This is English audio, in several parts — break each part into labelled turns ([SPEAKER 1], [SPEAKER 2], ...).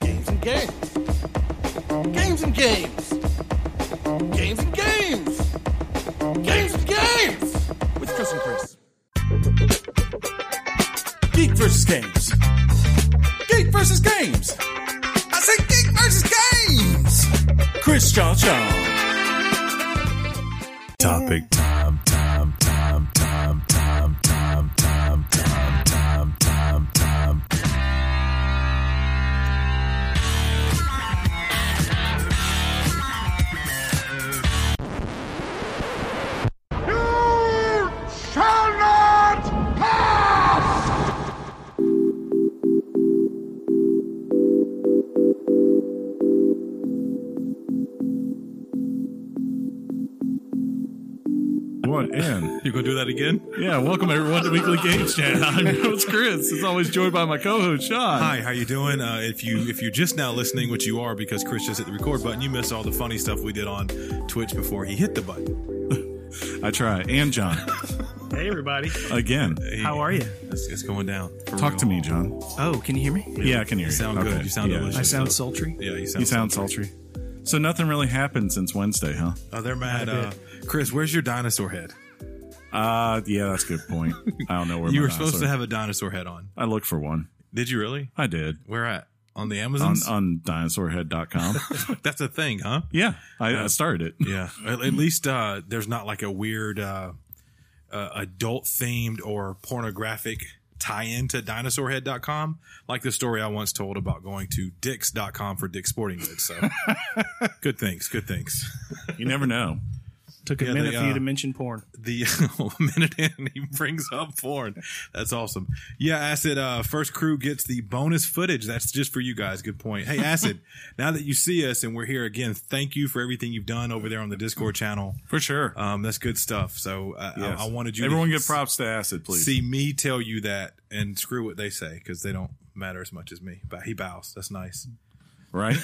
[SPEAKER 1] games. Games and games. Games and games. Games and games. With Chris and Chris. Geek versus games. Geek versus games. I said geek versus games. Chris Chow Chow. Topic time, time, time, time, time, time, time, time, time, time, time.
[SPEAKER 2] What in?
[SPEAKER 3] You gonna do that again?
[SPEAKER 2] Yeah, welcome everyone to Weekly Games Chat. I'm your host Chris. As always, joined by my co-host Sean.
[SPEAKER 3] Hi, how you doing? Uh, if you if you're just now listening, which you are, because Chris just hit the record button, you missed all the funny stuff we did on Twitch before he hit the button.
[SPEAKER 2] I try. And John
[SPEAKER 4] Hey, everybody.
[SPEAKER 2] again.
[SPEAKER 4] How are you?
[SPEAKER 3] It's, it's going down. For
[SPEAKER 2] Talk
[SPEAKER 3] real.
[SPEAKER 2] to me, John.
[SPEAKER 4] Oh, can you hear me?
[SPEAKER 2] Yeah, I can hear you.
[SPEAKER 3] sound good. You sound
[SPEAKER 2] yeah.
[SPEAKER 3] delicious.
[SPEAKER 4] I sound sultry.
[SPEAKER 3] Yeah, you sound.
[SPEAKER 2] You sound sultry. So nothing really happened since Wednesday, huh?
[SPEAKER 3] Oh, they're mad. Uh, Chris, where's your dinosaur head?
[SPEAKER 2] Uh, yeah, that's a good point. I don't know where
[SPEAKER 3] You
[SPEAKER 2] my
[SPEAKER 3] were supposed
[SPEAKER 2] dinosaur-
[SPEAKER 3] to have a dinosaur head on.
[SPEAKER 2] I looked for one.
[SPEAKER 3] Did you really?
[SPEAKER 2] I did
[SPEAKER 3] Where at? On uh, the
[SPEAKER 2] on
[SPEAKER 3] Amazons?
[SPEAKER 2] on dinosaurhead.com.
[SPEAKER 3] That's a thing, huh?
[SPEAKER 2] yeah, I, I started it.
[SPEAKER 3] Yeah. At, at least uh, there's not like a weird uh, uh, adult themed or pornographic tie in to dinosaurhead.com, like the story I once told about going to dicks.com for dick sporting goods. So good things. Good things.
[SPEAKER 2] You never know.
[SPEAKER 4] Took a
[SPEAKER 3] Yeah,
[SPEAKER 4] minute
[SPEAKER 3] they,
[SPEAKER 4] for
[SPEAKER 3] uh,
[SPEAKER 4] you to mention porn.
[SPEAKER 3] The minute in, he brings up porn. That's awesome. Yeah, Acid, uh, first crew gets the bonus footage. That's just for you guys. Good point. Hey, Acid, now that you see us and we're here again, thank you for everything you've done over there on the Discord channel.
[SPEAKER 2] For sure.
[SPEAKER 3] Um, that's good stuff. So uh,
[SPEAKER 2] Yes.
[SPEAKER 3] I, I wanted you.
[SPEAKER 2] Everyone
[SPEAKER 3] to
[SPEAKER 2] give props to Acid, please.
[SPEAKER 3] See me tell you that, and screw what they say because they don't matter as much as me. But he bows. That's nice.
[SPEAKER 2] right?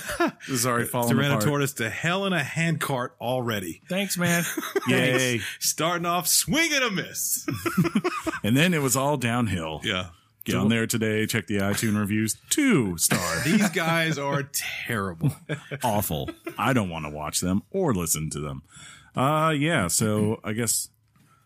[SPEAKER 2] this is already falling apart.
[SPEAKER 3] Tyrannosaurus to hell in a handcart already.
[SPEAKER 4] Thanks, man.
[SPEAKER 2] Yay.
[SPEAKER 3] Starting off swing and a miss.
[SPEAKER 2] And then it was all downhill.
[SPEAKER 3] yeah.
[SPEAKER 2] Get on there today. Check the iTunes reviews. Two star.
[SPEAKER 3] These guys are terrible.
[SPEAKER 2] Awful. I don't want to watch them or listen to them. Uh, yeah. So I guess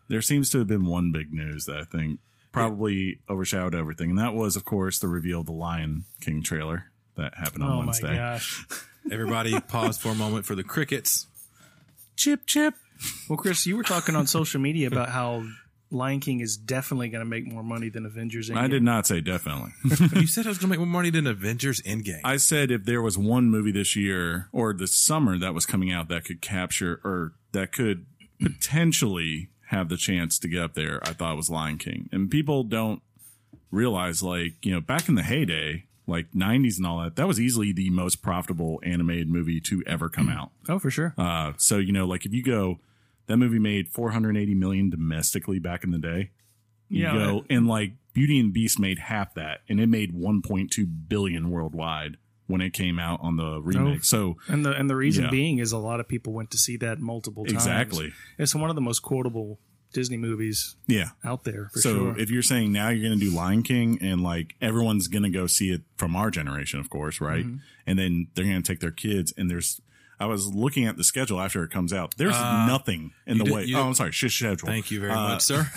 [SPEAKER 2] there seems to have been one big news that I think probably overshadowed everything, and that was, of course, the reveal of the Lion King trailer that happened on
[SPEAKER 4] Oh, my
[SPEAKER 2] Wednesday.
[SPEAKER 4] gosh.
[SPEAKER 3] Everybody pause for a moment for the crickets.
[SPEAKER 2] Chip, chip.
[SPEAKER 4] Well, Chris, you were talking on social media about how Lion King is definitely going to make more money than Avengers Endgame.
[SPEAKER 2] I did not say definitely.
[SPEAKER 3] You said I was going to make more money than Avengers Endgame.
[SPEAKER 2] I said if there was one movie this year or this summer that was coming out that could capture or that could potentially have the chance to get up there, I thought it was Lion King. And people don't realize, like, you know, back in the heyday, like 90s and all that, that was easily the most profitable animated movie to ever come out.
[SPEAKER 4] Oh, for sure.
[SPEAKER 2] Uh, so, you know, like if you go, that movie made 480 million domestically back in the day. You
[SPEAKER 4] Yeah.
[SPEAKER 2] go, and like Beauty and the Beast made half that, and it made 1.2 billion worldwide when it came out on the remake.
[SPEAKER 4] Oh.
[SPEAKER 2] So,
[SPEAKER 4] And the and the reason
[SPEAKER 2] Yeah.
[SPEAKER 4] being is a lot of people went to see that multiple times.
[SPEAKER 2] Exactly.
[SPEAKER 4] It's one of the most quotable Disney movies
[SPEAKER 2] yeah.
[SPEAKER 4] out there for
[SPEAKER 2] so
[SPEAKER 4] sure.
[SPEAKER 2] if you're saying now you're going to do Lion King and like everyone's going to go see it from our generation, of course, right?
[SPEAKER 3] Mm-hmm.
[SPEAKER 2] And then they're going to take their kids and there's, I was looking at the schedule after it comes out. There's nothing in the
[SPEAKER 3] did-
[SPEAKER 2] way.
[SPEAKER 3] Uh, you-
[SPEAKER 2] Oh, I'm sorry. Sh- schedule.
[SPEAKER 3] Thank you very
[SPEAKER 2] Uh,
[SPEAKER 3] much, sir.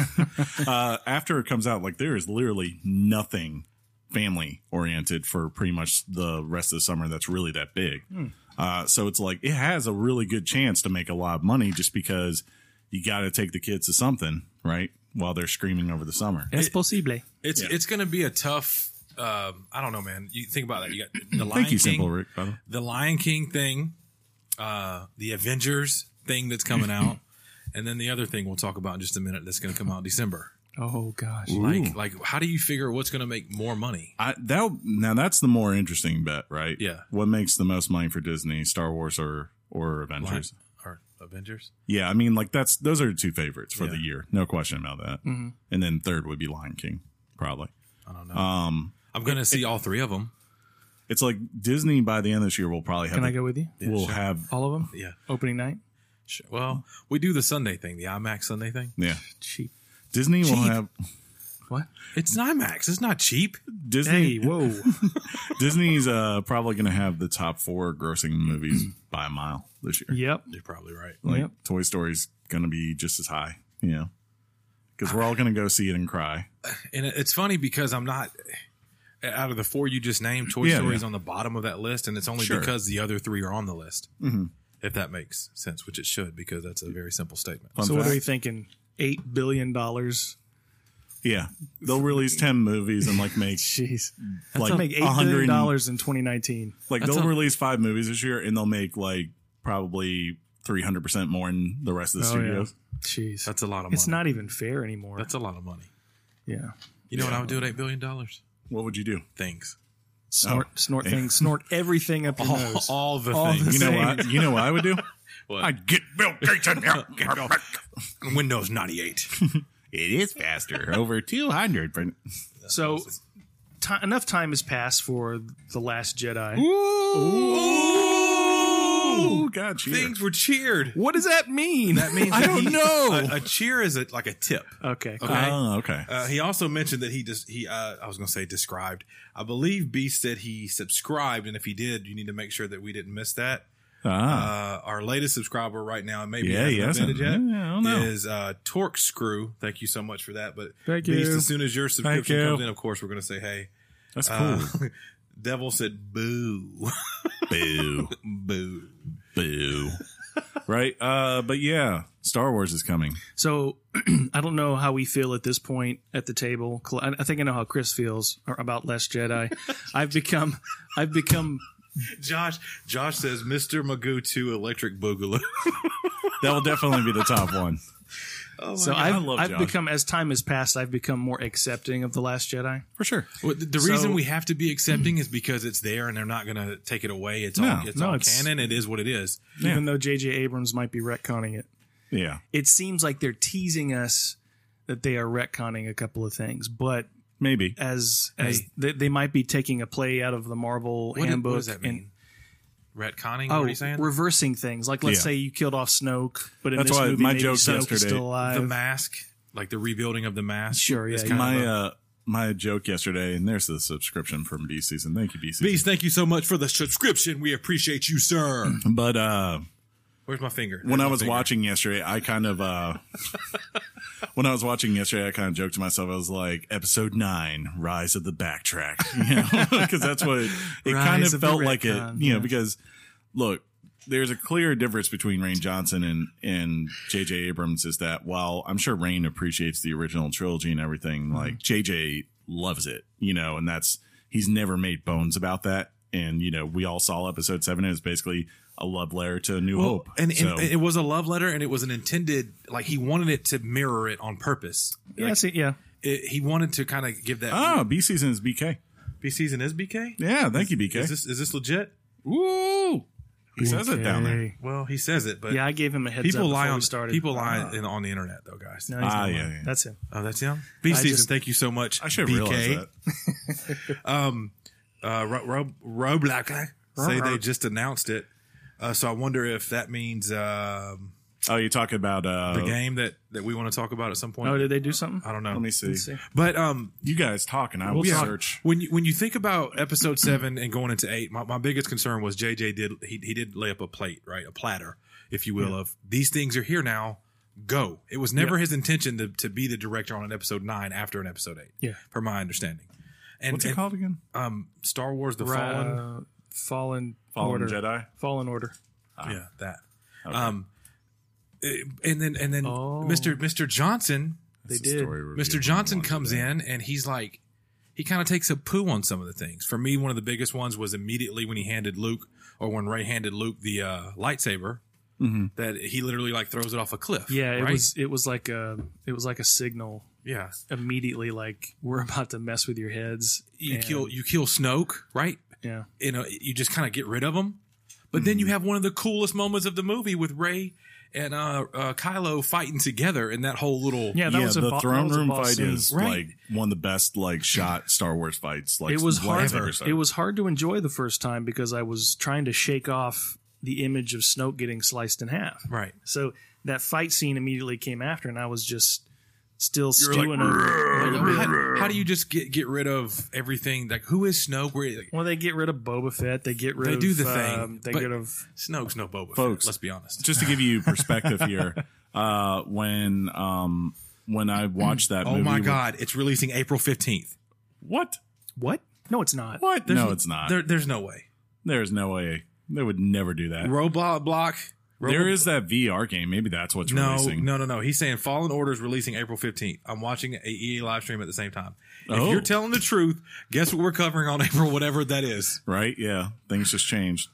[SPEAKER 2] uh, after it comes out, like there is literally nothing family oriented for pretty much the rest of the summer that's really that big.
[SPEAKER 3] Hmm.
[SPEAKER 2] Uh, so it's like it has a really good chance to make a lot of money just because you got to take the kids to something, right? While they're screaming over the summer.
[SPEAKER 4] es posible.
[SPEAKER 3] It's
[SPEAKER 2] Yeah.
[SPEAKER 3] it's going to be a tough. Um, I don't know, man. You think about that. You got the Lion
[SPEAKER 2] Thank you,
[SPEAKER 3] King,
[SPEAKER 2] Simple Rick. by the way.
[SPEAKER 3] the Lion King thing, uh, the Avengers thing that's coming out, and then the other thing we'll talk about in just a minute that's going to come out in December.
[SPEAKER 4] Oh gosh.
[SPEAKER 3] Like, like, how do you figure what's going to make more money?
[SPEAKER 2] I, that now that's the more interesting bet, right?
[SPEAKER 3] Yeah.
[SPEAKER 2] What makes the most money for Disney, Star Wars, or or Avengers?
[SPEAKER 3] Lion, or Avengers?
[SPEAKER 2] Yeah, I mean, like that's those are the two favorites for the
[SPEAKER 3] Yeah. Mm-hmm.
[SPEAKER 2] year, no question about that. And then third would be Lion King, probably.
[SPEAKER 3] I don't know.
[SPEAKER 2] Um,
[SPEAKER 3] I'm going to see all three of them.
[SPEAKER 2] it's like Disney by the end of this year will probably have.
[SPEAKER 4] Can
[SPEAKER 2] a-
[SPEAKER 4] I go with you?
[SPEAKER 2] Will have
[SPEAKER 4] All of them?
[SPEAKER 3] Yeah.
[SPEAKER 4] Opening night?
[SPEAKER 3] Sure. Well, we do the Sunday thing, the IMAX Sunday thing.
[SPEAKER 2] yeah.
[SPEAKER 4] Cheap.
[SPEAKER 2] Disney will have
[SPEAKER 4] What?
[SPEAKER 3] It's IMAX. It's not cheap.
[SPEAKER 2] Disney
[SPEAKER 4] Hey, whoa.
[SPEAKER 2] Disney's uh, probably going to have the top four grossing movies by a mile this year.
[SPEAKER 4] yep.
[SPEAKER 3] You're probably right.
[SPEAKER 2] Like
[SPEAKER 4] Yep.
[SPEAKER 2] Toy Story's going to be just as high, you know, because we're all going to go see it and cry.
[SPEAKER 3] And it- it's funny because I'm not out of the four you just named. Toy
[SPEAKER 2] Yeah,
[SPEAKER 3] Story's
[SPEAKER 2] yeah.
[SPEAKER 3] on the bottom of that list, and it's only
[SPEAKER 2] Sure.
[SPEAKER 3] because the other three are on the list.
[SPEAKER 2] Mhm.
[SPEAKER 3] If that makes sense, which it should, because that's a very simple statement.
[SPEAKER 2] Fun
[SPEAKER 4] so what are we
[SPEAKER 2] fact.
[SPEAKER 4] thinking? Eight billion dollars.
[SPEAKER 2] Yeah, they'll release ten movies and like make
[SPEAKER 4] Jeez. That's
[SPEAKER 2] Like
[SPEAKER 4] like make eight billion dollars in 2019.
[SPEAKER 2] like
[SPEAKER 3] That's
[SPEAKER 2] they'll
[SPEAKER 3] a-
[SPEAKER 2] release five movies this year and they'll make like probably three hundred percent more than the rest of the
[SPEAKER 4] Oh, yeah.
[SPEAKER 2] studios.
[SPEAKER 4] Jeez.
[SPEAKER 3] That's a lot of money.
[SPEAKER 4] it's not even fair anymore.
[SPEAKER 3] That's a lot of money.
[SPEAKER 4] yeah.
[SPEAKER 3] You know what I would do at eight billion dollars?
[SPEAKER 2] What would you do?
[SPEAKER 3] Things.
[SPEAKER 4] Snort, snort
[SPEAKER 2] Yeah.
[SPEAKER 4] things, snort everything up your
[SPEAKER 3] Oh. All,
[SPEAKER 4] nose.
[SPEAKER 3] all the
[SPEAKER 4] All
[SPEAKER 3] things.
[SPEAKER 4] the
[SPEAKER 2] You know what? You know what I would do?
[SPEAKER 3] What?
[SPEAKER 2] I'd get Bill Gates in here.
[SPEAKER 3] Windows ninety eight.
[SPEAKER 2] It is faster, over two hundred.
[SPEAKER 4] so, ti enough time has passed for the Last Jedi.
[SPEAKER 2] Oh God, cheer.
[SPEAKER 3] Things were cheered.
[SPEAKER 4] What does that mean?
[SPEAKER 3] That means
[SPEAKER 2] I
[SPEAKER 3] that
[SPEAKER 2] don't
[SPEAKER 3] he-
[SPEAKER 2] know.
[SPEAKER 3] A, a cheer is a, like a tip.
[SPEAKER 4] okay.
[SPEAKER 3] Okay.
[SPEAKER 2] Oh, okay.
[SPEAKER 3] Uh, he also mentioned that he just he uh, I was going to say described. I believe Beast said he subscribed, and if he did, you need to make sure that we didn't miss that.
[SPEAKER 2] ah,
[SPEAKER 3] Uh, our latest subscriber right now, and maybe
[SPEAKER 2] yeah,
[SPEAKER 3] he
[SPEAKER 2] he
[SPEAKER 3] hasn't
[SPEAKER 2] hasn't.
[SPEAKER 3] admitted
[SPEAKER 2] Yeah, I don't
[SPEAKER 3] yet,
[SPEAKER 2] know.
[SPEAKER 3] is uh, Torque Screw. Thank you so much for that. But
[SPEAKER 4] Thank
[SPEAKER 3] Beast,
[SPEAKER 4] you.
[SPEAKER 3] as soon as your subscription
[SPEAKER 2] you.
[SPEAKER 3] comes in, of course, we're going to say hey.
[SPEAKER 2] That's cool.
[SPEAKER 3] Uh, Devil said boo,
[SPEAKER 2] Boo.
[SPEAKER 3] boo.
[SPEAKER 2] Boo. right? Uh, but yeah, Star Wars is coming.
[SPEAKER 4] So I don't know how we feel at this point at the table. Cl- I I think I know how Chris feels or- about Last Jedi. I've become, I've become.
[SPEAKER 3] Josh, Josh says Mr. Magoo two Electric Boogaloo.
[SPEAKER 2] That will definitely be the top one.
[SPEAKER 3] Oh
[SPEAKER 4] So
[SPEAKER 2] God,
[SPEAKER 4] I've,
[SPEAKER 2] I love
[SPEAKER 4] I've
[SPEAKER 2] Josh.
[SPEAKER 4] become as time has passed. I've become more accepting of the Last Jedi.
[SPEAKER 2] For sure.
[SPEAKER 3] Well, the the
[SPEAKER 4] So-
[SPEAKER 3] reason we have to be accepting is because it's there and they're not going to take it away. It's
[SPEAKER 2] No,
[SPEAKER 3] all, it's
[SPEAKER 4] no,
[SPEAKER 3] all
[SPEAKER 4] it's-
[SPEAKER 3] canon. It is what it is.
[SPEAKER 2] Yeah.
[SPEAKER 4] Even though J.J. Abrams might be retconning it,
[SPEAKER 2] Yeah.
[SPEAKER 4] it seems like they're teasing us that they are retconning a couple of things. But
[SPEAKER 2] Maybe.
[SPEAKER 4] as as
[SPEAKER 3] Hey.
[SPEAKER 4] they, they might be taking a play out of the Marvel
[SPEAKER 3] What, did-
[SPEAKER 4] handbook
[SPEAKER 3] what does that
[SPEAKER 4] and
[SPEAKER 3] mean? Retconning?
[SPEAKER 4] oh,
[SPEAKER 3] what are you saying?
[SPEAKER 4] reversing things. Like let's
[SPEAKER 2] Yeah.
[SPEAKER 4] say you killed off Snoke, but in
[SPEAKER 2] That's
[SPEAKER 4] this
[SPEAKER 2] why
[SPEAKER 4] movie
[SPEAKER 2] my
[SPEAKER 4] maybe
[SPEAKER 2] joke
[SPEAKER 4] Snoke is
[SPEAKER 2] yesterday-
[SPEAKER 4] still alive.
[SPEAKER 3] the mask, like the rebuilding of the mask.
[SPEAKER 4] Sure, yeah,
[SPEAKER 3] It's
[SPEAKER 4] yeah.
[SPEAKER 3] kind of
[SPEAKER 2] My
[SPEAKER 3] a-
[SPEAKER 2] uh my joke yesterday, and there's the subscription from B season. Thank you, B season.
[SPEAKER 3] Beast, thank you so much for the subscription. We appreciate you, sir.
[SPEAKER 2] But uh
[SPEAKER 3] Where's my finger?
[SPEAKER 2] when
[SPEAKER 3] There's
[SPEAKER 2] I
[SPEAKER 3] my
[SPEAKER 2] was
[SPEAKER 3] finger.
[SPEAKER 2] watching yesterday, I kind of uh when I was watching yesterday, I kind of joked to myself. I was like, "Episode nine, Rise of the Backtrack," you know, because that's what it kind
[SPEAKER 4] Rise
[SPEAKER 2] of
[SPEAKER 4] of the
[SPEAKER 2] felt like. It,
[SPEAKER 4] Retcon,
[SPEAKER 2] you know,
[SPEAKER 4] yeah.
[SPEAKER 2] because look, there's a clear difference between Rain Johnson and and J.J. Abrams is that while I'm sure Rain appreciates the original trilogy and everything, like J.J. loves it, you know, and that's he's never made bones about that. And you know, we all saw episode seven is basically a love letter to A New
[SPEAKER 3] Well,
[SPEAKER 2] Hope,
[SPEAKER 3] Oh, And, and
[SPEAKER 2] So-
[SPEAKER 3] it was a love letter, and it was an intended, like, he wanted it to mirror it on purpose.
[SPEAKER 4] yeah, see, yeah.
[SPEAKER 3] It, he wanted to kind of give that.
[SPEAKER 2] Oh, B season is BK.
[SPEAKER 3] B season is BK?
[SPEAKER 2] Yeah, thank you, BK.
[SPEAKER 3] Is this is this legit?
[SPEAKER 2] Ooh, he says it down there.
[SPEAKER 4] Okay.
[SPEAKER 3] Well, he says it, but
[SPEAKER 4] Yeah, I gave him a heads
[SPEAKER 3] people
[SPEAKER 4] up
[SPEAKER 3] lie
[SPEAKER 4] before
[SPEAKER 3] on
[SPEAKER 4] we started. Ah.
[SPEAKER 3] people lie in, on the internet though, guys.
[SPEAKER 4] No, he's
[SPEAKER 2] Ah,
[SPEAKER 4] not
[SPEAKER 2] yeah,
[SPEAKER 4] lying.
[SPEAKER 2] yeah.
[SPEAKER 4] that's him.
[SPEAKER 3] Oh, that's him. B season,
[SPEAKER 4] just-
[SPEAKER 3] thank you so much.
[SPEAKER 2] I should
[SPEAKER 3] BK.
[SPEAKER 2] realize that.
[SPEAKER 3] Um, uh, Ro- Ro- Roblox eh? say
[SPEAKER 4] Roblox.
[SPEAKER 3] they just announced it, uh, so I wonder if that means um,
[SPEAKER 2] Oh, you're talking about uh,
[SPEAKER 3] the game that that we want to talk about at some point.
[SPEAKER 4] Oh, did they do something?
[SPEAKER 3] I don't know.
[SPEAKER 2] Let me see.
[SPEAKER 4] see.
[SPEAKER 3] But um,
[SPEAKER 2] You guys talk, and I will
[SPEAKER 3] yeah,
[SPEAKER 2] search.
[SPEAKER 3] when you when you think about episode seven and going into eight, my, my biggest concern was JJ did he he did lay up a plate, right, a platter, if you will, of these things are here now. Go. It was never his intention to, to be the director on an episode nine after an episode eight.
[SPEAKER 4] Yeah.
[SPEAKER 3] from my understanding. And,
[SPEAKER 2] What's it
[SPEAKER 3] and,
[SPEAKER 2] called again?
[SPEAKER 3] Um, Star Wars: The Fallen.
[SPEAKER 4] Fallen, uh, fallen,
[SPEAKER 2] Fallen
[SPEAKER 4] order,
[SPEAKER 2] Jedi.
[SPEAKER 4] fallen order. Ah.
[SPEAKER 3] yeah, that. Um, eh, and then and then
[SPEAKER 4] Oh.
[SPEAKER 3] Mr. Mr. Johnson,
[SPEAKER 2] That's
[SPEAKER 4] they
[SPEAKER 2] the
[SPEAKER 4] did.
[SPEAKER 2] story review
[SPEAKER 3] Mr.
[SPEAKER 2] we
[SPEAKER 3] Johnson
[SPEAKER 2] wanted
[SPEAKER 3] comes
[SPEAKER 2] today.
[SPEAKER 3] in and he's like, he kind of takes a poo on some of the things. For me, one of the biggest ones was immediately when he handed Luke, or when Ray handed Luke the uh, lightsaber, that he literally like throws it off a cliff.
[SPEAKER 4] Mm-hmm. Yeah, it
[SPEAKER 3] right?
[SPEAKER 4] was it was like a it was like a signal
[SPEAKER 3] Yeah,
[SPEAKER 4] immediately like we're about to mess with your heads.
[SPEAKER 3] you
[SPEAKER 4] and-
[SPEAKER 3] kill you kill Snoke, right?
[SPEAKER 4] yeah.
[SPEAKER 3] you know you just kind of get rid of them. But then
[SPEAKER 4] Mm-hmm.
[SPEAKER 3] you have one of the coolest moments of the movie with Ray and uh, uh, Kylo fighting together in that whole little
[SPEAKER 4] Yeah, that
[SPEAKER 2] yeah,
[SPEAKER 4] was a
[SPEAKER 2] the
[SPEAKER 4] bo- that
[SPEAKER 2] throne
[SPEAKER 4] was a
[SPEAKER 2] room
[SPEAKER 4] boss
[SPEAKER 2] fight
[SPEAKER 4] scene.
[SPEAKER 2] is
[SPEAKER 3] Right.
[SPEAKER 2] like one of the best like shot Star Wars fights. Like
[SPEAKER 4] it was hard.
[SPEAKER 2] lightsaber
[SPEAKER 4] It
[SPEAKER 2] stuff.
[SPEAKER 4] was hard to enjoy the first time because I was trying to shake off the image of Snoke getting sliced in half.
[SPEAKER 3] right.
[SPEAKER 4] So that fight scene immediately came after, and I was just still
[SPEAKER 2] You were
[SPEAKER 4] stewing
[SPEAKER 2] like,
[SPEAKER 4] over.
[SPEAKER 3] How, how do you just get get rid of everything? Like who is Snoke? Where like,
[SPEAKER 4] Well, they get rid of Boba Fett. They get rid.
[SPEAKER 3] They
[SPEAKER 4] of,
[SPEAKER 3] do the thing,
[SPEAKER 4] Um, they
[SPEAKER 3] but-
[SPEAKER 4] get rid of.
[SPEAKER 3] Snoke's no Boba, Fett,
[SPEAKER 2] Folks.
[SPEAKER 3] Let's be honest.
[SPEAKER 2] Just to give you perspective here, uh, when um, when I watched that
[SPEAKER 3] Oh
[SPEAKER 2] movie,
[SPEAKER 3] my
[SPEAKER 2] with-
[SPEAKER 3] God! It's releasing April fifteenth.
[SPEAKER 2] what?
[SPEAKER 4] What? No, it's not.
[SPEAKER 2] What? No, it's not.
[SPEAKER 3] There, there's no way.
[SPEAKER 2] There's no way they would never do that.
[SPEAKER 3] Roblox block. Robo-
[SPEAKER 2] There is that VR game. Maybe that's what's
[SPEAKER 3] no,
[SPEAKER 2] releasing.
[SPEAKER 3] no, no, no. He's saying Fallen Order is releasing April fifteenth. I'm watching a EA live stream at the same time.
[SPEAKER 2] Oh.
[SPEAKER 3] If you're telling the truth, guess what we're covering on April whatever that is.
[SPEAKER 2] Right? Yeah. Things just changed.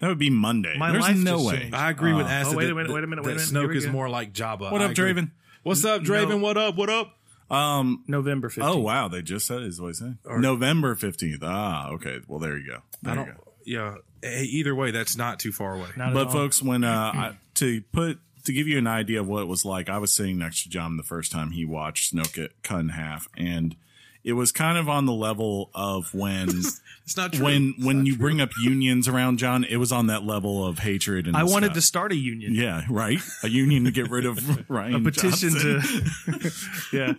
[SPEAKER 2] That would be Monday.
[SPEAKER 4] My
[SPEAKER 2] There's
[SPEAKER 4] life
[SPEAKER 2] no
[SPEAKER 4] just
[SPEAKER 2] way.
[SPEAKER 4] changed.
[SPEAKER 3] I agree with Acid.
[SPEAKER 4] oh, wait a
[SPEAKER 3] that-
[SPEAKER 4] minute, wait a minute,
[SPEAKER 3] that
[SPEAKER 4] wait a minute. Here
[SPEAKER 3] Snoke
[SPEAKER 4] we
[SPEAKER 3] is
[SPEAKER 4] go.
[SPEAKER 3] more like Jabba.
[SPEAKER 2] Uh, What
[SPEAKER 3] I
[SPEAKER 2] up,
[SPEAKER 3] agree.
[SPEAKER 2] Draven?
[SPEAKER 3] What's up, Draven?
[SPEAKER 4] No.
[SPEAKER 3] What up? What up?
[SPEAKER 2] Um.
[SPEAKER 4] November fifteenth.
[SPEAKER 2] Oh wow, they just said is what I said. November fifteenth. Ah, okay. Well, there you go. There
[SPEAKER 3] I
[SPEAKER 2] you
[SPEAKER 3] don't.
[SPEAKER 2] go.
[SPEAKER 3] Yeah. Hey, either way, that's not too far away.
[SPEAKER 4] Not at
[SPEAKER 2] But
[SPEAKER 4] all.
[SPEAKER 2] folks, when uh, I, to put to give you an idea of what it was like, I was sitting next to John the first time he watched Snoke get cut in half, and it was kind of on the level of when
[SPEAKER 3] It's not true.
[SPEAKER 2] when when you bring up unions around John, it was on that level of hatred. And
[SPEAKER 4] I wanted
[SPEAKER 2] stuff.
[SPEAKER 4] to start a union.
[SPEAKER 2] uh, Yeah, right. A union to get rid of Ryan.
[SPEAKER 4] A petition
[SPEAKER 2] Johnson. Uh,
[SPEAKER 4] to, yeah.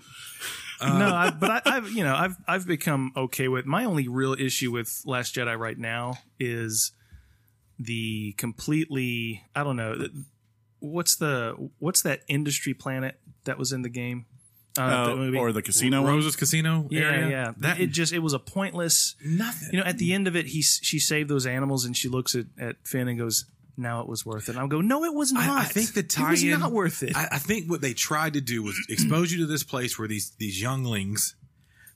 [SPEAKER 4] no, I, but I, I've you know I've I've become okay with my only real issue with Last Jedi right now is the completely I don't know th- what's the what's that industry planet that was in the game uh,
[SPEAKER 2] Uh,
[SPEAKER 4] the movie?
[SPEAKER 2] or the casino one.
[SPEAKER 3] Rose's Casino
[SPEAKER 4] yeah
[SPEAKER 3] area.
[SPEAKER 4] yeah
[SPEAKER 3] That
[SPEAKER 4] it just it was a pointless
[SPEAKER 3] nothing.
[SPEAKER 4] you know at the end of it he s- she saved those animals and she looks at at Finn and goes now it was worth it and I'll go no it was not
[SPEAKER 3] I, I think the
[SPEAKER 4] it was
[SPEAKER 3] tie-in
[SPEAKER 4] not worth it
[SPEAKER 3] I, I think what they tried to do was expose you to this place where these these younglings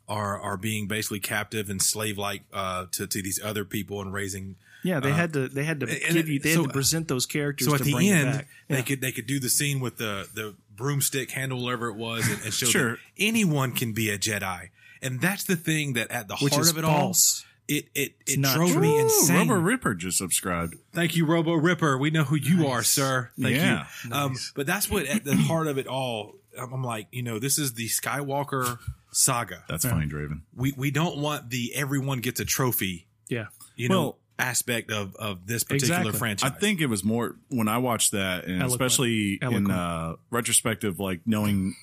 [SPEAKER 3] are are being basically captive and slave like uh, to to these other people and raising.
[SPEAKER 4] Yeah, they had to they had to
[SPEAKER 3] uh, and-
[SPEAKER 4] give you they
[SPEAKER 3] so-
[SPEAKER 4] had to present those characters.
[SPEAKER 3] So at
[SPEAKER 4] to
[SPEAKER 3] the
[SPEAKER 4] bring it
[SPEAKER 3] end,
[SPEAKER 4] back.
[SPEAKER 3] they
[SPEAKER 4] Yeah.
[SPEAKER 3] could they could do the scene with the the broomstick handle, whatever it was, and, and show
[SPEAKER 2] Sure.
[SPEAKER 3] that anyone can be a Jedi. And that's the thing that at the
[SPEAKER 4] Which
[SPEAKER 3] heart
[SPEAKER 4] is
[SPEAKER 3] of it
[SPEAKER 4] false.
[SPEAKER 3] all, it it it
[SPEAKER 4] not
[SPEAKER 3] drove me
[SPEAKER 4] true.
[SPEAKER 3] insane.
[SPEAKER 2] Robert Ripper just subscribed.
[SPEAKER 3] Thank you, Robo Ripper. We know who you are, sir. Thank
[SPEAKER 2] Yeah.
[SPEAKER 3] you. Um, but that's what at the heart of it all. I'm I'm like, you know, this is the Skywalker saga.
[SPEAKER 2] That's fine, Draven.
[SPEAKER 3] We we don't want the everyone gets a trophy,
[SPEAKER 4] yeah,
[SPEAKER 3] you know,
[SPEAKER 2] Well-
[SPEAKER 3] aspect of of this particular
[SPEAKER 4] Exactly.
[SPEAKER 3] franchise.
[SPEAKER 2] I think it was more when I watched that, and
[SPEAKER 4] Eloquent.
[SPEAKER 2] especially
[SPEAKER 4] Eloquent.
[SPEAKER 2] in uh, retrospective, like knowing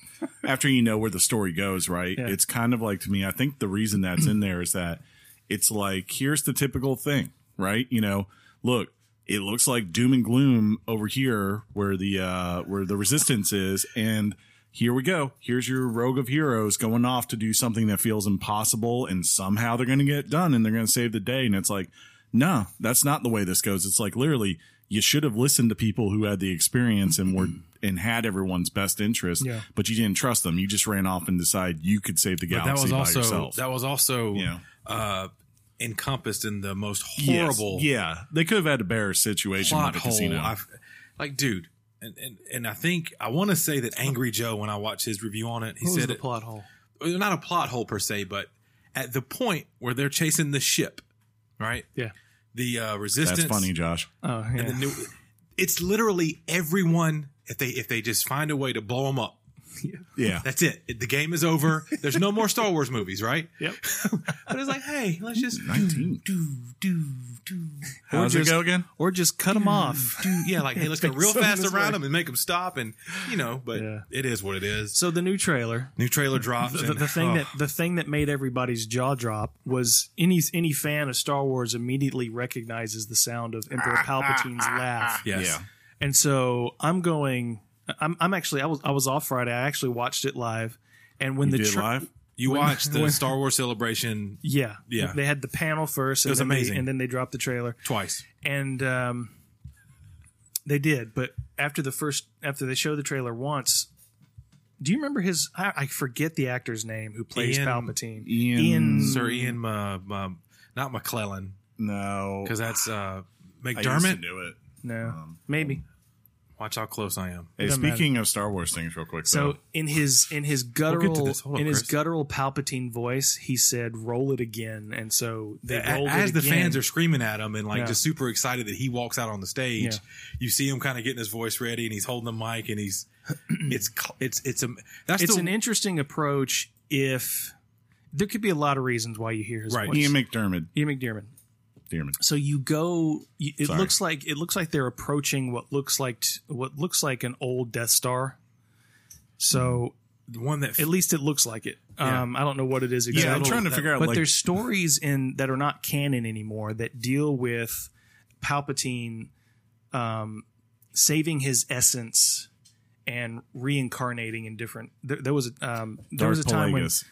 [SPEAKER 2] after you know where the story goes, right?
[SPEAKER 4] Yeah.
[SPEAKER 2] It's kind of like to me, I think the reason that's in there is that it's like, here's the typical thing, right? You know, look. It looks like doom and gloom over here where the uh where the resistance is and here we go. Here's your rogue of heroes going off to do something that feels impossible and somehow they're going to get done and they're going to save the day and it's like no, that's not the way this goes. It's like literally you should have listened to people who had the experience and were and had everyone's best interest,
[SPEAKER 4] Yeah.
[SPEAKER 2] but you didn't trust them. You just ran off and decided you could save the
[SPEAKER 3] But
[SPEAKER 2] galaxy by yourself.
[SPEAKER 3] that was also
[SPEAKER 2] you know.
[SPEAKER 3] uh, encompassed in the most
[SPEAKER 2] Yes.
[SPEAKER 3] horrible
[SPEAKER 2] Yeah, they could have had a better situation
[SPEAKER 3] plot
[SPEAKER 2] with the
[SPEAKER 3] hole.
[SPEAKER 2] casino.
[SPEAKER 3] I've, like, dude, and, and and I think I want to say that Angry Joe when I watched his review on it, he
[SPEAKER 4] what was
[SPEAKER 3] said
[SPEAKER 4] the
[SPEAKER 3] it-
[SPEAKER 4] plot hole?
[SPEAKER 3] well, not a plot hole per se, but at the point where they're chasing the ship, right?
[SPEAKER 4] Yeah.
[SPEAKER 3] The uh, resistance.
[SPEAKER 2] That's funny, Josh.
[SPEAKER 4] Oh yeah,
[SPEAKER 3] and the new- it's literally everyone. If they if they just find a way to blow them up,
[SPEAKER 2] Yeah,
[SPEAKER 3] that's it. It- The game is over. There's no more Star Wars movies, right?
[SPEAKER 4] yep.
[SPEAKER 3] But it's like, hey, let's just
[SPEAKER 2] nineteen.
[SPEAKER 3] do do do.
[SPEAKER 2] How does it
[SPEAKER 4] just-
[SPEAKER 2] go again?
[SPEAKER 4] Or just cut them off.
[SPEAKER 3] do. Yeah, like hey, let's go real
[SPEAKER 4] Something
[SPEAKER 3] fast
[SPEAKER 4] this
[SPEAKER 3] around
[SPEAKER 4] way.
[SPEAKER 3] them and make them stop, and you know. But
[SPEAKER 4] Yeah.
[SPEAKER 3] it is what it is.
[SPEAKER 4] So the new trailer,
[SPEAKER 3] New trailer drops.
[SPEAKER 4] the,
[SPEAKER 3] and-
[SPEAKER 4] the thing
[SPEAKER 3] oh.
[SPEAKER 4] that the thing that made everybody's jaw drop was any any fan of Star Wars immediately recognizes the sound of
[SPEAKER 3] Ah,
[SPEAKER 4] Emperor Palpatine's laugh.
[SPEAKER 3] yes.
[SPEAKER 2] Yeah.
[SPEAKER 4] And so I'm going. I'm, I'm actually I was I was off Friday. I actually watched it live. And when the
[SPEAKER 2] Did it
[SPEAKER 4] tra-
[SPEAKER 2] live?
[SPEAKER 3] You watched the Star Wars celebration
[SPEAKER 4] yeah
[SPEAKER 3] Yeah.
[SPEAKER 4] they had the panel first. It
[SPEAKER 3] was amazing.
[SPEAKER 4] and then they dropped the trailer.
[SPEAKER 3] twice.
[SPEAKER 4] and um, they did. But after the first, after they show the trailer once, do you remember his? I, I forget the actor's name who plays
[SPEAKER 3] Ian-
[SPEAKER 4] Palpatine.
[SPEAKER 2] Ian-
[SPEAKER 3] Sir Ian, uh, um, not McClellan,
[SPEAKER 2] No,
[SPEAKER 3] because that's uh,
[SPEAKER 2] I used to
[SPEAKER 3] McDermott.
[SPEAKER 2] do it.
[SPEAKER 4] no,
[SPEAKER 3] Um,
[SPEAKER 4] maybe.
[SPEAKER 3] Watch how close I am.
[SPEAKER 2] Hey,
[SPEAKER 4] doesn't matter.
[SPEAKER 2] speaking of Star Wars things, real quick.
[SPEAKER 4] So
[SPEAKER 2] though.
[SPEAKER 4] in his in his
[SPEAKER 3] uh, get to
[SPEAKER 4] guttural
[SPEAKER 3] this. Hold on,
[SPEAKER 4] in his
[SPEAKER 3] Chris.
[SPEAKER 4] guttural Palpatine voice, he said, "Roll it again," and so they
[SPEAKER 3] A-
[SPEAKER 4] rolled
[SPEAKER 3] As
[SPEAKER 4] it
[SPEAKER 3] the
[SPEAKER 4] again.
[SPEAKER 3] fans are screaming at him and like
[SPEAKER 4] Yeah.
[SPEAKER 3] just super excited that he walks out on the stage,
[SPEAKER 4] Yeah.
[SPEAKER 3] you see him kind of getting his voice ready and he's holding the mic and he's it's cl- it's it's a that's
[SPEAKER 4] It's
[SPEAKER 3] the,
[SPEAKER 4] an interesting approach. If there could be a lot of reasons why you hear his
[SPEAKER 3] Right.
[SPEAKER 4] voice.
[SPEAKER 2] Ian McDermott,
[SPEAKER 4] Ian McDiarmid.
[SPEAKER 2] Dearman.
[SPEAKER 4] so you go you, it
[SPEAKER 2] Sorry.
[SPEAKER 4] looks like it looks like they're approaching what looks like t- what looks like an old death star so
[SPEAKER 3] the one that
[SPEAKER 4] At least it looks like it.
[SPEAKER 3] Yeah.
[SPEAKER 4] Um, I don't know what it is exactly.
[SPEAKER 2] Yeah, I'm trying to
[SPEAKER 3] that-
[SPEAKER 2] figure out.
[SPEAKER 4] but
[SPEAKER 2] like,
[SPEAKER 4] there's stories in that are not canon anymore that deal with Palpatine um, saving his essence and reincarnating in different. There, there was a um, there
[SPEAKER 2] Darth
[SPEAKER 4] was a time
[SPEAKER 2] Plagueis.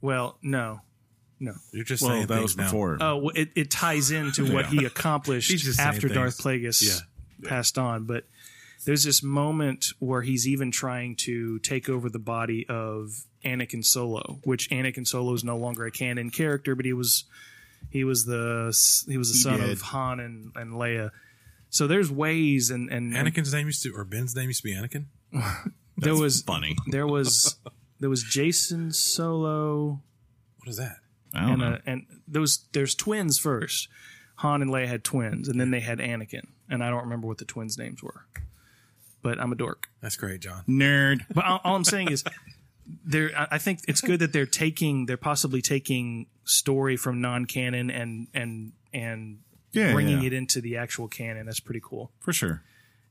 [SPEAKER 4] when well no no
[SPEAKER 3] you're just
[SPEAKER 2] Well,
[SPEAKER 3] saying
[SPEAKER 2] that was
[SPEAKER 3] things now.
[SPEAKER 2] before.
[SPEAKER 4] oh well, it it ties into what he
[SPEAKER 3] He's just
[SPEAKER 4] accomplished
[SPEAKER 3] saying
[SPEAKER 4] after Darth
[SPEAKER 3] things.
[SPEAKER 4] Plagueis passed on, but. There's this moment where he's even trying to take over the body of Anakin Solo, which Anakin Solo is no longer a canon character, but he was he was the he was the son
[SPEAKER 5] did.
[SPEAKER 4] of Han and, and Leia. So there's ways and and
[SPEAKER 3] Anakin's name used to, or Ben's name used to be Anakin.
[SPEAKER 4] there was
[SPEAKER 2] funny.
[SPEAKER 4] there was there was Jason Solo
[SPEAKER 3] What is that?
[SPEAKER 2] I don't
[SPEAKER 4] and
[SPEAKER 2] know.
[SPEAKER 4] uh and those there's twins first. Han and Leia had twins, and then they had Anakin, and I don't remember what the twins' names were. But I'm a dork.
[SPEAKER 3] That's great, John.
[SPEAKER 2] Nerd.
[SPEAKER 4] But all, all I'm saying is, they're. I I think it's good that they're taking, they're possibly taking story from non-canon and and and
[SPEAKER 2] Yeah,
[SPEAKER 4] bringing
[SPEAKER 2] yeah.
[SPEAKER 4] it into the actual canon. That's pretty cool.
[SPEAKER 2] for sure.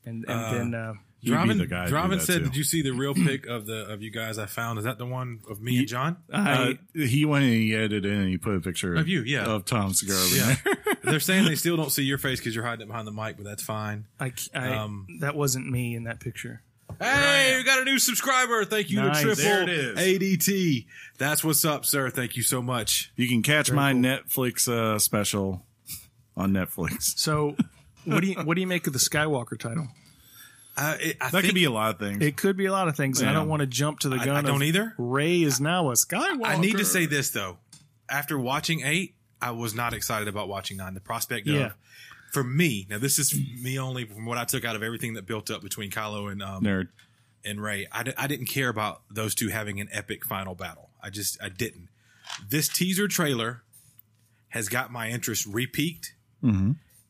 [SPEAKER 4] And and then uh,
[SPEAKER 2] You'd be the guy to do
[SPEAKER 3] Draven
[SPEAKER 2] that,
[SPEAKER 3] said,
[SPEAKER 2] too.
[SPEAKER 3] "Did you see the real pic of the of you guys I found? Is that the one of me and John?
[SPEAKER 2] Uh,
[SPEAKER 4] I
[SPEAKER 2] he went and he edited in and he put a picture
[SPEAKER 3] Of you, yeah.
[SPEAKER 2] of Tom Segura. over
[SPEAKER 3] Yeah,
[SPEAKER 2] there.
[SPEAKER 3] they're saying they still don't see your face because you're hiding it behind the mic, but that's fine.
[SPEAKER 4] I, I
[SPEAKER 3] Um,
[SPEAKER 4] that wasn't me in that picture.
[SPEAKER 3] Hey, we got a new subscriber. Thank you
[SPEAKER 4] Nice.
[SPEAKER 3] to Triple
[SPEAKER 2] There it is.
[SPEAKER 3] ADT. That's what's up, sir. Thank you so much.
[SPEAKER 2] You can catch my Netflix uh, special on Netflix.
[SPEAKER 4] So, what do you what do you make of the Skywalker title?
[SPEAKER 3] I, it, I
[SPEAKER 2] That
[SPEAKER 3] think
[SPEAKER 2] could be a lot of things.
[SPEAKER 4] It could be a lot of things. and I don't want to jump to the
[SPEAKER 3] I
[SPEAKER 4] gun.
[SPEAKER 3] don't
[SPEAKER 4] of
[SPEAKER 3] either.
[SPEAKER 4] Ray is now a Skywalker.
[SPEAKER 3] I need to say this though. After watching eight, I was not excited about watching nine. The prospect of
[SPEAKER 4] Yeah.
[SPEAKER 3] for me now, this is me only from what I took out of everything that built up between Kylo and um,
[SPEAKER 2] Nerd.
[SPEAKER 3] and Ray. I d- I didn't care about those two having an epic final battle. I just I didn't. This teaser trailer has got my interest repeaked,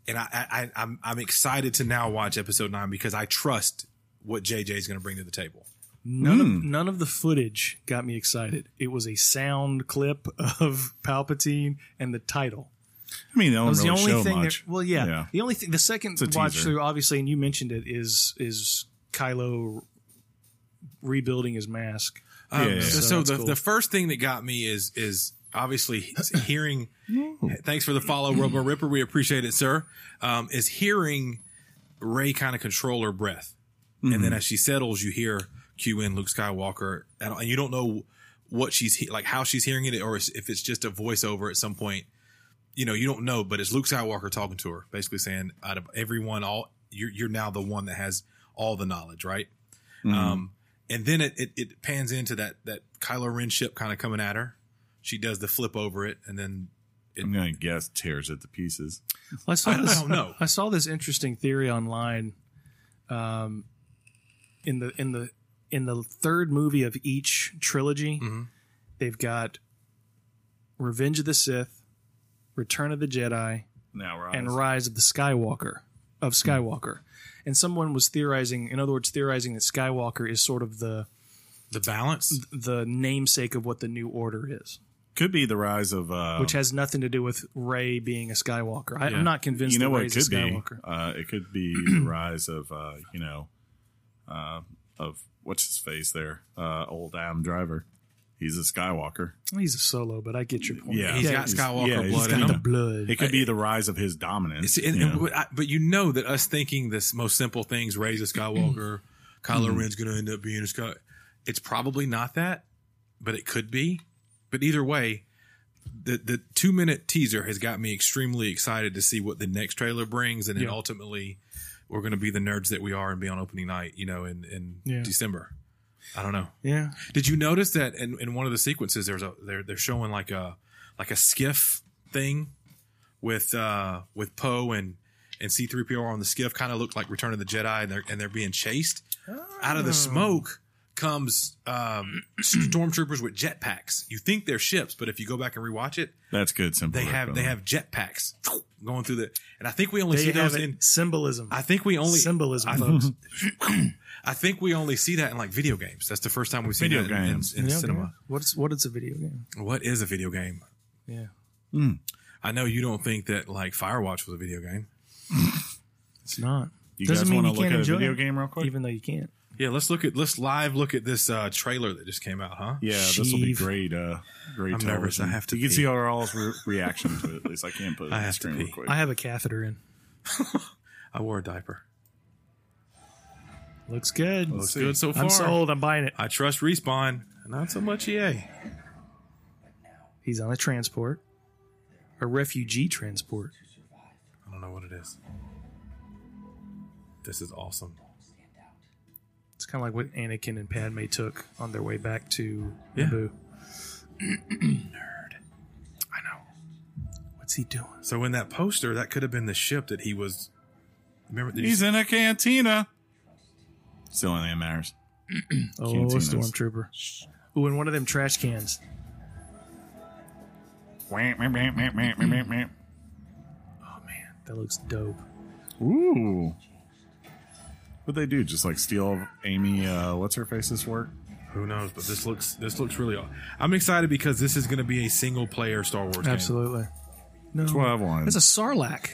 [SPEAKER 3] and I, I, I I'm I'm excited to now watch episode nine because I trust what JJ is going to bring to the table.
[SPEAKER 4] None, of, none of the footage got me excited. It was a sound clip of Palpatine and the title.
[SPEAKER 2] I mean, they don't
[SPEAKER 4] It was
[SPEAKER 2] really
[SPEAKER 4] the only
[SPEAKER 2] show
[SPEAKER 4] thing.
[SPEAKER 2] much.
[SPEAKER 4] That, well, yeah,
[SPEAKER 2] Yeah.
[SPEAKER 4] The only thing. The
[SPEAKER 2] It's
[SPEAKER 4] second
[SPEAKER 2] a
[SPEAKER 4] watch
[SPEAKER 2] teaser.
[SPEAKER 4] through, obviously, and you mentioned it is is Kylo rebuilding his mask.
[SPEAKER 3] Um,
[SPEAKER 2] Yeah, yeah,
[SPEAKER 3] so
[SPEAKER 4] yeah.
[SPEAKER 3] so
[SPEAKER 4] That's
[SPEAKER 3] the,
[SPEAKER 4] cool.
[SPEAKER 3] the first thing that got me is is obviously hearing. thanks for the follow,
[SPEAKER 2] Mm-hmm.
[SPEAKER 3] Robo Ripper. We appreciate it, sir. Um, is hearing Ray kind of control her breath, and
[SPEAKER 2] Mm-hmm.
[SPEAKER 3] then as she settles, you hear Q in Luke Skywalker, and, and you don't know what she's he- like, how she's hearing it, or if it's just a voiceover at some point. You know, you don't know, but it's Luke Skywalker talking to her, basically saying, "Out of everyone, all you're, you're now the one that has all the knowledge, right?"
[SPEAKER 4] Mm-hmm.
[SPEAKER 2] Mm-hmm.
[SPEAKER 3] Um, and then it, it it pans into that that Kylo Ren ship kind of coming at her. She does the flip over it, and then
[SPEAKER 2] I'm going to guess tears it to pieces.
[SPEAKER 4] I saw
[SPEAKER 3] I
[SPEAKER 4] this.
[SPEAKER 3] don't know.
[SPEAKER 4] I saw this interesting theory online. Um, in the in the in the third movie of each trilogy,
[SPEAKER 2] Mm-hmm.
[SPEAKER 3] Mhm.
[SPEAKER 4] they've got Revenge of the Sith, Return of the Jedi,
[SPEAKER 2] Now, Ross.
[SPEAKER 4] and Rise of the Skywalker of
[SPEAKER 2] Hmm.
[SPEAKER 4] Skywalker. And someone was theorizing, in other words, theorizing that Skywalker is sort of the
[SPEAKER 3] the balance.
[SPEAKER 4] the namesake of what the new order is,
[SPEAKER 2] could be the rise of. Uh,
[SPEAKER 4] which has nothing to do with Ray being a Skywalker. I,
[SPEAKER 3] Yeah.
[SPEAKER 4] I'm not convinced.
[SPEAKER 2] you know
[SPEAKER 4] that
[SPEAKER 2] what it
[SPEAKER 4] Rey's a
[SPEAKER 2] could be?
[SPEAKER 4] Skywalker.
[SPEAKER 2] Uh, it could be the rise of, uh, you know, uh, of what's his face there? Uh, old Adam Driver. He's a Skywalker.
[SPEAKER 4] He's a solo, but I get your point.
[SPEAKER 2] Yeah.
[SPEAKER 3] He's got Skywalker
[SPEAKER 2] yeah, he's
[SPEAKER 3] blood in
[SPEAKER 2] got
[SPEAKER 3] him.
[SPEAKER 2] the-
[SPEAKER 4] blood.
[SPEAKER 2] It could be the rise of his dominance.
[SPEAKER 3] It's- and-
[SPEAKER 2] you know?
[SPEAKER 3] and- but, I- but you know that us thinking this most simple things, Ray's a
[SPEAKER 4] Mm-hmm.
[SPEAKER 3] Skywalker, Kylo Ren's going to end up being a Sky. It's probably not that, but it could be. But either way, the the two minute teaser has got me extremely excited to see what the next trailer brings, and then
[SPEAKER 4] Yeah.
[SPEAKER 3] ultimately, we're going to be the nerds that we are and be on opening night, you know, in in
[SPEAKER 4] Yeah.
[SPEAKER 3] December. I don't know.
[SPEAKER 4] yeah.
[SPEAKER 3] Did you notice that in, in one of the sequences there's a they're they're showing like a like a skiff thing with uh with Poe and and C3PO on the skiff kind of looked like Return of the Jedi and they're and they're being chased. Out
[SPEAKER 4] Oh.
[SPEAKER 3] of the smoke comes um stormtroopers with jetpacks. You think they're ships, but if you go back and rewatch it,
[SPEAKER 2] That's good. Simple.
[SPEAKER 3] they
[SPEAKER 2] work,
[SPEAKER 3] have
[SPEAKER 2] by
[SPEAKER 3] they
[SPEAKER 2] the way.
[SPEAKER 3] have jetpacks going through the and I think we only
[SPEAKER 4] They
[SPEAKER 3] see
[SPEAKER 4] have
[SPEAKER 3] those
[SPEAKER 4] it.
[SPEAKER 3] in
[SPEAKER 4] symbolism.
[SPEAKER 3] I think we only
[SPEAKER 4] symbolism,
[SPEAKER 3] I-
[SPEAKER 4] folks.
[SPEAKER 3] I think we only see that in like video games. That's the first time we've seen
[SPEAKER 2] Video
[SPEAKER 3] that in- in-
[SPEAKER 2] games.
[SPEAKER 3] in,
[SPEAKER 4] Video
[SPEAKER 3] cinema.
[SPEAKER 4] game. What's what is a video game?
[SPEAKER 3] What is a video game?
[SPEAKER 4] Yeah.
[SPEAKER 3] I know you don't think that like Firewatch was a video game.
[SPEAKER 4] It's not.
[SPEAKER 2] You
[SPEAKER 4] Doesn't
[SPEAKER 2] guys
[SPEAKER 4] mean
[SPEAKER 2] want to
[SPEAKER 4] you
[SPEAKER 2] look
[SPEAKER 4] can't
[SPEAKER 2] at a
[SPEAKER 4] enjoy
[SPEAKER 2] video
[SPEAKER 4] it,
[SPEAKER 2] game real quick?
[SPEAKER 4] even though you can't.
[SPEAKER 3] Yeah, let's look at let's live look at this uh, trailer that just came out, huh?
[SPEAKER 2] Yeah, this will be
[SPEAKER 4] Sheev.
[SPEAKER 2] great. Uh, great.
[SPEAKER 3] I'm nervous.
[SPEAKER 2] television.
[SPEAKER 3] I have to
[SPEAKER 2] You can
[SPEAKER 3] pee.
[SPEAKER 2] see our all's re- reaction to it. At least I can put it
[SPEAKER 3] I
[SPEAKER 2] on the
[SPEAKER 3] have to
[SPEAKER 2] screen real
[SPEAKER 3] pee.
[SPEAKER 2] quick.
[SPEAKER 4] I have a catheter in.
[SPEAKER 3] I wore a diaper.
[SPEAKER 4] Looks good.
[SPEAKER 2] Let's see.
[SPEAKER 3] Good so far.
[SPEAKER 4] I'm sold. I'm buying it.
[SPEAKER 3] I trust respawn. Not so much E EA.
[SPEAKER 4] He's on a transport, a refugee transport.
[SPEAKER 3] I don't know what it is. This is awesome.
[SPEAKER 4] It's kind of like what Anakin and Padme took on their way back to
[SPEAKER 3] Yeah.
[SPEAKER 4] Naboo. Nerd. I know. What's he doing?
[SPEAKER 3] So in that poster, that could have been the ship that he was. Remember? Did you
[SPEAKER 2] He's
[SPEAKER 3] see-
[SPEAKER 2] in a cantina. It's the only thing that matters.
[SPEAKER 4] Oh, a
[SPEAKER 2] Cantinas.
[SPEAKER 4] stormtrooper. Ooh, and one of them trash cans. Oh man, that looks dope.
[SPEAKER 2] Ooh. What'd they do? Just like steal Amy, uh, what's her face's work?
[SPEAKER 3] who knows? But this looks this looks really. aw- I'm excited because this is going to be a single player Star Wars game.
[SPEAKER 4] Absolutely. No,
[SPEAKER 2] That's what I wanted.
[SPEAKER 4] that's a sarlacc.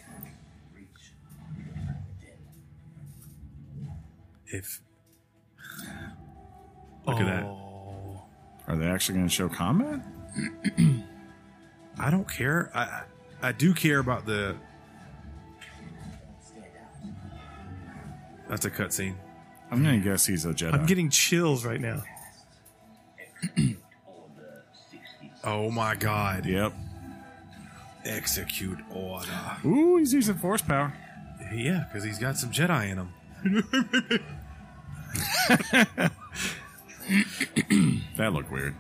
[SPEAKER 3] If look at that,
[SPEAKER 2] Are they actually going to show combat?
[SPEAKER 3] I don't care. I I I do care about the. That's a cutscene.
[SPEAKER 2] I'm going to guess he's a Jedi.
[SPEAKER 4] I'm getting chills right now.
[SPEAKER 3] Oh my god!
[SPEAKER 2] yep.
[SPEAKER 3] Execute order.
[SPEAKER 2] Ooh, he's using force power.
[SPEAKER 3] Yeah, because he's got some Jedi in him.
[SPEAKER 2] That looked weird.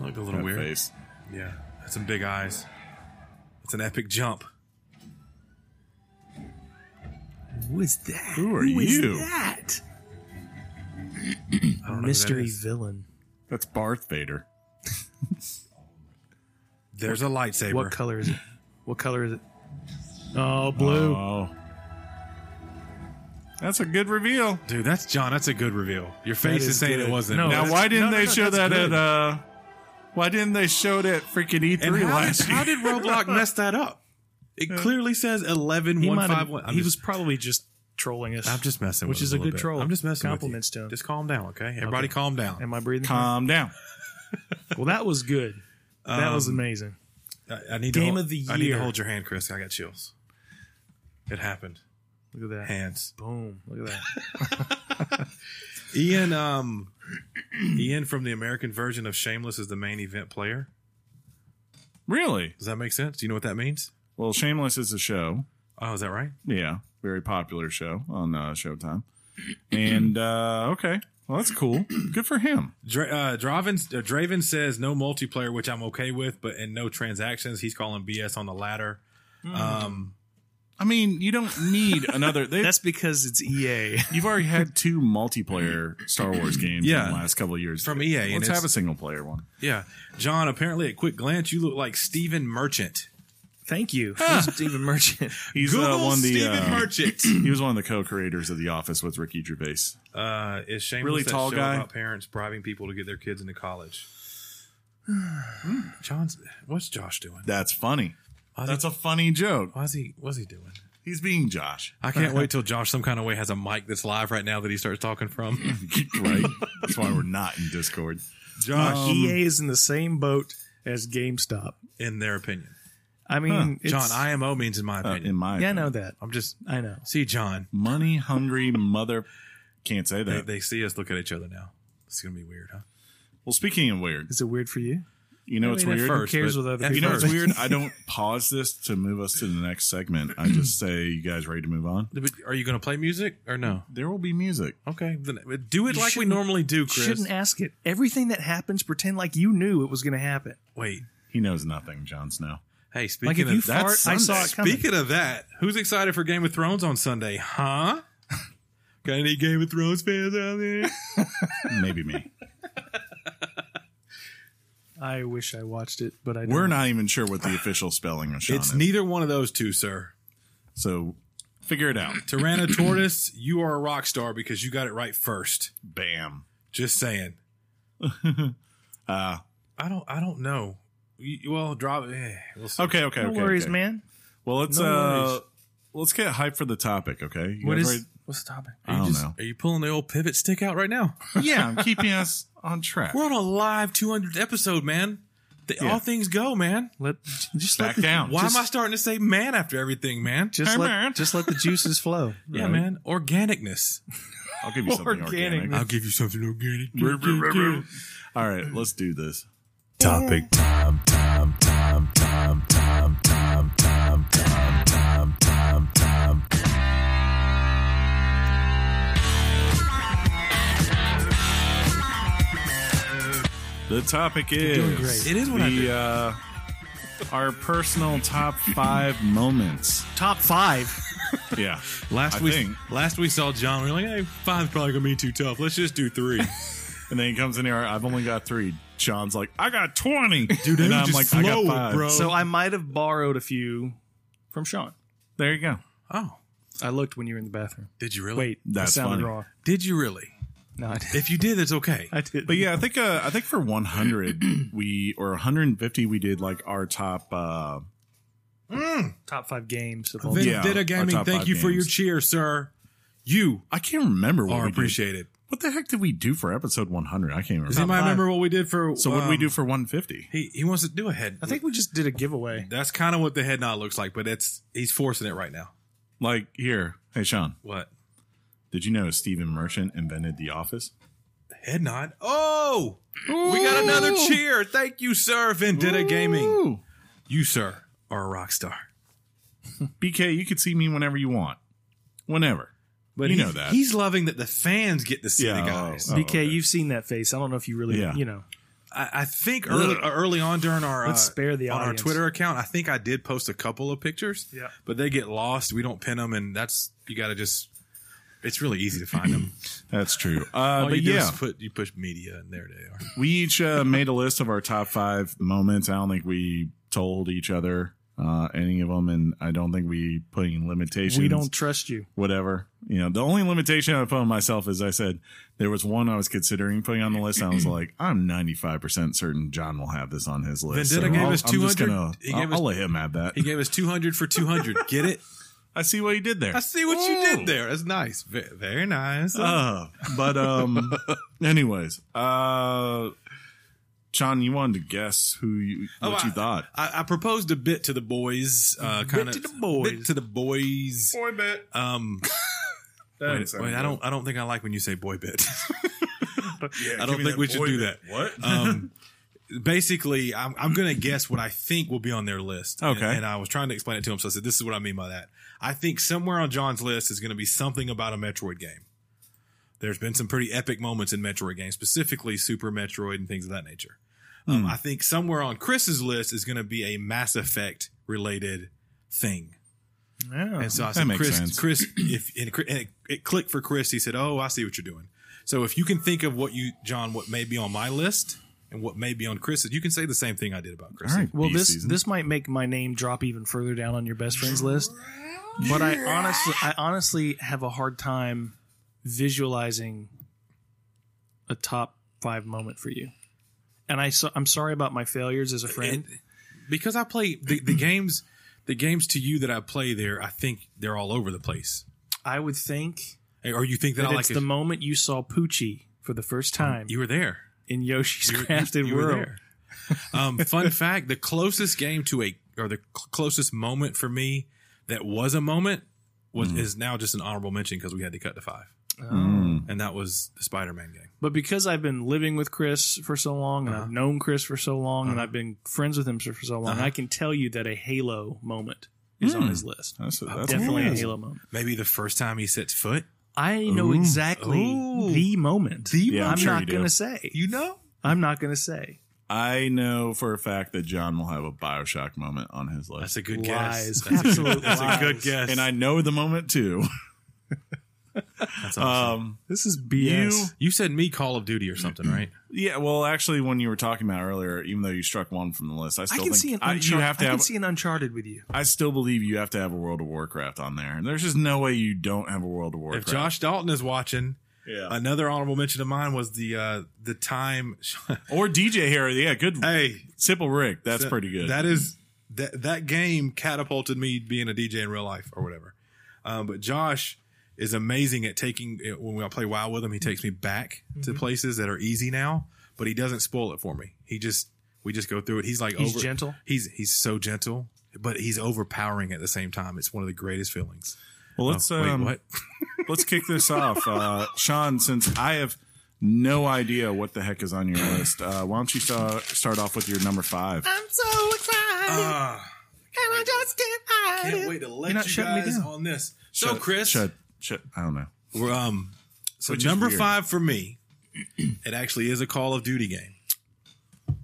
[SPEAKER 3] Looked a little
[SPEAKER 2] That
[SPEAKER 3] weird.
[SPEAKER 2] face.
[SPEAKER 3] Yeah, that's some big eyes. It's an epic jump.
[SPEAKER 4] Who is that?
[SPEAKER 2] Who are you?
[SPEAKER 4] that?
[SPEAKER 3] I don't know who that
[SPEAKER 4] Mystery
[SPEAKER 3] is.
[SPEAKER 4] villain.
[SPEAKER 2] That's Barth Vader.
[SPEAKER 3] There's a lightsaber.
[SPEAKER 4] What color is it? What color is it? Oh, blue.
[SPEAKER 2] Oh. That's a good reveal.
[SPEAKER 3] Dude, that's John. That's a good reveal. Your face
[SPEAKER 4] is
[SPEAKER 3] is, saying
[SPEAKER 4] good.
[SPEAKER 3] it wasn't.
[SPEAKER 4] No,
[SPEAKER 2] Now,
[SPEAKER 4] that's-
[SPEAKER 2] why didn't
[SPEAKER 4] no, no,
[SPEAKER 2] they
[SPEAKER 4] no,
[SPEAKER 2] show
[SPEAKER 4] that's
[SPEAKER 2] that at,
[SPEAKER 4] good.
[SPEAKER 2] uh, why didn't they show it at freaking
[SPEAKER 3] and
[SPEAKER 2] E3
[SPEAKER 3] how,
[SPEAKER 2] last
[SPEAKER 3] did,
[SPEAKER 2] year?
[SPEAKER 3] how did Roblox mess that up? It clearly says eleven
[SPEAKER 4] Uh, He
[SPEAKER 3] one
[SPEAKER 4] might have-
[SPEAKER 3] five one.
[SPEAKER 4] he was probably just trolling us.
[SPEAKER 3] I'm just messing.
[SPEAKER 4] Which
[SPEAKER 3] with
[SPEAKER 4] is
[SPEAKER 3] him
[SPEAKER 4] a
[SPEAKER 3] little
[SPEAKER 4] good
[SPEAKER 3] bit.
[SPEAKER 4] troll.
[SPEAKER 3] I'm just messing.
[SPEAKER 4] Compliments
[SPEAKER 3] with you.
[SPEAKER 4] to him.
[SPEAKER 3] Just calm down, okay? Everybody, calm down.
[SPEAKER 4] Am I breathing?
[SPEAKER 2] Calm down.
[SPEAKER 4] Well, that was good. That was
[SPEAKER 3] Um,
[SPEAKER 4] amazing.
[SPEAKER 3] I, I need to
[SPEAKER 4] Game
[SPEAKER 3] hold,
[SPEAKER 4] of the
[SPEAKER 3] I need to
[SPEAKER 4] year.
[SPEAKER 3] hold your hand, Chris. I got chills. It happened.
[SPEAKER 4] Look at that.
[SPEAKER 3] Hands.
[SPEAKER 4] Boom. Look at that.
[SPEAKER 3] Ian, um, Ian from the American version of Shameless is the main event player.
[SPEAKER 2] Really?
[SPEAKER 3] Does that make sense? Do you know what that means?
[SPEAKER 2] Well, Shameless is a show.
[SPEAKER 3] Oh, is that right?
[SPEAKER 2] Yeah, very popular show on uh, Showtime. And uh, okay, well that's cool. Good for him.
[SPEAKER 3] Dra- uh, Draven, uh, Draven says no multiplayer, which I'm okay with, but and no transactions. He's calling BS on the latter. Um,
[SPEAKER 2] I mean, you don't need another. They,
[SPEAKER 4] That's because it's E EA.
[SPEAKER 2] you've already had two multiplayer Star Wars games
[SPEAKER 3] Yeah.
[SPEAKER 2] in the last couple of years
[SPEAKER 3] From EA, and
[SPEAKER 2] Let's
[SPEAKER 3] it's-
[SPEAKER 2] have a single player one.
[SPEAKER 3] yeah, John. Apparently, at quick glance, you look like Steven Merchant.
[SPEAKER 4] Thank you. Who's Steven Merchant.
[SPEAKER 2] He's uh, one of the
[SPEAKER 3] Steven
[SPEAKER 2] uh,
[SPEAKER 3] Merchant.
[SPEAKER 2] he was one of the co-creators of The Office with Ricky Gervais.
[SPEAKER 3] Uh, is shameless
[SPEAKER 2] Really
[SPEAKER 3] that
[SPEAKER 2] tall
[SPEAKER 3] show
[SPEAKER 2] guy?
[SPEAKER 3] about parents bribing people to get their kids into college. John's what's Josh doing?
[SPEAKER 2] That's funny.
[SPEAKER 3] Why's
[SPEAKER 2] That's
[SPEAKER 3] he,
[SPEAKER 2] a funny joke.
[SPEAKER 3] why's he what's he doing?
[SPEAKER 2] He's being Josh,
[SPEAKER 3] I can't wait till Josh some kind of way has a mic that's live right now that he starts talking from.
[SPEAKER 2] right? That's why we're not in Discord.
[SPEAKER 3] Josh,
[SPEAKER 4] EA Uh, E is in the same boat as GameStop.
[SPEAKER 3] in their opinion,
[SPEAKER 4] I mean, it's,
[SPEAKER 3] John IMO means in my
[SPEAKER 2] Uh,
[SPEAKER 3] opinion.
[SPEAKER 2] in my
[SPEAKER 4] yeah, I
[SPEAKER 2] opinion.
[SPEAKER 4] know that.
[SPEAKER 3] I'm just
[SPEAKER 4] I know.
[SPEAKER 3] see John.
[SPEAKER 2] money hungry mother can't say
[SPEAKER 3] They,
[SPEAKER 2] that.
[SPEAKER 3] they see us look at each other now. It's gonna be weird, huh?
[SPEAKER 2] well, speaking of weird,
[SPEAKER 4] Is it weird for you?
[SPEAKER 2] you know what's
[SPEAKER 3] mean, at
[SPEAKER 2] weird?
[SPEAKER 3] first,
[SPEAKER 4] Who cares
[SPEAKER 3] but
[SPEAKER 4] what other
[SPEAKER 3] at
[SPEAKER 4] people
[SPEAKER 2] You know what's
[SPEAKER 3] first-
[SPEAKER 2] weird? I don't pause this to move us to the next segment. I just say, you guys ready to move on?
[SPEAKER 3] But Are you gonna play music or no?
[SPEAKER 2] There will be music.
[SPEAKER 3] Okay, then do it
[SPEAKER 4] You
[SPEAKER 3] like we
[SPEAKER 4] shouldn't-
[SPEAKER 3] normally do, Chris.
[SPEAKER 4] Shouldn't ask it. Everything that happens, pretend like you knew it was going to happen.
[SPEAKER 3] wait.
[SPEAKER 2] He knows nothing, Jon Snow.
[SPEAKER 3] Hey,
[SPEAKER 4] Like
[SPEAKER 3] speaking
[SPEAKER 4] if you
[SPEAKER 3] of that,
[SPEAKER 4] fart, I saw it coming.
[SPEAKER 3] Speaking of that, who's excited for Game of Thrones on Sunday? Huh? Got any Game of Thrones fans out there?
[SPEAKER 2] Maybe me.
[SPEAKER 4] I wish I watched it, but I didn't.
[SPEAKER 2] We're not even sure what the official spelling of Sean
[SPEAKER 3] it's
[SPEAKER 2] is.
[SPEAKER 3] neither one of those two, sir.
[SPEAKER 2] so figure it out.
[SPEAKER 3] Tyrannotortoise, you are a rock star because you got it right first.
[SPEAKER 2] Bam.
[SPEAKER 3] Just saying.
[SPEAKER 2] Uh,
[SPEAKER 3] I don't. I don't know. You- Well, drop. Eh, we'll see.
[SPEAKER 2] okay, okay,
[SPEAKER 4] No
[SPEAKER 2] okay.
[SPEAKER 4] worries,
[SPEAKER 2] okay.
[SPEAKER 4] man.
[SPEAKER 2] Well, let's
[SPEAKER 4] No
[SPEAKER 2] uh,
[SPEAKER 4] worries.
[SPEAKER 2] let's get hype for the topic, okay? You
[SPEAKER 4] What
[SPEAKER 2] guys
[SPEAKER 4] is
[SPEAKER 2] ready-
[SPEAKER 4] What's the topic?
[SPEAKER 2] I don't know.
[SPEAKER 3] Are you pulling the old pivot stick out right now?
[SPEAKER 2] Yeah, I'm keeping us on track.
[SPEAKER 3] We're on a live 200th episode, man. The,
[SPEAKER 2] Yeah.
[SPEAKER 3] All things go, man.
[SPEAKER 4] Let just
[SPEAKER 2] Back
[SPEAKER 4] let the,
[SPEAKER 2] down.
[SPEAKER 3] Why
[SPEAKER 2] Just-
[SPEAKER 3] am I starting to say man after everything, man?
[SPEAKER 5] Just
[SPEAKER 2] Hey,
[SPEAKER 5] let
[SPEAKER 2] man.
[SPEAKER 5] just let the juices flow.
[SPEAKER 3] yeah, man. Organicness.
[SPEAKER 2] I'll give you something
[SPEAKER 4] Organic.
[SPEAKER 2] organic.
[SPEAKER 3] I'll give you something organic.
[SPEAKER 2] All right, let's do this.
[SPEAKER 3] Topic
[SPEAKER 2] The topic is
[SPEAKER 5] doing great.
[SPEAKER 3] It is what I
[SPEAKER 2] the, uh, our personal top five moments.
[SPEAKER 5] Top five.
[SPEAKER 2] Yeah,
[SPEAKER 3] Last
[SPEAKER 2] I
[SPEAKER 3] week,
[SPEAKER 2] think.
[SPEAKER 3] last we saw John. We were like, hey, five's probably gonna be too tough. Let's just do three.
[SPEAKER 2] and then he comes in here. I've only got three. Sean's like, I got twenty, dude.
[SPEAKER 3] they
[SPEAKER 2] And
[SPEAKER 3] were
[SPEAKER 2] I'm
[SPEAKER 3] just
[SPEAKER 2] like, I
[SPEAKER 3] flowing,
[SPEAKER 2] got five.
[SPEAKER 3] bro.
[SPEAKER 4] So I might have borrowed a few from Sean.
[SPEAKER 2] There you go.
[SPEAKER 3] oh,
[SPEAKER 4] I looked when you were in the bathroom.
[SPEAKER 3] did you really?
[SPEAKER 4] Wait, that
[SPEAKER 2] That's
[SPEAKER 4] sounded
[SPEAKER 2] funny.
[SPEAKER 4] wrong.
[SPEAKER 3] did you really?
[SPEAKER 4] No, I did.
[SPEAKER 3] If you did, it's okay.
[SPEAKER 4] I did.
[SPEAKER 2] But yeah, I think uh, I think for 100 we or 150 we did like our top. Uh,
[SPEAKER 4] top five games of all.
[SPEAKER 2] Vin-
[SPEAKER 4] time.
[SPEAKER 2] Yeah,
[SPEAKER 3] Vendetta
[SPEAKER 2] our
[SPEAKER 3] Gaming,
[SPEAKER 2] top
[SPEAKER 3] thank
[SPEAKER 2] five
[SPEAKER 3] you for your
[SPEAKER 2] games.
[SPEAKER 3] cheer, sir. You
[SPEAKER 2] I can't remember what
[SPEAKER 3] are
[SPEAKER 2] we did.
[SPEAKER 3] appreciated.
[SPEAKER 2] What the heck did we do for episode 100? I can't even
[SPEAKER 3] Does anybody
[SPEAKER 2] remember.
[SPEAKER 3] remember what we did for?
[SPEAKER 2] So what did we
[SPEAKER 3] um,
[SPEAKER 2] do for 150?
[SPEAKER 3] He he wants to do a head.
[SPEAKER 4] I think we just did a giveaway.
[SPEAKER 3] that's kind of what the head nod looks like, but it's he's forcing it right now.
[SPEAKER 2] Like here, hey Sean,
[SPEAKER 3] What
[SPEAKER 2] did you know Stephen Merchant invented the office?
[SPEAKER 3] head nod? Oh, we got another cheer. Thank you, sir. Vendetta Gaming,
[SPEAKER 2] Ooh.
[SPEAKER 3] you sir are a rock star.
[SPEAKER 2] BK, you could see me whenever you want, whenever. But you
[SPEAKER 3] he's,
[SPEAKER 2] know that.
[SPEAKER 3] he's loving that the fans get to see
[SPEAKER 2] Yeah,
[SPEAKER 3] the guys.
[SPEAKER 2] oh,
[SPEAKER 4] BK,
[SPEAKER 2] okay.
[SPEAKER 4] you've seen that face. I don't know if you really,
[SPEAKER 2] Yeah.
[SPEAKER 4] you know.
[SPEAKER 3] I, I think early early on during our
[SPEAKER 4] Let's
[SPEAKER 3] uh,
[SPEAKER 4] spare the
[SPEAKER 3] on our
[SPEAKER 4] audience.
[SPEAKER 3] Twitter account, I think I did post a couple of pictures.
[SPEAKER 4] Yeah.
[SPEAKER 3] but they get lost. We don't pin them, and that's you got to just. It's really easy to find them.
[SPEAKER 2] That's true. Uh,
[SPEAKER 3] All
[SPEAKER 2] but
[SPEAKER 3] you do
[SPEAKER 2] yeah,
[SPEAKER 3] is put you push media, and there they are.
[SPEAKER 2] we each uh, made a list of our top five moments. I don't think we told each other uh, any of them, and I don't think we put any limitations.
[SPEAKER 4] We don't trust you.
[SPEAKER 2] whatever. You know, the only limitation I put on myself is I said there was one I was considering putting on the list. And I was like, I'm 95% certain John will have this on his list.
[SPEAKER 3] Vendetta gave
[SPEAKER 2] I'll-
[SPEAKER 3] us
[SPEAKER 2] I'm just
[SPEAKER 3] 200.
[SPEAKER 2] gonna-
[SPEAKER 3] He
[SPEAKER 2] I'll,
[SPEAKER 3] gave us-
[SPEAKER 2] I'll let him have that.
[SPEAKER 3] He gave us 200 for 200. Get it?
[SPEAKER 2] I see what he did there.
[SPEAKER 3] I see what you did there. That's nice. Very, very nice.
[SPEAKER 2] Uh, but, um, anyways, uh, John, you wanted to guess who you,
[SPEAKER 3] Oh,
[SPEAKER 2] what you
[SPEAKER 3] I-
[SPEAKER 2] thought.
[SPEAKER 3] I, I proposed a bit to the boys. Uh, kind of
[SPEAKER 4] to the boys.
[SPEAKER 3] Bit to the boys.
[SPEAKER 2] Boy bit.
[SPEAKER 3] Um, wait, wait, I don't. I don't think I like when you say boy bit. I don't think we should do that.
[SPEAKER 2] What?
[SPEAKER 3] Um, basically, I'm, I'm going to guess what I think will be on their list. And-
[SPEAKER 2] Okay.
[SPEAKER 3] And, I was trying to explain it to him, so I said, "This is what I mean by that." I think somewhere on John's list is going to be something about a Metroid game. There's been some pretty epic moments in Metroid games, specifically Super Metroid and things of that nature.
[SPEAKER 2] Hmm.
[SPEAKER 3] Um, I think somewhere on Chris's list is going to be a Mass Effect related thing.
[SPEAKER 4] Yeah.
[SPEAKER 3] And so I
[SPEAKER 2] That
[SPEAKER 3] said,
[SPEAKER 2] makes
[SPEAKER 3] Chris,
[SPEAKER 2] sense.
[SPEAKER 3] Chris, if and, it- and it, it clicked for Chris, he said, "Oh, I see what you're doing." So if you can think of what you, John, what may be on my list and what may be on Chris's, you can say the same thing I did about Chris.
[SPEAKER 2] All right.
[SPEAKER 4] Well,
[SPEAKER 2] bee
[SPEAKER 4] this
[SPEAKER 2] season.
[SPEAKER 4] this might make my name drop even further down on your best friends list. But I honestly, I honestly have a hard time visualizing a top five moment for you. And I so, I'm sorry about my failures as a friend.
[SPEAKER 3] And because I play the, the games, the games to you that I play there, I think they're all over the place.
[SPEAKER 4] I would think
[SPEAKER 3] Or you think that,
[SPEAKER 4] that
[SPEAKER 3] I like
[SPEAKER 4] it's the
[SPEAKER 3] a-
[SPEAKER 4] moment you saw Poochie for the first time
[SPEAKER 3] you were there.
[SPEAKER 4] in Yoshi's
[SPEAKER 3] You were-
[SPEAKER 4] Crafted
[SPEAKER 3] you were
[SPEAKER 4] World.
[SPEAKER 3] there. Um, fun fact: the closest game to a or the cl- closest moment for me that was a moment was
[SPEAKER 2] Mm.
[SPEAKER 3] is now just an honorable mention because we had to cut to five.
[SPEAKER 4] Oh.
[SPEAKER 3] Mm.
[SPEAKER 2] Mm.
[SPEAKER 3] and that was the Spider-Man game.
[SPEAKER 4] But because I've been living with Chris for so long, and I've known Chris for so long, and I've been friends with him for, for so long, I can tell you that a Halo moment is on his list.
[SPEAKER 2] That's- that's
[SPEAKER 4] Definitely a
[SPEAKER 2] amazing.
[SPEAKER 4] Halo moment.
[SPEAKER 3] Maybe the first time he sets foot.
[SPEAKER 4] I know exactly
[SPEAKER 3] Ooh.
[SPEAKER 4] the moment. The
[SPEAKER 2] Yeah, I'm
[SPEAKER 4] I'm
[SPEAKER 2] sure
[SPEAKER 4] not
[SPEAKER 2] you do.
[SPEAKER 4] gonna say.
[SPEAKER 3] You know,
[SPEAKER 4] I'm not gonna say.
[SPEAKER 2] I know for a fact that John will have a Bioshock moment on his list.
[SPEAKER 3] that's a good
[SPEAKER 4] Lies.
[SPEAKER 3] guess. That's
[SPEAKER 4] Absolute
[SPEAKER 3] that's
[SPEAKER 4] lies.
[SPEAKER 3] a good guess.
[SPEAKER 2] and I know the moment too.
[SPEAKER 3] That's awesome. Mm-hmm.
[SPEAKER 2] Um,
[SPEAKER 4] This is BS.
[SPEAKER 3] you said me Call of Duty or something, right?
[SPEAKER 2] yeah, well, actually, when you were talking about earlier, even though you struck one from the list, I
[SPEAKER 4] I
[SPEAKER 2] still
[SPEAKER 4] can
[SPEAKER 2] think
[SPEAKER 4] see an
[SPEAKER 2] I,
[SPEAKER 4] Uncharted.
[SPEAKER 2] you have to
[SPEAKER 4] I can
[SPEAKER 2] have.
[SPEAKER 4] see an Uncharted with you.
[SPEAKER 2] I still believe you have to have a World of Warcraft on there, and there's just no way you don't have a World of
[SPEAKER 3] If
[SPEAKER 2] Warcraft.
[SPEAKER 3] Josh Dalton is watching,
[SPEAKER 2] Yeah.
[SPEAKER 3] another honorable mention of mine was the uh the time.
[SPEAKER 2] or DJ here, yeah, good.
[SPEAKER 3] hey,
[SPEAKER 2] Simple Rick, that's pretty good.
[SPEAKER 3] That is that that game catapulted me being a DJ in real life or whatever. Um, but Josh is amazing at taking when I play WoW with him. He takes me back to
[SPEAKER 4] Mm-hmm.
[SPEAKER 3] places that are easy now, but he doesn't spoil it for me. He just we just go through it. He's like
[SPEAKER 4] He's
[SPEAKER 3] over,
[SPEAKER 4] gentle?
[SPEAKER 3] He's he's so gentle, but he's overpowering at the same time. It's one of the greatest feelings.
[SPEAKER 2] Well, let's
[SPEAKER 3] Oh, wait,
[SPEAKER 2] um,
[SPEAKER 3] what?
[SPEAKER 2] let's kick this off, uh, Sean. Since I have no idea what the heck is on your list, uh, why don't you sta- start off with your number five?
[SPEAKER 3] Ah, Can't wait to let
[SPEAKER 4] not you shutting me guys down.
[SPEAKER 3] on this. So Chris,
[SPEAKER 2] shut, shut. I don't know.
[SPEAKER 3] We're, um, so
[SPEAKER 2] Which is
[SPEAKER 3] number
[SPEAKER 2] weird.
[SPEAKER 3] five for me, it actually is a Call of Duty game,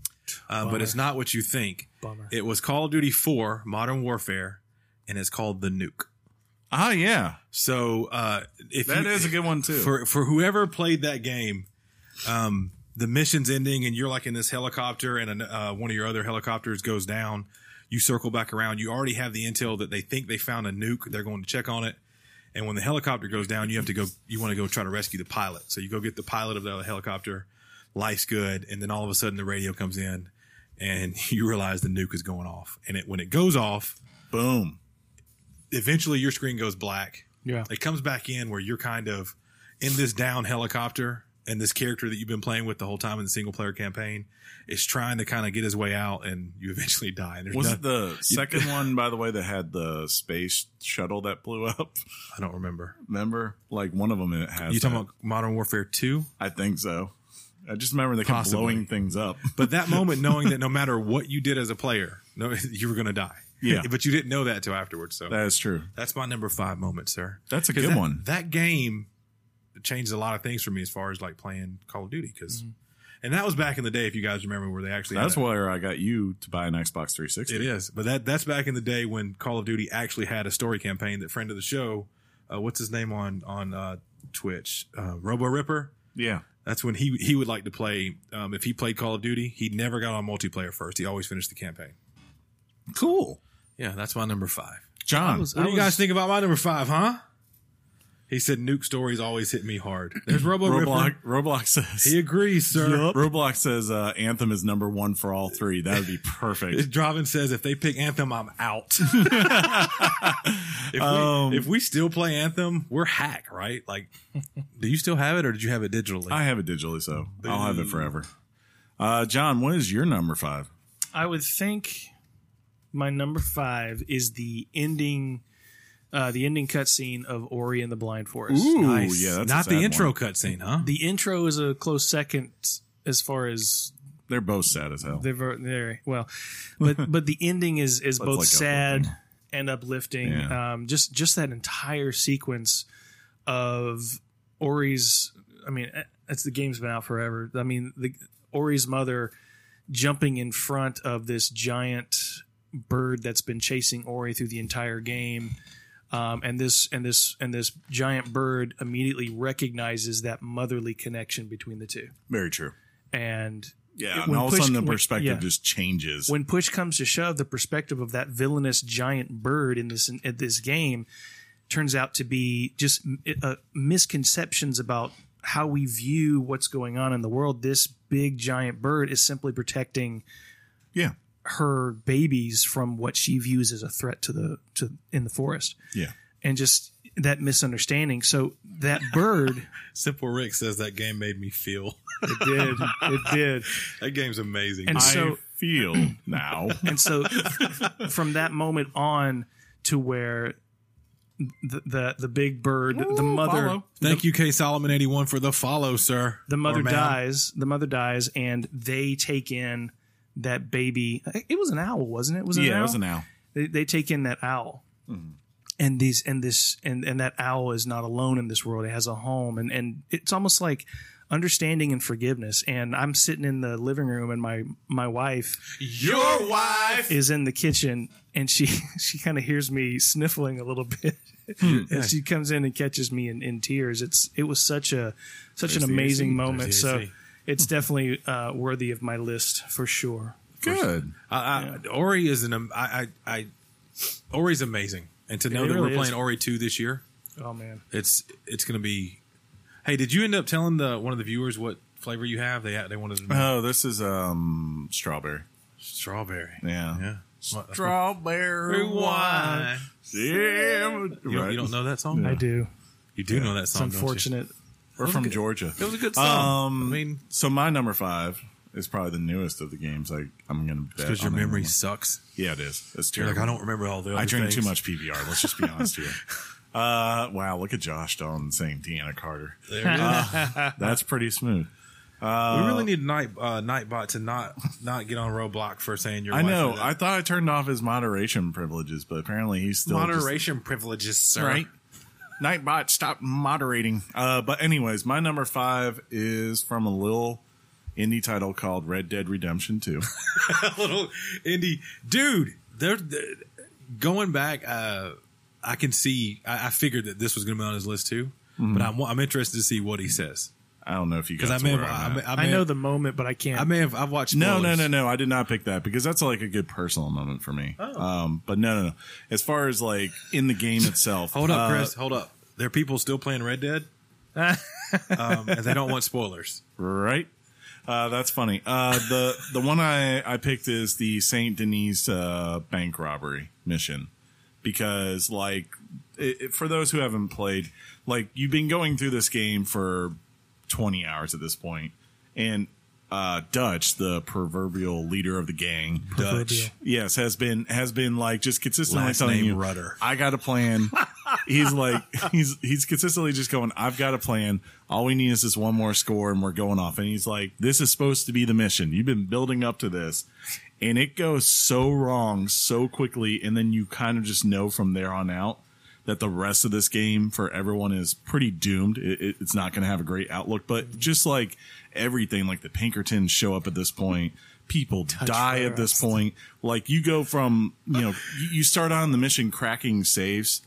[SPEAKER 3] uh, but it's not what you think.
[SPEAKER 4] Bummer.
[SPEAKER 3] It was Call of Duty Four: Modern Warfare, and it's called the Nuke.
[SPEAKER 2] Ah, yeah,
[SPEAKER 3] So uh, if
[SPEAKER 2] that is
[SPEAKER 3] you-
[SPEAKER 2] a good one too.
[SPEAKER 3] for for whoever played that game, um, the mission's ending and you're like in this helicopter and uh, one of your other helicopters goes down. You circle back around. You already have the intel that they think they found a nuke. They're going to check on it. And when the helicopter goes down, you have to go. You want to go try to rescue the pilot. So you go get the pilot of the other helicopter. Life's good, and then all of a sudden the radio comes in, and you realize the nuke is going off. And it when it goes off,
[SPEAKER 2] Boom.
[SPEAKER 3] eventually your screen goes black.
[SPEAKER 4] Yeah.
[SPEAKER 3] It comes back in where you're kind of in this down helicopter and this character that you've been playing with the whole time in the single player campaign is trying to kind of get his way out and you eventually die. And there's
[SPEAKER 2] Was
[SPEAKER 3] no-
[SPEAKER 2] it the second one, by the way, that had the space shuttle that blew up?
[SPEAKER 3] I don't remember.
[SPEAKER 2] Remember, like one of them it has.
[SPEAKER 3] You talking
[SPEAKER 2] that.
[SPEAKER 3] about Modern Warfare 2?
[SPEAKER 2] I think so. I just remember they kept
[SPEAKER 3] Possibly.
[SPEAKER 2] blowing things up.
[SPEAKER 3] But that moment knowing that no matter what you did as a player, no you were going to die.
[SPEAKER 2] Yeah.
[SPEAKER 3] but you didn't know that till afterwards. So
[SPEAKER 2] That is true.
[SPEAKER 3] that's my number 5 moment, sir.
[SPEAKER 2] That's a
[SPEAKER 3] 'Cause
[SPEAKER 2] good
[SPEAKER 3] that-
[SPEAKER 2] one.
[SPEAKER 3] That game changed a lot of things for me as far as like playing Call of Duty because,
[SPEAKER 2] Mm-hmm.
[SPEAKER 3] and that was back in the day. If you guys remember, where they actually
[SPEAKER 2] That's
[SPEAKER 3] had a-
[SPEAKER 2] where I got you to buy an Xbox 360.
[SPEAKER 3] it is. But that that's back in the day when Call of Duty actually had a story campaign. That friend of the show, uh, what's his name on on uh, Twitch, uh, Robo Ripper.
[SPEAKER 2] Yeah.
[SPEAKER 3] That's when he he would like to play. Um, if he played Call of Duty, he never got on multiplayer first. He always finished the campaign.
[SPEAKER 2] Cool.
[SPEAKER 3] Yeah, that's my number five.
[SPEAKER 2] John,
[SPEAKER 4] was-
[SPEAKER 3] What do you guys
[SPEAKER 4] was-
[SPEAKER 3] think about my number five, huh? He said nuke stories always hit me hard. There's Robo Ripper.
[SPEAKER 2] Roblox, Roblox says
[SPEAKER 3] He agrees, sir.
[SPEAKER 2] Roblox says uh, Anthem is number one for all three. That would be perfect.
[SPEAKER 3] Dravin says, if they pick Anthem, I'm out. if, we,
[SPEAKER 2] Um,
[SPEAKER 3] if we still play Anthem, we're hack, right? Like, do you still have it or did you have it digitally?
[SPEAKER 2] I have it digitally, so I'll have it forever. Uh, John, what is your number five?
[SPEAKER 4] I would think my number five is the ending, uh, the ending cutscene of Ori and the Blind Forest.
[SPEAKER 3] Nice.
[SPEAKER 2] yeah, that's a
[SPEAKER 3] not
[SPEAKER 2] sad
[SPEAKER 3] the intro cutscene, huh?
[SPEAKER 4] The intro is a close second as far as
[SPEAKER 2] They're both sad as hell.
[SPEAKER 4] they've there. Well, but but the ending is is both
[SPEAKER 2] like
[SPEAKER 4] sad and uplifting.
[SPEAKER 2] Yeah.
[SPEAKER 4] Um, just just that entire sequence of Ori's. I mean, eh, it's the game's been out forever. I mean, the Ori's mother jumping in front of this giant bird that's been chasing Ori through the entire game. Um, and this and this and this giant bird immediately recognizes that motherly connection between the two,
[SPEAKER 2] Very true.
[SPEAKER 4] and
[SPEAKER 2] Yeah, and
[SPEAKER 4] when
[SPEAKER 2] all of a
[SPEAKER 4] push-
[SPEAKER 2] sudden the
[SPEAKER 4] when-
[SPEAKER 2] perspective
[SPEAKER 4] yeah.
[SPEAKER 2] just changes.
[SPEAKER 4] when push comes to shove, the perspective of that villainous giant bird in this in, this game turns out to be just uh, misconceptions about how we view what's going on in the world. This big giant bird is simply protecting
[SPEAKER 2] yeah,
[SPEAKER 4] her babies from what she views as a threat to the to in the forest,
[SPEAKER 2] yeah.
[SPEAKER 4] and just that misunderstanding. So that bird
[SPEAKER 3] Simple Rick says that game made me feel.
[SPEAKER 4] it did it did,
[SPEAKER 3] that game's amazing.
[SPEAKER 4] and so
[SPEAKER 2] I feel now.
[SPEAKER 4] and so from that moment on to where the the, the big bird the mother
[SPEAKER 2] follow.
[SPEAKER 3] Thank you, K Solomon eighty one, for the follow, sir.
[SPEAKER 4] the mother
[SPEAKER 3] Or ma'am.
[SPEAKER 4] dies the mother dies and they take in that baby it was an owl wasn't it was it
[SPEAKER 2] yeah,
[SPEAKER 4] an
[SPEAKER 2] it
[SPEAKER 4] owl?
[SPEAKER 2] was an Mm-hmm. owl.
[SPEAKER 4] they, they take in that owl and these and this and and that owl is not alone in this world it has a home and and it's almost like understanding and forgiveness and i'm sitting in the living room and my my wife
[SPEAKER 2] Your wife.
[SPEAKER 4] is in the kitchen and she she kind of hears me sniffling a little bit and she comes in and catches me in, in tears it's it was such a such an amazing moment
[SPEAKER 3] There's the
[SPEAKER 4] so
[SPEAKER 3] AC.
[SPEAKER 4] it's definitely uh, worthy of my list for sure
[SPEAKER 2] Good.
[SPEAKER 3] I, I, Ori is an am- I, I, I Ori's amazing, and to know
[SPEAKER 4] it
[SPEAKER 3] that
[SPEAKER 4] really
[SPEAKER 3] we're
[SPEAKER 4] is.
[SPEAKER 3] playing Ori two this year,
[SPEAKER 4] oh man
[SPEAKER 3] it's it's going to be. Hey, did you end up telling the one of the viewers what flavor you have? They they wanted to know.
[SPEAKER 2] Oh, this is um strawberry.
[SPEAKER 3] strawberry.
[SPEAKER 2] Yeah.
[SPEAKER 3] yeah.
[SPEAKER 2] Strawberry
[SPEAKER 3] Why?
[SPEAKER 2] Yeah.
[SPEAKER 3] You don't, you don't know that song?
[SPEAKER 4] i do
[SPEAKER 3] You You do know that
[SPEAKER 4] It's
[SPEAKER 3] song. don't you?
[SPEAKER 4] unfortunate.
[SPEAKER 2] We're from Georgia.
[SPEAKER 3] It was a good song.
[SPEAKER 2] Um,
[SPEAKER 3] I mean,
[SPEAKER 2] So my number five is probably the newest of the games. I I'm gonna bet
[SPEAKER 3] because your
[SPEAKER 2] on that
[SPEAKER 3] memory
[SPEAKER 2] one.
[SPEAKER 3] sucks.
[SPEAKER 2] Yeah, it is. It's
[SPEAKER 3] You're
[SPEAKER 2] terrible.
[SPEAKER 3] like, I don't remember all the. Other
[SPEAKER 2] I drink too
[SPEAKER 3] things.
[SPEAKER 2] much PBR. Let's just be honest here. Uh, wow, look at Josh Dolan saying Deanna Carter.
[SPEAKER 3] There it is.
[SPEAKER 2] That's pretty smooth.
[SPEAKER 3] we really need night uh, Nightbot to not not get on Roblox for saying your.
[SPEAKER 2] I
[SPEAKER 3] wife
[SPEAKER 2] know.
[SPEAKER 3] is a-
[SPEAKER 2] I thought I turned off his moderation privileges, but apparently he's still just-
[SPEAKER 3] moderation privileges, sir.
[SPEAKER 2] right? Nightbot, stop moderating. Uh, but anyways, my number five is from a little indie title called Red Dead Redemption Two.
[SPEAKER 3] little indie dude. They're, they're- going back. Uh, I can see. I, I figured that this was going to be on his list too,
[SPEAKER 2] Mm-hmm.
[SPEAKER 3] but I'm, I'm interested to see what he says
[SPEAKER 2] I don't know if you guys.
[SPEAKER 3] because I may have.
[SPEAKER 2] where I'm at.
[SPEAKER 3] I may, I,
[SPEAKER 4] I
[SPEAKER 3] may
[SPEAKER 4] know
[SPEAKER 3] have-
[SPEAKER 4] the moment, but I can't.
[SPEAKER 3] I may have. I've watched.
[SPEAKER 2] No, no,
[SPEAKER 3] spoilers.
[SPEAKER 2] no, no. I did not pick that because that's like a good personal moment for me. Um, but no, no, no. As far as like in the game itself,
[SPEAKER 3] Hold up,
[SPEAKER 2] uh,
[SPEAKER 3] Chris. Hold up. There are people still playing Red Dead, um, and they don't want spoilers.
[SPEAKER 2] right? Uh, that's funny. Uh, the the one I I picked is the Saint Denis uh, bank robbery mission because like it, it- for those who haven't played, like you've been going through this game for twenty hours at this point, and uh, Dutch, the proverbial leader of the gang,
[SPEAKER 3] Dutch.
[SPEAKER 2] yes, has been has been like just consistently
[SPEAKER 3] Last
[SPEAKER 2] telling
[SPEAKER 3] name
[SPEAKER 2] you
[SPEAKER 3] Rudder.
[SPEAKER 2] I got a plan. he's like he's he's consistently just going, I've got a plan. All we need is this one more score and we're going off. And he's like, This is supposed to be the mission. You've been building up to this. And it goes so wrong so quickly, and then you kind of just know from there on out that the rest of this game for everyone is pretty doomed. It, it- it's not going to have a great outlook, but just like everything, like the Pinkertons show up at this point, people die at this point. Like you go from, you know, you- you start on the mission cracking saves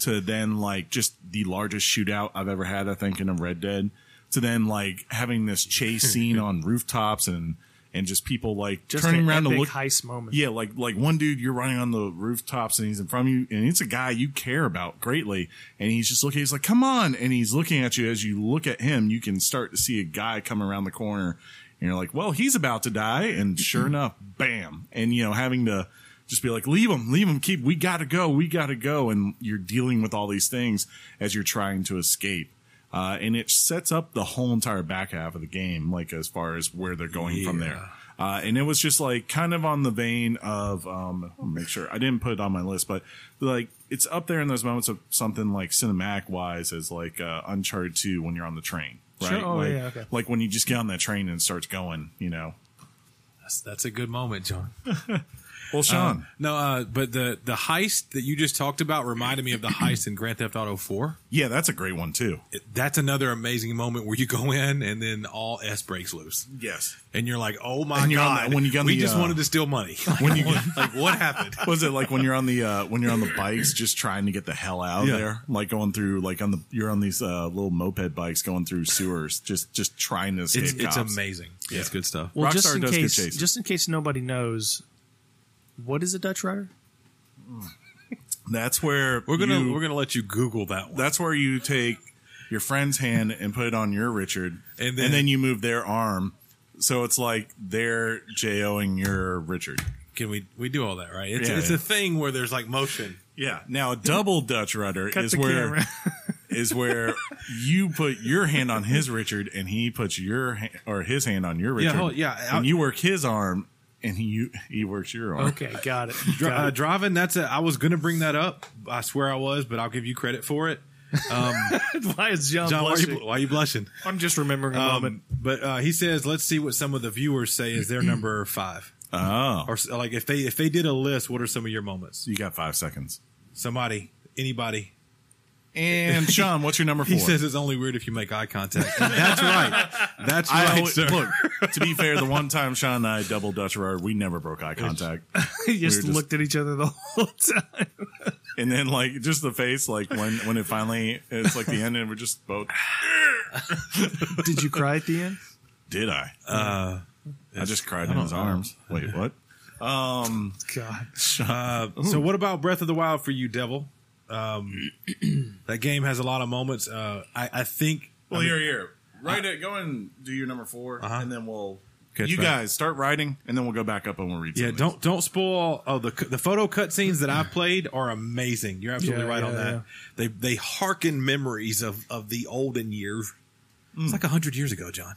[SPEAKER 2] to then like just the largest shootout I've ever had, I think, in a Red Dead to then like having this chase scene on rooftops and, and just people like
[SPEAKER 4] Just
[SPEAKER 2] turning
[SPEAKER 4] an
[SPEAKER 2] around
[SPEAKER 4] epic
[SPEAKER 2] to look
[SPEAKER 4] heist moment.
[SPEAKER 2] yeah, like like one dude you're running on the rooftops and he's in front of you, and it's a guy you care about greatly, and he's just looking. He's like, "Come on!" And he's looking at you. As you look at him, you can start to see a guy come around the corner, and you're like, "Well, he's about to die." And
[SPEAKER 4] Mm-hmm.
[SPEAKER 2] sure enough, bam! And you know, having to just be like, "Leave him, leave him, keep. We gotta go, we gotta go." And you're dealing with all these things as you're trying to escape. Uh, and it sets up the whole entire back half of the game, like as far as where they're going from there. Uh, and it was just like kind of on the vein of um, I'll make sure I didn't put it on my list, but like it's up there in those moments of something like cinematic wise as like uh, Uncharted Two when you're on the train, right?
[SPEAKER 4] Sure. Oh,
[SPEAKER 2] like,
[SPEAKER 4] yeah, okay.
[SPEAKER 2] like when you just get on that train and it starts going, you know.
[SPEAKER 3] That's, that's a good moment, John.
[SPEAKER 2] Well, Sean,
[SPEAKER 3] No, uh, but the the heist that you just talked about reminded me of the heist in Grand Theft Auto Four.
[SPEAKER 2] yeah, that's a great one too.
[SPEAKER 3] It- That's another amazing moment where you go in and then all s breaks loose,
[SPEAKER 2] Yes,
[SPEAKER 3] and you're like, "Oh my
[SPEAKER 2] And you're on
[SPEAKER 3] god!"
[SPEAKER 2] the- when you got
[SPEAKER 3] we
[SPEAKER 2] the,
[SPEAKER 3] just
[SPEAKER 2] uh,
[SPEAKER 3] wanted to steal money. Like,
[SPEAKER 2] when you get
[SPEAKER 3] like, what happened?
[SPEAKER 2] was it like when you're on the uh, when you're on the bikes just trying to get the hell out of
[SPEAKER 3] Yeah.
[SPEAKER 2] there like going through like on the you're on these uh, little moped bikes going through sewers just just trying to escape
[SPEAKER 3] It's, it's
[SPEAKER 2] cops.
[SPEAKER 3] amazing. It's good stuff.
[SPEAKER 4] Well, just
[SPEAKER 2] Rockstar
[SPEAKER 4] in
[SPEAKER 2] does good
[SPEAKER 4] case,
[SPEAKER 2] chases.
[SPEAKER 4] just in case nobody knows, what is a Dutch rider?
[SPEAKER 2] that's where
[SPEAKER 3] We're gonna
[SPEAKER 2] you-
[SPEAKER 3] we're gonna let you Google that one.
[SPEAKER 2] that's where you take your friend's hand and put it on your Richard
[SPEAKER 3] And then-
[SPEAKER 2] you move their arm so it's like they're joing your Richard
[SPEAKER 3] Can we we do all that right? It's,
[SPEAKER 2] Yeah,
[SPEAKER 3] it's
[SPEAKER 2] yeah.
[SPEAKER 3] a thing where there's like motion.
[SPEAKER 2] yeah now a double Dutch rudder
[SPEAKER 4] Cut
[SPEAKER 2] is
[SPEAKER 4] the
[SPEAKER 2] where
[SPEAKER 4] camera.
[SPEAKER 2] is where you put your hand on his Richard and he puts your ha- or his hand on your Richard.
[SPEAKER 3] hold- yeah,
[SPEAKER 2] and
[SPEAKER 3] I-
[SPEAKER 2] you work his arm and he you, he works your arm.
[SPEAKER 4] okay, got it.
[SPEAKER 3] Dri-
[SPEAKER 4] Got
[SPEAKER 3] uh,
[SPEAKER 4] it.
[SPEAKER 3] driving. That's a. I was gonna bring that up. I swear I was, but I'll give you credit for it. Um,
[SPEAKER 4] Why is uh, John,
[SPEAKER 3] John, why are, you,
[SPEAKER 4] blushing?
[SPEAKER 3] why are you blushing?
[SPEAKER 4] I'm just remembering a moment.
[SPEAKER 3] Um, but uh, he says, let's see what some of the viewers say is their number five,
[SPEAKER 2] Oh,
[SPEAKER 3] or s- like if they if they did a list, what are some of your moments?
[SPEAKER 2] you got five seconds.
[SPEAKER 3] Somebody, anybody.
[SPEAKER 2] And Sean, what's your number four?
[SPEAKER 3] He says it's only weird if you make eye contact. And that's right. That's
[SPEAKER 2] I
[SPEAKER 3] right,
[SPEAKER 2] always,
[SPEAKER 3] sir.
[SPEAKER 2] look. To be fair, the one time Sean and I double Dutch rudder, we never broke eye contact.
[SPEAKER 4] They just,
[SPEAKER 2] we were just-
[SPEAKER 4] looked at each other the whole time.
[SPEAKER 2] And then like just the face, like when when it finally it's like the end, and we're just both.
[SPEAKER 4] Did you cry at the end?
[SPEAKER 2] Did I? Uh, I just cried in
[SPEAKER 3] don't
[SPEAKER 2] his
[SPEAKER 3] know.
[SPEAKER 2] arms. Wait, what?
[SPEAKER 4] God,
[SPEAKER 3] Uh, so what about Breath of the Wild for you, Devil? Um, that game has a lot of moments. Uh, I, I think.
[SPEAKER 2] Well, here, here. Write it. Go and do your number 4 and then we'll
[SPEAKER 3] Uh-huh. Catch
[SPEAKER 2] you
[SPEAKER 3] back.
[SPEAKER 2] guys start writing, and then we'll go back up and we'll read.
[SPEAKER 3] Yeah,
[SPEAKER 2] some of
[SPEAKER 3] don't don't spoil. Oh, the the photo cutscenes that I've played are amazing. You're absolutely
[SPEAKER 4] Yeah,
[SPEAKER 3] right on
[SPEAKER 4] yeah,
[SPEAKER 3] that.
[SPEAKER 4] yeah.
[SPEAKER 3] They they hearken memories of of the olden years.
[SPEAKER 4] Mm.
[SPEAKER 3] It's like hundred years ago, John. I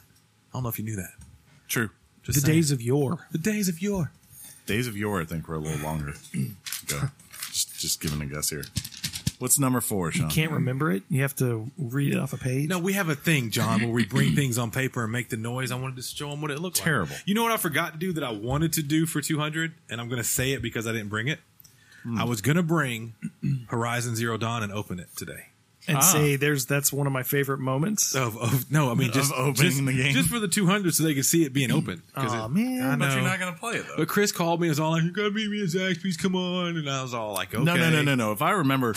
[SPEAKER 3] don't know if you knew that.
[SPEAKER 2] these. True.
[SPEAKER 3] Just
[SPEAKER 4] the
[SPEAKER 3] saying.
[SPEAKER 4] days of yore.
[SPEAKER 3] the days of yore.
[SPEAKER 2] Days of Yore, I think, were a little longer. Go. Just, just giving a guess here. What's number four, Sean?
[SPEAKER 4] Can't remember it. You have to read it off a page.
[SPEAKER 3] No, we have a thing, John, where we bring things on paper and make the noise. I wanted to show them what it looked
[SPEAKER 2] Terrible.
[SPEAKER 3] like. You know what I forgot to do that I wanted to do for 200, and I'm going to say it because I didn't bring it. I was going to bring Horizon Zero Dawn and open it today.
[SPEAKER 4] and say there's that's one of my favorite moments.
[SPEAKER 3] Of, of no, I mean just
[SPEAKER 2] Of opening
[SPEAKER 3] just-
[SPEAKER 2] the game.
[SPEAKER 3] just for the 200, so they could see it being open. 'Cause
[SPEAKER 4] Aw,
[SPEAKER 3] it-
[SPEAKER 4] man.
[SPEAKER 3] I
[SPEAKER 2] But
[SPEAKER 3] know.
[SPEAKER 2] you're not going to play it though.
[SPEAKER 3] but Chris called me and was all like, "You gotta meet me at Zaxby's, come on!" And I was all like, "Okay,
[SPEAKER 2] No, no, no, no, no. If I remember,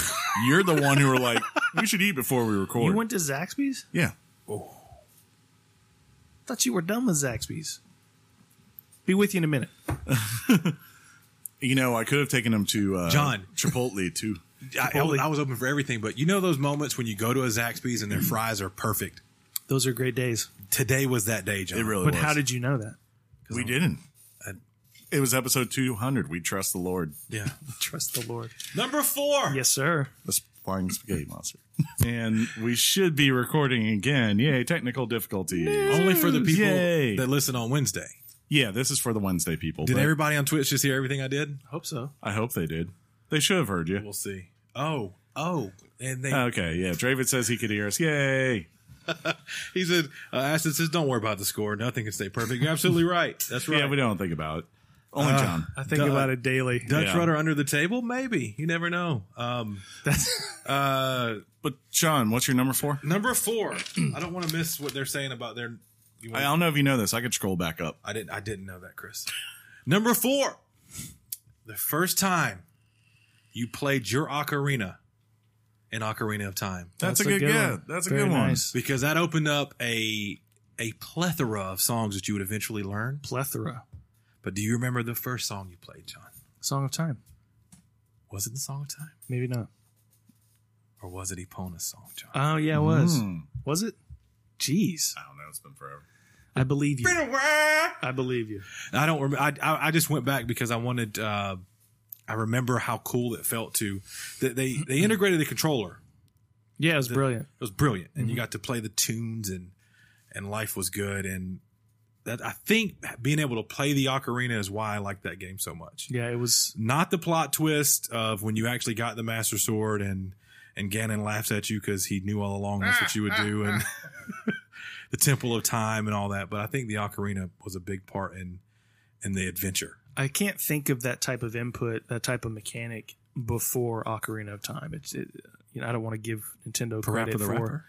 [SPEAKER 2] you're the one who were like, "We should eat before we record."
[SPEAKER 4] you went to Zaxby's?
[SPEAKER 2] yeah.
[SPEAKER 4] Thought you were done with Zaxby's. Be with you in a minute.
[SPEAKER 2] You know, I could have taken him to uh,
[SPEAKER 3] John.
[SPEAKER 2] Chipotle too.
[SPEAKER 3] I, I was- I was open for everything, but you know those moments when you go to a Zaxby's and their fries are perfect.
[SPEAKER 4] Those are great days.
[SPEAKER 3] Today was that day, John.
[SPEAKER 2] It really.
[SPEAKER 4] But
[SPEAKER 2] was.
[SPEAKER 4] how did you know Uh, that?
[SPEAKER 2] we didn't?
[SPEAKER 3] I-
[SPEAKER 2] It was episode 200. We trust the Lord.
[SPEAKER 3] Yeah.
[SPEAKER 4] Trust the Lord.
[SPEAKER 3] Number four.
[SPEAKER 4] Yes, sir.
[SPEAKER 2] The flying spaghetti monster. and we should be recording again. Yay! Technical difficulty.
[SPEAKER 3] Only for the people
[SPEAKER 2] Yay.
[SPEAKER 3] that listen on Wednesday.
[SPEAKER 2] Yeah, this is for the Wednesday people.
[SPEAKER 3] Did
[SPEAKER 2] but
[SPEAKER 3] everybody on Twitch just hear everything I did?
[SPEAKER 4] Hope so.
[SPEAKER 2] I hope they did. They should have heard you.
[SPEAKER 3] We'll see. Oh, oh. And they,
[SPEAKER 2] Okay, yeah. Dravid says he could hear us. Yay!
[SPEAKER 3] he said, uh, Ashton says, don't worry about the score. Nothing can stay perfect. You're absolutely right. That's right.
[SPEAKER 2] Yeah, we don't think about it. Only John.
[SPEAKER 4] I think
[SPEAKER 3] Duh.
[SPEAKER 4] about it daily.
[SPEAKER 3] Dutch
[SPEAKER 2] Yeah.
[SPEAKER 3] rudder under the table? Maybe. You never know. Um,
[SPEAKER 4] That's
[SPEAKER 3] uh,
[SPEAKER 2] But Sean, what's your number four?
[SPEAKER 3] number four. I don't want to miss what they're saying about their. You
[SPEAKER 2] I
[SPEAKER 3] wanna-
[SPEAKER 2] don't know if you know this. I could scroll back up.
[SPEAKER 3] I didn't. I didn't know that, Chris. Number four, the first time you played your ocarina in Ocarina of Time,
[SPEAKER 2] That's, a, good, yeah. That's a
[SPEAKER 4] Very
[SPEAKER 2] good one.
[SPEAKER 4] nice.
[SPEAKER 3] because that opened up a a plethora of songs that you would eventually learn.
[SPEAKER 4] Plethora.
[SPEAKER 3] But do you remember the first song you played, John?
[SPEAKER 4] Song of Time.
[SPEAKER 3] Was it the Song of Time,
[SPEAKER 4] Maybe not.
[SPEAKER 3] or was it Epona's song, John?
[SPEAKER 4] Oh, yeah, it was.
[SPEAKER 2] Hmm.
[SPEAKER 4] Was it? Jeez.
[SPEAKER 2] I don't know. It's been forever.
[SPEAKER 4] I believe you. I believe you.
[SPEAKER 3] I don't remember. I, I I just went back because I wanted. Uh, I remember how cool it felt to that they they integrated the controller
[SPEAKER 4] Yeah, it was brilliant.
[SPEAKER 3] it was brilliant and you got to play the tunes and and life was good and that i think being able to play the ocarina is why i like that game so much
[SPEAKER 4] Yeah, it was.
[SPEAKER 3] not the plot twist of when you actually got the master sword and and ganon laughs at you because he knew all along that's what you would do and the temple of time and all that but i think the ocarina was a big part in in the adventure
[SPEAKER 4] I can't think of that type of input, that type of mechanic before Ocarina of Time. It's, it, you know, I don't want to give Nintendo
[SPEAKER 3] Parappa
[SPEAKER 4] credit
[SPEAKER 3] the
[SPEAKER 4] for.
[SPEAKER 3] Rapper?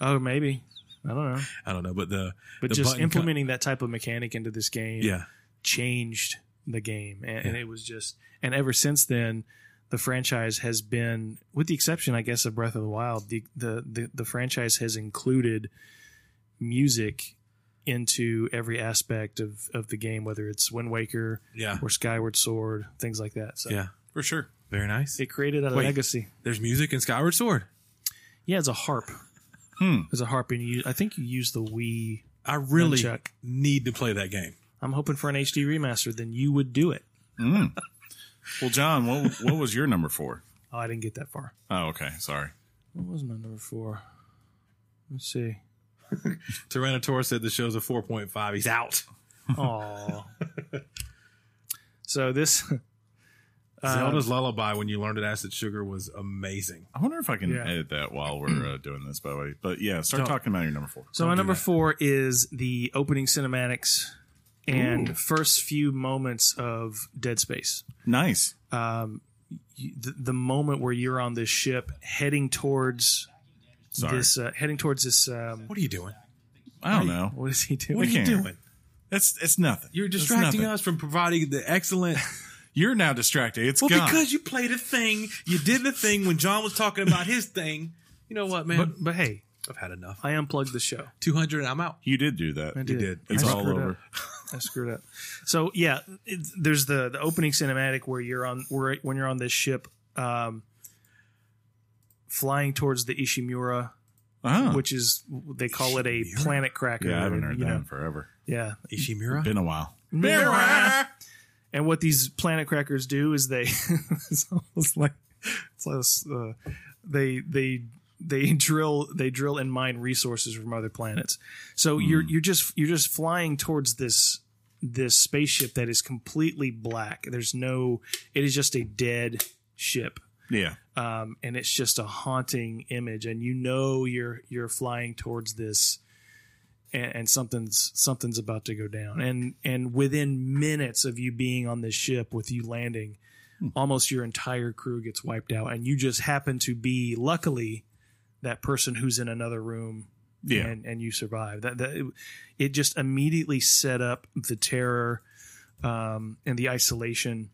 [SPEAKER 4] Oh, maybe. I don't know.
[SPEAKER 3] i don't know but the
[SPEAKER 4] But
[SPEAKER 3] the
[SPEAKER 4] just
[SPEAKER 3] button cut-
[SPEAKER 4] implementing that type of mechanic into this game
[SPEAKER 3] yeah
[SPEAKER 4] changed the game. And, and it was just, and ever since then, the franchise has been, with the exception, I guess, of Breath of the Wild, the, the, the, the franchise has included music into every aspect of, of the game, whether it's Wind Waker
[SPEAKER 3] yeah
[SPEAKER 4] or Skyward Sword, things like that. So
[SPEAKER 3] yeah for sure very nice
[SPEAKER 4] it created a
[SPEAKER 3] Wait.
[SPEAKER 4] legacy.
[SPEAKER 3] there's music in skyward sword
[SPEAKER 4] Yeah, it's a harp.
[SPEAKER 2] Hmm.
[SPEAKER 4] It's a harp, and you, I think you use the Wii.
[SPEAKER 3] i really
[SPEAKER 4] Nunchuck.
[SPEAKER 3] need to play that game
[SPEAKER 4] I'm hoping for an HD remaster, then you would do it.
[SPEAKER 2] Mm. well, John, what what was your number four?
[SPEAKER 4] Oh, I didn't get that far.
[SPEAKER 2] Oh, okay. Sorry.
[SPEAKER 4] What was my number four? Let's see.
[SPEAKER 3] Tyrannosaurus said the show's a 4.5. He's out.
[SPEAKER 4] Oh. so this uh,
[SPEAKER 3] Zelda's Lullaby, when you learned it acid sugar, was amazing.
[SPEAKER 2] I wonder if I can
[SPEAKER 4] Yeah.
[SPEAKER 2] edit that while we're uh, doing this, by the way. But yeah, start
[SPEAKER 4] Don't.
[SPEAKER 2] talking about your number four.
[SPEAKER 4] so my number four is the opening cinematics and first few moments of Dead Space.
[SPEAKER 2] Nice.
[SPEAKER 4] You- The, the moment where you're on this ship heading towards
[SPEAKER 2] Sorry.
[SPEAKER 4] this uh, heading towards this um,
[SPEAKER 3] What are you doing?
[SPEAKER 2] I don't know.
[SPEAKER 4] what is he doing?
[SPEAKER 2] We
[SPEAKER 3] What are you
[SPEAKER 2] can't.
[SPEAKER 3] doing?
[SPEAKER 2] It's it's nothing.
[SPEAKER 3] You're
[SPEAKER 2] It's
[SPEAKER 3] distracting
[SPEAKER 2] nothing.
[SPEAKER 3] us from providing the excellent.
[SPEAKER 2] You're now distracted. It's
[SPEAKER 3] Well,
[SPEAKER 2] gone.
[SPEAKER 3] because you played a thing, you did the thing when John was talking about his thing. You know what, man?
[SPEAKER 4] But but hey,
[SPEAKER 3] I've had enough.
[SPEAKER 4] I unplugged the show.
[SPEAKER 3] 200 and I'm out.
[SPEAKER 2] you did do that.
[SPEAKER 4] I
[SPEAKER 2] You
[SPEAKER 4] did.
[SPEAKER 3] did.
[SPEAKER 2] It's
[SPEAKER 4] I
[SPEAKER 2] all
[SPEAKER 4] screwed
[SPEAKER 2] over.
[SPEAKER 4] up. I screwed up. So yeah, it's, there's the the opening cinematic where you're on where when you're on this ship, um, flying towards the Ishimura
[SPEAKER 2] Ah.
[SPEAKER 4] which is they call it a planet cracker.
[SPEAKER 2] yeah, I haven't
[SPEAKER 4] and,
[SPEAKER 2] heard
[SPEAKER 4] you
[SPEAKER 2] that
[SPEAKER 4] know,
[SPEAKER 2] in forever.
[SPEAKER 4] Yeah,
[SPEAKER 3] Ishimura?
[SPEAKER 2] Been a while.
[SPEAKER 4] And what these planet crackers do is they it's almost like it's like this, uh, they they they drill they drill and mine resources from other planets. So you're you're just you're just flying towards this this spaceship that is completely black. There's no it is just a dead ship.
[SPEAKER 2] Yeah.
[SPEAKER 4] Um, and it's just a haunting image and you know you're you're flying towards this and, and something's something's about to go down. And and within minutes of you being on this ship, with you landing, almost your entire crew gets wiped out, and you just happen to be, luckily, that person who's in another room.
[SPEAKER 2] Yeah.
[SPEAKER 4] and, and you survive. That, that it, it just immediately set up the terror um, and the isolation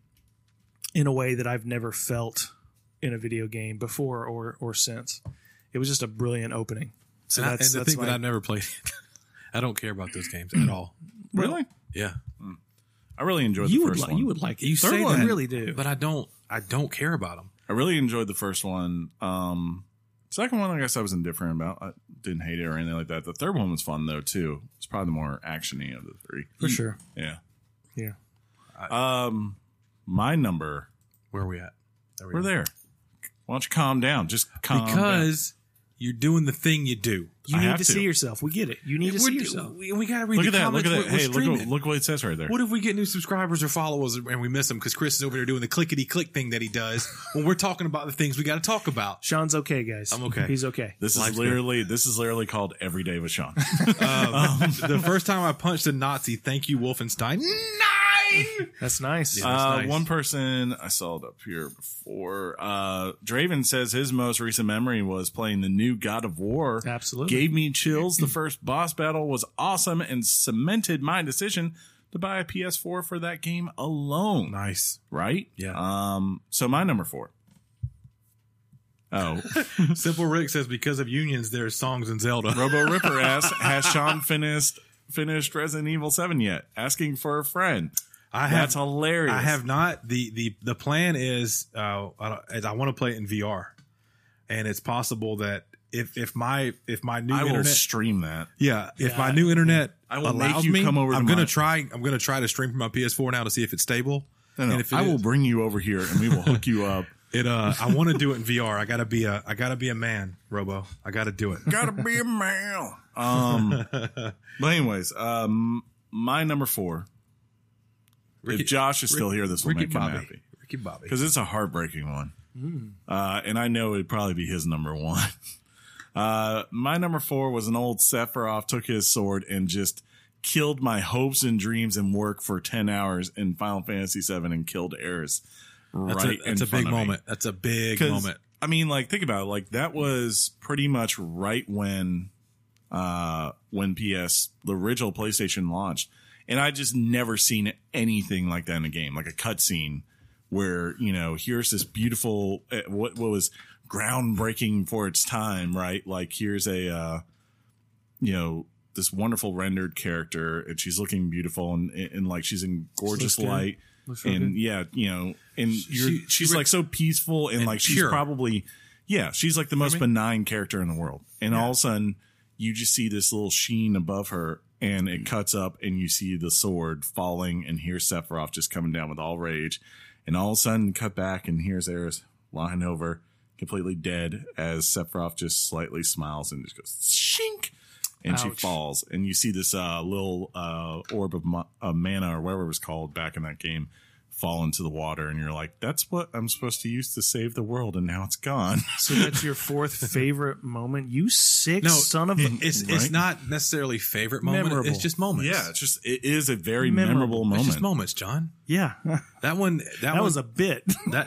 [SPEAKER 4] in a way that I've never felt in a video game before or or since. It was just a brilliant opening. So
[SPEAKER 3] And, I-
[SPEAKER 4] that's
[SPEAKER 3] and the
[SPEAKER 4] that's
[SPEAKER 3] thing
[SPEAKER 4] my-
[SPEAKER 3] that I've never played, I don't care about those games at all.
[SPEAKER 2] Really?
[SPEAKER 3] Yeah.
[SPEAKER 2] I really enjoyed
[SPEAKER 4] you
[SPEAKER 2] the
[SPEAKER 4] would
[SPEAKER 2] first
[SPEAKER 4] li-
[SPEAKER 2] one.
[SPEAKER 4] you would like it.
[SPEAKER 3] You
[SPEAKER 4] Third
[SPEAKER 3] say
[SPEAKER 4] one,
[SPEAKER 3] that,
[SPEAKER 4] really do.
[SPEAKER 3] But I don't, I don't care about them.
[SPEAKER 2] I really enjoyed the first one. Um, second one, I guess I was indifferent about. I didn't hate it or anything like that. The third one was fun though too. It's probably the more actiony of the three.
[SPEAKER 4] for sure.
[SPEAKER 2] Yeah.
[SPEAKER 4] Yeah.
[SPEAKER 2] Um, my number.
[SPEAKER 3] Where are we at? There
[SPEAKER 2] We're
[SPEAKER 3] go.
[SPEAKER 2] there. Why don't you calm down? Just calm down.
[SPEAKER 3] Because you're doing the thing you do.
[SPEAKER 4] You
[SPEAKER 2] I
[SPEAKER 4] need
[SPEAKER 2] have
[SPEAKER 4] to,
[SPEAKER 2] to.
[SPEAKER 4] see yourself. We get it. You need to see
[SPEAKER 3] We're-
[SPEAKER 4] yourself.
[SPEAKER 3] We, we got to read
[SPEAKER 2] Look
[SPEAKER 3] the
[SPEAKER 2] at that. Look
[SPEAKER 3] comments.
[SPEAKER 2] at that.
[SPEAKER 3] We're- we're
[SPEAKER 2] Hey, look,
[SPEAKER 3] streaming.
[SPEAKER 2] what- look what it says right there.
[SPEAKER 3] What if we get new subscribers or followers and we miss them because Chris is over there doing the clickety click thing that he does when we're talking about the things we got to talk about?
[SPEAKER 4] Sean's okay, guys.
[SPEAKER 3] I'm okay.
[SPEAKER 4] He's okay.
[SPEAKER 2] This is
[SPEAKER 3] Life's good.
[SPEAKER 2] literally this is literally called Every Day with Sean.
[SPEAKER 3] Um, the first time I punched a Nazi, thank you, Wolfenstein. Nine.
[SPEAKER 4] That's nice.
[SPEAKER 3] Yeah.
[SPEAKER 2] Uh,
[SPEAKER 3] nice.
[SPEAKER 2] One person I saw it up here before. Uh, Draven says his most recent memory was playing the new God of War.
[SPEAKER 4] Absolutely.
[SPEAKER 2] gave me chills. The first boss battle was awesome and cemented my decision to buy a PS4 for that game alone.
[SPEAKER 3] Nice.
[SPEAKER 2] Right?
[SPEAKER 3] Yeah.
[SPEAKER 2] Um. So my number four. Oh,
[SPEAKER 3] Simple Rick says because of unions, there's songs in Zelda.
[SPEAKER 2] Robo Ripper asks, has Sean finished finished Resident Evil Seven yet? Asking for a friend.
[SPEAKER 3] I
[SPEAKER 2] That's
[SPEAKER 3] have,
[SPEAKER 2] hilarious.
[SPEAKER 3] I have not. the the The plan is, uh, I, don't- is I want to play it in VR, and it's possible that if if my if my new
[SPEAKER 2] I will
[SPEAKER 3] internet,
[SPEAKER 2] stream that.
[SPEAKER 3] yeah, if
[SPEAKER 4] Yeah.
[SPEAKER 3] my new internet
[SPEAKER 2] I will
[SPEAKER 3] allows
[SPEAKER 2] make you
[SPEAKER 3] me,
[SPEAKER 2] come over to
[SPEAKER 3] I'm gonna
[SPEAKER 2] mine.
[SPEAKER 3] try. I'm gonna try to stream from my PS4 now to see if it's stable.
[SPEAKER 2] No, no,
[SPEAKER 3] And if it
[SPEAKER 2] I will
[SPEAKER 3] is-
[SPEAKER 2] bring you over here and we will hook you up.
[SPEAKER 3] It uh, I want to do it in VR. I gotta be a I gotta be a man, Robo. I gotta do it.
[SPEAKER 2] Gotta be a man. Um, but anyways, um, my number four.
[SPEAKER 3] Ricky-
[SPEAKER 2] if Josh is still
[SPEAKER 3] Ricky-
[SPEAKER 2] here, this will
[SPEAKER 3] Ricky
[SPEAKER 2] make him
[SPEAKER 3] Bobby.
[SPEAKER 2] happy
[SPEAKER 3] Ricky Bobby.
[SPEAKER 2] because it's a heartbreaking one, uh, and I know it'd probably be his number one. Uh, my number four was an old Sephiroth took his sword and just killed my hopes and dreams and work for ten hours in Final Fantasy VII and killed Eris.
[SPEAKER 3] That's
[SPEAKER 2] right,
[SPEAKER 3] a, that's
[SPEAKER 2] in
[SPEAKER 3] a
[SPEAKER 2] front
[SPEAKER 3] big
[SPEAKER 2] of me.
[SPEAKER 3] moment. That's a big
[SPEAKER 2] 'Cause,
[SPEAKER 3] moment.
[SPEAKER 2] I mean, like, think about it. Like, that was pretty much right when, uh, when PS, the original PlayStation launched. And I just never seen anything like that in a game, like a cutscene where, you know, here's this beautiful, eh, what, what was groundbreaking for its time, right? Like, here's a, uh, you know, this wonderful rendered character and she's looking beautiful and, and, and, like she's in gorgeous
[SPEAKER 4] good.
[SPEAKER 2] light
[SPEAKER 4] Looks real
[SPEAKER 2] and yeah, you know, and you're,
[SPEAKER 3] she-
[SPEAKER 2] she's
[SPEAKER 3] she-
[SPEAKER 2] like so peaceful and,
[SPEAKER 3] and
[SPEAKER 2] like she's
[SPEAKER 3] pure.
[SPEAKER 2] probably yeah, she's like the most benign character in the world. And all of a sudden, you just see this little sheen above her, and it cuts up, and you see the sword falling, and here's Sephiroth just coming down with all rage, and all of a sudden, cut back, and here's Eris lying over, completely dead, as Sephiroth just slightly smiles and just goes shink. And she
[SPEAKER 4] Ouch.
[SPEAKER 2] falls, and you see this uh, little uh, orb of ma- uh, mana or whatever it was called back in that game fall into the water, and you're like, "That's what I'm supposed to use to save the world," and now it's gone.
[SPEAKER 4] So that's your fourth favorite moment. You sick
[SPEAKER 3] No,
[SPEAKER 4] son of a.
[SPEAKER 3] it- it's it's
[SPEAKER 2] right?
[SPEAKER 3] not necessarily favorite moment.
[SPEAKER 4] Memorable.
[SPEAKER 3] It's just moments.
[SPEAKER 2] Yeah, it's just it is a very memorable,
[SPEAKER 4] Memorable.
[SPEAKER 2] moment,
[SPEAKER 3] it's just moments, John.
[SPEAKER 4] yeah, that,
[SPEAKER 3] That one. That, one,
[SPEAKER 4] was a bit.
[SPEAKER 3] that.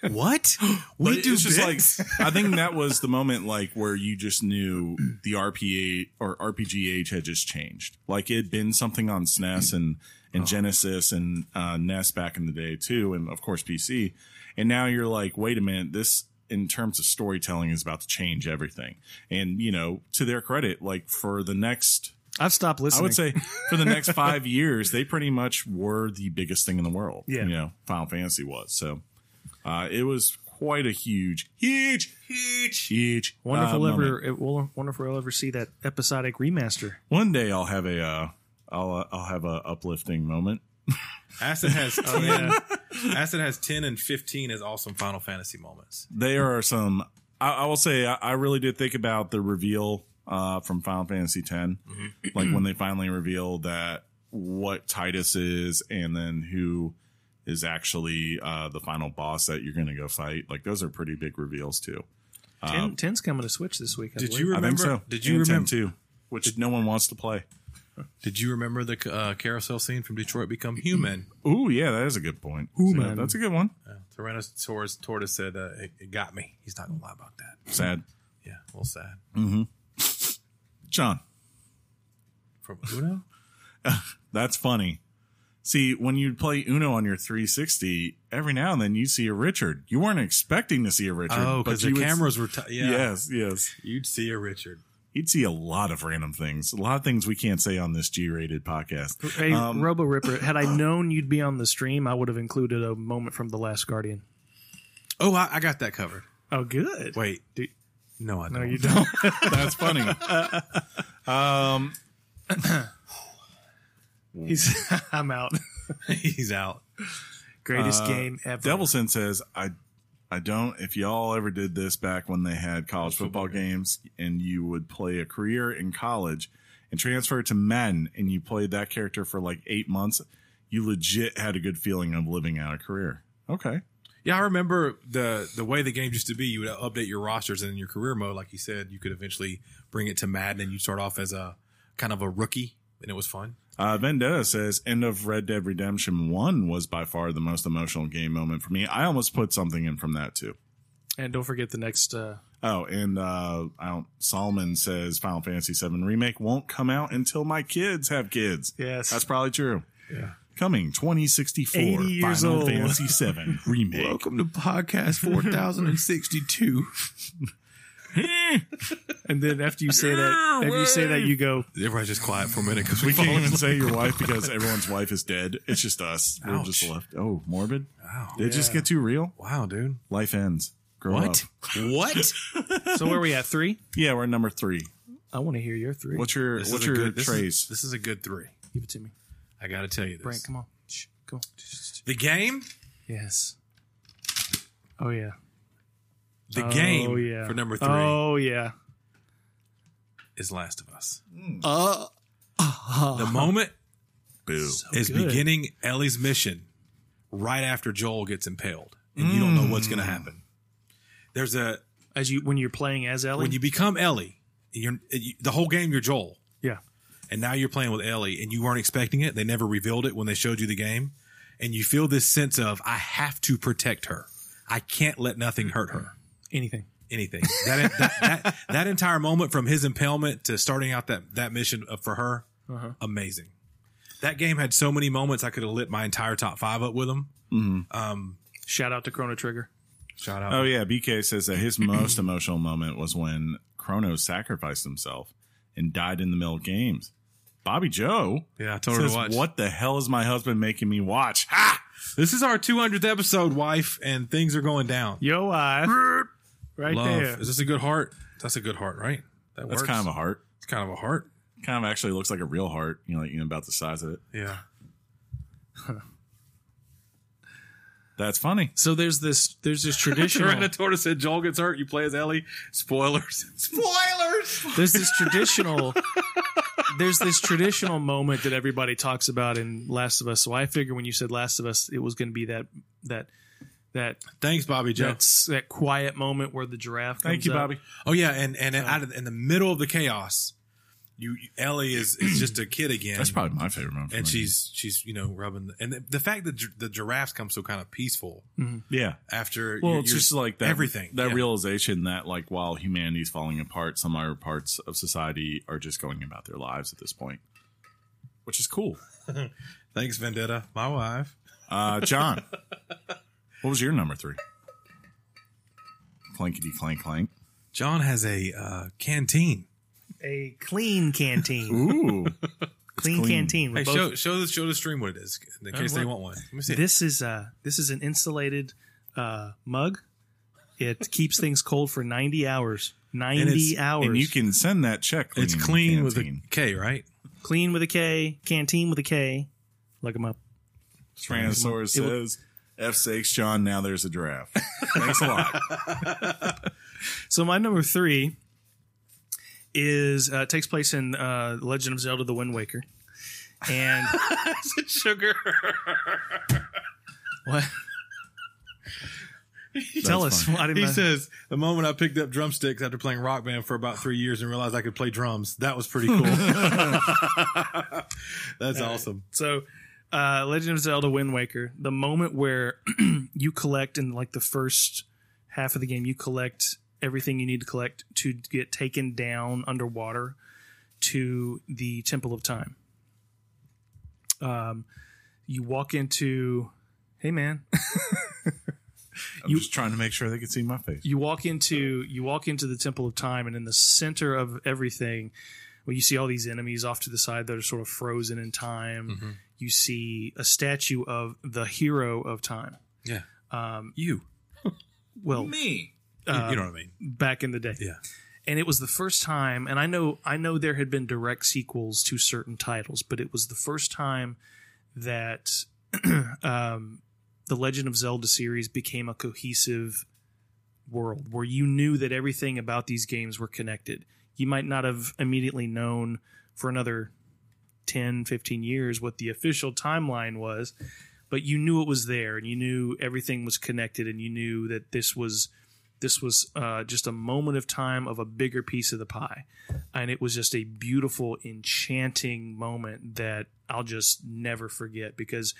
[SPEAKER 2] right?
[SPEAKER 3] What
[SPEAKER 2] But
[SPEAKER 3] we do?
[SPEAKER 2] it's just like
[SPEAKER 3] bits?
[SPEAKER 2] I think that was the moment like where you just knew the RPA or RPG age had just changed. Like it had been something on SNES and and
[SPEAKER 3] Uh-huh.
[SPEAKER 2] Genesis and uh, NES back in the day too, and of course PC. And now you're like, wait a minute, this in terms of storytelling is about to change everything. And you know, to their credit, like for the next
[SPEAKER 4] I've stopped listening.
[SPEAKER 2] I
[SPEAKER 4] Uh,
[SPEAKER 2] would say for the next five years, they pretty much were the biggest thing in the world.
[SPEAKER 4] Yeah.
[SPEAKER 2] You know, Final Fantasy was. So uh, it was quite a huge, huge, huge, huge.
[SPEAKER 4] Wonder if
[SPEAKER 2] uh,
[SPEAKER 4] we'll
[SPEAKER 2] moment.
[SPEAKER 4] ever, it will, wonder if we'll ever see that episodic remaster.
[SPEAKER 2] One day I'll have a, uh, I'll uh, I'll have a uplifting moment.
[SPEAKER 3] Aston has
[SPEAKER 4] Oh,
[SPEAKER 3] 10,
[SPEAKER 4] yeah.
[SPEAKER 3] Aston has 10 and 15 as awesome Final Fantasy moments.
[SPEAKER 2] There are some. I, I will say I, I really did think about the reveal uh, from Final Fantasy X,
[SPEAKER 3] Mm-hmm.
[SPEAKER 2] like when they finally revealed that what Titus is, and then who is actually uh, the final boss that you're going to go fight. Like those are pretty big reveals too.
[SPEAKER 4] Ten, ten's coming to Switch this week. I
[SPEAKER 3] Did
[SPEAKER 4] believe.
[SPEAKER 3] you remember?
[SPEAKER 2] I think so.
[SPEAKER 3] Did you
[SPEAKER 2] And 10
[SPEAKER 3] remember?
[SPEAKER 2] too? Which no one wants to play.
[SPEAKER 3] Did you remember the uh, carousel scene from Detroit Become Human?
[SPEAKER 2] Ooh, yeah, that is a good point.
[SPEAKER 4] man.
[SPEAKER 2] that's a good one.
[SPEAKER 3] Uh, Tyrannosaurus Tortoise said uh, it, it got me. He's not gonna lie about that.
[SPEAKER 2] Sad,
[SPEAKER 3] Yeah, a little sad.
[SPEAKER 2] John.
[SPEAKER 3] From Uno,
[SPEAKER 2] That's funny. See, when you play Uno on your 360, every now and then you see a Richard. You weren't expecting to see a Richard.
[SPEAKER 3] oh,
[SPEAKER 2] but
[SPEAKER 3] because the
[SPEAKER 2] you would-
[SPEAKER 3] cameras were. T- yeah,
[SPEAKER 2] Yes, yes.
[SPEAKER 3] you'd see a Richard.
[SPEAKER 2] You'd see a lot of random things, a lot of things we can't say on this G rated podcast.
[SPEAKER 4] Hey, Robo Ripper, had I known you'd be on the stream, I would have included a moment from The Last Guardian.
[SPEAKER 3] Oh, I, I got that covered.
[SPEAKER 4] Oh, good.
[SPEAKER 3] Wait,
[SPEAKER 4] Do-
[SPEAKER 3] no, I don't.
[SPEAKER 4] no, you don't.
[SPEAKER 2] That's funny. um,
[SPEAKER 4] He's, I'm out.
[SPEAKER 3] He's out.
[SPEAKER 4] Greatest game ever.
[SPEAKER 2] Devilson says, I, I don't, if y'all ever did this back when they had college football games and you would play a career in college and transfer to Madden and you played that character for like eight months, you legit had a good feeling of living out a career. Okay.
[SPEAKER 3] Yeah, I remember the the way the game used to be. You would update your rosters and in your career mode, like you said, you could eventually bring it to Madden, and you start off as a kind of a rookie, and it was fun.
[SPEAKER 2] Uh, Vendetta says, "End of Red Dead Redemption One was by far the most emotional game moment for me. I almost put something in from that too.
[SPEAKER 4] and don't forget the next. Uh,
[SPEAKER 2] Oh, and uh, I don't, Solomon says Final Fantasy VII remake won't come out until my kids have kids.
[SPEAKER 4] yes.
[SPEAKER 2] That's probably true.
[SPEAKER 3] Yeah.
[SPEAKER 2] Coming 2064,
[SPEAKER 4] 80 years
[SPEAKER 2] Final
[SPEAKER 4] old.
[SPEAKER 2] Fantasy VII remake.
[SPEAKER 3] to podcast four thousand and sixty two.
[SPEAKER 4] and then after you say that, after you say that, you go,
[SPEAKER 3] Everybody's just quiet for a minute because
[SPEAKER 2] We
[SPEAKER 3] we
[SPEAKER 2] can't even say your wife because everyone's wife is dead. It's just us. We're just
[SPEAKER 3] Ouch. Ah,
[SPEAKER 2] left. Oh, morbid.
[SPEAKER 3] Wow,
[SPEAKER 2] Did it just get too real?
[SPEAKER 3] wow, dude.
[SPEAKER 2] Life ends. Grow
[SPEAKER 3] What?
[SPEAKER 2] up.
[SPEAKER 3] What?
[SPEAKER 4] so where are we at? Three?
[SPEAKER 2] Yeah, we're at number three.
[SPEAKER 4] I want to hear your three.
[SPEAKER 2] What's your
[SPEAKER 3] This
[SPEAKER 2] what's
[SPEAKER 3] is a
[SPEAKER 2] your
[SPEAKER 3] good, this is-
[SPEAKER 2] trace?
[SPEAKER 3] This is, a good three.
[SPEAKER 4] Give it to me.
[SPEAKER 3] I got to tell you this.
[SPEAKER 4] Brent, come on. Shh, come on.
[SPEAKER 3] The game,
[SPEAKER 4] Yes. Oh, yeah.
[SPEAKER 3] the
[SPEAKER 4] oh,
[SPEAKER 3] game
[SPEAKER 4] yeah.
[SPEAKER 3] for number three
[SPEAKER 4] Oh, yeah.
[SPEAKER 3] is Last of Us.
[SPEAKER 5] Uh,
[SPEAKER 3] The moment
[SPEAKER 2] Boo.
[SPEAKER 3] is
[SPEAKER 4] good.
[SPEAKER 3] beginning Ellie's mission right after Joel gets impaled, and you don't know what's going to happen. There's a
[SPEAKER 4] As you when you're playing as Ellie,
[SPEAKER 3] when you become Ellie, you're you, the whole game you're Joel,
[SPEAKER 4] yeah,
[SPEAKER 3] and now you're playing with Ellie, and you weren't expecting it. They never revealed it when they showed you the game, and you feel this sense of I have to protect her. I can't let nothing hurt her.
[SPEAKER 4] anything.
[SPEAKER 3] Anything that that, that that entire moment from his impalement to starting out that that mission uh, for her, amazing. That game had so many moments I could have lit my entire top five up with Um, them.
[SPEAKER 2] Mm-hmm.
[SPEAKER 4] Shout out to Chrono Trigger. Uh,
[SPEAKER 3] Shout out.
[SPEAKER 2] Oh yeah, BK says that his most emotional moment was when Chronos sacrificed himself and died in the middle of games. Bobby Joe
[SPEAKER 3] Yeah, I told her to
[SPEAKER 2] says,
[SPEAKER 3] watch.
[SPEAKER 2] "What the hell is my husband making me watch?" Ha!
[SPEAKER 3] This is our 200th episode, wife, and things are going down.
[SPEAKER 4] Yo, I right
[SPEAKER 3] Love.
[SPEAKER 4] there.
[SPEAKER 3] Is this a good heart? That's a good heart, right? That
[SPEAKER 2] That's
[SPEAKER 3] works.
[SPEAKER 2] kind of a heart.
[SPEAKER 3] it's kind of a heart.
[SPEAKER 2] Kind of actually looks like a real heart. You know, like, you know about the size of it.
[SPEAKER 3] Yeah.
[SPEAKER 2] That's funny.
[SPEAKER 4] So there's this there's this traditional
[SPEAKER 3] Tyrannosaurus said Joel gets hurt. You play as Ellie. Spoilers. Spoilers.
[SPEAKER 4] there's this traditional there's this traditional moment that everybody talks about in Last of Us. So I figure when you said Last of Us, it was going to be that that that
[SPEAKER 3] Thanks, Bobby Joe.
[SPEAKER 4] that's that quiet moment where the giraffe.
[SPEAKER 2] Thank
[SPEAKER 4] comes
[SPEAKER 2] you,
[SPEAKER 4] up.
[SPEAKER 2] Bobby.
[SPEAKER 3] oh yeah, and and out of, in the middle of the chaos, you Ellie is is just a kid again.
[SPEAKER 2] That's probably my favorite moment. from
[SPEAKER 3] And
[SPEAKER 2] that
[SPEAKER 3] she's she's you know rubbing the, and the, the fact that gi- the giraffes come so kind of peaceful
[SPEAKER 2] game. yeah.
[SPEAKER 3] after
[SPEAKER 2] Well,
[SPEAKER 3] you're-
[SPEAKER 2] it's
[SPEAKER 3] you're-
[SPEAKER 2] just like that
[SPEAKER 3] everything
[SPEAKER 2] that
[SPEAKER 3] Yeah.
[SPEAKER 2] realization that like while humanity's falling apart, some other parts of society are just going about their lives at this point, which is cool.
[SPEAKER 3] Thanks, Vendetta, my wife.
[SPEAKER 2] Uh, John, what was your number three? Clankety clank clank.
[SPEAKER 3] John has a uh, canteen.
[SPEAKER 4] A clean canteen,
[SPEAKER 2] Ooh,
[SPEAKER 4] clean,
[SPEAKER 2] clean.
[SPEAKER 4] canteen. with
[SPEAKER 3] Hey,
[SPEAKER 4] both-
[SPEAKER 3] show show the show the stream what it is in case they
[SPEAKER 4] what?
[SPEAKER 3] want one. Let me see.
[SPEAKER 4] This is uh this is an insulated uh mug It keeps things cold for 90 hours. 90
[SPEAKER 2] it's-
[SPEAKER 4] hours.
[SPEAKER 2] And you can send that check.
[SPEAKER 3] It's clean with a K, right?
[SPEAKER 4] Clean with a K, canteen with a K. Look them up.
[SPEAKER 2] Tyrannosaurus
[SPEAKER 4] It will-
[SPEAKER 2] says, "F sakes, John. Now there's a draft. Thanks a lot."
[SPEAKER 4] So my number three is uh, takes place in uh, Legend of Zelda: The Wind Waker, and
[SPEAKER 3] Sugar.
[SPEAKER 4] what? Tell us. Why did
[SPEAKER 3] He
[SPEAKER 4] my-
[SPEAKER 3] says, the moment I picked up drumsticks after playing rock band for about three years and realized I could play drums, that was pretty cool. That's awesome.
[SPEAKER 4] so uh, legend of zelda wind waker the moment where you collect in like the first half of the game you collect everything you need to collect to get taken down underwater to the temple of time um, you walk into hey man
[SPEAKER 2] I'm just trying to make sure they can see my face.
[SPEAKER 4] you walk into you walk into the temple of time and in the center of everything well you see all these enemies off to the side that are sort of frozen in time
[SPEAKER 3] Mm-hmm.
[SPEAKER 4] you see a statue of the hero of time
[SPEAKER 3] Yeah.
[SPEAKER 4] um,
[SPEAKER 3] You.
[SPEAKER 4] well
[SPEAKER 2] Me.
[SPEAKER 4] uh,
[SPEAKER 3] you know what I mean?
[SPEAKER 4] back in the day
[SPEAKER 3] Yeah.
[SPEAKER 4] and it was the first time and i know i know there had been direct sequels to certain titles but it was the first time that um, the legend of zelda series became a cohesive world where you knew that everything about these games were connected you might not have immediately known for another 10 15 years what the official timeline was but you knew it was there and you knew everything was connected and you knew that this was this was uh, just a moment of time of a bigger piece of the pie and it was just a beautiful enchanting moment that i'll just never forget because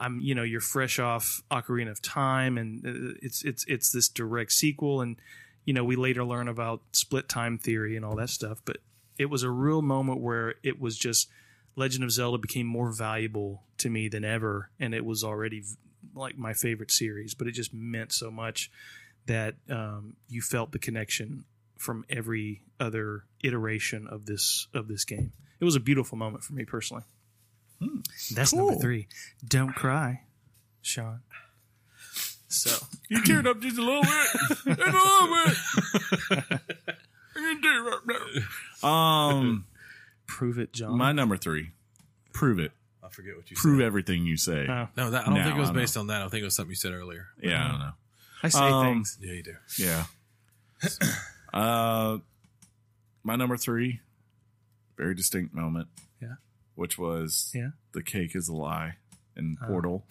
[SPEAKER 4] i'm you know you're fresh off ocarina of time and uh, it's it's it's this direct sequel and you know we later learn about split time theory and all that stuff but it was a real moment where it was just legend of zelda became more valuable to me than ever and it was already v- like my favorite series but it just meant so much that um, you felt the connection from every other iteration of this of this game. It was a beautiful moment for me personally.
[SPEAKER 2] Hmm.
[SPEAKER 4] That's number three. Don't cry, Sean. So
[SPEAKER 2] You teared up just a little bit. Just a little bit. I can tear up now. Um,
[SPEAKER 4] prove it, John.
[SPEAKER 2] my number three. Prove it.
[SPEAKER 3] I forget what you
[SPEAKER 2] Prove
[SPEAKER 3] said.
[SPEAKER 2] everything you say.
[SPEAKER 4] Oh,
[SPEAKER 3] No, that, I don't
[SPEAKER 2] No,
[SPEAKER 3] think it was
[SPEAKER 2] I don't
[SPEAKER 3] based on that. I think it was something you said earlier.
[SPEAKER 2] Yeah, I don't know.
[SPEAKER 4] I say
[SPEAKER 2] Um,
[SPEAKER 4] things.
[SPEAKER 3] Yeah, you do.
[SPEAKER 2] Yeah. uh, my number three, very distinct moment.
[SPEAKER 4] Yeah.
[SPEAKER 2] Which was
[SPEAKER 4] Yeah. Oh.
[SPEAKER 2] the cake is a lie in Portal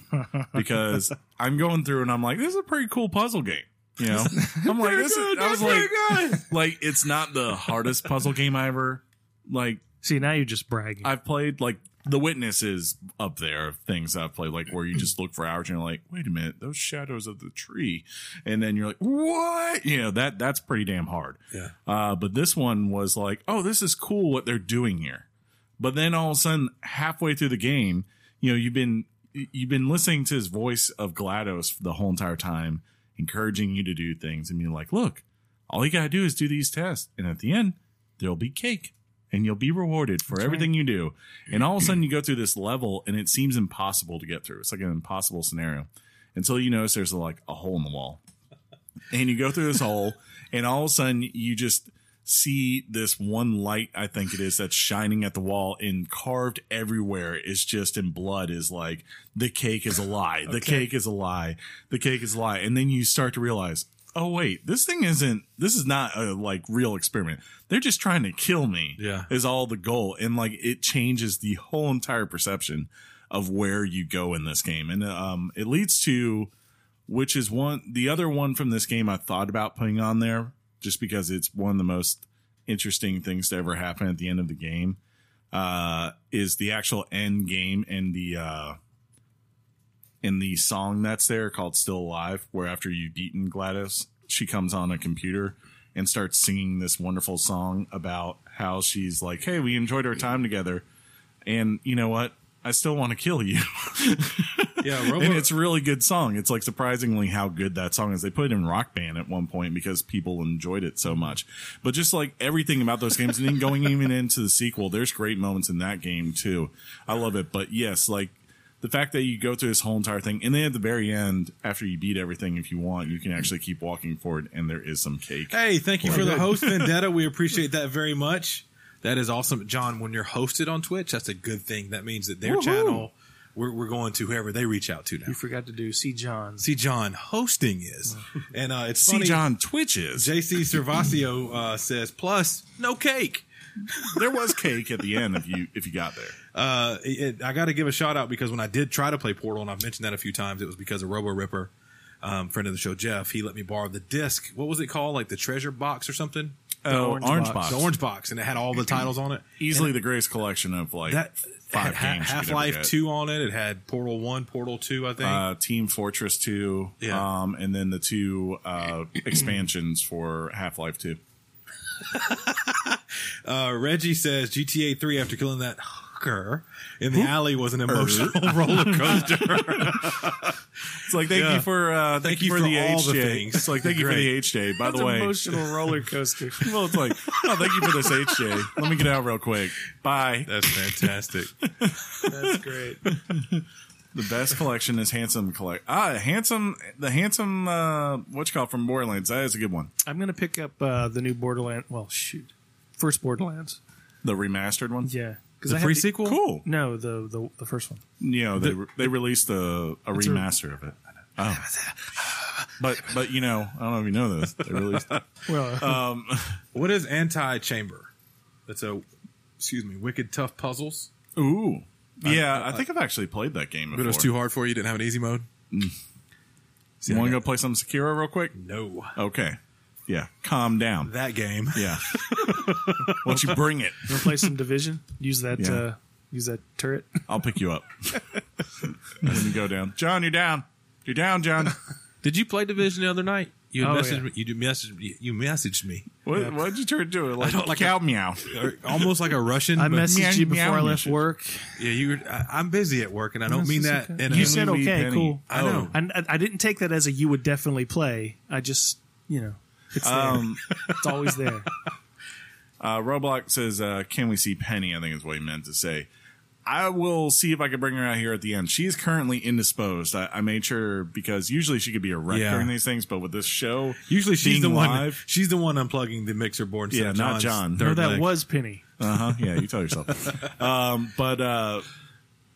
[SPEAKER 2] because I'm going through and I'm like, this is a pretty cool puzzle game. You know, I'm like, this is, I was like, like it's not the hardest puzzle game I ever like
[SPEAKER 4] See, now you're just bragging.
[SPEAKER 2] I've played like The Witness is up there of things I've played, like where you just look for hours and you're like, wait a minute, those shadows of the tree, and then you're like, what? You know that that's pretty damn hard.
[SPEAKER 3] Yeah.
[SPEAKER 2] Uh, but this one was like, oh, this is cool what they're doing here. But then all of a sudden, halfway through the game, you know, you've been you've been listening to his voice of GLaDOS the whole entire time, encouraging you to do things, and you're like, look, all you gotta do is do these tests, and at the end, there'll be cake. And you'll be rewarded for everything you do. And all of a sudden, you go through this level, and it seems impossible to get through. It's like an impossible scenario until you notice there's like a hole in the wall and you go through this hole, and all of a sudden you just see this one light, I think it is, that's shining at the wall and carved everywhere is just in blood is like the cake is a lie. The cake is a lie. The cake is a lie. And then you start to realize, oh wait, this thing isn't this is not a like real experiment. They're just trying to kill me.
[SPEAKER 3] Yeah.
[SPEAKER 2] Is all the goal. And like it changes the whole entire perception of where you go in this game. And um it leads to which is one the other one from this game I thought about putting on there just because it's one of the most interesting things to ever happen at the end of the game uh is the actual end game and the uh in the song that's there called Still Alive where after you've beaten Gladys she comes on a computer and starts singing this wonderful song about how she's like hey we enjoyed our time together and you know what I still want to kill you
[SPEAKER 3] Yeah,
[SPEAKER 2] and
[SPEAKER 3] Robo,
[SPEAKER 2] it's a really good song. It's like surprisingly how good that song is. They put it in Rock Band at one point because people enjoyed it so much. But just like everything about those games, and then going even into the sequel, there's great moments in that game too. I love it. But yes, like the fact that you go through this whole entire thing, and then at the very end, after you beat everything, if you want, you can actually keep walking forward, and there is some cake.
[SPEAKER 3] Hey, thank you for the host vendetta. We appreciate that very much. That is awesome, John. When you're hosted on Twitch, that's a good thing. That means that their channel, we're, we're going to whoever they reach out to now.
[SPEAKER 4] You forgot to do C. John.
[SPEAKER 3] See, John hosting is, and uh, it's
[SPEAKER 2] See,
[SPEAKER 3] funny.
[SPEAKER 2] John twitches.
[SPEAKER 3] JC Servacio uh, says, plus no cake.
[SPEAKER 2] there was cake at the end if you if you got there.
[SPEAKER 3] Uh, it, I got to give a shout out because when I did try to play Portal, and I've mentioned that a few times, it was because of Robo Ripper, um, friend of the show Jeff. He let me borrow the disc. What was it called? Like the treasure box or something?
[SPEAKER 2] oh,
[SPEAKER 4] orange box.
[SPEAKER 3] The orange box, and it had all the titles on it.
[SPEAKER 2] easily the greatest collection of like
[SPEAKER 3] That
[SPEAKER 2] five games. you could ever
[SPEAKER 3] Half Life
[SPEAKER 2] get.
[SPEAKER 3] Two on it. It had Portal One, Portal Two, I think.
[SPEAKER 2] uh, Team Fortress Two,
[SPEAKER 3] Yeah.
[SPEAKER 2] um, and then the two uh, expansions for Half Life Two.
[SPEAKER 3] Uh, Reggie says GTA 3 after killing that hooker in the alley was
[SPEAKER 2] Er.
[SPEAKER 3] an emotional roller coaster.
[SPEAKER 2] It's like thank
[SPEAKER 3] Yeah.
[SPEAKER 2] you for uh, thank, you for, the
[SPEAKER 3] all the
[SPEAKER 2] HJ.
[SPEAKER 3] things.
[SPEAKER 2] It's like thank you for the HJ. By the way,
[SPEAKER 4] emotional roller coaster.
[SPEAKER 2] well, it's like oh, thank you for this HJ. Let me get out real quick. Bye.
[SPEAKER 3] That's fantastic.
[SPEAKER 4] That's great.
[SPEAKER 2] The best collection is handsome collect. Ah, handsome the handsome uh, what you call from Borderlands. That is a good one.
[SPEAKER 4] I'm gonna pick up uh, the new Borderlands. Well, shoot, first Borderlands.
[SPEAKER 2] The remastered one.
[SPEAKER 4] Yeah, because
[SPEAKER 3] the free sequel?
[SPEAKER 2] Cool.
[SPEAKER 4] No, the the the first one.
[SPEAKER 2] you know they they released a, a remaster of it. Oh. But but you know I don't know if you know this. They released
[SPEAKER 4] Well,
[SPEAKER 3] What is Anti Chamber? That's a, excuse me, Wicked Tough Puzzles.
[SPEAKER 2] ooh yeah. I, think I've actually played that game. Before.
[SPEAKER 3] But it was too hard for you. Didn't have an easy mode?
[SPEAKER 2] You want to go play some Sekiro real quick?
[SPEAKER 3] No.
[SPEAKER 2] Okay. Yeah. Calm down.
[SPEAKER 3] That game.
[SPEAKER 2] Yeah. Why don't you bring it?
[SPEAKER 4] we'll play some division. Use that.
[SPEAKER 2] Yeah.
[SPEAKER 4] Uh, use that turret.
[SPEAKER 2] I'll pick you up. Let me go down. John, you're down. You're down, John.
[SPEAKER 3] Did you play Division the other night? You
[SPEAKER 4] Oh,
[SPEAKER 3] messaged
[SPEAKER 4] yeah.
[SPEAKER 3] me. You did message. You you messaged me.
[SPEAKER 2] What, What'd you turn to? Like,
[SPEAKER 3] don't like
[SPEAKER 2] cow meow.
[SPEAKER 3] Almost like a Russian.
[SPEAKER 4] I
[SPEAKER 3] but-
[SPEAKER 4] messaged
[SPEAKER 2] meow,
[SPEAKER 4] you before
[SPEAKER 2] meow,
[SPEAKER 4] I left
[SPEAKER 2] meow.
[SPEAKER 4] work.
[SPEAKER 3] Yeah, you. were- I, I'm busy at work, and I don't mean that. in a-
[SPEAKER 4] You said
[SPEAKER 2] Louis
[SPEAKER 4] okay,
[SPEAKER 2] Penny.
[SPEAKER 4] cool.
[SPEAKER 3] I know.
[SPEAKER 4] And I, I didn't take that as a you would definitely play. I just you know, it's there.
[SPEAKER 2] Um,
[SPEAKER 4] it's always there.
[SPEAKER 2] Uh, Roblox says, uh, "Can we see Penny?" I think is what he meant to say. I will see if I can bring her out here at the end. She is currently indisposed. I, I made sure because usually she could be a wreck
[SPEAKER 3] Yeah.
[SPEAKER 2] during these things, but with this show,
[SPEAKER 3] Usually
[SPEAKER 2] being
[SPEAKER 3] she's the one.
[SPEAKER 2] live-
[SPEAKER 3] She's the one unplugging the mixer board. instead
[SPEAKER 2] Yeah,
[SPEAKER 3] of
[SPEAKER 2] not
[SPEAKER 3] John's
[SPEAKER 2] John.
[SPEAKER 3] third
[SPEAKER 4] No, that
[SPEAKER 3] leg.
[SPEAKER 4] was Penny.
[SPEAKER 2] Uh huh. Yeah, you tell yourself. um, but uh,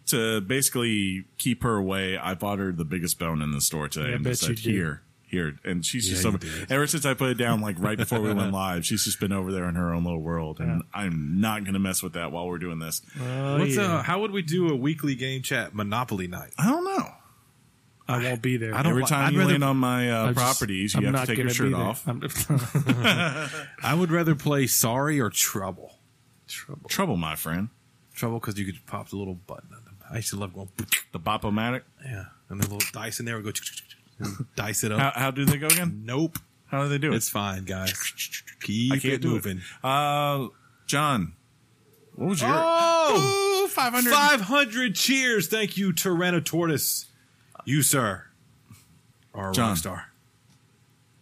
[SPEAKER 2] to basically keep her away, I bought her the biggest bone in the store today.
[SPEAKER 4] I
[SPEAKER 2] and
[SPEAKER 4] bet
[SPEAKER 2] just said,
[SPEAKER 4] you did.
[SPEAKER 2] Here, here, and she's just
[SPEAKER 3] you
[SPEAKER 2] over,
[SPEAKER 3] did.
[SPEAKER 2] ever since I put it down, like right before we went live, she's just been over there in her own little world, and I'm not going to mess with that while we're doing this.
[SPEAKER 4] Oh,
[SPEAKER 3] What's
[SPEAKER 4] yeah.
[SPEAKER 3] uh, how would we do a weekly game chat Monopoly night?
[SPEAKER 2] I don't know.
[SPEAKER 4] I won't be there.
[SPEAKER 3] I don't
[SPEAKER 2] Every
[SPEAKER 3] li-
[SPEAKER 2] time
[SPEAKER 3] I'd
[SPEAKER 2] you
[SPEAKER 3] rather-
[SPEAKER 2] land on my uh,
[SPEAKER 4] I'm just-
[SPEAKER 2] properties,
[SPEAKER 4] I'm
[SPEAKER 2] you have
[SPEAKER 4] not
[SPEAKER 2] to take
[SPEAKER 4] gonna
[SPEAKER 2] your
[SPEAKER 4] be
[SPEAKER 2] shirt
[SPEAKER 4] there.
[SPEAKER 2] off.
[SPEAKER 4] I'm-
[SPEAKER 3] I would rather play Sorry or Trouble. Trouble,
[SPEAKER 2] Trouble, my friend.
[SPEAKER 3] Trouble, because you could pop the little button. on them. I used to love going,
[SPEAKER 2] The Bopomatic.
[SPEAKER 3] yeah, and the little dice in there would go, and dice
[SPEAKER 4] Uh,
[SPEAKER 3] it
[SPEAKER 2] How,
[SPEAKER 3] up.
[SPEAKER 2] how do they go again?
[SPEAKER 3] Nope,
[SPEAKER 2] How do they do it?
[SPEAKER 3] it's fine, guys. Keep
[SPEAKER 2] I can't
[SPEAKER 3] it
[SPEAKER 2] do it.
[SPEAKER 3] moving.
[SPEAKER 2] uh, John, what was your
[SPEAKER 3] Oh,
[SPEAKER 2] Ooh, 500.
[SPEAKER 3] five hundred cheers! Thank you, Tyrannotortoise. You sir, are a
[SPEAKER 2] John.
[SPEAKER 3] rock star.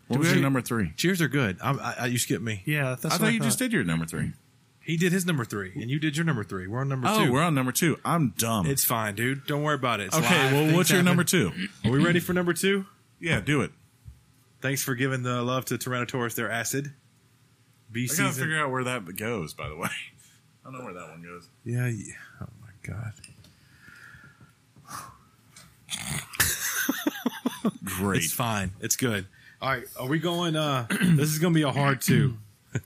[SPEAKER 2] What was your number three?
[SPEAKER 3] Cheers are good. I'm, I, I, you skipped me.
[SPEAKER 4] yeah, that's
[SPEAKER 2] I
[SPEAKER 4] what
[SPEAKER 2] thought you just did your number three.
[SPEAKER 3] He did his number three, and you did your number three. We're on number
[SPEAKER 2] Oh,
[SPEAKER 3] two.
[SPEAKER 2] we're on number two. I'm dumb.
[SPEAKER 3] It's fine, dude. Don't worry about it. It's
[SPEAKER 2] okay.
[SPEAKER 3] live.
[SPEAKER 2] Well,
[SPEAKER 3] Things
[SPEAKER 2] what's your
[SPEAKER 3] happen.
[SPEAKER 2] number two?
[SPEAKER 3] Are we ready for number two?
[SPEAKER 2] Yeah, do it.
[SPEAKER 3] Thanks for giving the love to Tyrannotaurus. Their acid. B
[SPEAKER 2] I gotta
[SPEAKER 3] season.
[SPEAKER 2] figure out where that goes. By the way, I don't know where that one goes.
[SPEAKER 3] Yeah, yeah. Oh my god.
[SPEAKER 2] Great.
[SPEAKER 3] It's fine. It's good. All right. Are we going? uh This is going to be a hard two.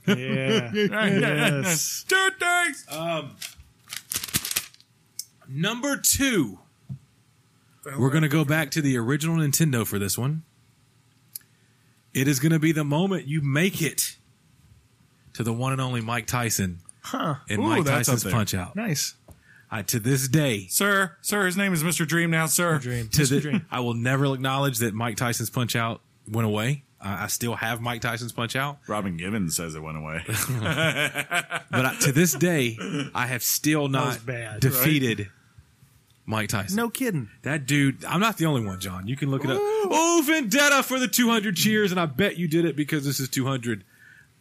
[SPEAKER 4] Yeah. yes.
[SPEAKER 2] Two things.
[SPEAKER 3] Number two. We're going to go back to the original Nintendo for this one. It is going to be the moment you make it to the one and only Mike Tyson
[SPEAKER 4] Huh.
[SPEAKER 3] and
[SPEAKER 2] Ooh,
[SPEAKER 3] Mike
[SPEAKER 2] that's up
[SPEAKER 3] Tyson's
[SPEAKER 2] there.
[SPEAKER 3] Punch Out.
[SPEAKER 4] Nice.
[SPEAKER 3] I, to this day,
[SPEAKER 2] Sir, sir, his name is Mr. Dream now, sir.
[SPEAKER 4] Dream.
[SPEAKER 3] to
[SPEAKER 4] Mr.
[SPEAKER 3] the-
[SPEAKER 4] Dream.
[SPEAKER 3] I will never acknowledge that Mike Tyson's Punch Out went away. I, I still have Mike Tyson's Punch Out,
[SPEAKER 2] Robin Gibbons says it went away.
[SPEAKER 3] but I, to this day, I have still
[SPEAKER 4] was
[SPEAKER 3] not
[SPEAKER 4] bad, right?
[SPEAKER 3] defeated Mike Tyson.
[SPEAKER 4] No kidding.
[SPEAKER 3] That dude, I'm not the only one, John. You can look it up. Oh, Vendetta for the 200 cheers, and I bet you did it because this is 200.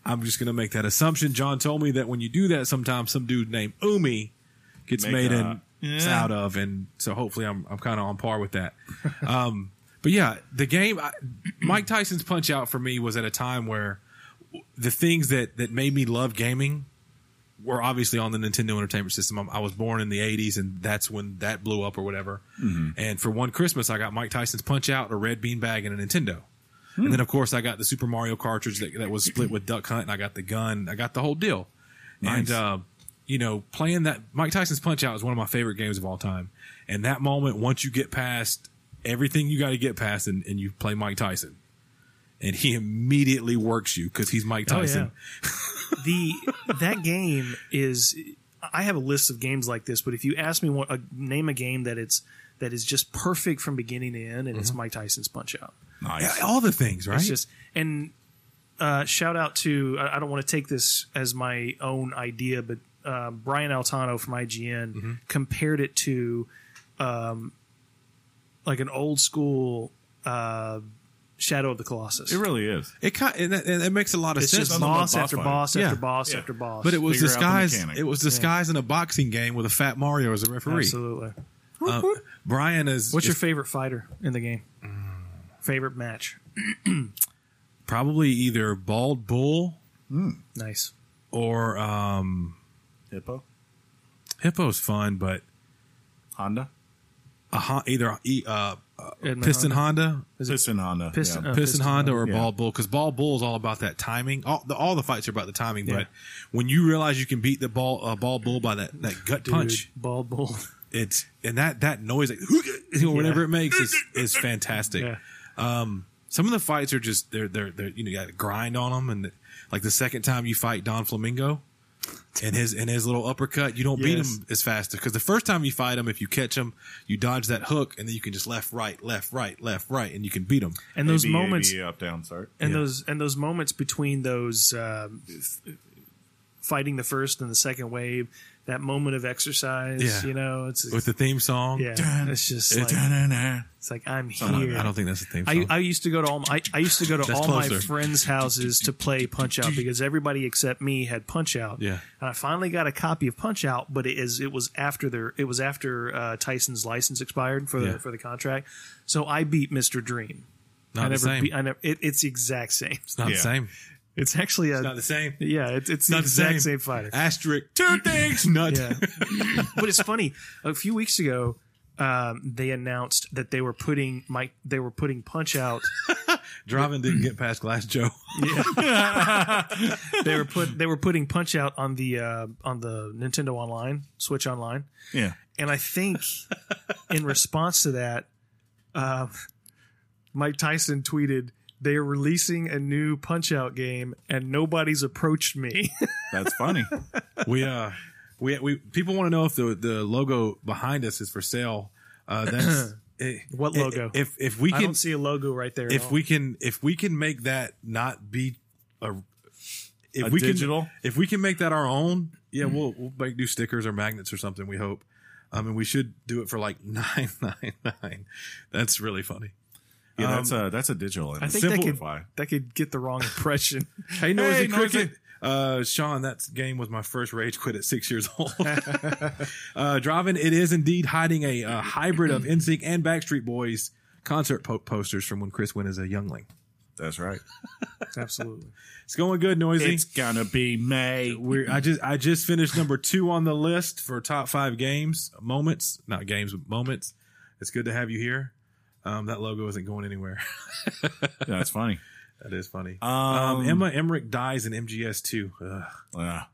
[SPEAKER 3] I'm just going to make that assumption. John told me that when you do that, sometimes some dude named Umi gets
[SPEAKER 2] Make
[SPEAKER 3] made
[SPEAKER 2] a-
[SPEAKER 3] an it's out of, and so hopefully I'm I'm kind of on par with that. um, but yeah, the game, I, Mike Tyson's punch out for me was at a time where the things that that made me love gaming were obviously on the Nintendo Entertainment System. I'm, I was born in the '80s, and that's when that blew up or whatever.
[SPEAKER 4] Mm-hmm.
[SPEAKER 3] And for one Christmas, I got Mike Tyson's Punch Out, a Red Bean Bag, and a Nintendo.
[SPEAKER 4] Hmm.
[SPEAKER 3] And then, of course, I got the Super Mario cartridge that, that was split with Duck Hunt, and I got the gun. I got the whole deal. And uh, you know, playing that Mike Tyson's Punch Out is one of my favorite games of all time. And that moment, once you get past everything you got to get past, and, and you play Mike Tyson, and he immediately works you because he's Mike
[SPEAKER 4] Oh, yeah.
[SPEAKER 3] Tyson.
[SPEAKER 4] the that game is I have a list of games like this, but if you ask me what a, name a game that it's that is just perfect from beginning to end, and it's Mike Tyson's Punch Out.
[SPEAKER 2] Nice.
[SPEAKER 3] Yeah, All the things, right?
[SPEAKER 4] It's just and uh, shout out to I, I don't want to take this as my own idea, but uh, Brian Altano from IGN
[SPEAKER 3] Mm-hmm.
[SPEAKER 4] compared it to um, like an old school uh, Shadow of the Colossus.
[SPEAKER 2] It really is.
[SPEAKER 3] it kind and that, and it makes a lot of
[SPEAKER 4] it's
[SPEAKER 3] sense.
[SPEAKER 4] just
[SPEAKER 2] on the
[SPEAKER 4] boss,
[SPEAKER 2] boss
[SPEAKER 4] after
[SPEAKER 2] fight.
[SPEAKER 4] boss
[SPEAKER 3] Yeah.
[SPEAKER 4] after boss
[SPEAKER 2] Yeah.
[SPEAKER 4] after boss.
[SPEAKER 3] but it was
[SPEAKER 2] figure out the
[SPEAKER 3] disguised.
[SPEAKER 2] mechanic.
[SPEAKER 3] It was disguised in a boxing game with a fat Mario as a referee.
[SPEAKER 4] absolutely.
[SPEAKER 3] Uh, Brian is
[SPEAKER 4] What's
[SPEAKER 3] is
[SPEAKER 4] your favorite fighter in the game?
[SPEAKER 3] Mm.
[SPEAKER 4] Favorite match?
[SPEAKER 3] probably either Bald Bull
[SPEAKER 4] Nice.
[SPEAKER 3] or um,
[SPEAKER 2] Hippo?
[SPEAKER 3] Hippo's fun, but
[SPEAKER 2] Honda?
[SPEAKER 3] a, Hon- either uh,
[SPEAKER 4] Edmund
[SPEAKER 3] Piston
[SPEAKER 4] Hunter.
[SPEAKER 3] Honda,
[SPEAKER 2] Piston Honda.
[SPEAKER 4] Piston-
[SPEAKER 2] yeah.
[SPEAKER 4] uh,
[SPEAKER 3] Piston Honda, or
[SPEAKER 2] yeah.
[SPEAKER 3] Bald Bull, because Bald Bull is all about that timing. All the, all the fights are about the timing,
[SPEAKER 4] Yeah.
[SPEAKER 3] but when you realize you can beat the ball uh, Bald Bull by that, that gut
[SPEAKER 4] Dude,
[SPEAKER 3] punch,
[SPEAKER 4] Bald Bull.
[SPEAKER 3] it's and that that noise, like, or whatever
[SPEAKER 4] Yeah.
[SPEAKER 3] it makes, is is fantastic.
[SPEAKER 4] Yeah.
[SPEAKER 3] Some of the fights are just they're they're, they're you know you got to grind on them, and like the second time you fight Don Flamingo. And his and his little uppercut, you don't beat
[SPEAKER 4] Yes.
[SPEAKER 3] him as fast because the first time you fight him, if you catch him, you dodge that hook, and then you can just left, right, left, right, left, right, and you can beat him.
[SPEAKER 4] And those
[SPEAKER 2] AB,
[SPEAKER 4] moments
[SPEAKER 2] AB, up, down, start.
[SPEAKER 4] and those and those moments between those um, f- fighting the first and the second wave, that moment of exercise,
[SPEAKER 3] Yeah.
[SPEAKER 4] you know, it's
[SPEAKER 3] with the theme song.
[SPEAKER 4] yeah, it's just like, it's like I'm
[SPEAKER 3] I
[SPEAKER 4] here.
[SPEAKER 3] don't- I don't think that's the theme song.
[SPEAKER 4] I, I used to go to all my, I, I used to go to
[SPEAKER 3] That's
[SPEAKER 4] all my
[SPEAKER 3] closer.
[SPEAKER 4] friends' houses to play Punch Out because everybody except me had Punch Out.
[SPEAKER 3] Yeah.
[SPEAKER 4] and I finally got a copy of Punch Out, but it is it was after their it was after uh, Tyson's license expired for the
[SPEAKER 3] Yeah.
[SPEAKER 4] for the contract, so I beat Mister Dream.
[SPEAKER 3] not
[SPEAKER 4] I
[SPEAKER 3] the
[SPEAKER 4] never
[SPEAKER 3] same.
[SPEAKER 4] beat. I never. It, it's the exact same.
[SPEAKER 3] it's not
[SPEAKER 2] Yeah.
[SPEAKER 3] the same.
[SPEAKER 4] It's actually a
[SPEAKER 3] the same.
[SPEAKER 4] yeah. It's it's the
[SPEAKER 3] not the
[SPEAKER 4] exact
[SPEAKER 3] same.
[SPEAKER 4] same fighter.
[SPEAKER 3] Asterisk. Two things. Nut.
[SPEAKER 4] Yeah. but it's funny. A few weeks ago, um, they announced that they were putting Mike. They were putting Punch Out.
[SPEAKER 3] Driving didn't get past Glass Joe.
[SPEAKER 4] They were put. They were putting Punch Out on the uh, on the Nintendo Online Switch Online,
[SPEAKER 2] Yeah.
[SPEAKER 4] and I think in response to that, uh, Mike Tyson tweeted. They are releasing a new Punch Out game, and nobody's approached me.
[SPEAKER 2] That's funny.
[SPEAKER 3] we uh, we we people want to know if the the logo behind us is for sale. Uh, that's it,
[SPEAKER 4] What
[SPEAKER 3] it-
[SPEAKER 4] logo?
[SPEAKER 3] If if we
[SPEAKER 4] I
[SPEAKER 3] can
[SPEAKER 4] don't see a logo right there. at
[SPEAKER 3] if
[SPEAKER 4] all.
[SPEAKER 3] we can if we can make that not be a if
[SPEAKER 2] A
[SPEAKER 3] we
[SPEAKER 2] digital? Hmm.
[SPEAKER 3] can if we can make that our own yeah we'll we'll make new stickers or magnets or something we hope um and we should do it for like 999 that's really funny
[SPEAKER 2] Yeah, that's a that's a digital.
[SPEAKER 4] I think that could,
[SPEAKER 2] simplify.
[SPEAKER 4] that could get the wrong impression.
[SPEAKER 3] hey noisy
[SPEAKER 2] Hey, Noisy.
[SPEAKER 3] cricket uh sean that game was my first rage quit at six years old uh driving it is indeed hiding a, uh hybrid of NSYNC and backstreet boys concert po- posters from when chris went as a youngling
[SPEAKER 2] That's right.
[SPEAKER 4] Absolutely.
[SPEAKER 3] it's going good noisy
[SPEAKER 2] It's gonna be May.
[SPEAKER 3] We're, I just I just finished number two on the list for top five games moments, not games but moments. It's good to have you here. Um, that logo isn't going anywhere.
[SPEAKER 2] That's funny.
[SPEAKER 3] that is funny.
[SPEAKER 2] Um,
[SPEAKER 3] Um, Emma Emmerich dies in MGS two.
[SPEAKER 2] Yeah.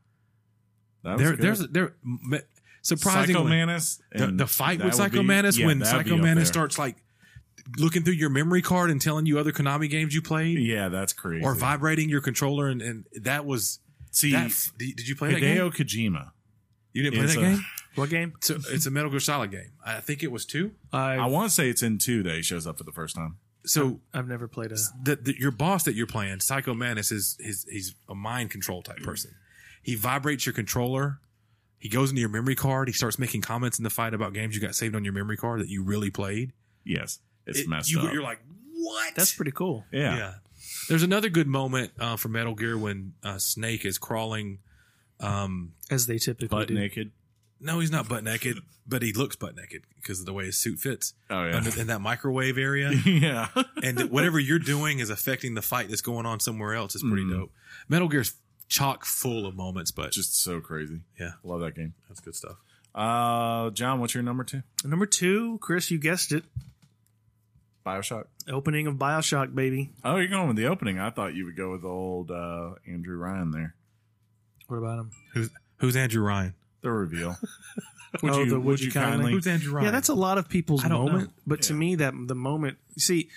[SPEAKER 2] That was
[SPEAKER 3] There,
[SPEAKER 2] good.
[SPEAKER 3] there's there m-
[SPEAKER 2] Psycho
[SPEAKER 3] surprisingly
[SPEAKER 2] Manus.
[SPEAKER 3] the,
[SPEAKER 2] and
[SPEAKER 3] the fight with
[SPEAKER 2] that would be-
[SPEAKER 3] Psycho Manus
[SPEAKER 2] yeah,
[SPEAKER 3] when
[SPEAKER 2] that would be
[SPEAKER 3] Psycho
[SPEAKER 2] up there.
[SPEAKER 3] Manus starts like looking through your memory card and telling you other Konami games you played
[SPEAKER 2] Yeah, that's crazy.
[SPEAKER 3] or vibrating your controller and, and that was
[SPEAKER 2] See,
[SPEAKER 3] that, did did you play that game?
[SPEAKER 2] Hideo Kojima.
[SPEAKER 3] You didn't play
[SPEAKER 2] is
[SPEAKER 3] that
[SPEAKER 2] a-
[SPEAKER 3] game?
[SPEAKER 4] What game?
[SPEAKER 3] It's a, it's a Metal Gear Solid game. I think it was two.
[SPEAKER 2] I
[SPEAKER 4] I've,
[SPEAKER 2] want to say it's in two that he shows up for the first time.
[SPEAKER 3] So
[SPEAKER 4] I've never played a.
[SPEAKER 3] the, the, your boss that you're playing, Psycho Manus, is his he's a mind control type person. He vibrates your controller. He goes into your memory card. He starts making comments in the fight about games you got saved on your memory card that you really played.
[SPEAKER 2] Yes, it's
[SPEAKER 3] It-
[SPEAKER 2] messed
[SPEAKER 3] you,
[SPEAKER 2] up.
[SPEAKER 3] You're like, what?
[SPEAKER 4] That's pretty cool.
[SPEAKER 2] yeah.
[SPEAKER 3] yeah. There's another good moment uh, for Metal Gear when uh, Snake is crawling. Um,
[SPEAKER 4] As they typically
[SPEAKER 2] butt
[SPEAKER 4] do.
[SPEAKER 2] naked.
[SPEAKER 3] No, he's not butt naked, but he looks butt naked because of the way his suit fits
[SPEAKER 2] Oh, yeah.
[SPEAKER 3] Under- in that microwave area.
[SPEAKER 2] yeah.
[SPEAKER 3] and whatever you're doing is affecting the fight that's going on somewhere else. It's pretty dope. Metal Gear's chock full of moments, but Mm-hmm. just
[SPEAKER 2] Just so crazy.
[SPEAKER 3] Yeah.
[SPEAKER 2] Love that game.
[SPEAKER 3] that's good stuff.
[SPEAKER 2] Uh, John, what's your number two?
[SPEAKER 4] Number two, Chris, you guessed it.
[SPEAKER 2] Bioshock.
[SPEAKER 4] Opening of Bioshock, baby.
[SPEAKER 2] Oh, you're going with the opening. I thought you would go with old uh, Andrew Ryan there.
[SPEAKER 4] What about him?
[SPEAKER 3] Who's who's Andrew Ryan?
[SPEAKER 2] The reveal.
[SPEAKER 4] Oh, the would you kindly?
[SPEAKER 3] Who's Andrew Ryan?
[SPEAKER 4] Yeah, that's a lot of people's
[SPEAKER 3] I don't
[SPEAKER 4] moment.
[SPEAKER 3] know.
[SPEAKER 4] But to me, that the moment. See,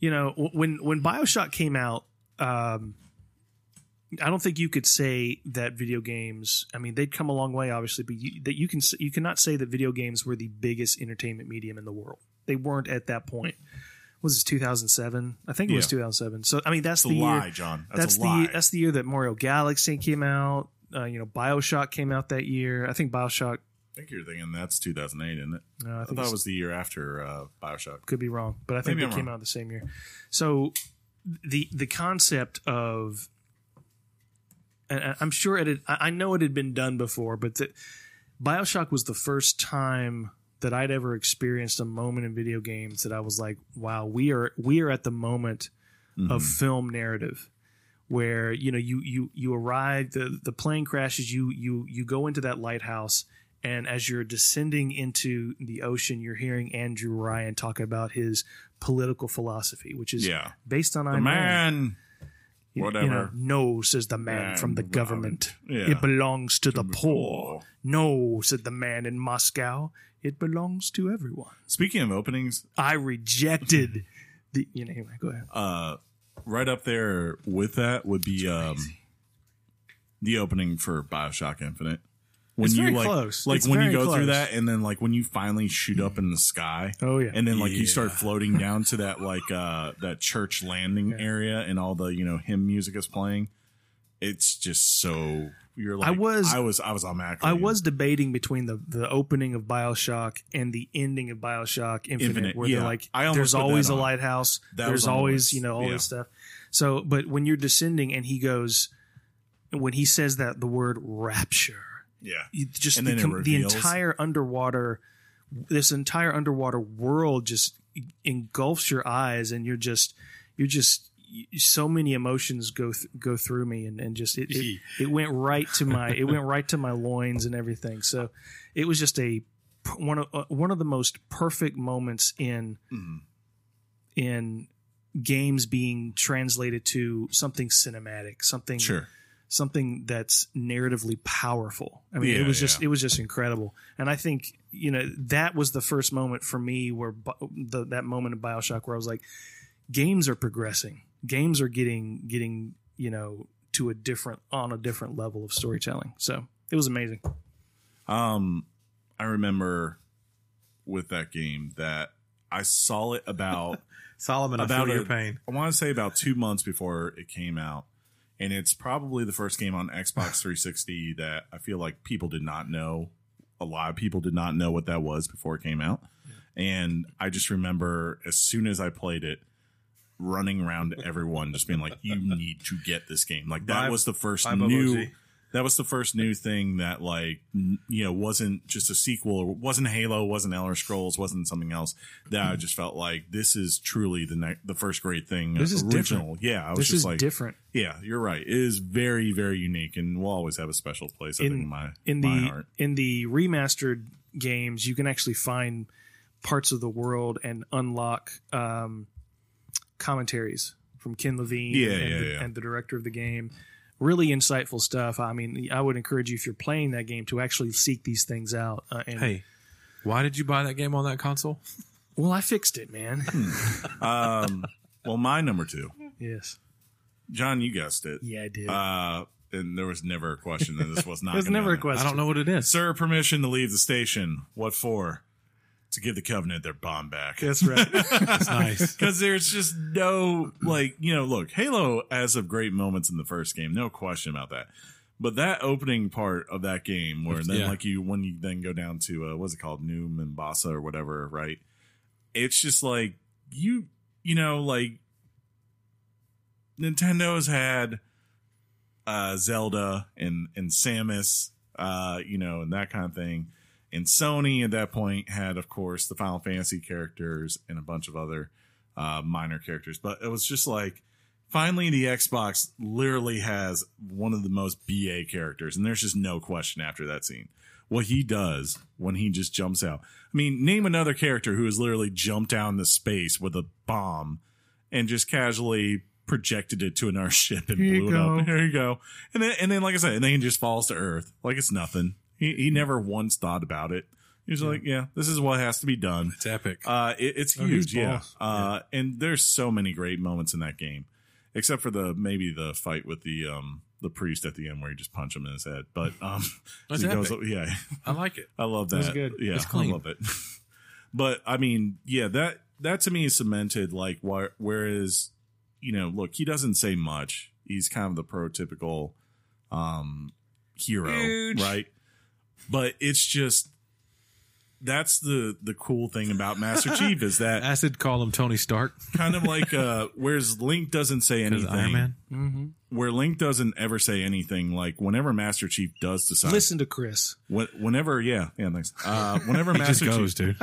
[SPEAKER 4] you know, w- when when Bioshock came out, um, I don't think you could say that video games. I mean, they'd come a long way, obviously, but you, that you can s- you cannot say that video games were the biggest entertainment medium in the world. They weren't at that point. Was this 2007? I think it was
[SPEAKER 2] Yeah.
[SPEAKER 4] 2007. So I mean, that's
[SPEAKER 2] It's a
[SPEAKER 4] the year-
[SPEAKER 2] lie, John. That's,
[SPEAKER 4] that's
[SPEAKER 2] a lie.
[SPEAKER 4] the that's the year that Mario Galaxy came out. Uh, you know, Bioshock came out that year. I think Bioshock.
[SPEAKER 2] I think you're thinking that's 2008, isn't it?
[SPEAKER 4] No, I
[SPEAKER 2] I
[SPEAKER 4] think
[SPEAKER 2] thought
[SPEAKER 4] it's-
[SPEAKER 2] it was the year after uh, Bioshock.
[SPEAKER 4] could be wrong, but I think
[SPEAKER 2] Maybe
[SPEAKER 4] they
[SPEAKER 2] I'm
[SPEAKER 4] came
[SPEAKER 2] wrong.
[SPEAKER 4] out the same year. So the the concept of and I- I'm sure it had, I I know it had been done before, but the, BioShock was the first time that I'd ever experienced a moment in video games that I was like, wow, we are we are at the moment
[SPEAKER 2] Mm-hmm.
[SPEAKER 4] of film narrative where you know you you you arrive the the plane crashes you you you go into that lighthouse and as you're descending into the ocean you're hearing Andrew Ryan talk about his political philosophy which is
[SPEAKER 2] Yeah.
[SPEAKER 4] based on
[SPEAKER 2] The
[SPEAKER 4] Ayn Rand.
[SPEAKER 2] man.
[SPEAKER 4] You- you
[SPEAKER 2] Whatever.
[SPEAKER 4] know, no says the man
[SPEAKER 2] Man,
[SPEAKER 4] from the
[SPEAKER 2] Robin.
[SPEAKER 4] government
[SPEAKER 2] Yeah.
[SPEAKER 4] it belongs to the
[SPEAKER 2] poor.
[SPEAKER 4] poor no said the man in Moscow it belongs to everyone
[SPEAKER 2] Speaking of openings,
[SPEAKER 4] I rejected the you know anyway go ahead
[SPEAKER 2] uh, right up there with that would be um, the opening for Bioshock Infinite. When
[SPEAKER 4] It's
[SPEAKER 2] you
[SPEAKER 4] very
[SPEAKER 2] like,
[SPEAKER 4] close.
[SPEAKER 2] like
[SPEAKER 4] It's
[SPEAKER 2] when you
[SPEAKER 4] very
[SPEAKER 2] go through
[SPEAKER 4] close.
[SPEAKER 2] that, and then like when you finally shoot up in the sky,
[SPEAKER 4] Oh, yeah.
[SPEAKER 2] and then like you
[SPEAKER 3] Yeah.
[SPEAKER 2] start floating down to that like uh that church landing area, and all the you know hymn music is playing. It's just so you're like
[SPEAKER 4] I was-
[SPEAKER 2] I was I was automatically
[SPEAKER 4] I was debating between the the opening of Bioshock and the ending of Bioshock Infinite,
[SPEAKER 2] Infinite,
[SPEAKER 4] where
[SPEAKER 2] yeah.
[SPEAKER 4] they're like,
[SPEAKER 2] I almost
[SPEAKER 4] "There's
[SPEAKER 2] put that
[SPEAKER 4] always a
[SPEAKER 2] on.
[SPEAKER 4] lighthouse.
[SPEAKER 2] That was
[SPEAKER 4] there's
[SPEAKER 2] on the
[SPEAKER 4] always
[SPEAKER 2] list.
[SPEAKER 4] you know all
[SPEAKER 2] Yeah.
[SPEAKER 4] this stuff." So, but when you're descending and he goes, when he says that the word rapture,
[SPEAKER 2] yeah
[SPEAKER 4] you just
[SPEAKER 2] And
[SPEAKER 4] the,
[SPEAKER 2] then it
[SPEAKER 4] com- the
[SPEAKER 2] reveals-
[SPEAKER 4] entire underwater, this entire underwater world just engulfs your eyes, and you're just you're just so many emotions go th- go through me and, and just it, it, it went right to my it went right to my loins and everything so it was just a p- one of uh, one of the most perfect moments in in games being translated to something cinematic something
[SPEAKER 2] sure
[SPEAKER 4] something that's narratively powerful. I mean,
[SPEAKER 2] Yeah,
[SPEAKER 4] it was just
[SPEAKER 2] yeah.
[SPEAKER 4] it was just incredible. And I think you know that was the first moment for me where Bi- the, that moment in Bioshock where I was like, games are progressing, games are getting getting you know to a different on a different level of storytelling. So it was amazing.
[SPEAKER 2] Um, I remember with that game that I saw it about
[SPEAKER 3] Solomon. I
[SPEAKER 2] about
[SPEAKER 3] feel
[SPEAKER 2] a-
[SPEAKER 3] your pain.
[SPEAKER 2] I want to say about two months before it came out, and it's probably the first game on Xbox 360 that I feel like people did not know. A lot of people did not know what that was before it came out, and I just remember as soon as I played it. Running around to everyone, just being like, "You need to get this game!" Like that
[SPEAKER 3] Bye-
[SPEAKER 2] was the first
[SPEAKER 3] bye, Bubba
[SPEAKER 2] new,
[SPEAKER 3] G.
[SPEAKER 2] that was the first new thing that like n- you know wasn't just a sequel or wasn't halo wasn't elder scrolls wasn't something else that
[SPEAKER 4] Mm-hmm.
[SPEAKER 2] i just felt like this is truly the ne- the first great thing uh,
[SPEAKER 4] This is
[SPEAKER 2] original yeah i was
[SPEAKER 4] This
[SPEAKER 2] just
[SPEAKER 4] is
[SPEAKER 2] like
[SPEAKER 4] different
[SPEAKER 2] yeah you're right it is very very unique and will always have a special place i
[SPEAKER 4] In-
[SPEAKER 2] think in my
[SPEAKER 4] in
[SPEAKER 2] my
[SPEAKER 4] the
[SPEAKER 2] heart
[SPEAKER 4] in the remastered games. You can actually find parts of the world and unlock um, commentaries from Ken Levine
[SPEAKER 2] Yeah,
[SPEAKER 4] and,
[SPEAKER 2] yeah,
[SPEAKER 4] the,
[SPEAKER 2] yeah.
[SPEAKER 4] and the director of the game. Really insightful stuff. I mean, I would encourage you if you're playing that game to actually seek these things out. Uh, and,
[SPEAKER 3] Hey, why did you buy that game on that console?
[SPEAKER 4] well, I fixed it, man.
[SPEAKER 2] Hmm. um well my number two
[SPEAKER 4] yes,
[SPEAKER 2] john you guessed it
[SPEAKER 4] yeah, I did.
[SPEAKER 2] uh and there was never a question that this was not
[SPEAKER 4] There's
[SPEAKER 2] gonna be
[SPEAKER 4] never
[SPEAKER 2] on
[SPEAKER 4] a
[SPEAKER 2] there.
[SPEAKER 4] question.
[SPEAKER 3] I don't know what it is.
[SPEAKER 2] sir permission to leave the station what for to give the covenant their bond back
[SPEAKER 4] That's right.
[SPEAKER 3] That's nice.
[SPEAKER 2] because there's just no like you know look halo has some great moments in the first game no question about that but that opening part of that game where then
[SPEAKER 3] Yeah.
[SPEAKER 2] like you when you then go down to uh, what's it called new mombasa or whatever right it's just like you you know like Nintendo's had uh, Zelda and and Samus uh, you know, and that kind of thing. And Sony at that point had, of course, the Final Fantasy characters and a bunch of other uh, minor characters. But it was just like, finally, the Xbox literally has one of the most BA characters, and there's just no question after that scene. What he does when he just jumps out. I mean, name another character who has literally jumped out into space with a bomb and just casually projected it to another ship and
[SPEAKER 4] Here you
[SPEAKER 2] blew it up.
[SPEAKER 4] go.
[SPEAKER 2] Here you go. And then, and then, like I said, and then he just falls to Earth like it's nothing. He, he never once thought about it. He was like, yeah, this is what has to be done.
[SPEAKER 3] It's epic.
[SPEAKER 2] Uh, it, it's
[SPEAKER 3] Oh, he's
[SPEAKER 2] huge, yeah.
[SPEAKER 3] boss.
[SPEAKER 2] Uh, and there's so many great moments in that game, except for the maybe the fight with the um the priest at the end where you just punch him in his head. But um,
[SPEAKER 3] That's
[SPEAKER 2] he goes-
[SPEAKER 3] epic.
[SPEAKER 2] yeah,
[SPEAKER 3] I like it.
[SPEAKER 2] I love that.
[SPEAKER 5] That's good.
[SPEAKER 2] Yeah,
[SPEAKER 3] It's clean.
[SPEAKER 2] I love it. but I mean, yeah, that that to me is cemented. Like, why, whereas you know, look, he doesn't say much. He's kind of the prototypical um hero,
[SPEAKER 3] Huge.
[SPEAKER 2] right? But it's just that's the the cool thing about Master Chief is that
[SPEAKER 3] Acid call him Tony Stark
[SPEAKER 2] kind of like uh whereas Link doesn't say
[SPEAKER 3] because
[SPEAKER 2] anything.
[SPEAKER 3] Iron Man.
[SPEAKER 4] Mm-hmm.
[SPEAKER 2] Where Link doesn't ever say anything, like whenever Master Chief does decide,
[SPEAKER 5] Listen to Chris.
[SPEAKER 2] when- whenever yeah, yeah, thanks. Uh, whenever
[SPEAKER 3] He just
[SPEAKER 2] Master Chief
[SPEAKER 3] goes, dude.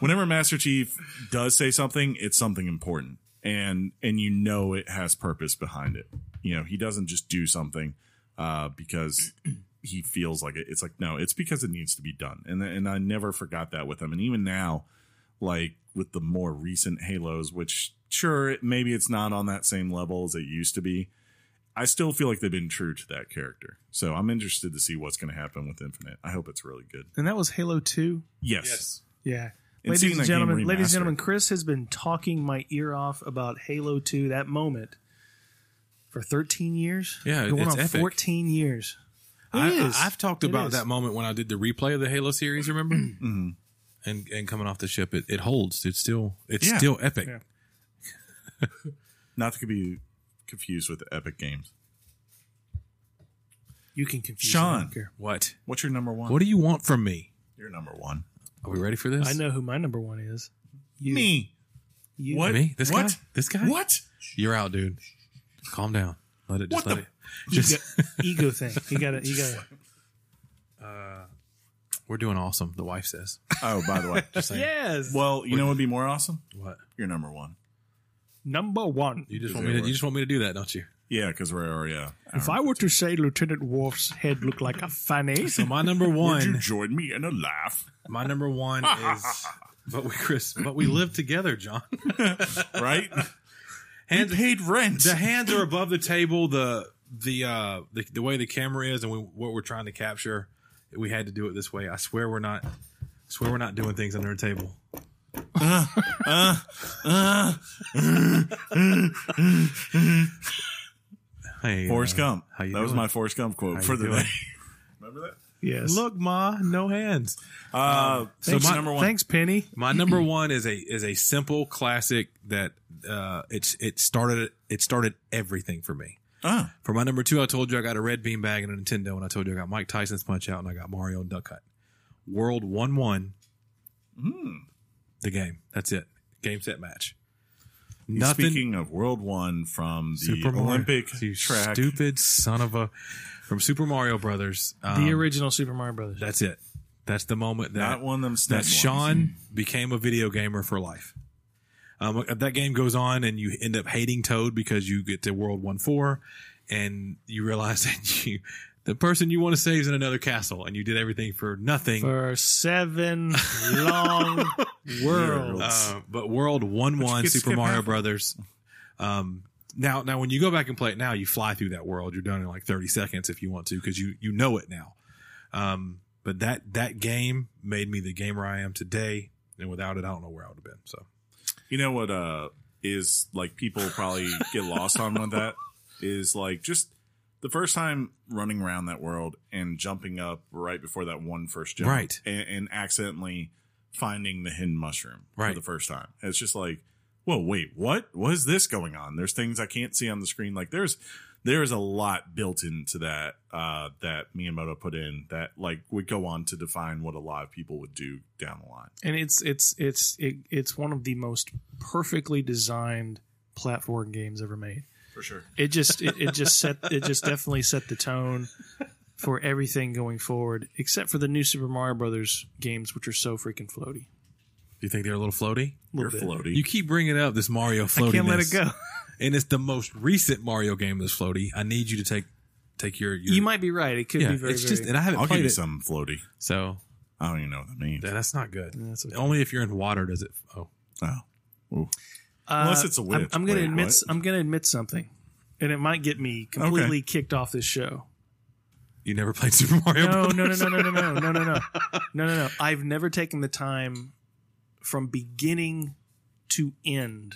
[SPEAKER 2] whenever Master Chief does say something, it's something important, and and you know it has purpose behind it. You know, he doesn't just do something uh, because he feels like it. It's like no, it's because it needs to be done, and and I never forgot that with him, and even now, like with the more recent Halos, which sure it, maybe it's not on that same level as it used to be. I still feel like they've been true to that character, so I'm interested to see what's going to happen with Infinite. I hope it's really good.
[SPEAKER 4] And that was Halo Two.
[SPEAKER 2] Yes,
[SPEAKER 4] Yeah.
[SPEAKER 2] And
[SPEAKER 4] ladies
[SPEAKER 2] seeing
[SPEAKER 4] and
[SPEAKER 2] that game
[SPEAKER 4] gentlemen, ladies and
[SPEAKER 2] remastered.
[SPEAKER 4] gentlemen, Chris has been talking my ear off about Halo 2, that moment, for 13 years.
[SPEAKER 3] Yeah,
[SPEAKER 4] going
[SPEAKER 3] it's
[SPEAKER 4] on
[SPEAKER 3] epic.
[SPEAKER 4] 14 years. It
[SPEAKER 3] I,
[SPEAKER 4] is.
[SPEAKER 3] I, have talked
[SPEAKER 4] It
[SPEAKER 3] about
[SPEAKER 4] is.
[SPEAKER 3] that moment when I did the replay of the Halo series. Remember, mm-hmm. and and coming off the ship, it, it holds. It's still it's
[SPEAKER 2] Yeah.
[SPEAKER 3] still epic.
[SPEAKER 4] Yeah.
[SPEAKER 2] not to be confused with Epic Games.
[SPEAKER 4] You can confuse.
[SPEAKER 2] Sean.
[SPEAKER 4] me, I don't care.
[SPEAKER 3] What?
[SPEAKER 2] What's your number one?
[SPEAKER 3] What do you want from me?
[SPEAKER 2] your number one?
[SPEAKER 3] Are we ready for this?
[SPEAKER 4] I know who my number one is. You.
[SPEAKER 2] Me.
[SPEAKER 4] You.
[SPEAKER 2] What?
[SPEAKER 3] Me? This
[SPEAKER 2] What?
[SPEAKER 3] guy? This guy?
[SPEAKER 2] What?
[SPEAKER 3] You're out, dude. Calm down. Let it. Just
[SPEAKER 2] What
[SPEAKER 3] let it.
[SPEAKER 4] Ego,
[SPEAKER 3] Just
[SPEAKER 4] ego thing. You got to You got to
[SPEAKER 3] we're doing awesome. The wife says.
[SPEAKER 2] Oh, by the way.
[SPEAKER 3] Just saying.
[SPEAKER 4] Yes.
[SPEAKER 2] well, you know what would be more awesome?
[SPEAKER 3] What?
[SPEAKER 2] Your number one.
[SPEAKER 4] Number one.
[SPEAKER 3] You just want me to, you just want me to do that, don't you?
[SPEAKER 2] Yeah, because we're already. Uh,
[SPEAKER 4] If I were to say Lieutenant Worf's head looked like a fanny,
[SPEAKER 3] So my number
[SPEAKER 2] would you
[SPEAKER 3] one.
[SPEAKER 2] join me in a laugh?
[SPEAKER 3] my number one is. But we, Chris. But we live together, John.
[SPEAKER 2] Right?
[SPEAKER 3] Hands
[SPEAKER 2] Paid rent.
[SPEAKER 3] the hands are above the table. The the uh the, the way the camera is and we, what we're trying to capture, we had to do it this way. I swear we're not. I swear we're not doing things under a table. Hey, uh,
[SPEAKER 2] Forrest Gump.
[SPEAKER 3] how you
[SPEAKER 2] that was
[SPEAKER 3] doing?
[SPEAKER 2] my Forrest Gump quote
[SPEAKER 3] How
[SPEAKER 2] for
[SPEAKER 3] you
[SPEAKER 2] the
[SPEAKER 3] doing?
[SPEAKER 2] day. Remember
[SPEAKER 4] yes.
[SPEAKER 3] Look, ma, no hands.
[SPEAKER 2] that? Uh, so
[SPEAKER 4] Thanks,
[SPEAKER 2] my number one.
[SPEAKER 4] Thanks, Penny.
[SPEAKER 3] My number one is a is a simple classic that uh, it's it started it started everything for me.
[SPEAKER 2] Ah,
[SPEAKER 3] For my number two, I told you I got a red bean bag and a Nintendo, and I told you I got Mike Tyson's Punch Out, and I got Mario and Duck Hunt. World One One,
[SPEAKER 2] Hmm.
[SPEAKER 3] the game. That's it. Game set match. Nothing.
[SPEAKER 2] Speaking of World One from the
[SPEAKER 3] Super Mario-
[SPEAKER 2] Olympic
[SPEAKER 3] you
[SPEAKER 2] track.
[SPEAKER 3] stupid son of a from Super Mario Brothers. Um,
[SPEAKER 4] the original Super Mario Brothers.
[SPEAKER 3] that's it. That's the moment that
[SPEAKER 2] Not one Mm-hmm. of them stuff.
[SPEAKER 3] that Sean became a video gamer for life. Um, that game goes on, and you end up hating Toad because you get to World One Four, and you realize that you, the person you want to save is in another castle, and you did everything for nothing.
[SPEAKER 4] for seven long worlds.
[SPEAKER 3] Uh, but World One
[SPEAKER 2] you
[SPEAKER 3] One
[SPEAKER 2] could
[SPEAKER 3] Super
[SPEAKER 2] skip
[SPEAKER 3] Mario
[SPEAKER 2] half.
[SPEAKER 3] Brothers. Um, now, now when you go back and play it now, you fly through that world. You're done in like 30 seconds if you want to, because you you know it now. Um, but that that game made me the gamer I am today, and without it, I don't know where I would have been. So.
[SPEAKER 2] You know what uh is like people probably get lost on with that is like just the first time running around that world and jumping up right before that one first jump,
[SPEAKER 3] Right.
[SPEAKER 2] And, and accidentally finding the hidden mushroom
[SPEAKER 3] Right.
[SPEAKER 2] for the first time. It's just like, whoa, wait, what? What is this going on? There's things I can't see on the screen. Like there's there is a lot built into that uh, that Miyamoto put in that like would go on to define what a lot of people would do down the line.
[SPEAKER 4] and it's it's it's it, it's one of the most perfectly designed platform games ever made.
[SPEAKER 2] For sure.
[SPEAKER 4] It just it, it just set it just definitely set the tone for everything going forward, except for the new Super Mario Brothers games, which are so freaking floaty.
[SPEAKER 3] Do you think they're a little floaty?
[SPEAKER 2] You're
[SPEAKER 4] Little bit.
[SPEAKER 2] floaty.
[SPEAKER 3] You keep bringing up this Mario floaty.
[SPEAKER 4] Can't let it go.
[SPEAKER 3] And it's the most recent Mario game that's floaty. I need you to take take your, your
[SPEAKER 4] You might be right. It could
[SPEAKER 3] yeah.
[SPEAKER 4] be very,
[SPEAKER 3] it's
[SPEAKER 4] very.
[SPEAKER 3] just and I haven't
[SPEAKER 2] I'll give
[SPEAKER 3] played
[SPEAKER 2] you
[SPEAKER 3] it.
[SPEAKER 2] something floaty.
[SPEAKER 3] So
[SPEAKER 2] I don't even know what that means.
[SPEAKER 3] yeah, that's not good.
[SPEAKER 4] That's okay.
[SPEAKER 3] Only if you're in water does it. Oh,
[SPEAKER 2] oh. Ooh.
[SPEAKER 4] Uh,
[SPEAKER 2] Unless it's a witch.
[SPEAKER 4] I'm, I'm going to
[SPEAKER 2] Wait,
[SPEAKER 4] admit.
[SPEAKER 2] what?
[SPEAKER 4] I'm going to admit something, and it might get me completely kicked off this show.
[SPEAKER 3] you never played Super Mario?
[SPEAKER 4] No,
[SPEAKER 3] Brothers?
[SPEAKER 4] no, no, no, no, no, no, no, no, no, no, no, no. I've never taken the time from beginning to end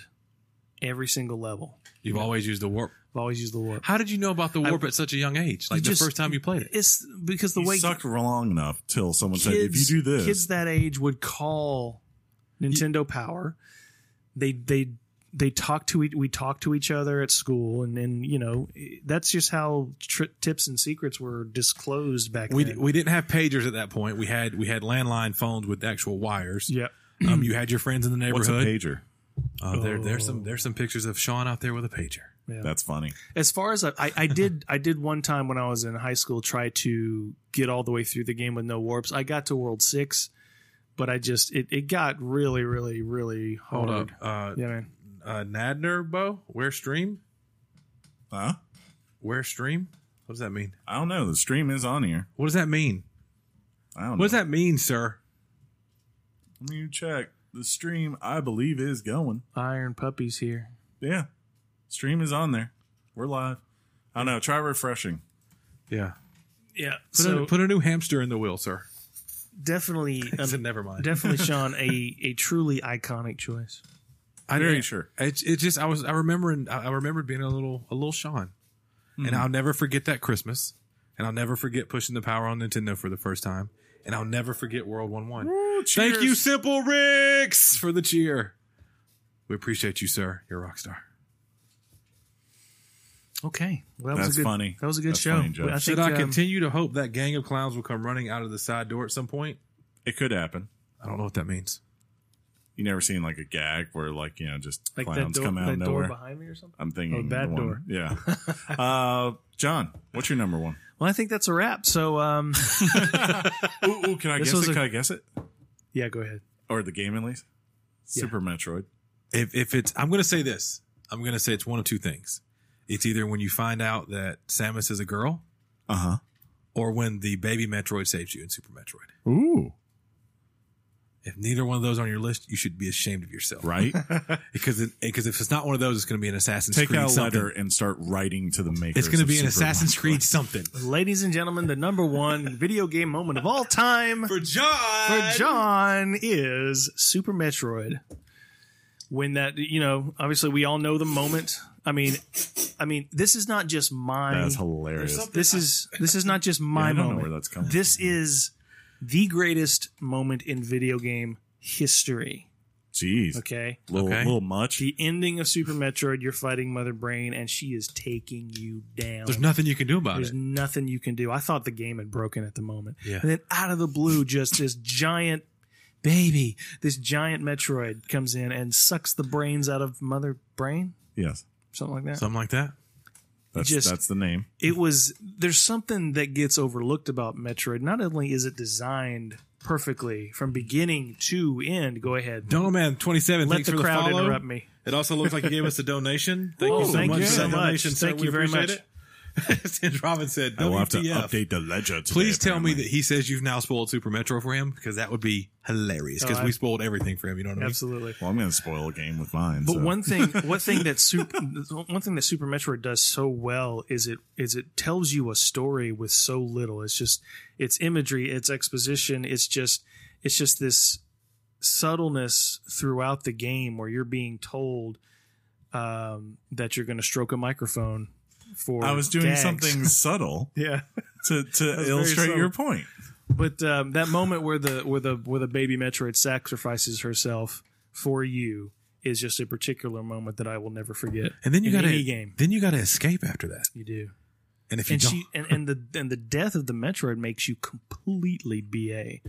[SPEAKER 4] every single level.
[SPEAKER 3] You've always used the warp.
[SPEAKER 4] I've always used the warp.
[SPEAKER 3] How did you know about the warp at such a young age? Like the
[SPEAKER 4] just-
[SPEAKER 3] first time you played it.
[SPEAKER 4] It's because the
[SPEAKER 2] you
[SPEAKER 4] way
[SPEAKER 2] sucked long enough till someone said, "If you
[SPEAKER 4] kids,
[SPEAKER 2] do this,
[SPEAKER 4] kids that age would call Nintendo Power. They they they talk to each, we talk to each other at school, and then you know that's just how tri- tips and secrets were disclosed back
[SPEAKER 3] We,
[SPEAKER 4] then.
[SPEAKER 3] we didn't have pagers at that point. We had we had landline phones with actual wires.
[SPEAKER 4] yeah,
[SPEAKER 3] Um, you had your friends in the
[SPEAKER 2] what's a
[SPEAKER 3] neighborhood.
[SPEAKER 2] pager?"
[SPEAKER 3] Uh, there,
[SPEAKER 4] Oh.
[SPEAKER 3] there's some there's some pictures of Sean out there with a pager.
[SPEAKER 2] That's funny.
[SPEAKER 4] as far as I, I, I did, I did one time when I was in high school try to get all the way through the game with no warps. I got to World Six, but I just it, it got really, really, really hard.
[SPEAKER 3] Hold up, uh,
[SPEAKER 4] Yeah, man.
[SPEAKER 3] uh, Nadner Bo, where stream,
[SPEAKER 2] Huh?
[SPEAKER 3] where stream. What does that mean?
[SPEAKER 2] I don't know. The stream is on here.
[SPEAKER 3] What does that mean?
[SPEAKER 2] I don't
[SPEAKER 3] What does
[SPEAKER 2] know.
[SPEAKER 3] that mean, sir?
[SPEAKER 2] Let me check. The stream, I believe, is going.
[SPEAKER 4] Iron puppies here.
[SPEAKER 2] Yeah. Stream is on there. We're live. I don't know. Try refreshing.
[SPEAKER 3] Yeah,
[SPEAKER 4] Yeah.
[SPEAKER 3] put,
[SPEAKER 4] so
[SPEAKER 3] a, put a new hamster in the wheel, sir.
[SPEAKER 4] definitely um,
[SPEAKER 3] I said, never mind.
[SPEAKER 4] definitely sean a, a truly iconic choice
[SPEAKER 3] I
[SPEAKER 2] Very
[SPEAKER 3] didn't-
[SPEAKER 2] sure.
[SPEAKER 3] It, it just I was I remember and I I remembered being a little a little Sean, and I'll never forget that Christmas, and I'll never forget pushing the power on Nintendo for the first time, and I'll never forget World One One. Thank you, Simple Ricks, for the cheer. We appreciate you, sir. You're a rock star.
[SPEAKER 4] okay well, that was
[SPEAKER 2] That's
[SPEAKER 4] a good,
[SPEAKER 2] funny.
[SPEAKER 4] that was a good
[SPEAKER 2] That's
[SPEAKER 4] show
[SPEAKER 2] funny, Jeff.
[SPEAKER 4] i
[SPEAKER 3] Should
[SPEAKER 4] think
[SPEAKER 3] I
[SPEAKER 4] um,
[SPEAKER 3] continue to hope that gang of clowns will come running out of the side door at some point?
[SPEAKER 2] It could happen.
[SPEAKER 3] I don't know what that means.
[SPEAKER 2] You never seen like a gag where like you know just
[SPEAKER 4] like that
[SPEAKER 2] clowns
[SPEAKER 4] door,
[SPEAKER 2] come out
[SPEAKER 4] that
[SPEAKER 2] of
[SPEAKER 4] door
[SPEAKER 2] nowhere.
[SPEAKER 4] behind me or something
[SPEAKER 2] I'm thinking
[SPEAKER 4] Oh, that
[SPEAKER 2] the one-
[SPEAKER 4] door.
[SPEAKER 2] Yeah. uh, John, what's your number one?
[SPEAKER 4] well i think that's a wrap so um
[SPEAKER 2] Ooh, ooh, can I
[SPEAKER 4] This
[SPEAKER 2] guess
[SPEAKER 4] was
[SPEAKER 2] it?
[SPEAKER 4] a-
[SPEAKER 2] can I guess it?
[SPEAKER 4] yeah go ahead
[SPEAKER 2] Or the game at least? Super Metroid.
[SPEAKER 3] if if it's I'm gonna say this. I'm gonna say it's one of two things. It's either when you find out that Samus is a girl,
[SPEAKER 2] Uh huh.
[SPEAKER 3] or when the baby Metroid saves you in Super Metroid.
[SPEAKER 2] Ooh.
[SPEAKER 3] If neither one of those are on your list, you should be ashamed of yourself,
[SPEAKER 2] Right.
[SPEAKER 3] Because it, because if it's not one of those, it's going to be an Assassin's
[SPEAKER 2] Take
[SPEAKER 3] Creed
[SPEAKER 2] out a
[SPEAKER 3] something.
[SPEAKER 2] letter and start writing to the maker.
[SPEAKER 3] It's going to be an Assassin's Creed something
[SPEAKER 4] ladies and gentlemen the number one video game moment of all time
[SPEAKER 3] for John.
[SPEAKER 4] for John is Super Metroid. When that you know, obviously we all know the moment. I mean, I mean, this is not just my.
[SPEAKER 2] That's hilarious.
[SPEAKER 4] This is this is not just my
[SPEAKER 2] I don't know
[SPEAKER 4] moment.
[SPEAKER 2] where that's coming
[SPEAKER 4] This is the greatest moment in video game history.
[SPEAKER 2] Jeez.
[SPEAKER 4] Okay,
[SPEAKER 2] Little,
[SPEAKER 3] Okay.
[SPEAKER 2] little much.
[SPEAKER 4] the ending of Super Metroid. You're fighting Mother Brain, and she is taking you down.
[SPEAKER 3] There's nothing you can do about
[SPEAKER 4] There's
[SPEAKER 3] it.
[SPEAKER 4] nothing you can do. I thought the game had broken at the moment.
[SPEAKER 3] Yeah.
[SPEAKER 4] And then out of the blue, just this giant baby, this giant Metroid comes in and sucks the brains out of Mother Brain,
[SPEAKER 2] Yes.
[SPEAKER 4] something like that.
[SPEAKER 3] Something like that.
[SPEAKER 2] That's,
[SPEAKER 4] just-
[SPEAKER 2] that's the name.
[SPEAKER 4] it was there's something that gets overlooked about Metroid. Not only is it designed perfectly from beginning to end. Go ahead.
[SPEAKER 3] Dono Man 27.
[SPEAKER 4] let
[SPEAKER 3] thanks
[SPEAKER 4] the
[SPEAKER 3] for
[SPEAKER 4] crowd
[SPEAKER 3] the follow.
[SPEAKER 4] interrupt me.
[SPEAKER 3] It also looks like you gave us a donation. Thank
[SPEAKER 4] Whoa,
[SPEAKER 3] you so
[SPEAKER 4] thank
[SPEAKER 3] much
[SPEAKER 4] you
[SPEAKER 3] for
[SPEAKER 4] so
[SPEAKER 3] that
[SPEAKER 4] much.
[SPEAKER 3] donation, sir.
[SPEAKER 4] Thank
[SPEAKER 3] We
[SPEAKER 4] you very
[SPEAKER 3] appreciate it. Since Robin said, E
[SPEAKER 2] I will have to
[SPEAKER 3] WTF.
[SPEAKER 2] update the ledger. Today,
[SPEAKER 3] Please tell me
[SPEAKER 2] apparently.
[SPEAKER 3] that he says you've now spoiled Super Metro for him because that would be hilarious because
[SPEAKER 4] Oh, I-
[SPEAKER 3] we spoiled everything for him. You know what I mean?
[SPEAKER 4] Absolutely.
[SPEAKER 2] Well, I'm going to spoil a game with mine.
[SPEAKER 4] But
[SPEAKER 2] so.
[SPEAKER 4] one thing, one thing that super, one thing that Super Metroid does so well is it is it tells you a story with so little. It's just it's imagery, it's exposition, it's just it's just this subtleness throughout the game where you're being told um, that you're going to stroke a microphone for.
[SPEAKER 2] I was doing
[SPEAKER 4] gags.
[SPEAKER 2] something subtle
[SPEAKER 4] Yeah,
[SPEAKER 2] to, to
[SPEAKER 4] very
[SPEAKER 2] illustrate
[SPEAKER 4] subtle.
[SPEAKER 2] your point.
[SPEAKER 4] but um, that moment where the where the where the baby Metroid sacrifices herself for you is just a particular moment that I will never forget.
[SPEAKER 3] And then you
[SPEAKER 4] in
[SPEAKER 3] got
[SPEAKER 4] any
[SPEAKER 3] to
[SPEAKER 4] game.
[SPEAKER 3] Then you got to escape after that.
[SPEAKER 4] You do.
[SPEAKER 3] And if you
[SPEAKER 4] And
[SPEAKER 3] don't,
[SPEAKER 4] she and, and the and the death of the Metroid makes you completely BA.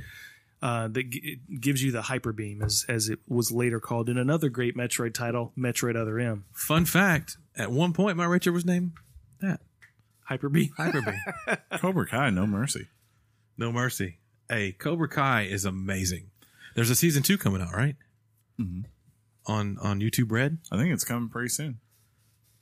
[SPEAKER 4] Uh, that g- it gives you the hyper beam, as as it was later called in another great Metroid title, Metroid Other M.
[SPEAKER 3] fun fact: at one point, my Richard was named that.
[SPEAKER 4] Hyper B.
[SPEAKER 3] Hyper B.
[SPEAKER 2] Cobra Kai, no mercy.
[SPEAKER 3] No mercy. Hey, Cobra Kai is amazing. There's a season two coming out, right? Mm-hmm. On on YouTube Red.
[SPEAKER 2] I think it's coming pretty soon.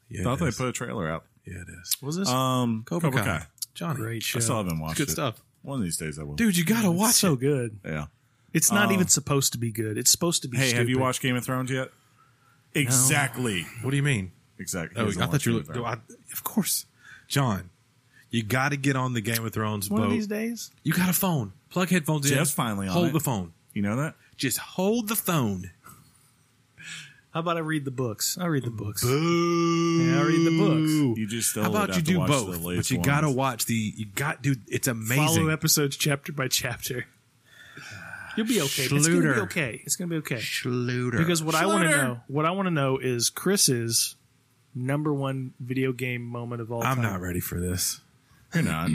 [SPEAKER 3] Yeah,
[SPEAKER 2] Thought
[SPEAKER 3] it
[SPEAKER 2] they
[SPEAKER 3] is.
[SPEAKER 2] put a trailer out.
[SPEAKER 3] Yeah, it is.
[SPEAKER 4] Was this
[SPEAKER 2] Um,
[SPEAKER 3] Cobra, Kai. Johnny,
[SPEAKER 4] great show?
[SPEAKER 2] I still haven't watched
[SPEAKER 3] good
[SPEAKER 2] it.
[SPEAKER 3] stuff,
[SPEAKER 2] One of these days I will.
[SPEAKER 3] dude. You gotta watch
[SPEAKER 4] It's so
[SPEAKER 3] it.
[SPEAKER 4] good.
[SPEAKER 2] Yeah.
[SPEAKER 4] It's not
[SPEAKER 3] Oh.
[SPEAKER 4] even supposed to be good. It's supposed to be.
[SPEAKER 2] Hey, have you
[SPEAKER 4] stupid.
[SPEAKER 2] watched Game of Thrones yet? Exactly.
[SPEAKER 3] What do you mean?
[SPEAKER 2] Exactly.
[SPEAKER 3] Oh,
[SPEAKER 2] He
[SPEAKER 3] I
[SPEAKER 2] hasn't
[SPEAKER 3] thought
[SPEAKER 2] watched
[SPEAKER 3] you
[SPEAKER 2] Game
[SPEAKER 3] were.
[SPEAKER 2] of Thrones.
[SPEAKER 3] I, of course, John. You got to get on the Game of Thrones
[SPEAKER 4] one
[SPEAKER 3] boat.
[SPEAKER 4] of these days?
[SPEAKER 3] You got a phone. Plug headphones in.
[SPEAKER 2] Jeff's finally on
[SPEAKER 3] hold
[SPEAKER 2] it.
[SPEAKER 3] the phone.
[SPEAKER 2] You know that?
[SPEAKER 3] Just hold the phone.
[SPEAKER 4] How about I read the books? I read the books.
[SPEAKER 3] Boo.
[SPEAKER 4] Yeah, I read the books.
[SPEAKER 2] You just still
[SPEAKER 3] How
[SPEAKER 2] would
[SPEAKER 3] about you
[SPEAKER 2] have to
[SPEAKER 3] do
[SPEAKER 2] watch
[SPEAKER 3] both?
[SPEAKER 2] The
[SPEAKER 3] But you got to watch the. You got, dude. It's amazing.
[SPEAKER 4] Follow episodes chapter by chapter. You'll be okay. It's gonna be
[SPEAKER 3] Schluter.
[SPEAKER 4] okay. It's gonna be okay.
[SPEAKER 3] Schluter.
[SPEAKER 4] Because what I want to
[SPEAKER 2] Schluter.
[SPEAKER 4] know, what I want to know is Chris's number one video game moment of all
[SPEAKER 3] I'm
[SPEAKER 4] time.
[SPEAKER 3] not ready for this.
[SPEAKER 2] You're not.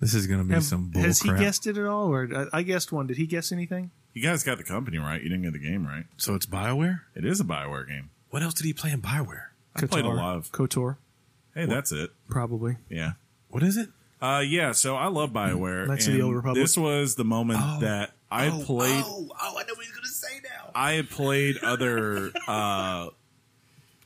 [SPEAKER 3] This is going to be
[SPEAKER 4] Have-
[SPEAKER 3] some bull
[SPEAKER 4] has
[SPEAKER 3] crap.
[SPEAKER 4] he guessed it at all, or uh, I, I guessed one? Did he guess anything?
[SPEAKER 2] You guys got the company right. You didn't get the game right.
[SPEAKER 3] so it's Bioware.
[SPEAKER 2] It is a Bioware game.
[SPEAKER 3] What else did he play in Bioware?
[SPEAKER 2] I played a
[SPEAKER 4] Kotor.
[SPEAKER 2] lot of-
[SPEAKER 4] Kotor,
[SPEAKER 2] Hey, that's it.
[SPEAKER 4] probably.
[SPEAKER 2] Yeah.
[SPEAKER 3] What is it?
[SPEAKER 2] Uh, yeah, so I love Bioware.
[SPEAKER 4] Knights of
[SPEAKER 2] and
[SPEAKER 4] the Old Republic.
[SPEAKER 2] This was the moment that I played.
[SPEAKER 3] Oh, oh, I know what he's going to say now.
[SPEAKER 2] I had played other. Uh,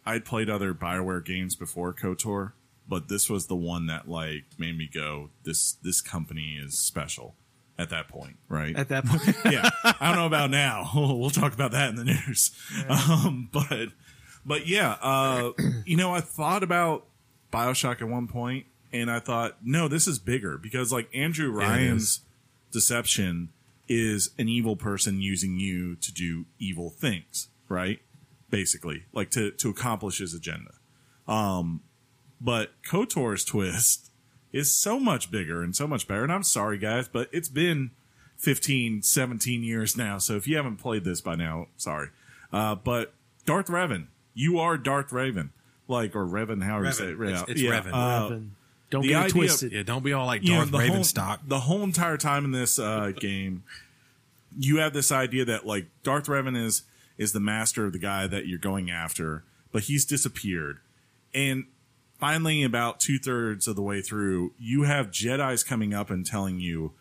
[SPEAKER 2] I had played other Bioware games before Kotor, but this was the one that like made me go, "This this company is special." At that point, right?
[SPEAKER 4] At that point,
[SPEAKER 2] yeah, I don't know about now. We'll talk about that in the news. Um, but but yeah, uh, you know, I thought about Bioshock at one point, and I thought, no, this is bigger because like Andrew
[SPEAKER 3] it
[SPEAKER 2] Ryan's deception is an evil person using you to do evil things, right? Basically, like to to accomplish his agenda. Um, but Kotor's twist is so much bigger and so much better. And I'm sorry, guys, but it's been 15, 17 years now. So if you haven't played this by now, sorry. Uh, but Darth Revan, you are Darth Raven, like or Revan, however you
[SPEAKER 3] Revan.
[SPEAKER 2] say it.
[SPEAKER 3] It's- it's Revan.
[SPEAKER 2] uh,
[SPEAKER 4] Revan. don't
[SPEAKER 2] the
[SPEAKER 4] get
[SPEAKER 2] idea
[SPEAKER 4] it
[SPEAKER 2] of-
[SPEAKER 4] twisted.
[SPEAKER 3] Yeah, don't be all like
[SPEAKER 2] you know,
[SPEAKER 3] Darth
[SPEAKER 2] the whole,
[SPEAKER 3] Ravenstock.
[SPEAKER 2] The whole entire time in this uh, game, you have this idea that like Darth Revan is is the master of the guy that you're going after, but he's disappeared. And finally, about two thirds of the way through, you have Jedi's coming up and telling you,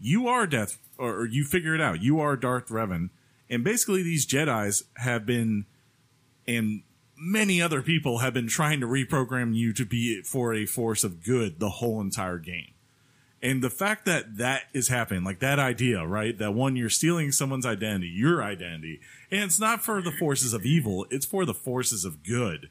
[SPEAKER 2] "You are Death," or, or you figure it out. You are Darth Revan, and basically these Jedi's have been and many other people have been trying to reprogram you to be for a force of good the whole entire game. And the fact that that is happening, like that idea, right? That one, you're stealing someone's identity, your identity, and it's not for the forces of evil, it's for the forces of good.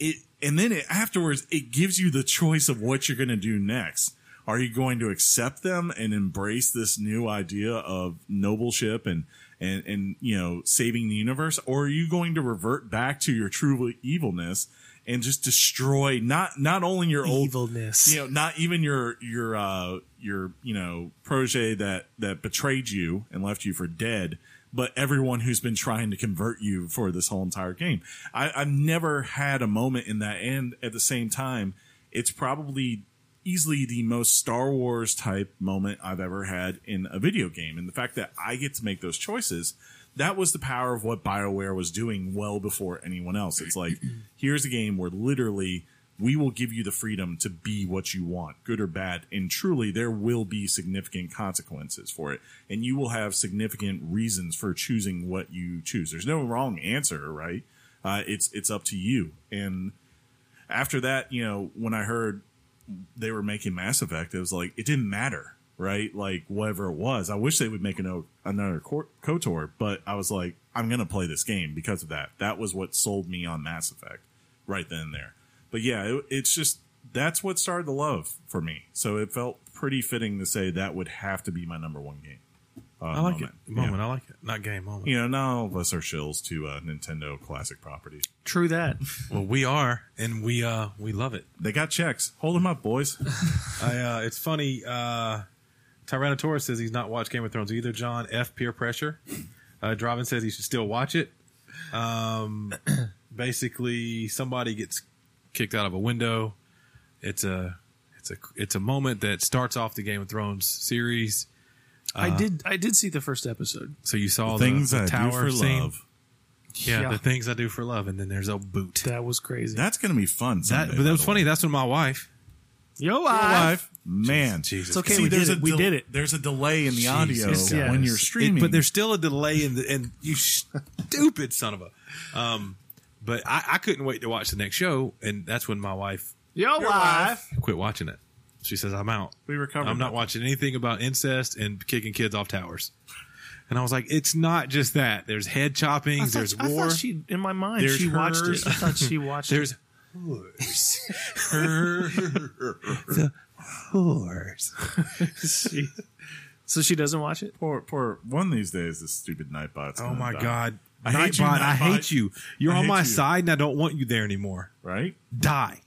[SPEAKER 2] It, and then it, afterwards, it gives you the choice of what you're going to do next. Are you going to accept them and embrace this new idea of nobleship and, and, and, you know, saving the universe? Or are you going to revert back to your true evilness and just destroy not, not only your old
[SPEAKER 4] Evilness.
[SPEAKER 2] you know, not even your your uh your you know protege that that betrayed you and left you for dead, but everyone who's been trying to convert you for this whole entire game. I, I've never had a moment in that, and at the same time, it's probably easily the most Star Wars type moment I've ever had in a video game, and the fact that I get to make those choices. That was the power of what BioWare was doing well before anyone else. It's like, here's a game where literally we will give you the freedom to be what you want, good or bad. And truly, there will be significant consequences for it. And you will have significant reasons for choosing what you choose. There's no wrong answer, right? Uh, it's, it's up to you. And after that, you know, when I heard they were making Mass Effect, it was like, it didn't matter, right? Like, whatever it was. I wish they would make an, another Cor- KOTOR, but I was like, I'm going to play this game because of that. That was what sold me on Mass Effect right then and there. But yeah, it, it's just that's what started the love for me. So it felt pretty fitting to say that would have to be my number one game. Uh,
[SPEAKER 3] I like it. Moment,
[SPEAKER 2] Yeah.
[SPEAKER 3] I like it. Not game moment.
[SPEAKER 2] You know, not all of us are shills to uh, Nintendo classic properties.
[SPEAKER 4] True that.
[SPEAKER 3] Well, we are, and we uh we love it.
[SPEAKER 2] They got checks. Hold them up, boys.
[SPEAKER 3] I uh it's funny. uh Tyrannosaurus says he's not watched Game of Thrones either. John F. Peer pressure. Uh, Dravin says he should still watch it. Um, basically, somebody gets kicked out of a window. It's a it's a it's a moment that starts off the Game of Thrones series.
[SPEAKER 4] I
[SPEAKER 2] uh,
[SPEAKER 4] did. I did see the first episode.
[SPEAKER 3] So you saw the,
[SPEAKER 2] Things
[SPEAKER 3] the
[SPEAKER 2] I
[SPEAKER 3] tower
[SPEAKER 2] do for
[SPEAKER 3] scene.
[SPEAKER 2] love.
[SPEAKER 3] Yeah,
[SPEAKER 4] Yeah.
[SPEAKER 3] the things I do for love, and then there's a boot.
[SPEAKER 4] That was crazy.
[SPEAKER 2] That's gonna be fun.
[SPEAKER 3] That,
[SPEAKER 2] someday,
[SPEAKER 3] but
[SPEAKER 2] by
[SPEAKER 3] that was
[SPEAKER 2] the
[SPEAKER 3] funny. That's when my wife
[SPEAKER 4] Yo,
[SPEAKER 2] Live, man.
[SPEAKER 3] Jesus.
[SPEAKER 5] It's okay.
[SPEAKER 2] See,
[SPEAKER 5] we
[SPEAKER 2] there's
[SPEAKER 5] did
[SPEAKER 2] a
[SPEAKER 5] it. We
[SPEAKER 2] del-
[SPEAKER 5] did it.
[SPEAKER 2] There's a delay in the audio
[SPEAKER 3] Jesus
[SPEAKER 4] Christ.
[SPEAKER 2] when you're
[SPEAKER 4] It-
[SPEAKER 2] streaming,
[SPEAKER 3] But there's still a delay in the and you stupid son of a. Um, but I, I couldn't wait to watch the next show, and that's when my wife
[SPEAKER 4] Yo, live.
[SPEAKER 3] quit watching it. She says, "I'm out.
[SPEAKER 4] We recovered.
[SPEAKER 3] I'm not watching anything about incest and kicking kids off towers." And I was like, "It's not just that. There's head choppings.
[SPEAKER 4] I
[SPEAKER 3] there's
[SPEAKER 4] thought- I
[SPEAKER 3] war.
[SPEAKER 4] thought she, in my mind,
[SPEAKER 3] There's
[SPEAKER 4] she watched
[SPEAKER 3] hers.
[SPEAKER 4] it. I thought she watched it.
[SPEAKER 3] there's whores. the whores.
[SPEAKER 4] She- so she doesn't watch it?
[SPEAKER 2] poor, poor one of these days, this stupid nightbot's.
[SPEAKER 3] Oh
[SPEAKER 2] gonna
[SPEAKER 3] my
[SPEAKER 2] die.
[SPEAKER 3] god.
[SPEAKER 2] I hate you,
[SPEAKER 3] Nightbot, I
[SPEAKER 2] Nightbot.
[SPEAKER 3] hate you. You're
[SPEAKER 2] I
[SPEAKER 3] on
[SPEAKER 2] hate
[SPEAKER 3] my
[SPEAKER 2] you.
[SPEAKER 3] side, and I don't want you there anymore.
[SPEAKER 2] Right?
[SPEAKER 3] Die."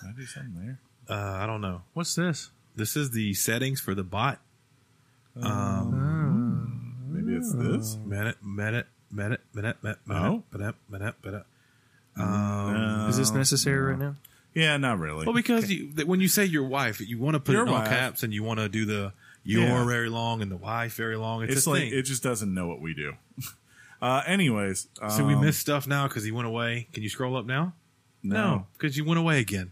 [SPEAKER 2] Can I do something there?
[SPEAKER 3] Uh, I don't know.
[SPEAKER 4] What's this?
[SPEAKER 3] This is the settings for the bot.
[SPEAKER 2] Maybe it's this.
[SPEAKER 3] Minute, minute, minute, minute, minute, minute,
[SPEAKER 2] Oh.
[SPEAKER 3] minute, minute, minute.
[SPEAKER 2] No.
[SPEAKER 4] Is this
[SPEAKER 3] Oh,
[SPEAKER 4] necessary right now?
[SPEAKER 2] Yeah, not really.
[SPEAKER 3] Well, because you, that when you say your wife, you want to put
[SPEAKER 2] Your
[SPEAKER 3] it in all
[SPEAKER 2] wife.
[SPEAKER 3] caps and you want to do the your
[SPEAKER 2] Yeah.
[SPEAKER 3] very long and the wife very long. It's,
[SPEAKER 2] it's
[SPEAKER 3] a
[SPEAKER 2] like
[SPEAKER 3] thing.
[SPEAKER 2] it just doesn't know what we do. Uh, anyways,
[SPEAKER 3] so we
[SPEAKER 2] um,
[SPEAKER 3] missed stuff now because he went away. Can you scroll up now?
[SPEAKER 2] no.
[SPEAKER 3] because you went away again.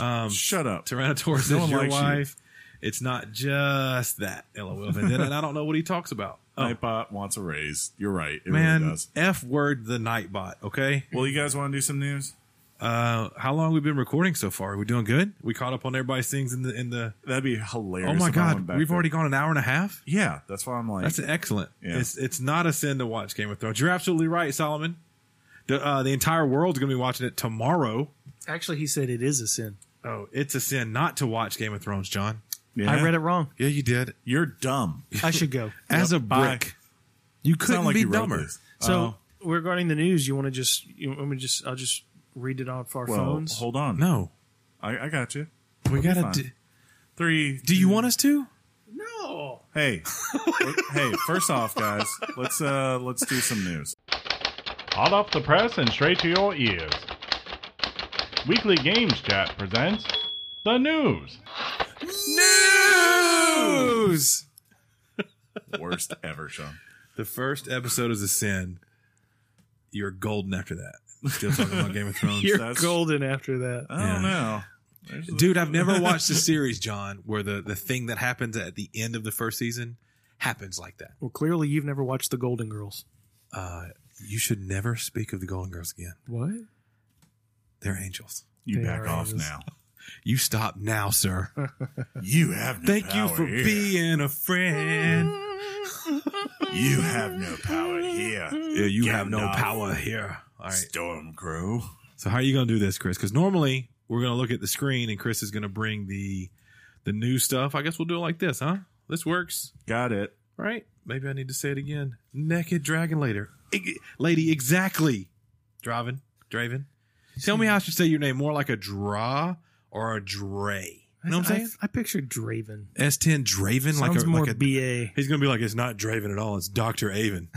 [SPEAKER 2] Um, Shut up.
[SPEAKER 3] Tyrannosaurus
[SPEAKER 2] No
[SPEAKER 3] is
[SPEAKER 2] one
[SPEAKER 3] your
[SPEAKER 2] likes you.
[SPEAKER 3] wife. It's not just that. LOL. And then and I don't know what he talks about. Oh,
[SPEAKER 2] Nightbot wants a raise. You're right. It really
[SPEAKER 3] man,
[SPEAKER 2] does.
[SPEAKER 3] F word the Nightbot. Okay.
[SPEAKER 2] Well, you guys want to do some news?
[SPEAKER 3] Uh, how long we been recording so far? Are we doing good? We caught up on everybody's things in the in the.
[SPEAKER 2] That'd be hilarious.
[SPEAKER 3] oh my
[SPEAKER 2] if I
[SPEAKER 3] god,
[SPEAKER 2] went back
[SPEAKER 3] we've
[SPEAKER 2] there.
[SPEAKER 3] already gone an hour and a half.
[SPEAKER 2] Yeah, that's why I'm like.
[SPEAKER 3] That's excellent.
[SPEAKER 2] Yeah.
[SPEAKER 3] It's it's not a sin to watch Game of Thrones. You're absolutely right, Solomon. The uh, the entire world's gonna be watching it tomorrow.
[SPEAKER 4] Actually, he said it is a sin.
[SPEAKER 3] Oh, it's a sin not to watch Game of Thrones, John.
[SPEAKER 2] Yeah.
[SPEAKER 4] I read it wrong.
[SPEAKER 3] Yeah, you did.
[SPEAKER 2] You're dumb.
[SPEAKER 4] I should go.
[SPEAKER 3] As a
[SPEAKER 2] bye.
[SPEAKER 3] brick, you
[SPEAKER 2] It's not
[SPEAKER 3] couldn't
[SPEAKER 2] like
[SPEAKER 3] be
[SPEAKER 2] you wrote
[SPEAKER 3] dumber.
[SPEAKER 2] this.
[SPEAKER 3] Oh.
[SPEAKER 4] So regarding the news, you want to just you want me to just I'll just read it off our
[SPEAKER 2] Well,
[SPEAKER 4] phones.
[SPEAKER 2] hold on.
[SPEAKER 3] No,
[SPEAKER 2] I, I got you.
[SPEAKER 3] we gotta.
[SPEAKER 2] fine.
[SPEAKER 3] Do,
[SPEAKER 2] Three.
[SPEAKER 3] do you want us to?
[SPEAKER 4] no.
[SPEAKER 2] Hey, hey. First off, guys, let's uh let's do some news.
[SPEAKER 6] Hot off the press and straight to your ears. Weekly Games Chat presents the news.
[SPEAKER 3] News.
[SPEAKER 2] Worst ever, Sean.
[SPEAKER 3] The first episode is a sin. You're golden after that. Still talking about Game of Thrones.
[SPEAKER 4] You're
[SPEAKER 2] That's-
[SPEAKER 4] golden after that.
[SPEAKER 2] I don't
[SPEAKER 3] Yeah.
[SPEAKER 2] know. There's a-
[SPEAKER 3] Dude, I've never watched a series, John, where the, the thing that happens at the end of the first season happens like that.
[SPEAKER 4] well, clearly you've never watched The Golden Girls.
[SPEAKER 3] Uh, you should never speak of the Golden Girls again.
[SPEAKER 4] What?
[SPEAKER 3] They're angels.
[SPEAKER 2] you
[SPEAKER 4] They
[SPEAKER 2] back
[SPEAKER 4] are
[SPEAKER 2] off
[SPEAKER 4] angels.
[SPEAKER 2] now.
[SPEAKER 3] You stop now, sir.
[SPEAKER 2] You have no
[SPEAKER 3] Thank you
[SPEAKER 2] power
[SPEAKER 3] for
[SPEAKER 2] here.
[SPEAKER 3] being a friend.
[SPEAKER 2] You have no power here,
[SPEAKER 3] Yeah, you
[SPEAKER 2] Get
[SPEAKER 3] have no
[SPEAKER 2] enough.
[SPEAKER 3] power here. All right.
[SPEAKER 2] Stormcrow.
[SPEAKER 3] So how are you going to do this, Chris? Because normally we're going to look at the screen and Chris is going to bring the the new stuff. I guess we'll do it like this, huh? This works,
[SPEAKER 2] Got it.
[SPEAKER 3] right? Maybe I need to say it again. Naked dragon later, Ig- lady. Exactly. Draven, Draven. Tell me how I should say your name. More like a draw or a Dre. You know what I'm saying?
[SPEAKER 4] I, I pictured Draven.
[SPEAKER 3] S10 Draven, like
[SPEAKER 4] Sounds
[SPEAKER 3] a,
[SPEAKER 4] more
[SPEAKER 3] like a
[SPEAKER 4] BA.
[SPEAKER 3] He's gonna be like, it's not Draven at all. It's Doctor Avon.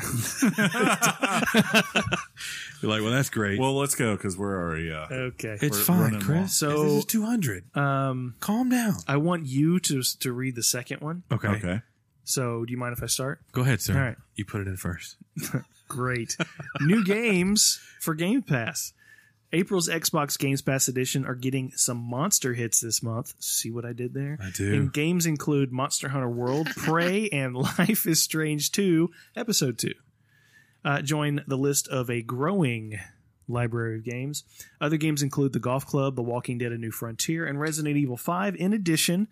[SPEAKER 3] You're like, well, that's great.
[SPEAKER 2] Well, let's go because we're already. Uh,
[SPEAKER 4] Okay.
[SPEAKER 3] it's
[SPEAKER 2] we're
[SPEAKER 3] fine,
[SPEAKER 2] running long.
[SPEAKER 3] Chris.
[SPEAKER 4] So-
[SPEAKER 3] this is two hundred.
[SPEAKER 4] Um,
[SPEAKER 3] Calm down.
[SPEAKER 4] I want you to to read the second one.
[SPEAKER 3] Okay.
[SPEAKER 2] okay.
[SPEAKER 4] So, do you mind if I start?
[SPEAKER 3] Go ahead, sir.
[SPEAKER 4] All right.
[SPEAKER 3] You put it in first.
[SPEAKER 4] Great. New games for Game Pass. April's Xbox Games Pass edition are getting some monster hits this month. See what I did there?
[SPEAKER 3] I do.
[SPEAKER 4] And games include Monster Hunter World, Prey, and Life is Strange 2, Episode 2. Uh, join the list of a growing library of games. Other games include The Golf Club, The Walking Dead: A New Frontier, and Resident Evil 5. In addition,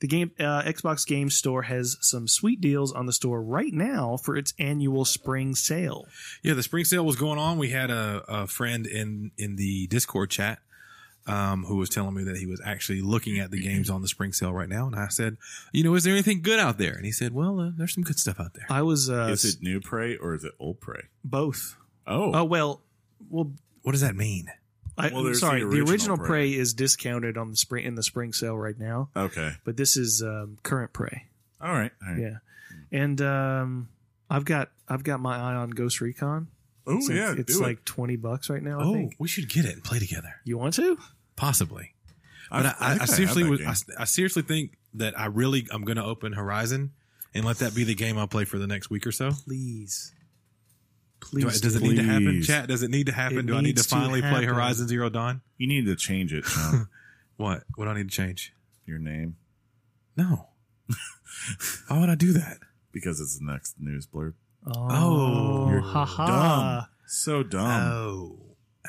[SPEAKER 4] the game uh, Xbox Game Store has some sweet deals on the store right now for its annual spring sale.
[SPEAKER 3] Yeah, the spring sale was going on. We had a, a friend in in the Discord chat um, who was telling me that he was actually looking at the games on the spring sale right now, and I said, you know, is there anything good out there? And he said, well, uh, there's some good stuff out there.
[SPEAKER 4] I was uh,
[SPEAKER 2] Is it new prey or is it old prey?
[SPEAKER 4] both.
[SPEAKER 2] Oh,
[SPEAKER 4] Oh well, well.
[SPEAKER 3] What does that mean?
[SPEAKER 4] I,
[SPEAKER 2] Well, there's
[SPEAKER 4] sorry,
[SPEAKER 2] the
[SPEAKER 4] the
[SPEAKER 2] original
[SPEAKER 4] original,
[SPEAKER 2] Prey.
[SPEAKER 4] Prey. is discounted on the spring in the spring sale right now,
[SPEAKER 2] okay.
[SPEAKER 4] but this is um, current Prey.
[SPEAKER 2] All right. All right.
[SPEAKER 4] Yeah, and um, I've got I've got my eye on Ghost Recon.
[SPEAKER 2] Oh
[SPEAKER 4] So
[SPEAKER 2] yeah,
[SPEAKER 4] it's
[SPEAKER 2] do
[SPEAKER 4] like
[SPEAKER 2] it.
[SPEAKER 4] twenty bucks right now. I
[SPEAKER 3] Oh,
[SPEAKER 4] think
[SPEAKER 3] we should get it and play together,
[SPEAKER 4] you want to.
[SPEAKER 3] possibly. But I, I, I,
[SPEAKER 2] think have
[SPEAKER 3] seriously,
[SPEAKER 2] that
[SPEAKER 3] would,
[SPEAKER 2] game.
[SPEAKER 3] I, I seriously think that I really I'm going to open Horizon and let that be the game I play for the next week or so.
[SPEAKER 4] Please,
[SPEAKER 3] Do I-
[SPEAKER 4] please.
[SPEAKER 3] does it
[SPEAKER 4] do.
[SPEAKER 3] need to happen?
[SPEAKER 2] Please.
[SPEAKER 3] Chat, does it need to happen?
[SPEAKER 4] It
[SPEAKER 3] Do I need to
[SPEAKER 4] needs to
[SPEAKER 3] finally play
[SPEAKER 4] happen.
[SPEAKER 3] Horizon Zero Dawn?
[SPEAKER 2] you need to change it. Sean.
[SPEAKER 3] What? What do I need to change?
[SPEAKER 2] Your name
[SPEAKER 3] No. Why would I do that?
[SPEAKER 2] because it's the next news blurb.
[SPEAKER 4] Oh,
[SPEAKER 3] you're
[SPEAKER 4] ha ha.
[SPEAKER 2] Dumb. So dumb.
[SPEAKER 3] Oh,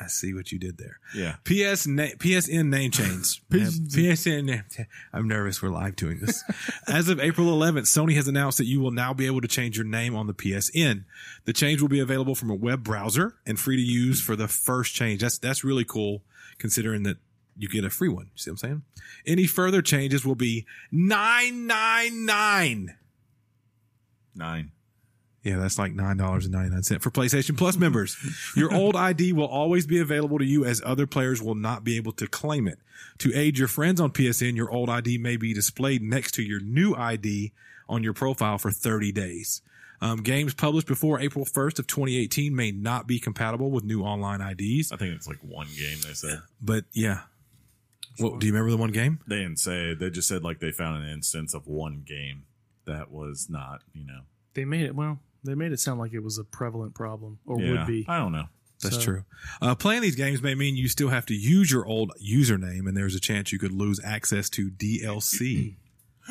[SPEAKER 3] I see what you did there.
[SPEAKER 2] yeah.
[SPEAKER 3] PS na- PSN name change. PSN. name- I'm nervous. We're live doing this. As of April 11th, Sony has announced that you will now be able to change your name on the PSN. The change will be available from a web browser and free to use for the first change. That's that's really cool, considering that you get a free one. You see what I'm saying? Any further changes will be 999.
[SPEAKER 2] Nine.
[SPEAKER 3] Yeah, that's like nine dollars and ninety nine cent for PlayStation Plus members. Your old ID will always be available to you, as other players will not be able to claim it. To aid your friends on PSN, your old ID may be displayed next to your new ID on your profile for thirty days. Um, games published before April first of twenty eighteen may not be compatible with new online IDs.
[SPEAKER 2] I think it's like one game they said.
[SPEAKER 3] But yeah, what do you remember the one game?
[SPEAKER 2] They didn't say they just said like they found an instance of one game that was not, you know.
[SPEAKER 4] They made it, well, they made it sound like it was a prevalent problem or
[SPEAKER 2] Yeah.
[SPEAKER 4] would be.
[SPEAKER 2] I don't know.
[SPEAKER 3] That's
[SPEAKER 4] So-
[SPEAKER 3] true. Uh, playing these games may mean you still have to use your old username, and there's a chance you could lose access to DLC.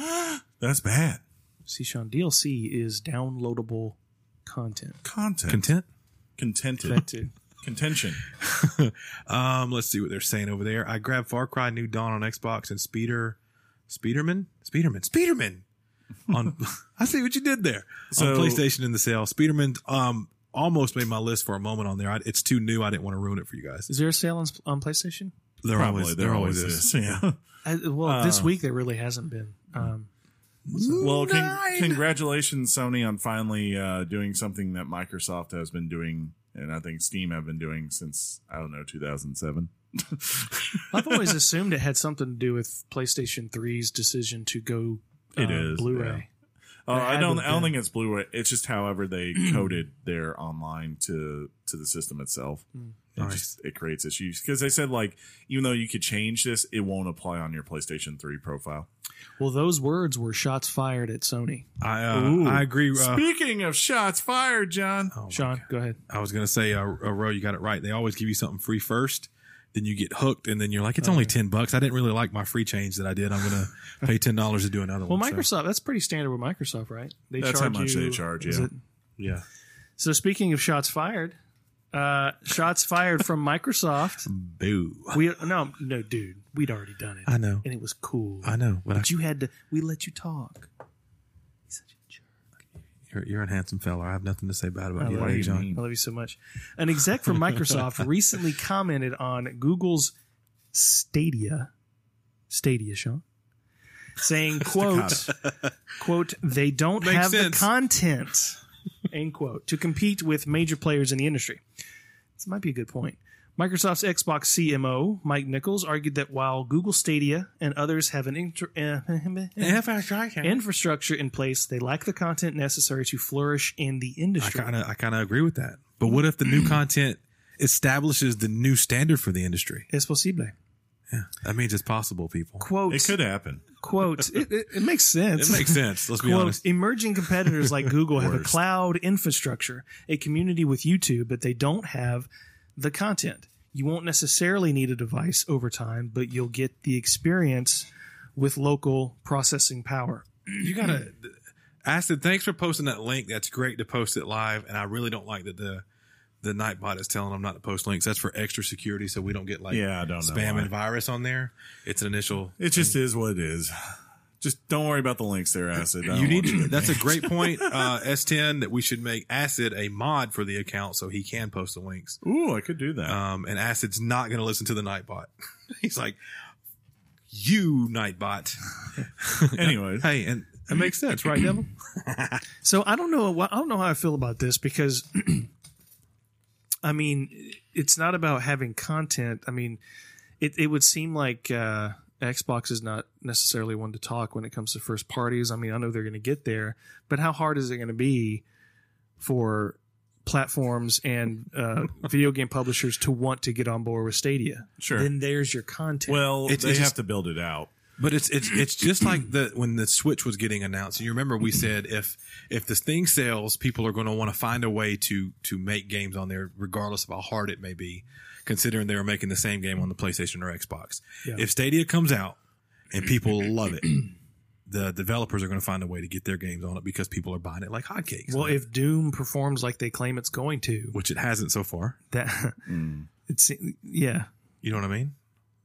[SPEAKER 2] That's bad.
[SPEAKER 4] See, Sean, DLC is downloadable content.
[SPEAKER 2] Content.
[SPEAKER 3] Content?
[SPEAKER 2] Contented.
[SPEAKER 4] That too.
[SPEAKER 2] Contention.
[SPEAKER 3] Um, let's see what they're saying over there. I grabbed Far Cry New Dawn on Xbox and Speeder, Speederman, Speederman, Speederman. On, I see what you did there.
[SPEAKER 2] So-
[SPEAKER 3] on PlayStation in the sale, Speederman um almost made my list for a moment on there. I, it's too new. I didn't want to ruin it for you guys.
[SPEAKER 4] Is there a sale on, on PlayStation?
[SPEAKER 3] There
[SPEAKER 2] Probably
[SPEAKER 3] always,
[SPEAKER 2] there, always is. Yeah.
[SPEAKER 4] I, well, this week there really hasn't been. Um,
[SPEAKER 2] Well, con- congratulations, Sony, on finally uh, doing something that Microsoft has been doing, and I think Steam have been doing since I don't know 2007.
[SPEAKER 4] I've always assumed it had something to do with PlayStation 3's decision to go uh,
[SPEAKER 2] It is,
[SPEAKER 4] Blu-ray.
[SPEAKER 2] Oh,
[SPEAKER 4] There
[SPEAKER 2] I don't.
[SPEAKER 4] haven't
[SPEAKER 2] I don't
[SPEAKER 4] been.
[SPEAKER 2] think it's Blu-ray. It's just however they coded their online to to the system itself.
[SPEAKER 4] Mm.
[SPEAKER 2] It
[SPEAKER 3] Nice.
[SPEAKER 2] just it creates issues because they said like even though you could change this, it won't apply on your PlayStation Three profile.
[SPEAKER 4] Well, those words were shots fired at Sony.
[SPEAKER 2] Oh
[SPEAKER 3] I uh, I agree. Uh,
[SPEAKER 2] Speaking of shots fired, John.
[SPEAKER 3] oh my
[SPEAKER 4] Sean, go ahead.
[SPEAKER 3] I was gonna say, uh, uh, Ro, you got it right. They always give you something free first, then you get hooked, and then you're like, it's only
[SPEAKER 4] Oh,
[SPEAKER 3] ten bucks. I didn't really like my free change that I did. I'm gonna pay ten dollars to do another
[SPEAKER 4] Well,
[SPEAKER 3] one. so-
[SPEAKER 4] Microsoft, that's pretty standard with Microsoft, right? They
[SPEAKER 2] That's how much they charge,
[SPEAKER 4] is
[SPEAKER 2] yeah.
[SPEAKER 4] it-
[SPEAKER 3] yeah,
[SPEAKER 4] So speaking of shots fired, uh, shots fired from Microsoft.
[SPEAKER 3] boo.
[SPEAKER 4] We no, no, dude, we'd already done it.
[SPEAKER 3] I know.
[SPEAKER 4] and it was cool.
[SPEAKER 3] I know, but, I,
[SPEAKER 4] But you had to. We let you talk. He's such a jerk.
[SPEAKER 3] you're, you're a handsome fella. I have nothing to say bad about you,
[SPEAKER 4] love
[SPEAKER 3] today,
[SPEAKER 4] you,
[SPEAKER 3] John.
[SPEAKER 4] I love you so much. An exec from Microsoft recently commented on Google's Stadia, Stadia, Sean, saying, "quote, quote, they don't
[SPEAKER 3] Makes
[SPEAKER 4] have
[SPEAKER 3] sense.
[SPEAKER 4] the content." End quote. To compete with major players in the industry, this might be a good point. Microsoft's Xbox CMO Mike Nichols argued that while Google Stadia and others have an inter- eh,
[SPEAKER 3] Eh.
[SPEAKER 4] infrastructure in place, they lack the content necessary to flourish in the
[SPEAKER 3] I
[SPEAKER 4] industry.
[SPEAKER 3] kind of I kind of agree with that. But what if the new content establishes the new standard for the industry?
[SPEAKER 4] Es posible.
[SPEAKER 3] That means it's possible, people.
[SPEAKER 4] Quote,
[SPEAKER 2] It could happen.
[SPEAKER 4] quote, it, it, it makes sense.
[SPEAKER 3] It makes sense. Let's be
[SPEAKER 4] Quote,
[SPEAKER 3] honest.
[SPEAKER 4] emerging competitors like Google have a
[SPEAKER 2] Worst.
[SPEAKER 4] cloud infrastructure, a community with YouTube, but they don't have the content. You won't necessarily need a device over time, but you'll get the experience with local processing power.
[SPEAKER 3] you gotta Aston, thanks for posting that link. That's great to post it live, and I really don't like that the the Nightbot is telling them not to post links. That's for extra security, so we don't get like
[SPEAKER 2] Yeah, I don't know
[SPEAKER 3] spam
[SPEAKER 2] why.
[SPEAKER 3] and virus on there. It's an initial.
[SPEAKER 2] It just is what it is. Just don't worry about the links there, Acid. I don't
[SPEAKER 3] You need
[SPEAKER 2] want
[SPEAKER 3] to, that's a great point, uh, S10, that we should make Acid a mod for the account so he can post the links.
[SPEAKER 2] Ooh, I could do that.
[SPEAKER 3] Um, and Acid's not going to listen to the Nightbot. He's like, you Nightbot.
[SPEAKER 2] Anyways,
[SPEAKER 3] Hey, and it makes sense, right, Devil?
[SPEAKER 4] So I don't know. I don't know how I feel about this because, I mean, it's not about having content. I mean, it it would seem like uh, Xbox is not necessarily one to talk when it comes to first parties. I mean, I know they're going to get there, but how hard is it going to be for platforms and uh, video game publishers to want to get on board with Stadia?
[SPEAKER 2] Sure.
[SPEAKER 4] Then there's your content.
[SPEAKER 2] well,
[SPEAKER 3] It's-
[SPEAKER 2] they
[SPEAKER 3] it's
[SPEAKER 2] have
[SPEAKER 3] just-
[SPEAKER 2] to build it out.
[SPEAKER 3] But it's it's it's just like the when the Switch was getting announced. And you remember we said if if this thing sells, people are going to want to find a way to to make games on there, regardless of how hard it may be. considering they were making the same game on the PlayStation or Xbox.
[SPEAKER 4] Yeah.
[SPEAKER 3] If Stadia comes out and people love it, the developers are going to find a way to get their games on it because people are buying it like hotcakes.
[SPEAKER 4] Well, if Doom performs like they claim it's going to,
[SPEAKER 3] which it hasn't so far.
[SPEAKER 4] that
[SPEAKER 2] Hmm.
[SPEAKER 4] it's yeah.
[SPEAKER 3] You know what I mean?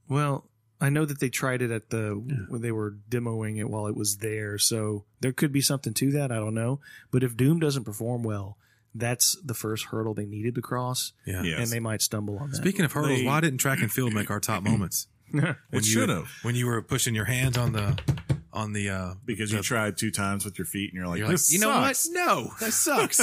[SPEAKER 4] Well, I know that they tried it at the when they were demoing it while it was there, so there could be something to that. I don't know, but if Doom doesn't perform well, that's the first hurdle they needed to cross,
[SPEAKER 3] Yeah.
[SPEAKER 2] Yes.
[SPEAKER 4] and they might stumble on that.
[SPEAKER 3] Speaking of hurdles,
[SPEAKER 2] They-
[SPEAKER 3] why didn't track and field make our top moments? When
[SPEAKER 2] It
[SPEAKER 3] you-
[SPEAKER 2] should've.
[SPEAKER 3] When you were pushing your hands on the on the uh
[SPEAKER 2] because you tried two times with your feet and you're like,
[SPEAKER 3] You're like,
[SPEAKER 2] this
[SPEAKER 3] "You know what?
[SPEAKER 2] sucks.
[SPEAKER 3] No, that sucks.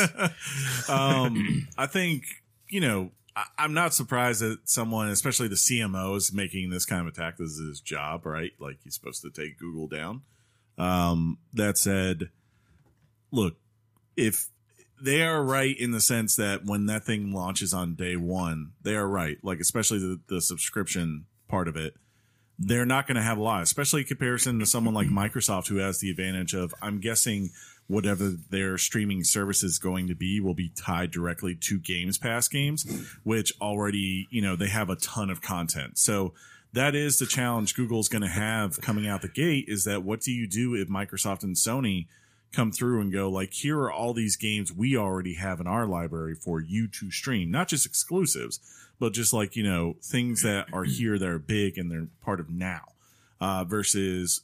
[SPEAKER 2] um, I think you know I, I'm not surprised that someone, especially the CMO, is making this kind of attack. This is his job, right? Like he's supposed to take Google down. Um, that said, look, if they are right in the sense that when that thing launches on day one, they are right. Like especially the, the subscription part of it. They're not going to have a lot, especially in comparison to someone like Microsoft, who has the advantage of, I'm guessing, whatever their streaming service is going to be will be tied directly to games pass games which already you know they have a ton of content so that is the challenge google's going to have coming out the gate is that what do you do if microsoft and sony come through and go like here are all these games we already have in our library for you to stream not just exclusives but just like you know things that are here that are big and they're part of now uh, versus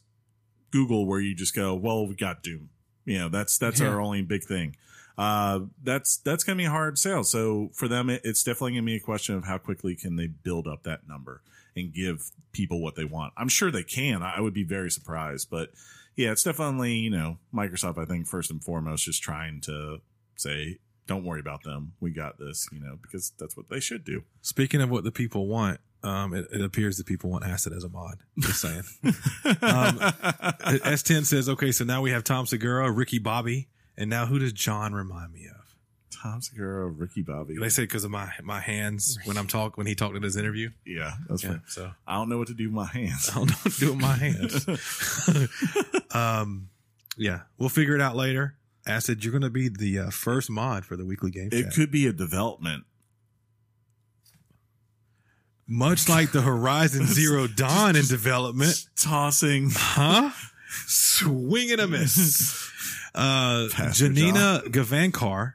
[SPEAKER 2] google where you just go well we got doom you know that's that's our only big thing uh that's that's gonna be a hard sale so for them it, it's definitely gonna be a question of how quickly can they build up that number and give people what they want i'm sure they can i I would be very surprised but yeah it's definitely you know microsoft i think first and foremost just trying to say don't worry about them we got this you know because that's what they should do
[SPEAKER 3] Speaking of what the people want, um, it, it appears that people want acid as a mod. Just saying. um, S10 says, okay, so now we have Tom Segura, Ricky Bobby, and now who does John remind me of?
[SPEAKER 2] tom segura ricky bobby
[SPEAKER 3] They said because of my my hands when I'm talk when he talked in his interview.
[SPEAKER 2] yeah that's
[SPEAKER 3] Yeah,
[SPEAKER 2] fine
[SPEAKER 3] so
[SPEAKER 2] i don't know what to do with my hands
[SPEAKER 3] I don't know what to do with my hands. um, yeah, we'll figure it out later. Acid, you're going to be the uh, first mod for the weekly game.
[SPEAKER 2] it
[SPEAKER 3] chat.
[SPEAKER 2] could be a development
[SPEAKER 3] much like the Horizon Zero Dawn in development,
[SPEAKER 2] tossing
[SPEAKER 3] huh? Swing and a miss. Uh,
[SPEAKER 2] Pastor
[SPEAKER 3] Janina Gavankar,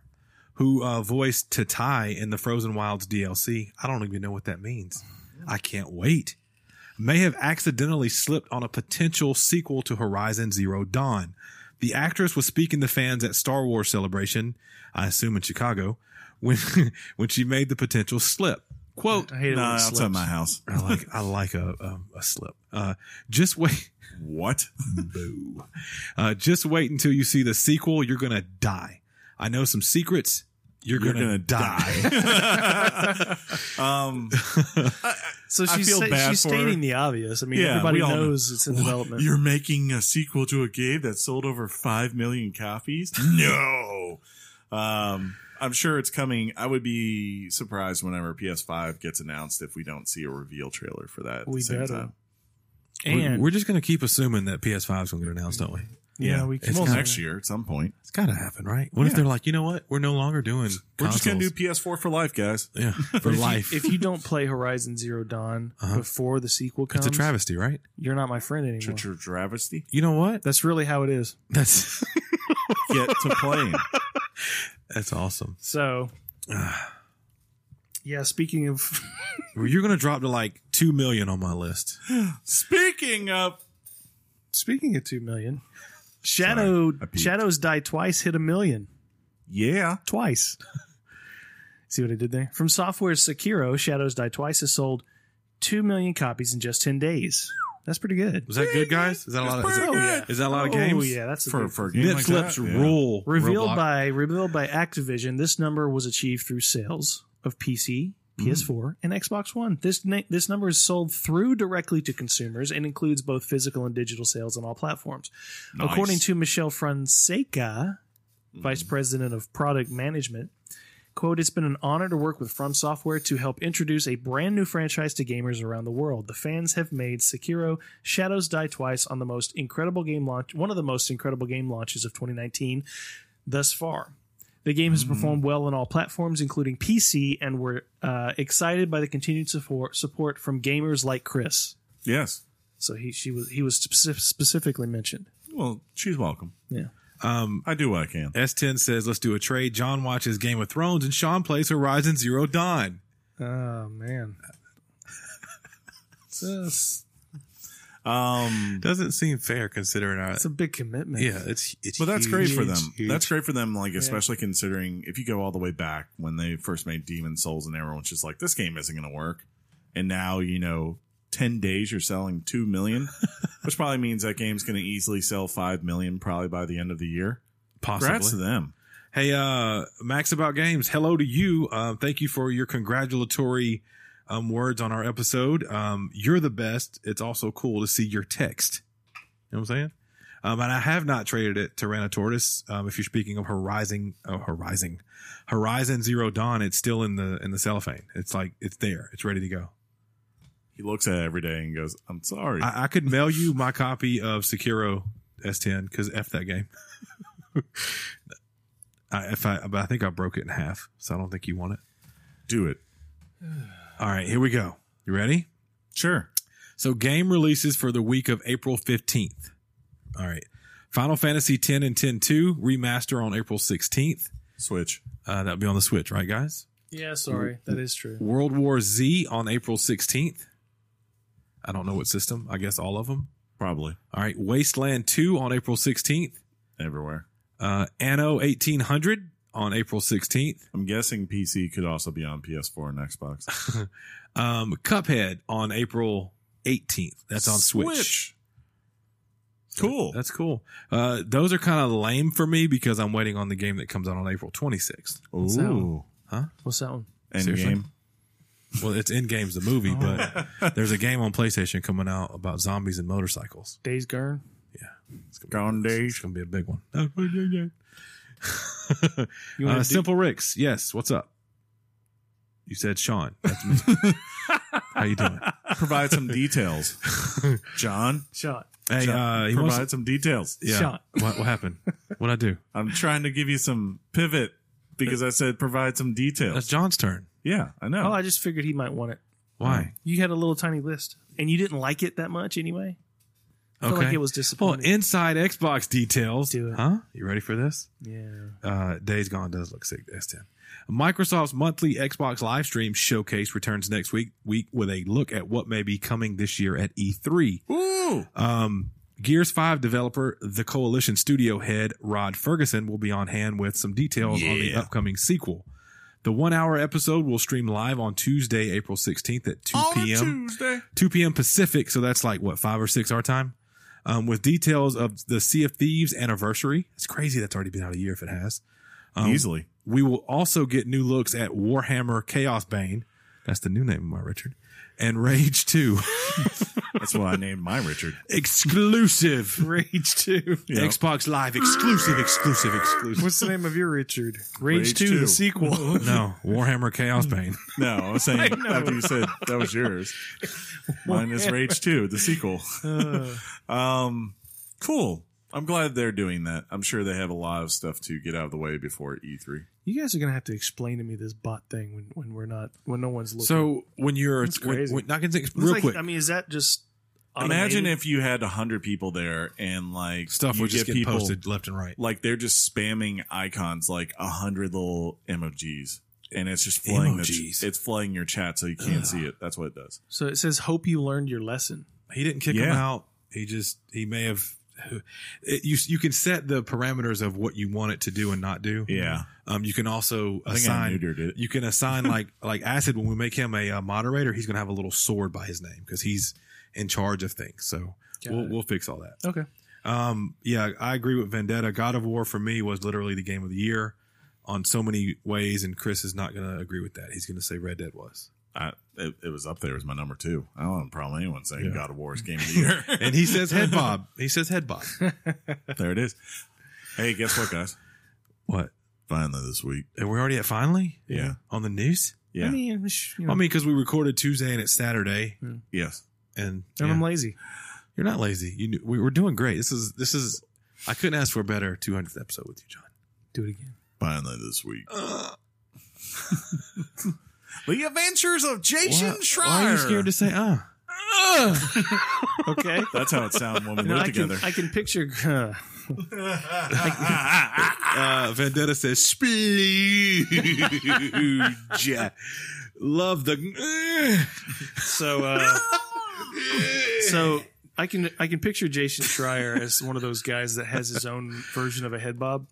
[SPEAKER 3] who uh, voiced Tatai in the Frozen Wilds DLC. I don't even know what that means. I can't wait. May have accidentally slipped on a potential sequel to Horizon Zero Dawn. The actress was speaking to fans at Star Wars Celebration, I assume in Chicago, when when she made the potential slip. Quote:
[SPEAKER 4] I hate it
[SPEAKER 2] no,
[SPEAKER 4] when it
[SPEAKER 2] outside
[SPEAKER 4] slips.
[SPEAKER 2] my house.
[SPEAKER 3] I like I like a a, a slip. Uh, just wait,
[SPEAKER 2] What?
[SPEAKER 3] boo. Uh, just wait until you see the sequel. You're gonna die. I know some secrets. You're,
[SPEAKER 2] You're
[SPEAKER 3] gonna,
[SPEAKER 2] gonna
[SPEAKER 3] die.
[SPEAKER 2] um,
[SPEAKER 4] So
[SPEAKER 2] I
[SPEAKER 4] she's,
[SPEAKER 2] feel
[SPEAKER 4] sta-
[SPEAKER 2] bad
[SPEAKER 4] she's
[SPEAKER 2] for
[SPEAKER 4] stating
[SPEAKER 2] her.
[SPEAKER 4] the obvious. I mean,
[SPEAKER 2] Yeah,
[SPEAKER 4] everybody
[SPEAKER 2] we all know.
[SPEAKER 4] knows it's in development.
[SPEAKER 2] You're making a sequel to a game that sold over five million copies? No. Um, I'm sure it's coming. I would be surprised whenever PS5 gets announced if we don't see a reveal trailer for that. At
[SPEAKER 4] We
[SPEAKER 2] the same
[SPEAKER 4] better.
[SPEAKER 2] time.
[SPEAKER 3] We're,
[SPEAKER 4] and
[SPEAKER 3] we're just gonna keep assuming that PS5 is gonna get announced, don't we?
[SPEAKER 4] yeah,
[SPEAKER 2] yeah,
[SPEAKER 4] we
[SPEAKER 3] it's
[SPEAKER 4] can
[SPEAKER 2] Well,
[SPEAKER 3] Yeah.
[SPEAKER 2] next year at some point.
[SPEAKER 3] It's gotta happen, right? What if
[SPEAKER 2] Yeah.
[SPEAKER 3] they're like, you know what? We're no longer doing.
[SPEAKER 2] We're just gonna do
[SPEAKER 3] consoles."
[SPEAKER 2] PS4 for life, guys.
[SPEAKER 3] yeah for life.
[SPEAKER 4] If you don't play Horizon Zero Dawn
[SPEAKER 3] Uh-huh.
[SPEAKER 4] before the sequel comes,
[SPEAKER 3] it's a travesty, right?
[SPEAKER 4] you're not my friend
[SPEAKER 2] Tr-
[SPEAKER 4] anymore.
[SPEAKER 2] tr- Travesty.
[SPEAKER 3] You know what?
[SPEAKER 4] That's really how it is.
[SPEAKER 3] That's
[SPEAKER 2] Get to playing.
[SPEAKER 3] that's awesome.
[SPEAKER 4] So, yeah. Speaking of,
[SPEAKER 3] Well, You're gonna drop to like two million on my list.
[SPEAKER 2] Speaking of,
[SPEAKER 4] speaking of two million, Shadow
[SPEAKER 2] Sorry, I peeked.
[SPEAKER 4] Shadows Die Twice hit a million
[SPEAKER 2] yeah,
[SPEAKER 4] twice. See what I did there? From software's Sekiro, Shadows Die Twice has sold two million copies in just ten days. That's pretty good.
[SPEAKER 3] Was that good, guys? Is that a lot? Of, is, that,
[SPEAKER 4] pretty good.
[SPEAKER 3] is that a lot of
[SPEAKER 4] Oh
[SPEAKER 3] games?
[SPEAKER 4] yeah, that's a
[SPEAKER 2] for
[SPEAKER 4] good-
[SPEAKER 2] for a game
[SPEAKER 3] Nip
[SPEAKER 2] like
[SPEAKER 3] slips
[SPEAKER 2] that, yeah.
[SPEAKER 3] rule
[SPEAKER 4] Revealed
[SPEAKER 3] Roblox.
[SPEAKER 4] by revealed by Activision, this number was achieved through sales of PC,
[SPEAKER 2] Hmm.
[SPEAKER 4] PS4, and Xbox One. This na- this number is sold through directly to consumers and includes both physical and digital sales on all platforms.
[SPEAKER 2] Nice.
[SPEAKER 4] According to Michelle Fonseca, Vice President of Product Management, quote, it's been an honor to work with From Software to help introduce a brand new franchise to gamers around the world. The fans have made Sekiro Shadows Die Twice on the most incredible game launch, one of the most incredible game launches of 2019 thus far. The game has performed well on all platforms, including PC, and we're uh, excited by the continued support support from gamers like Chris.
[SPEAKER 2] Yes.
[SPEAKER 4] So he she was he was speci- specifically mentioned.
[SPEAKER 2] Well, she's welcome.
[SPEAKER 4] Yeah.
[SPEAKER 3] Um,
[SPEAKER 2] I do what I can.
[SPEAKER 3] S10 says, let's do a trade. John watches Game of Thrones and Sean plays Horizon Zero Dawn.
[SPEAKER 4] Oh man. It's
[SPEAKER 2] Um,
[SPEAKER 3] Doesn't seem fair considering our.
[SPEAKER 4] a big commitment.
[SPEAKER 3] Yeah, it's, it's
[SPEAKER 2] but that's great for
[SPEAKER 3] huge,
[SPEAKER 2] them.
[SPEAKER 3] huge.
[SPEAKER 2] That's great for them. Like especially considering if you go all the way back when they first made Demon Souls and everyone's just like, this game isn't going to work, and now you know. 10 days you're selling 2 million which probably means that game's going to easily sell 5 million probably by the end of the year congrats to
[SPEAKER 3] possibly.
[SPEAKER 2] them
[SPEAKER 3] Hey, uh, Max about games. Hello to you. Um, thank you for your congratulatory um, words on our episode. Um, you're the best. It's also cool to see your text. You know what I'm saying? Um, and I have not traded it to Tortoise. Um, if you're speaking of Horizon, oh, Horizon, Horizon Zero Dawn, it's still in the in the cellophane. It's like it's there. It's ready to go.
[SPEAKER 2] he looks at it every day and goes i'm sorry
[SPEAKER 3] I, I could mail you my copy of Sekiro S10 because f that game. I, if I, but I think I broke it in half, so I don't think you want it.
[SPEAKER 2] do it
[SPEAKER 3] All right, here we go. You ready?
[SPEAKER 2] sure
[SPEAKER 3] So, game releases for the week of April 15th. All right. Final Fantasy 10 and 10 2 remaster on April 16th.
[SPEAKER 2] switch
[SPEAKER 3] Uh, that'll be on the Switch, right, guys?
[SPEAKER 4] Yeah, sorry. That is true.
[SPEAKER 3] World War Z on April 16th. I don't know what system. I guess all of them.
[SPEAKER 2] probably
[SPEAKER 3] All right. Wasteland 2 on April 16th.
[SPEAKER 2] everywhere
[SPEAKER 3] Uh, Anno 1800 on April 16th.
[SPEAKER 2] i'm guessing pc could also be on ps4 and xbox
[SPEAKER 3] Um, Cuphead on April 18th. That's on Switch.
[SPEAKER 2] cool
[SPEAKER 3] That's cool. Uh, those are kind of lame for me because I'm waiting on the game that comes out on April 26th.
[SPEAKER 2] ooh
[SPEAKER 4] What's that one?
[SPEAKER 2] end
[SPEAKER 3] Seriously?
[SPEAKER 2] game
[SPEAKER 3] Well, it's in games the movie, but there's a game on PlayStation coming out about zombies and motorcycles.
[SPEAKER 4] Days Gone.
[SPEAKER 2] gone
[SPEAKER 3] It's
[SPEAKER 2] days
[SPEAKER 3] gonna be a big one.
[SPEAKER 4] You
[SPEAKER 3] uh,
[SPEAKER 4] want to
[SPEAKER 3] Simple Ricks, yes. What's up? You said Sean. That's me. How you doing?
[SPEAKER 2] provide some details john
[SPEAKER 4] shot?
[SPEAKER 3] Hey, uh, he wants,
[SPEAKER 2] provide some details
[SPEAKER 3] yeah.
[SPEAKER 4] Sean.
[SPEAKER 3] What, what happened? What I do?
[SPEAKER 2] I'm trying to give you some pivot because I said provide some
[SPEAKER 3] That's
[SPEAKER 2] details.
[SPEAKER 3] John's turn.
[SPEAKER 2] Yeah, I know.
[SPEAKER 4] Oh, I just figured he might want it.
[SPEAKER 3] Why?
[SPEAKER 4] You had a little tiny list, and you didn't like it that much anyway. I feel
[SPEAKER 3] Okay.
[SPEAKER 4] like it was
[SPEAKER 3] Well,
[SPEAKER 4] disappointing.
[SPEAKER 3] inside Xbox details.
[SPEAKER 4] Do it.
[SPEAKER 3] Huh? You ready for this?
[SPEAKER 4] yeah.
[SPEAKER 3] Uh, Days Gone does look sick. S10. Microsoft's monthly Xbox live stream showcase returns next week week with a look at what may be coming this year at E E3.
[SPEAKER 2] Ooh,
[SPEAKER 3] Um, Gears 5 developer, the Coalition Studio head, Rod Ferguson, will be on hand with some details on the
[SPEAKER 2] Yeah.
[SPEAKER 3] upcoming sequel. The one hour episode will stream live on Tuesday, April 16th at 2
[SPEAKER 2] on a
[SPEAKER 3] p.m.
[SPEAKER 2] Tuesday.
[SPEAKER 3] 2 p.m. Pacific, so that's like what five or six our time. Um, with details of the Sea of Thieves anniversary, it's crazy that's already been out a year if it has. Um,
[SPEAKER 2] Easily.
[SPEAKER 3] we will also get new looks at Warhammer Chaos Bane. That's the new name of my Richard. And Rage 2.
[SPEAKER 2] That's what I named my Richard.
[SPEAKER 3] exclusive.
[SPEAKER 4] Rage Two.
[SPEAKER 2] Yeah.
[SPEAKER 3] Xbox Live exclusive, exclusive, exclusive.
[SPEAKER 4] What's the name of your Richard? Rage,
[SPEAKER 2] Rage
[SPEAKER 4] 2,
[SPEAKER 2] 2.
[SPEAKER 4] the sequel.
[SPEAKER 3] No, Warhammer Chaos Bane.
[SPEAKER 2] No, I was saying after you said that was yours. Mine is Rage 2, the sequel.
[SPEAKER 3] Uh.
[SPEAKER 2] um, cool. I'm glad they're doing that. I'm sure they have a lot of stuff to get out of the way before E E3.
[SPEAKER 4] you guys are gonna have to explain to me this bot thing when, when we're not when no one's looking.
[SPEAKER 3] So when you're
[SPEAKER 4] That's
[SPEAKER 3] when-
[SPEAKER 4] crazy.
[SPEAKER 3] when- not gonna
[SPEAKER 4] It's
[SPEAKER 3] real
[SPEAKER 4] like-
[SPEAKER 3] quick.
[SPEAKER 4] I mean, is that just?
[SPEAKER 2] Imagine
[SPEAKER 4] automated?
[SPEAKER 2] if you had 100 people there and like
[SPEAKER 3] stuff
[SPEAKER 2] you
[SPEAKER 3] would just
[SPEAKER 2] get
[SPEAKER 3] get posted left and right.
[SPEAKER 2] like they're just spamming icons like a hundred little emojis and it's just flooding the
[SPEAKER 3] Emojis.
[SPEAKER 2] ch- it's flooding your chat so you can't see it that's what it does
[SPEAKER 4] So it says, "Hope you learned your lesson."
[SPEAKER 3] He didn't kick him
[SPEAKER 2] Yeah.
[SPEAKER 3] out. He just he may have. It, you you can set the parameters of what you want it to do and not do.
[SPEAKER 2] yeah
[SPEAKER 3] Um. You can also
[SPEAKER 2] i think i
[SPEAKER 3] assign.
[SPEAKER 2] neutered it
[SPEAKER 3] You can assign like like acid when we make him a uh, moderator. He's gonna have a little sword by his name because he's in charge of things. So
[SPEAKER 4] Got
[SPEAKER 3] we'll
[SPEAKER 4] it.
[SPEAKER 3] we'll fix all that.
[SPEAKER 4] Okay.
[SPEAKER 3] Um. Yeah, I agree with Vendetta. God of War for me was literally the game of the year on so many ways, and Chris is not gonna agree with that. He's gonna say Red Dead was.
[SPEAKER 2] I, it, it was up there as my number two i don't have a problem with anyone saying god of war's game of the year
[SPEAKER 3] And he says head bob. He says head bob.
[SPEAKER 2] there it is hey guess what guys
[SPEAKER 3] What?
[SPEAKER 2] finally this week
[SPEAKER 3] And we're already at finally.
[SPEAKER 2] Yeah.
[SPEAKER 3] On the news.
[SPEAKER 2] yeah
[SPEAKER 4] I mean, sh- you
[SPEAKER 3] I
[SPEAKER 4] know,
[SPEAKER 3] mean, because we recorded Tuesday and it's Saturday,
[SPEAKER 2] yes
[SPEAKER 3] and,
[SPEAKER 4] and I'm
[SPEAKER 3] yeah.
[SPEAKER 4] lazy.
[SPEAKER 3] you're not lazy. You knew, we, we're doing great. This is this is. I couldn't ask for a better 200th episode with you, John.
[SPEAKER 4] Do it again.
[SPEAKER 2] finally this week. the Adventures of Jason Schreier.
[SPEAKER 3] Why are you scared to say ah?
[SPEAKER 4] Okay.
[SPEAKER 2] That's how it sounds when we
[SPEAKER 4] No,
[SPEAKER 2] live
[SPEAKER 4] I can,
[SPEAKER 2] together.
[SPEAKER 4] I can picture. Uh,
[SPEAKER 3] Uh, Vendetta says splooge. Love the.
[SPEAKER 4] so, uh, so I can I can picture Jason Schreier as one of those guys that has his own version of a head bob.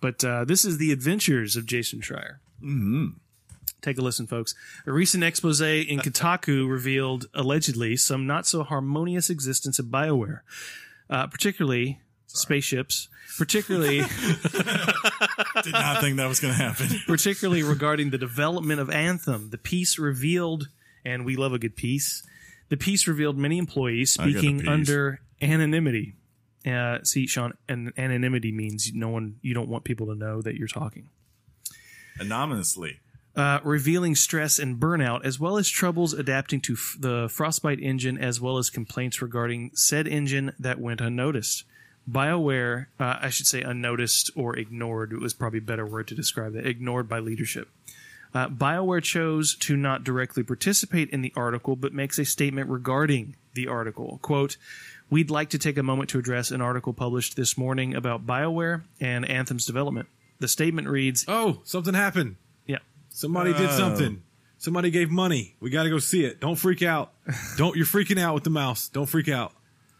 [SPEAKER 4] But uh, this is the adventures of Jason Schreier. Mm-hmm. Take a listen, folks. A recent expose in Kotaku revealed allegedly some not so harmonious existence of Bioware, uh, particularly spaceships, particularly.
[SPEAKER 2] Did not think that was going to happen.
[SPEAKER 4] particularly regarding the development of Anthem. The piece revealed, and we love a good piece, the piece revealed many employees
[SPEAKER 2] I got the
[SPEAKER 4] speaking
[SPEAKER 2] piece.
[SPEAKER 4] under anonymity. Uh, see, Sean, an- anonymity means no one, you don't want people to know that you're talking.
[SPEAKER 2] Anonymously.
[SPEAKER 4] Uh, revealing stress and burnout, as well as troubles adapting to f- the Frostbite engine, as well as complaints regarding said engine that went unnoticed. BioWare, uh, I should say unnoticed or ignored, was probably a better word to describe that, ignored by leadership. Uh, BioWare chose to not directly participate in the article, but makes a statement regarding the article. Quote, We'd like to take a moment to address an article published this morning about BioWare and Anthem's development. The statement reads,
[SPEAKER 3] Oh, something happened.
[SPEAKER 4] Yeah.
[SPEAKER 3] Somebody did
[SPEAKER 2] Oh.
[SPEAKER 3] something. Somebody gave money. We got to go see it. Don't freak out. Don't you're freaking out with the mouse. Don't freak out.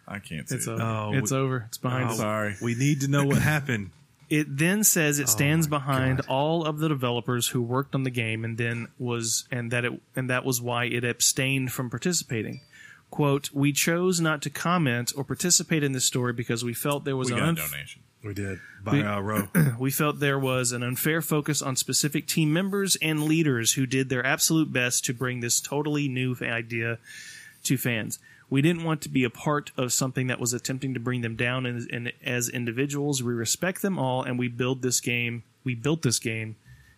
[SPEAKER 2] I can't see
[SPEAKER 4] It's
[SPEAKER 2] it.
[SPEAKER 4] over.
[SPEAKER 3] Oh,
[SPEAKER 4] it's
[SPEAKER 3] we-
[SPEAKER 4] over. It's behind
[SPEAKER 2] I'm
[SPEAKER 4] us.
[SPEAKER 2] sorry.
[SPEAKER 3] We need to know what happened.
[SPEAKER 4] It then says
[SPEAKER 2] Oh
[SPEAKER 4] it stands behind all of the developers who worked on the game and then was and that it and that was why it abstained from participating. Quote, we chose not to comment or participate in this story because we felt there was
[SPEAKER 2] We
[SPEAKER 4] an
[SPEAKER 2] got a
[SPEAKER 4] unf-
[SPEAKER 2] donation.
[SPEAKER 3] We did by uh, row.
[SPEAKER 4] we felt there was an unfair focus on specific team members and leaders who did their absolute best to bring this totally new f- idea to fans. We didn't want to be a part of something that was attempting to bring them down and, and as individuals. We respect them all and we build this game. We built this game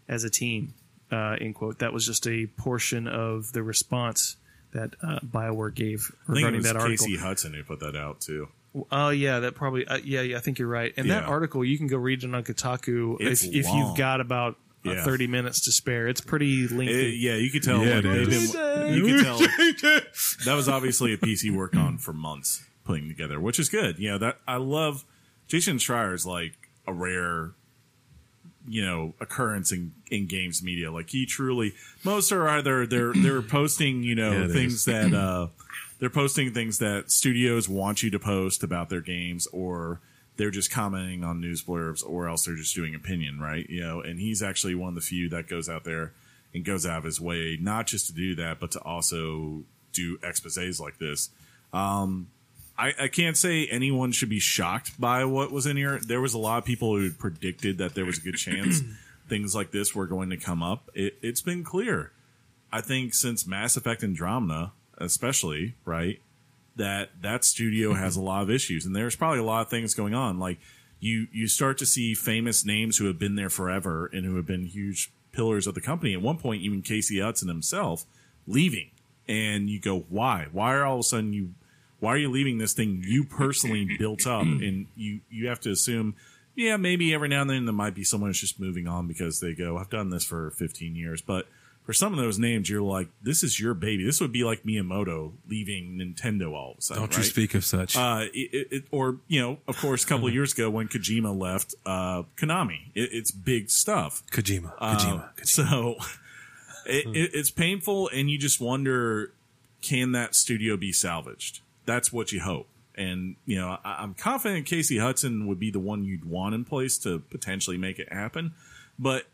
[SPEAKER 4] as a team. Uh, end quote. That was just a portion of the response that uh, Bioware gave
[SPEAKER 2] I think it
[SPEAKER 4] regarding
[SPEAKER 2] was
[SPEAKER 4] that article.
[SPEAKER 2] Casey Hudson who put that out too.
[SPEAKER 4] Oh yeah, that probably. Uh, yeah, yeah, I think you're right. And that
[SPEAKER 2] Yeah.
[SPEAKER 4] article you can go read it on Kotaku
[SPEAKER 2] It's
[SPEAKER 4] if, if
[SPEAKER 2] long.
[SPEAKER 4] you've got about uh,
[SPEAKER 2] Yeah.
[SPEAKER 4] 30 minutes to spare. It's pretty
[SPEAKER 2] It-
[SPEAKER 4] lengthy.
[SPEAKER 2] Eh, yeah, you could tell.
[SPEAKER 3] Yeah,
[SPEAKER 2] like,
[SPEAKER 3] it
[SPEAKER 2] they've
[SPEAKER 3] is.
[SPEAKER 2] been- you could tell that was obviously a piece he worked on for months putting together, which is good. You know that I love Jason Schreier is like a rare, you know, occurrence in, in games media. Like he truly, most are either they're they're posting you know
[SPEAKER 3] Yeah, it
[SPEAKER 2] things that uh, they're posting things that studios want you to post about their games or. They're just commenting on news blurbs, or else they're just doing opinion, right? You know, and he's actually one of the few that goes out there and goes out of his way not just to do that, but to also do exposés like this. Um, I, I can't say anyone should be shocked by what was in here. There was a lot of people who predicted that there was a good chance things like this were going to come up. It, it's been clear, I think, since Mass Effect Andromeda, especially, right? that that studio has a lot of issues and there's probably a lot of things going on like you you start to see famous names who have been there forever and who have been huge pillars of the company at one point even casey hudson himself leaving and you go why why are all of a sudden you why are you leaving this thing you personally built up and you you have to assume yeah maybe every now and then there might be someone who's just moving on because they go i've done this for 15 years but for some of those names you're like this is your baby this would be like miyamoto leaving nintendo all of a sudden
[SPEAKER 3] Don't you
[SPEAKER 2] right?
[SPEAKER 3] speak of such.
[SPEAKER 2] uh, it, it- it, or you know, of course, a couple of years ago when Kojima left uh, Konami, it, it's big stuff.
[SPEAKER 3] Kojima.
[SPEAKER 2] Uh,
[SPEAKER 3] Kojima. Kojima.
[SPEAKER 2] So it, it, it's painful, and you just wonder can that studio be salvaged? That's what you hope. And, you know, I, I'm confident Casey Hudson would be the one you'd want in place to potentially make it happen. But,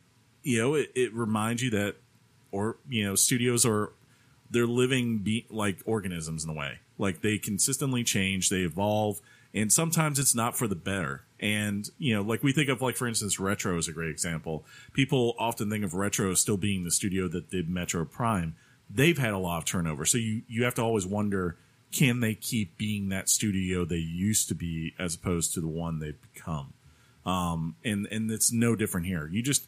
[SPEAKER 2] you know, it, it reminds you that, or, you know, studios are, they're living be- like organisms in a way. Like they consistently change, they evolve, and sometimes it's not for the better. And, you know, like we think of, like, for instance, Retro is a great example. People often think of Retro as still being the studio that did Metro Prime. They've had a lot of turnover. So you, you have to always wonder can they keep being that studio they used to be as opposed to the one they've become? Um, and, and it's no different here. You just,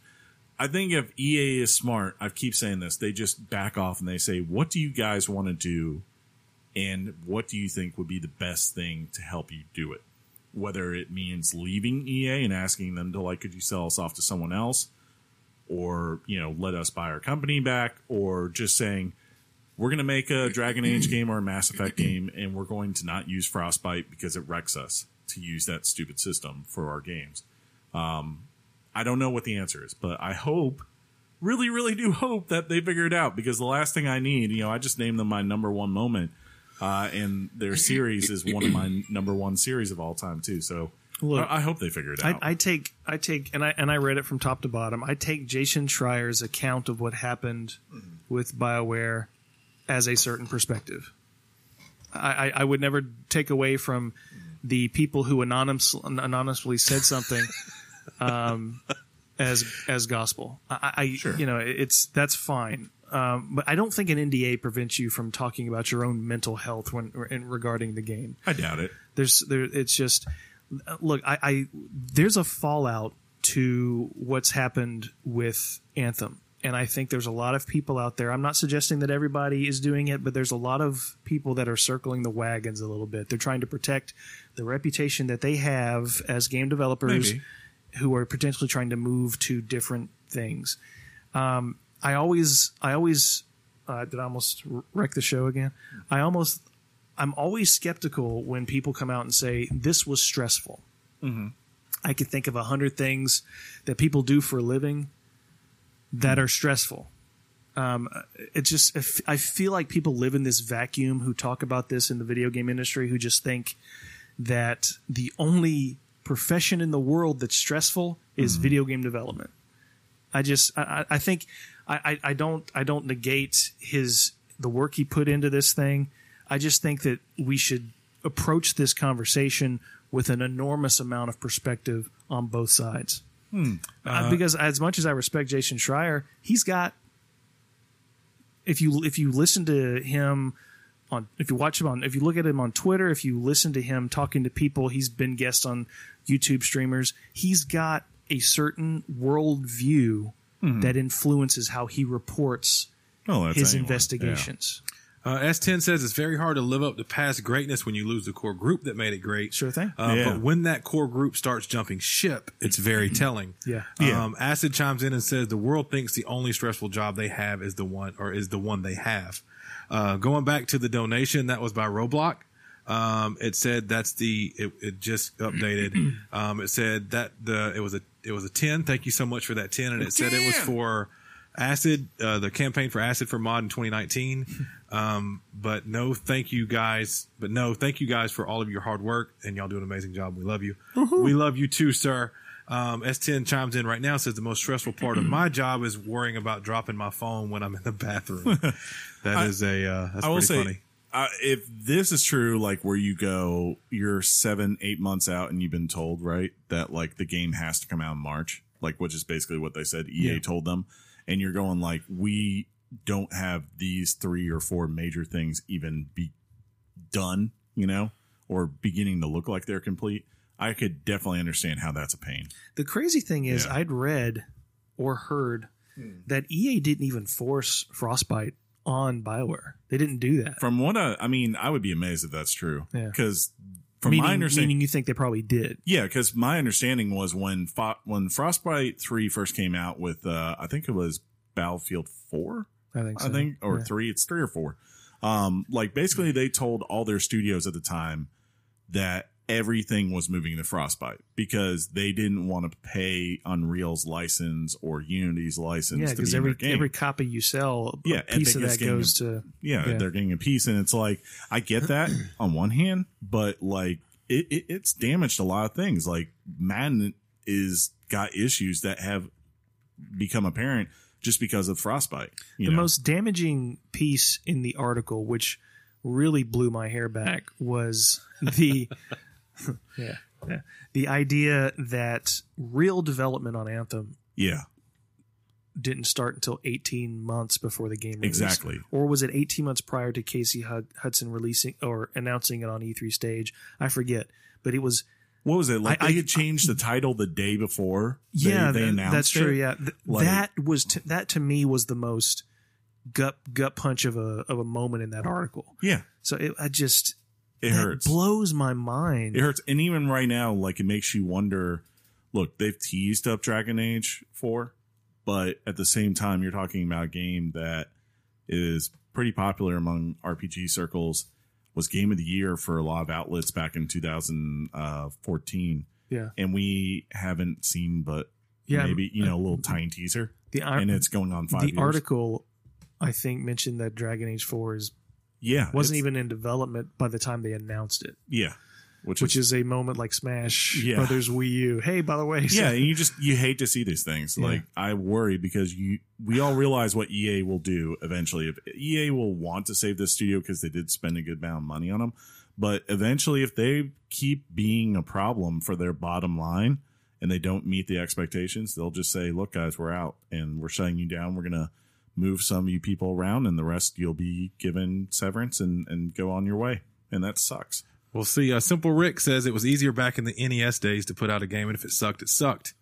[SPEAKER 2] I think if EA is smart, I keep saying this, they just back off and they say, what do you guys want to do? And what do you think would be the best thing to help you do it? whether it means leaving EA and asking them to like, could you sell us off to someone else, or you know, let us buy our company back, or just saying we're going to make a Dragon Age game or a Mass Effect game, and we're going to not use Frostbite because it wrecks us to use that stupid system for our games. Um, I don't know what the answer is, but I hope, really, really do hope that they figure it out because the last thing I need, you know, I just named them my number one moment, uh, and their series is one of my n- number one series of all time too. So
[SPEAKER 4] Look,
[SPEAKER 2] I, I hope they figure it
[SPEAKER 4] I,
[SPEAKER 2] out.
[SPEAKER 4] I take I take and I and I read it from top to bottom. I take Jason Schreier's account of what happened with Bioware as a certain perspective. I, I, I would never take away from the people who anonymous, anonymously said something um, as as gospel. I, I you know it's that's fine, um, but I don't think an NDA prevents you from talking about your own mental health when in, regarding the game
[SPEAKER 2] I doubt it.
[SPEAKER 4] there's there it's just look I, I there's a fallout to what's happened with anthem and i think there's a lot of people out there i'm not suggesting that everybody is doing it but there's a lot of people that are circling the wagons a little bit they're trying to protect the reputation that they have as game developers
[SPEAKER 2] Maybe.
[SPEAKER 4] who are potentially trying to move to different things um, i always i always uh, did I almost r- wreck the show again i almost I'm always skeptical when people come out and say this was stressful. I can think of a hundred things that people do for a living that are stressful. Um, it just I f- I feel like people live in this vacuum who talk about this in the video game industry who just think that the only profession in the world that's stressful is video game development. I just I, I I think I, I I don't I don't negate his the work he put into this thing. I just think that we should approach this conversation with an enormous amount of perspective on both sides. Uh, because as much as I respect Jason Schreier, he's got if you if you listen to him on if you watch him on if you look at him on Twitter, if you listen to him talking to people, he's been guest on YouTube streamers. He's got a certain worldview that influences how he reports
[SPEAKER 2] Well, Mm-hmm. that's
[SPEAKER 4] his
[SPEAKER 2] anyone.
[SPEAKER 4] investigations.
[SPEAKER 3] Uh, S10 says it's very hard to live up to past greatness when you lose the core group that made it great.
[SPEAKER 4] Sure thing.
[SPEAKER 3] Uh,
[SPEAKER 2] Yeah.
[SPEAKER 3] But when that core group starts jumping ship, it's very telling.
[SPEAKER 4] Mm-hmm. Yeah.
[SPEAKER 2] Yeah.
[SPEAKER 3] Um, Acid chimes in and says the world thinks the only stressful job they have is the one or is the one they have. Uh, going back to the donation that was by Roblox. Um, it said that's the it, it just updated. um, it said that the it was a it was a ten. Thank you so much for that ten. And it said it was
[SPEAKER 2] Damn.
[SPEAKER 3] for Acid, uh, the campaign for Acid for Mod in 2019. um, but no, thank you guys. But no, thank you guys for all of your hard work and y'all do an amazing job. We love you. We love you too, sir. Um, S10 chimes in right now says the most stressful part of my job is worrying about dropping my phone when I'm in the bathroom. That is a uh, that's
[SPEAKER 2] I will
[SPEAKER 3] pretty
[SPEAKER 2] say,
[SPEAKER 3] funny.
[SPEAKER 2] Uh, if this is true, like where you go, you're seven, eight months out, and you've been told right that like the game has to come out in March, like which is basically what they said. EA told them, and you're going like, we don't have these three or four major things even be done, you know, or beginning to look like they're complete. I could definitely understand how that's a pain.
[SPEAKER 4] The crazy thing is,
[SPEAKER 2] Yeah. Hmm.
[SPEAKER 4] I'd read or heard that EA didn't even force Frostbite on Bioware. They didn't do that.
[SPEAKER 2] From what I, I mean, I would be amazed if that's true.
[SPEAKER 4] Yeah.
[SPEAKER 2] Because from
[SPEAKER 4] meaning,
[SPEAKER 2] my understanding,
[SPEAKER 4] meaning you think they probably did.
[SPEAKER 2] Yeah, because my understanding was when Fo- when Frostbite three first came out with, uh, I think it was Battlefield four,
[SPEAKER 4] I think. So.
[SPEAKER 2] I think, or
[SPEAKER 4] Yeah.
[SPEAKER 2] three. It's three or four. Um, like basically, they told all their studios at the time that everything was moving to Frostbite because they didn't want to pay Unreal's license or Unity's license.
[SPEAKER 4] Yeah,
[SPEAKER 2] to be
[SPEAKER 4] because
[SPEAKER 2] in
[SPEAKER 4] every
[SPEAKER 2] their game.
[SPEAKER 4] every copy you sell, a
[SPEAKER 2] Yeah,
[SPEAKER 4] piece of
[SPEAKER 2] Epic is
[SPEAKER 4] that goes to
[SPEAKER 2] yeah,
[SPEAKER 4] Yeah.
[SPEAKER 2] they're getting a piece and it's like i get that on one hand but like it, it it's damaged a lot of things like madden is got issues that have become apparent just because of frostbite you
[SPEAKER 4] the
[SPEAKER 2] know
[SPEAKER 4] most damaging piece in the article, which really blew my hair back, was the yeah, yeah, the idea that real development on Anthem
[SPEAKER 2] yeah
[SPEAKER 4] didn't start until 18 months before the game released.
[SPEAKER 2] Exactly.
[SPEAKER 4] Or was it 18 months prior to Casey Hud- Hudson releasing or announcing it on E3 stage? I forget, but it was
[SPEAKER 2] what was it like
[SPEAKER 4] I-
[SPEAKER 2] they
[SPEAKER 4] I-
[SPEAKER 2] had changed the title the day before they-
[SPEAKER 4] yeah,
[SPEAKER 2] they,
[SPEAKER 4] tha-
[SPEAKER 2] announced
[SPEAKER 4] that's true.
[SPEAKER 2] it.
[SPEAKER 4] Yeah, Th-
[SPEAKER 2] Like-
[SPEAKER 4] that was t- that to me was the most gut gut punch of a of a moment in that article.
[SPEAKER 2] yeah
[SPEAKER 4] So it, I just
[SPEAKER 2] It
[SPEAKER 4] that
[SPEAKER 2] hurts.
[SPEAKER 4] blows my mind.
[SPEAKER 2] It hurts. And even right now, like it makes you wonder. Look, they've teased up Dragon Age 4, but at the same time, you're talking about a game that is pretty popular among RPG circles, was game of the year for a lot of outlets back in 2014.
[SPEAKER 4] Yeah.
[SPEAKER 2] And we haven't seen but
[SPEAKER 4] Yeah,
[SPEAKER 2] maybe, you know, a little tiny teaser.
[SPEAKER 4] the ar-
[SPEAKER 2] And it's going on five
[SPEAKER 4] the
[SPEAKER 2] years.
[SPEAKER 4] article I think mentioned that Dragon Age Four is
[SPEAKER 2] yeah.
[SPEAKER 4] wasn't
[SPEAKER 2] it's-
[SPEAKER 4] even in development by the time they announced it,
[SPEAKER 2] Yeah. Which,
[SPEAKER 4] which
[SPEAKER 2] is.
[SPEAKER 4] is a moment like Smash
[SPEAKER 2] Yeah.
[SPEAKER 4] Brothers Wii U. Hey, by the way,
[SPEAKER 2] Yeah, and you just you hate to see these things.
[SPEAKER 4] Yeah.
[SPEAKER 2] Like I worry because you we all realize what EA will do eventually. If EA will want to save this studio because they did spend a good amount of money on them, but eventually if they keep being a problem for their bottom line and they don't meet the expectations, they'll just say, "Look, guys, we're out and we're shutting you down. We're gonna move some of you people around, and the rest you'll be given severance and and go on your way." And that sucks.
[SPEAKER 3] We'll see. Uh, Simple Rick says it was easier back in the NES days to put out a game, and if it sucked, it sucked.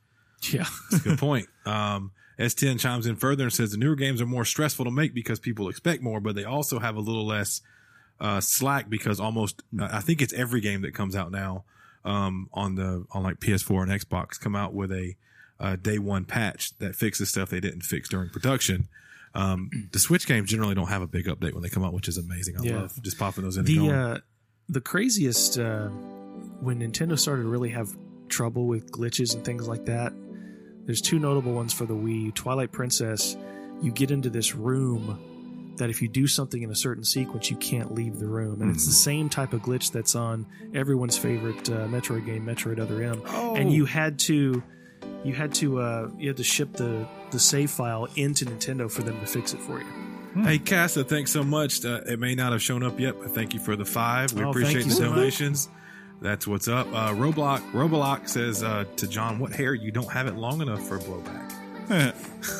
[SPEAKER 4] yeah,
[SPEAKER 3] That's a good point. Um, S10 chimes in further and says the newer games are more stressful to make because people expect more, but they also have a little less uh, slack because almost uh, I think it's every game that comes out now um, on the on like PS4 and Xbox come out with a uh, day one patch that fixes stuff they didn't fix during production. Um, the Switch games generally don't have a big update when they come out, which is amazing. I
[SPEAKER 4] Yeah.
[SPEAKER 3] love just popping those in. and
[SPEAKER 4] the
[SPEAKER 3] going.
[SPEAKER 4] uh, the craziest uh, when Nintendo started to really have trouble with glitches and things like that. There's two notable ones for the Wii. Twilight Princess, you get into this room that if you do something in a certain sequence, you can't leave the room, and it's the
[SPEAKER 3] Mm-hmm.
[SPEAKER 4] same type of glitch that's on everyone's favorite uh, Metroid game, Metroid Other M.
[SPEAKER 3] oh,
[SPEAKER 4] and you had to you had to uh, you had to ship the the save file into Nintendo for them to fix it for you. Hmm.
[SPEAKER 3] Hey, Cassa, thanks so much. Uh, it may not have shown up yet, but thank you for the five. We
[SPEAKER 4] Oh, thank
[SPEAKER 3] appreciate
[SPEAKER 4] you
[SPEAKER 3] the
[SPEAKER 4] so much.
[SPEAKER 3] donations. That's what's up. Uh, Roblox, Roblox says uh, to John, "What hair? You don't have it long enough for blowback.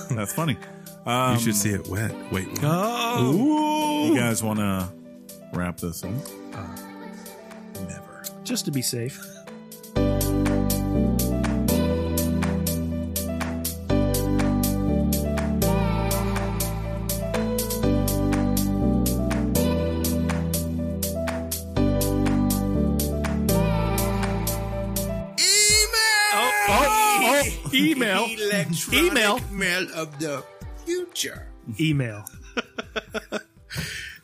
[SPEAKER 2] That's funny.
[SPEAKER 3] You
[SPEAKER 2] Um,
[SPEAKER 3] should see it wet. Wait, what?
[SPEAKER 4] Oh.
[SPEAKER 2] You guys want to wrap this up?
[SPEAKER 3] never.
[SPEAKER 4] Just to be safe. oh,
[SPEAKER 5] Email. Email.
[SPEAKER 7] Mail of the future.
[SPEAKER 4] Email.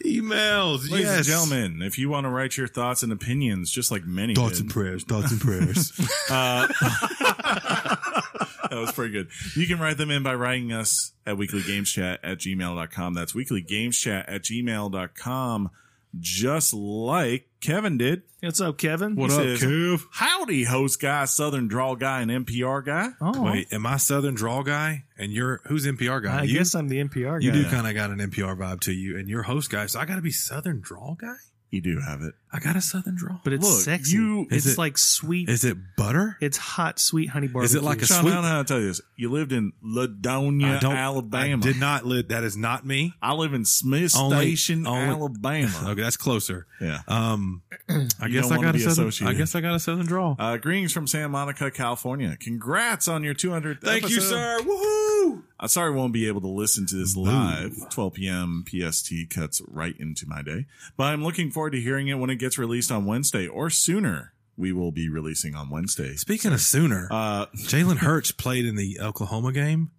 [SPEAKER 3] Emails,
[SPEAKER 2] Ladies
[SPEAKER 3] yes,
[SPEAKER 2] and gentlemen, if you want to write your thoughts and opinions, just like many
[SPEAKER 3] Thoughts
[SPEAKER 2] did,
[SPEAKER 3] and prayers. Thoughts and prayers.
[SPEAKER 2] that was pretty good. You can write them in by writing us at weeklygameschat at gmail.com. That's weeklygameschat at gmail.com, just like Kevin did.
[SPEAKER 4] What's up, Kevin?
[SPEAKER 2] What
[SPEAKER 3] up, Kev?
[SPEAKER 2] Howdy, host guy, Southern drawl guy, and NPR guy.
[SPEAKER 4] Oh,
[SPEAKER 3] Wait, am I Southern Draw guy? And you're who's NPR guy?
[SPEAKER 4] I
[SPEAKER 3] you
[SPEAKER 4] guess I'm the NPR guy.
[SPEAKER 3] you do kind of got an NPR vibe to you, and you're host guy. So I got to be Southern Draw guy.
[SPEAKER 2] You do have it.
[SPEAKER 3] I got a Southern Draw.
[SPEAKER 4] but it's
[SPEAKER 2] Look,
[SPEAKER 4] sexy.
[SPEAKER 2] you-
[SPEAKER 4] it's
[SPEAKER 3] is it-
[SPEAKER 4] like sweet.
[SPEAKER 3] Is it butter?
[SPEAKER 4] it's hot, sweet honey barbecue.
[SPEAKER 3] Is it like a
[SPEAKER 2] Sean,
[SPEAKER 3] sweet-
[SPEAKER 2] I don't know how to tell you this. You lived in
[SPEAKER 3] I
[SPEAKER 2] Ladonia,
[SPEAKER 3] don't-
[SPEAKER 2] Alabama.
[SPEAKER 3] I did not live. That is not me.
[SPEAKER 2] I live in Smith
[SPEAKER 3] Only-
[SPEAKER 2] Station,
[SPEAKER 3] only-
[SPEAKER 2] Alabama.
[SPEAKER 3] Okay, that's closer.
[SPEAKER 2] Yeah.
[SPEAKER 3] Um, I
[SPEAKER 2] You
[SPEAKER 3] guess
[SPEAKER 2] don't
[SPEAKER 3] I
[SPEAKER 2] wanna
[SPEAKER 3] got a
[SPEAKER 2] be
[SPEAKER 3] southern. I
[SPEAKER 2] associated.
[SPEAKER 3] guess I got a southern draw.
[SPEAKER 2] Uh, greetings from Santa Monica, California. Congrats on your 200th
[SPEAKER 3] Thank you,
[SPEAKER 2] episode.
[SPEAKER 3] sir. Woohoo!
[SPEAKER 2] I'm sorry I won't be able to listen to this live. 12 p.m. PST cuts right into my day, but I'm looking forward to hearing it when it gets released on Wednesday or sooner. We will be releasing on Wednesday.
[SPEAKER 3] Speaking of Sooner,
[SPEAKER 2] Uh,
[SPEAKER 3] Jalen Hurts played in the Oklahoma game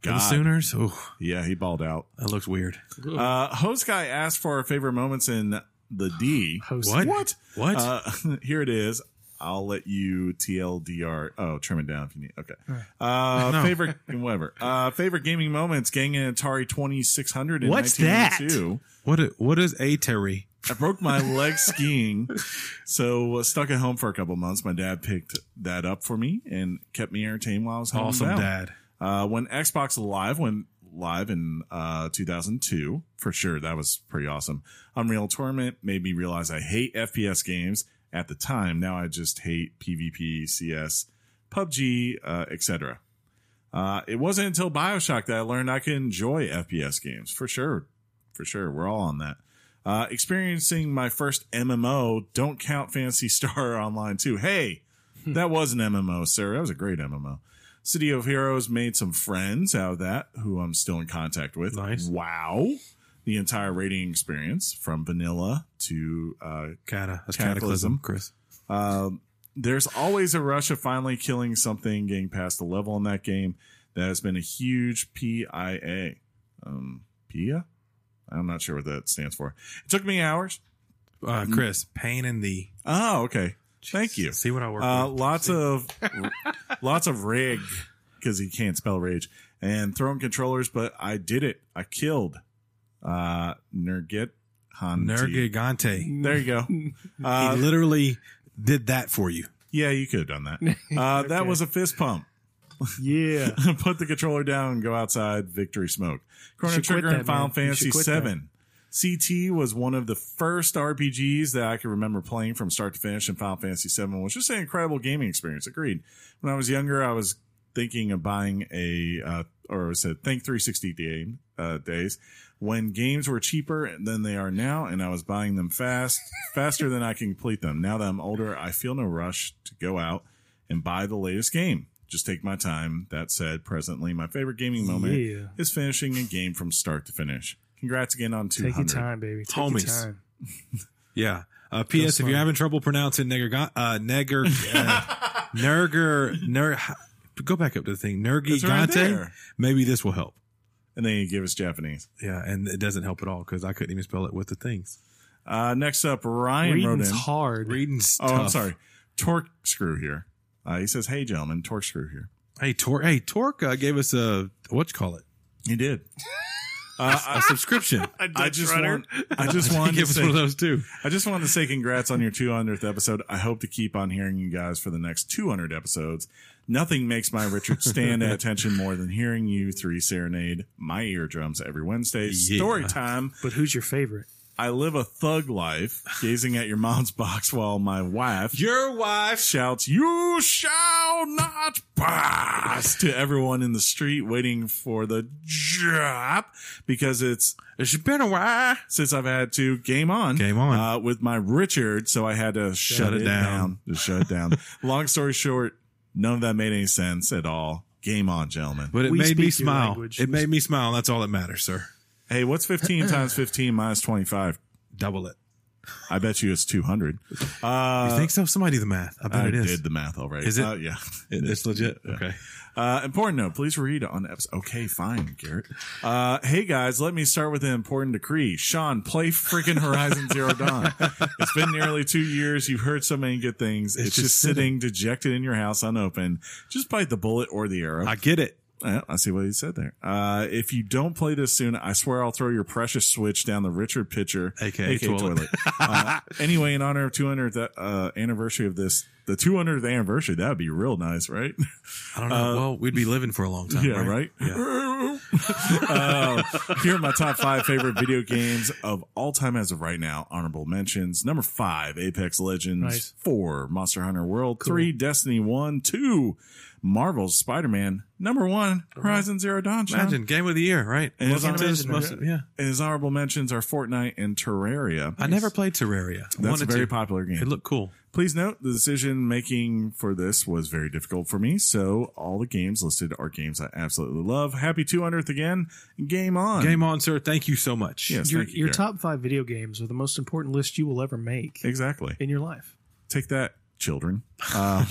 [SPEAKER 3] for the
[SPEAKER 2] God.
[SPEAKER 3] Sooners. Oh,
[SPEAKER 2] yeah, he balled out.
[SPEAKER 3] that looks weird.
[SPEAKER 2] Uh, host guy asked for our favorite moments in the D.
[SPEAKER 4] Host
[SPEAKER 3] What?
[SPEAKER 2] What?
[SPEAKER 3] What?
[SPEAKER 2] Uh, here it is. I'll let you TLDR. Oh, trim it down if you need. Okay. Uh, favorite whatever. Uh, favorite gaming moments: Gang and Atari Twenty Six Hundred in
[SPEAKER 5] What's that?
[SPEAKER 2] 1982.
[SPEAKER 3] what? i- What is a Terry?
[SPEAKER 2] I broke my leg skiing, so uh, stuck at home for a couple months. My dad picked that up for me and kept me entertained while I was home. and
[SPEAKER 3] Awesome
[SPEAKER 2] bound.
[SPEAKER 3] dad.
[SPEAKER 2] Uh, when Xbox Live went live in uh, 2002, for sure, that was pretty awesome. Unreal Tournament made me realize I hate FPS games at the time. Now I just hate PvP, CS, PUBG, uh, etc. Uh, it wasn't until Bioshock that I learned I could enjoy FPS games. For sure. For sure. We're all on that. Uh, experiencing my first MMO, don't count Fantasy Star Online 2. Hey, that was an MMO, sir. That was a great MMO. City of Heroes made some friends out of that, who I'm still in contact with.
[SPEAKER 3] Nice.
[SPEAKER 2] Wow. the entire rating experience from vanilla to uh,
[SPEAKER 3] Cata, that's
[SPEAKER 2] Cataclysm.
[SPEAKER 3] cataclysm, Chris.
[SPEAKER 2] Um, there's always a rush of finally killing something, getting past the level in that game. That has been a huge PIA. Um, PIA? I'm not sure what that stands for. It took me hours.
[SPEAKER 3] Uh, Chris, pain in the.
[SPEAKER 2] Oh, okay. Mm-hmm. Thank you.
[SPEAKER 3] See what I work
[SPEAKER 2] Uh,
[SPEAKER 3] with.
[SPEAKER 2] lots of lots of rig because he can't spell rage and throwing controllers, but I did it. I killed uh, Nergit Han.
[SPEAKER 3] Nergigante.
[SPEAKER 2] There you Uh, go.
[SPEAKER 3] he literally did that for you.
[SPEAKER 2] Yeah, you could have done that. Uh, That was a fist pump.
[SPEAKER 4] Yeah.
[SPEAKER 2] put the controller down and go outside. Victory smoke. Chrono
[SPEAKER 4] should quit
[SPEAKER 2] Trigger and
[SPEAKER 4] that,
[SPEAKER 2] Final
[SPEAKER 4] man. You
[SPEAKER 2] Fantasy
[SPEAKER 4] should quit
[SPEAKER 2] VII. CT was one of the first RPGs that I can remember playing from start to finish in Final Fantasy VII, which was an incredible gaming experience. Agreed. When I was younger, I was thinking of buying a uh, or I said think 360 game uh, days when games were cheaper than they are now, and I was buying them fast, faster than I can complete them. Now that I'm older, I feel no rush to go out and buy the latest game. Just take my time. That said, presently, my favorite gaming moment
[SPEAKER 4] Yeah.
[SPEAKER 2] is finishing a game from start to finish. Congrats again on
[SPEAKER 4] Take your
[SPEAKER 2] 200.
[SPEAKER 4] time, baby. Take
[SPEAKER 3] Homies.
[SPEAKER 4] your time.
[SPEAKER 3] Yeah. Uh, P.S. If you're having trouble pronouncing Neger, uh, Neger, uh, Nerger, Ner, go back up to the thing.
[SPEAKER 2] It's right
[SPEAKER 3] Nergigante.
[SPEAKER 2] there.
[SPEAKER 3] Maybe this will help.
[SPEAKER 2] And then you give us Japanese.
[SPEAKER 3] Yeah, and it doesn't help at all because I couldn't even spell it with the things.
[SPEAKER 2] Uh, next up, Ryan
[SPEAKER 4] Reading's
[SPEAKER 2] wrote in.
[SPEAKER 4] hard.
[SPEAKER 3] Reading's
[SPEAKER 2] Oh, I'm
[SPEAKER 3] tough.
[SPEAKER 2] sorry. Torque screw here. Uh, he says, "Hey, gentlemen, torque screw here."
[SPEAKER 3] Hey, Tor- hey, Torque uh, gave us a what you call it
[SPEAKER 2] He did.
[SPEAKER 3] a subscription.
[SPEAKER 2] I just
[SPEAKER 4] rudder.
[SPEAKER 2] want. I just wanted
[SPEAKER 3] Give
[SPEAKER 2] to
[SPEAKER 3] us one of
[SPEAKER 2] say.
[SPEAKER 3] those too.
[SPEAKER 2] I just wanted to say congrats on your 200th episode. I hope to keep on hearing you guys for the next 200 episodes. Nothing makes my Richard stand at attention more than hearing you three serenade my eardrums every Wednesday.
[SPEAKER 3] Yeah.
[SPEAKER 2] Story time.
[SPEAKER 4] But who's your favorite?
[SPEAKER 2] I live a thug life, gazing at your mom's box while my wife
[SPEAKER 3] Your wife.
[SPEAKER 2] shouts, You shall not pass to everyone in the street waiting for the drop because it's
[SPEAKER 3] It's been a while.
[SPEAKER 2] since I've had to game on,
[SPEAKER 3] Game on.
[SPEAKER 2] uh, with my Richard, so I had to shut, it,
[SPEAKER 3] it
[SPEAKER 2] down.
[SPEAKER 3] down.
[SPEAKER 2] Just shut it down. Long story short, none of that made any sense at all. Game on, gentlemen.
[SPEAKER 3] But it
[SPEAKER 4] We
[SPEAKER 3] made me
[SPEAKER 4] speak your
[SPEAKER 3] smile.
[SPEAKER 4] language.
[SPEAKER 3] It made me smile. That's all that matters, sir.
[SPEAKER 2] Hey, what's 15 times 15 minus 25?
[SPEAKER 3] Double it.
[SPEAKER 2] I bet you it's Uh, 200.
[SPEAKER 3] You think so? Somebody do the math. I bet
[SPEAKER 2] I
[SPEAKER 3] Oh, it is.
[SPEAKER 2] did the math already.
[SPEAKER 3] Is it?
[SPEAKER 2] Uh, yeah.
[SPEAKER 3] It- it's legit. Okay.
[SPEAKER 2] Uh, important note, please read on episode. Okay, fine, Garrett. Uh, hey guys, let me start with an important decree. Sean, play freaking Horizon Zero Dawn. It's been nearly two years. You've heard so many good things. It's,
[SPEAKER 3] It's
[SPEAKER 2] just,
[SPEAKER 3] just
[SPEAKER 2] sitting, dejected in your house unopened. Just bite the bullet or the arrow.
[SPEAKER 3] I get it.
[SPEAKER 2] Yeah, I see what he said there. Uh, if you don't play this soon, I swear I'll throw your precious switch down the Richard pitcher,
[SPEAKER 3] AKA toilet.
[SPEAKER 2] uh, anyway, in honor of 200th uh, anniversary of this, the 200th anniversary, that would be real nice, right?
[SPEAKER 3] I don't know. well, we'd be living for a long time.
[SPEAKER 2] Uh, Yeah, right. Uh, here are my top five favorite video games of all time as of right now. Honorable mentions: number five, Apex Legends;
[SPEAKER 4] Nice.
[SPEAKER 2] four, Monster Hunter World; three, Destiny One; two, Marvel's Spider Man; number one, Horizon Zero Dawn. Sean.
[SPEAKER 3] Imagine game of the year, right?
[SPEAKER 2] And it's
[SPEAKER 3] Wasn't
[SPEAKER 2] on-
[SPEAKER 3] this most- yeah.
[SPEAKER 2] And his honorable mentions are Fortnite and Terraria.
[SPEAKER 3] I never played Terraria. I
[SPEAKER 2] That's a
[SPEAKER 3] wanted
[SPEAKER 2] very
[SPEAKER 3] to.
[SPEAKER 2] popular game.
[SPEAKER 3] It looked cool.
[SPEAKER 2] Please note the decision making for this was very difficult for me, so all the games listed are games I absolutely love. Happy 200th again. Game on.
[SPEAKER 3] Game on, sir. Thank you so much.
[SPEAKER 2] Yes,
[SPEAKER 4] Your,
[SPEAKER 2] thank you,
[SPEAKER 4] your
[SPEAKER 2] Garrett.
[SPEAKER 4] top five video games are the most important list you will ever make
[SPEAKER 2] Exactly.
[SPEAKER 4] in your life.
[SPEAKER 2] Take that, children. Uh,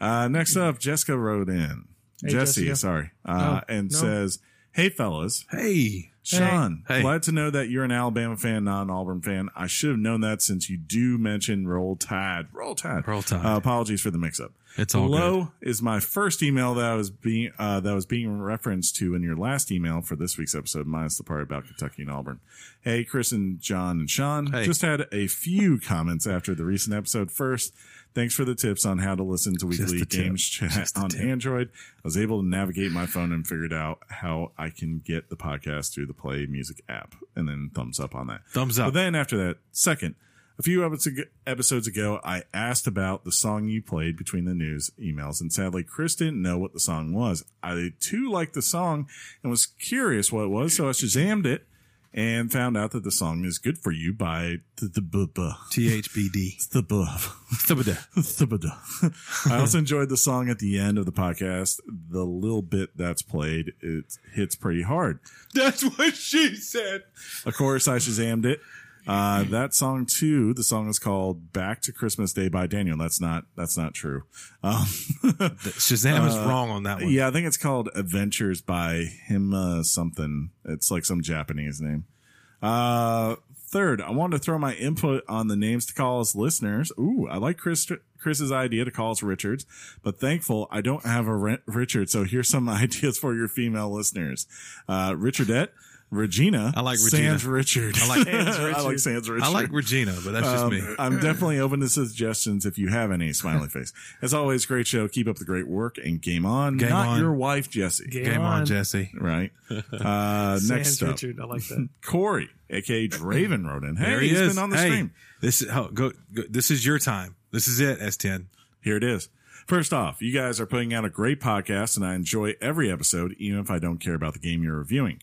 [SPEAKER 2] uh, next up, Jessica wrote in.
[SPEAKER 4] Hey,
[SPEAKER 2] Jesse,
[SPEAKER 4] Jessica.
[SPEAKER 2] sorry. Uh, and
[SPEAKER 4] no.
[SPEAKER 2] says, Hey, fellas.
[SPEAKER 3] Hey.
[SPEAKER 2] Sean,
[SPEAKER 3] Hey.
[SPEAKER 2] glad to know that you're an Alabama fan, not an Auburn fan. I should have known that since you do mention Roll Tide. Roll Tide.
[SPEAKER 3] Roll Tide.
[SPEAKER 2] Uh, apologies for the mix-up.
[SPEAKER 3] It's all
[SPEAKER 2] Hello is my first email that I was being uh, that was being referenced to in your last email for this week's episode, minus the part about Kentucky and Auburn. Hey, Chris and John and Sean,
[SPEAKER 3] Hey.
[SPEAKER 2] just had a few comments after the recent episode. First, thanks for the tips on how to listen to weekly
[SPEAKER 3] the tip.
[SPEAKER 2] games chat on Android. I was able to navigate my phone and figured out how I can get the podcast through the Play Music app, and then thumbs up on that.
[SPEAKER 3] Thumbs up.
[SPEAKER 2] But then after that, second, a few episodes ag- episodes ago, I asked about the song you played between the news emails, and sadly, Chris didn't know what the song was. I too liked the song and was curious what it was, so I shazammed it and found out that the song is good for you by the the bu- bu-
[SPEAKER 3] THBD.
[SPEAKER 2] the bu- Thubbada. I also enjoyed the song at the end of the podcast. The little bit that's played, it hits pretty hard.
[SPEAKER 3] That's what she said.
[SPEAKER 2] Of course, I Shazammed it. Uh, that song too. The song is called "Back to Christmas Day" by Daniel. That's not that's not true. Um,
[SPEAKER 3] Shazam is wrong on that one.
[SPEAKER 2] Uh, yeah, I think it's called "Adventures" by him uh, something. It's like some Japanese name. Uh, third, I wanted to throw my input on the names to call us listeners. Ooh, I like Chris, Chris's idea to call us Richards, but thankful I don't have a Ri- Richard. So here's some ideas for your female listeners: uh, Richardette, Regina.
[SPEAKER 3] I like
[SPEAKER 2] Sans Richard. I
[SPEAKER 3] like-
[SPEAKER 2] I like Sans Richard.
[SPEAKER 3] I like Regina, but that's just
[SPEAKER 2] Um,
[SPEAKER 3] me.
[SPEAKER 2] I'm definitely open to suggestions if you have any. Smiley face. As always, great show. Keep up the great work and game on.
[SPEAKER 3] Game
[SPEAKER 2] Not
[SPEAKER 3] on.
[SPEAKER 2] your wife, Jesse.
[SPEAKER 4] Game,
[SPEAKER 3] Game on,
[SPEAKER 4] on,
[SPEAKER 3] Jesse.
[SPEAKER 2] Right. Uh,
[SPEAKER 4] Sans
[SPEAKER 2] next up,
[SPEAKER 4] Richard. I like that.
[SPEAKER 2] Corey, aka Draven, wrote in. Hey,
[SPEAKER 3] There he
[SPEAKER 2] has
[SPEAKER 3] is.
[SPEAKER 2] been on the
[SPEAKER 3] hey,
[SPEAKER 2] stream.
[SPEAKER 3] This is oh, go, go. This is your time. This is it. S10.
[SPEAKER 2] Here it is. First off, you guys are putting out a great podcast, and I enjoy every episode, even if I don't care about the game you're reviewing.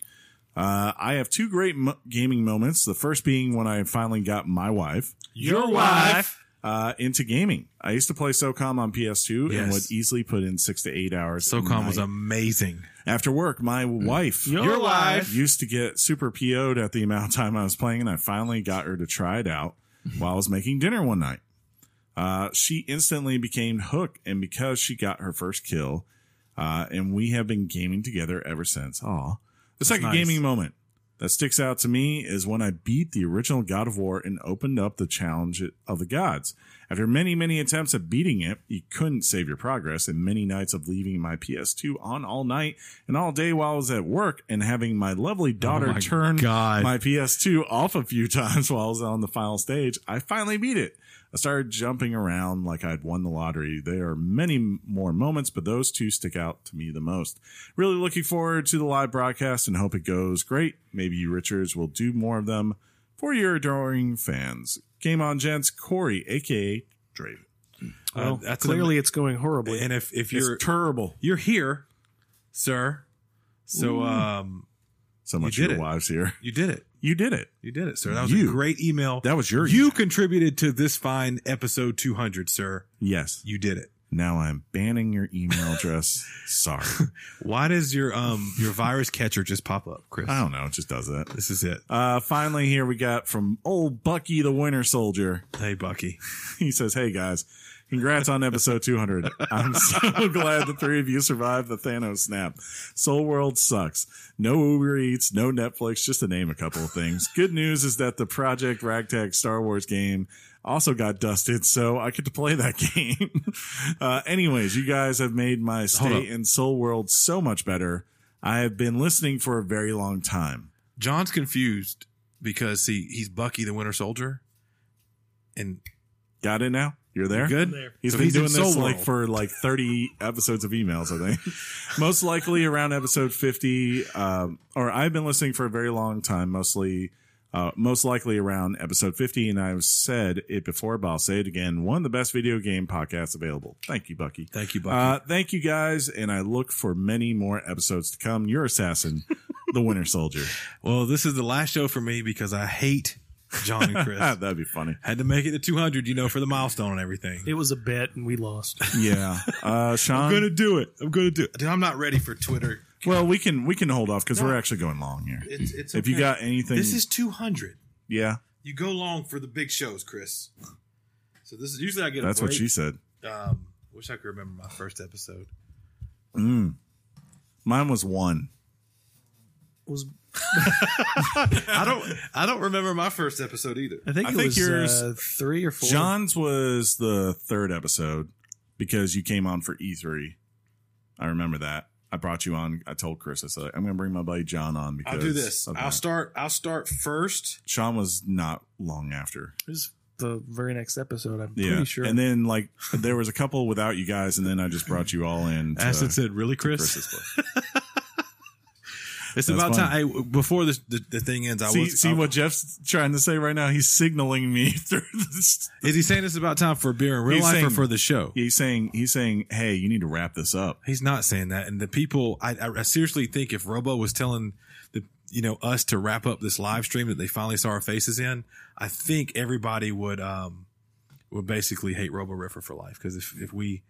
[SPEAKER 2] Uh, I have two great mo- gaming moments. The first being when I finally got my wife
[SPEAKER 4] Your wife.
[SPEAKER 2] uh, into gaming. I used to play SOCOM on PS2 and
[SPEAKER 3] Yes.
[SPEAKER 2] would easily put in six to eight hours. a
[SPEAKER 3] SoCom was Mm.
[SPEAKER 2] night.
[SPEAKER 3] amazing.
[SPEAKER 2] After work, my wife
[SPEAKER 4] Your Your wife. wife.
[SPEAKER 2] used to get super PO'd at the amount of time I was playing, and I finally got her to try it out while I was making dinner one night. Uh, she instantly became hooked, and because she got her first kill, uh, and we have been gaming together ever since. Aw. The second
[SPEAKER 3] nice.
[SPEAKER 2] gaming moment that sticks out to me is when I beat the original God of War and opened up the challenge of the gods. After many, many attempts at beating it, you couldn't save your progress, and many nights of leaving my PS2 on all night and all day while I was at work, and having my lovely daughter
[SPEAKER 3] Oh my
[SPEAKER 2] turn
[SPEAKER 3] God.
[SPEAKER 2] my PS2 off a few times while I was on the final stage, I finally beat it. I started jumping around like I'd won the lottery. There are many m- more moments, but those two stick out to me the most. Really looking forward to the live broadcast and hope it goes great. Maybe you, Richards, will do more of them for your adoring fans. Game on, gents. Corey, aka Draven.
[SPEAKER 4] Well,
[SPEAKER 3] that's an
[SPEAKER 4] clearly it's going horribly.
[SPEAKER 3] And if if
[SPEAKER 2] It's
[SPEAKER 3] you're
[SPEAKER 2] terrible.
[SPEAKER 3] you're here, sir. So um,
[SPEAKER 2] So much
[SPEAKER 3] did
[SPEAKER 2] your
[SPEAKER 3] it.
[SPEAKER 2] wives here.
[SPEAKER 3] you did it.
[SPEAKER 2] You did it.
[SPEAKER 3] You did it, sir. That was
[SPEAKER 2] You.
[SPEAKER 3] a great email.
[SPEAKER 2] That was your
[SPEAKER 3] you contributed to this fine episode 200, sir.
[SPEAKER 2] Yes.
[SPEAKER 3] You did it.
[SPEAKER 2] Now I'm banning your email address. Sorry.
[SPEAKER 3] Why does your um your virus catcher just pop up, Chris?
[SPEAKER 2] I don't know. It just does that.
[SPEAKER 3] This is it.
[SPEAKER 2] Uh, finally, here we got from old Bucky the Winter Soldier.
[SPEAKER 3] Hey, Bucky.
[SPEAKER 2] He says, Hey guys, congrats on episode 200. I'm so glad the three of you survived the Thanos snap. Soul World sucks. No Uber Eats, no Netflix, just to name a couple of things. Good news is that the Project Ragtag Star Wars game also got dusted, so I get to play that game. Uh, anyways, you guys have made my stay
[SPEAKER 3] up.
[SPEAKER 2] in Soul World so much better. I have been listening for a very long time.
[SPEAKER 3] John's confused because he he's Bucky the Winter Soldier, and
[SPEAKER 2] Got it now? You're there?
[SPEAKER 3] good.
[SPEAKER 2] He's
[SPEAKER 3] So
[SPEAKER 2] been
[SPEAKER 3] he's in
[SPEAKER 2] doing this
[SPEAKER 3] Soul
[SPEAKER 2] like
[SPEAKER 3] World.
[SPEAKER 2] for like 30 episodes of emails, I think. Most likely around episode 50, um, or I've been listening for a very long time, mostly, uh, most likely around episode 50. And I've said it before, but I'll say it again. One of the best video game podcasts available. Thank you, Bucky.
[SPEAKER 3] Thank you, Bucky.
[SPEAKER 2] Uh, thank you guys. And I look for many more episodes to come. Your assassin, the Winter Soldier.
[SPEAKER 3] well, this is the last show for me because I hate John and
[SPEAKER 2] Ah,
[SPEAKER 3] Chris.
[SPEAKER 2] that'd be funny.
[SPEAKER 3] Had to make it to 200, you know, for the milestone and everything.
[SPEAKER 4] it was a bet and we lost.
[SPEAKER 2] Yeah. Uh, Sean.
[SPEAKER 3] I'm gonna do it. I'm gonna do it. Dude, I'm not ready for Twitter.
[SPEAKER 2] well, we can, we can hold off because we're actually going long here.
[SPEAKER 7] It's, it's
[SPEAKER 2] If you
[SPEAKER 7] okay.
[SPEAKER 2] got anything,
[SPEAKER 3] This is 200.
[SPEAKER 2] yeah,
[SPEAKER 3] You go long for the big shows, Chris. So this is usually I get.
[SPEAKER 2] that's
[SPEAKER 3] a break.
[SPEAKER 2] what she said.
[SPEAKER 3] Um, wish I could remember my first episode.
[SPEAKER 2] Mine was one.
[SPEAKER 4] Was
[SPEAKER 3] I don't. I don't remember my first episode either.
[SPEAKER 4] I think
[SPEAKER 2] I
[SPEAKER 4] it
[SPEAKER 2] think
[SPEAKER 4] was
[SPEAKER 2] yours-
[SPEAKER 4] uh, three or four.
[SPEAKER 2] John's was the third episode because you came on for E3. I remember that. I brought you on. I told Chris, I said, I'm going to bring my buddy John on because
[SPEAKER 3] I'll do this.
[SPEAKER 2] of
[SPEAKER 3] I'll
[SPEAKER 2] that."
[SPEAKER 3] start. I'll start first.
[SPEAKER 2] Sean was not long after.
[SPEAKER 4] It was the very next episode. I'm
[SPEAKER 2] Yeah.
[SPEAKER 4] pretty sure.
[SPEAKER 2] And then, like, there was a couple without you guys, and then I just brought you all in. to
[SPEAKER 3] Ashton said, "Really, Chris?
[SPEAKER 2] Chris's place.
[SPEAKER 3] It's
[SPEAKER 2] That's
[SPEAKER 3] about
[SPEAKER 2] fine.
[SPEAKER 3] time." I, before this, the, the thing ends, I
[SPEAKER 2] see,
[SPEAKER 3] was.
[SPEAKER 2] see
[SPEAKER 3] I-
[SPEAKER 2] what Jeff's trying to say right now? He's signaling me through this.
[SPEAKER 3] is he saying? It's about time for beer in real
[SPEAKER 2] He's
[SPEAKER 3] life or
[SPEAKER 2] saying-
[SPEAKER 3] for the show?
[SPEAKER 2] He's saying, he's saying, hey, you need to wrap this up.
[SPEAKER 3] He's not saying that. And the people, I, I, I seriously think if Robo was telling the you know, us to wrap up this live stream that they finally saw our faces in, I think everybody would um would basically hate Robo Riffer for life because if if we,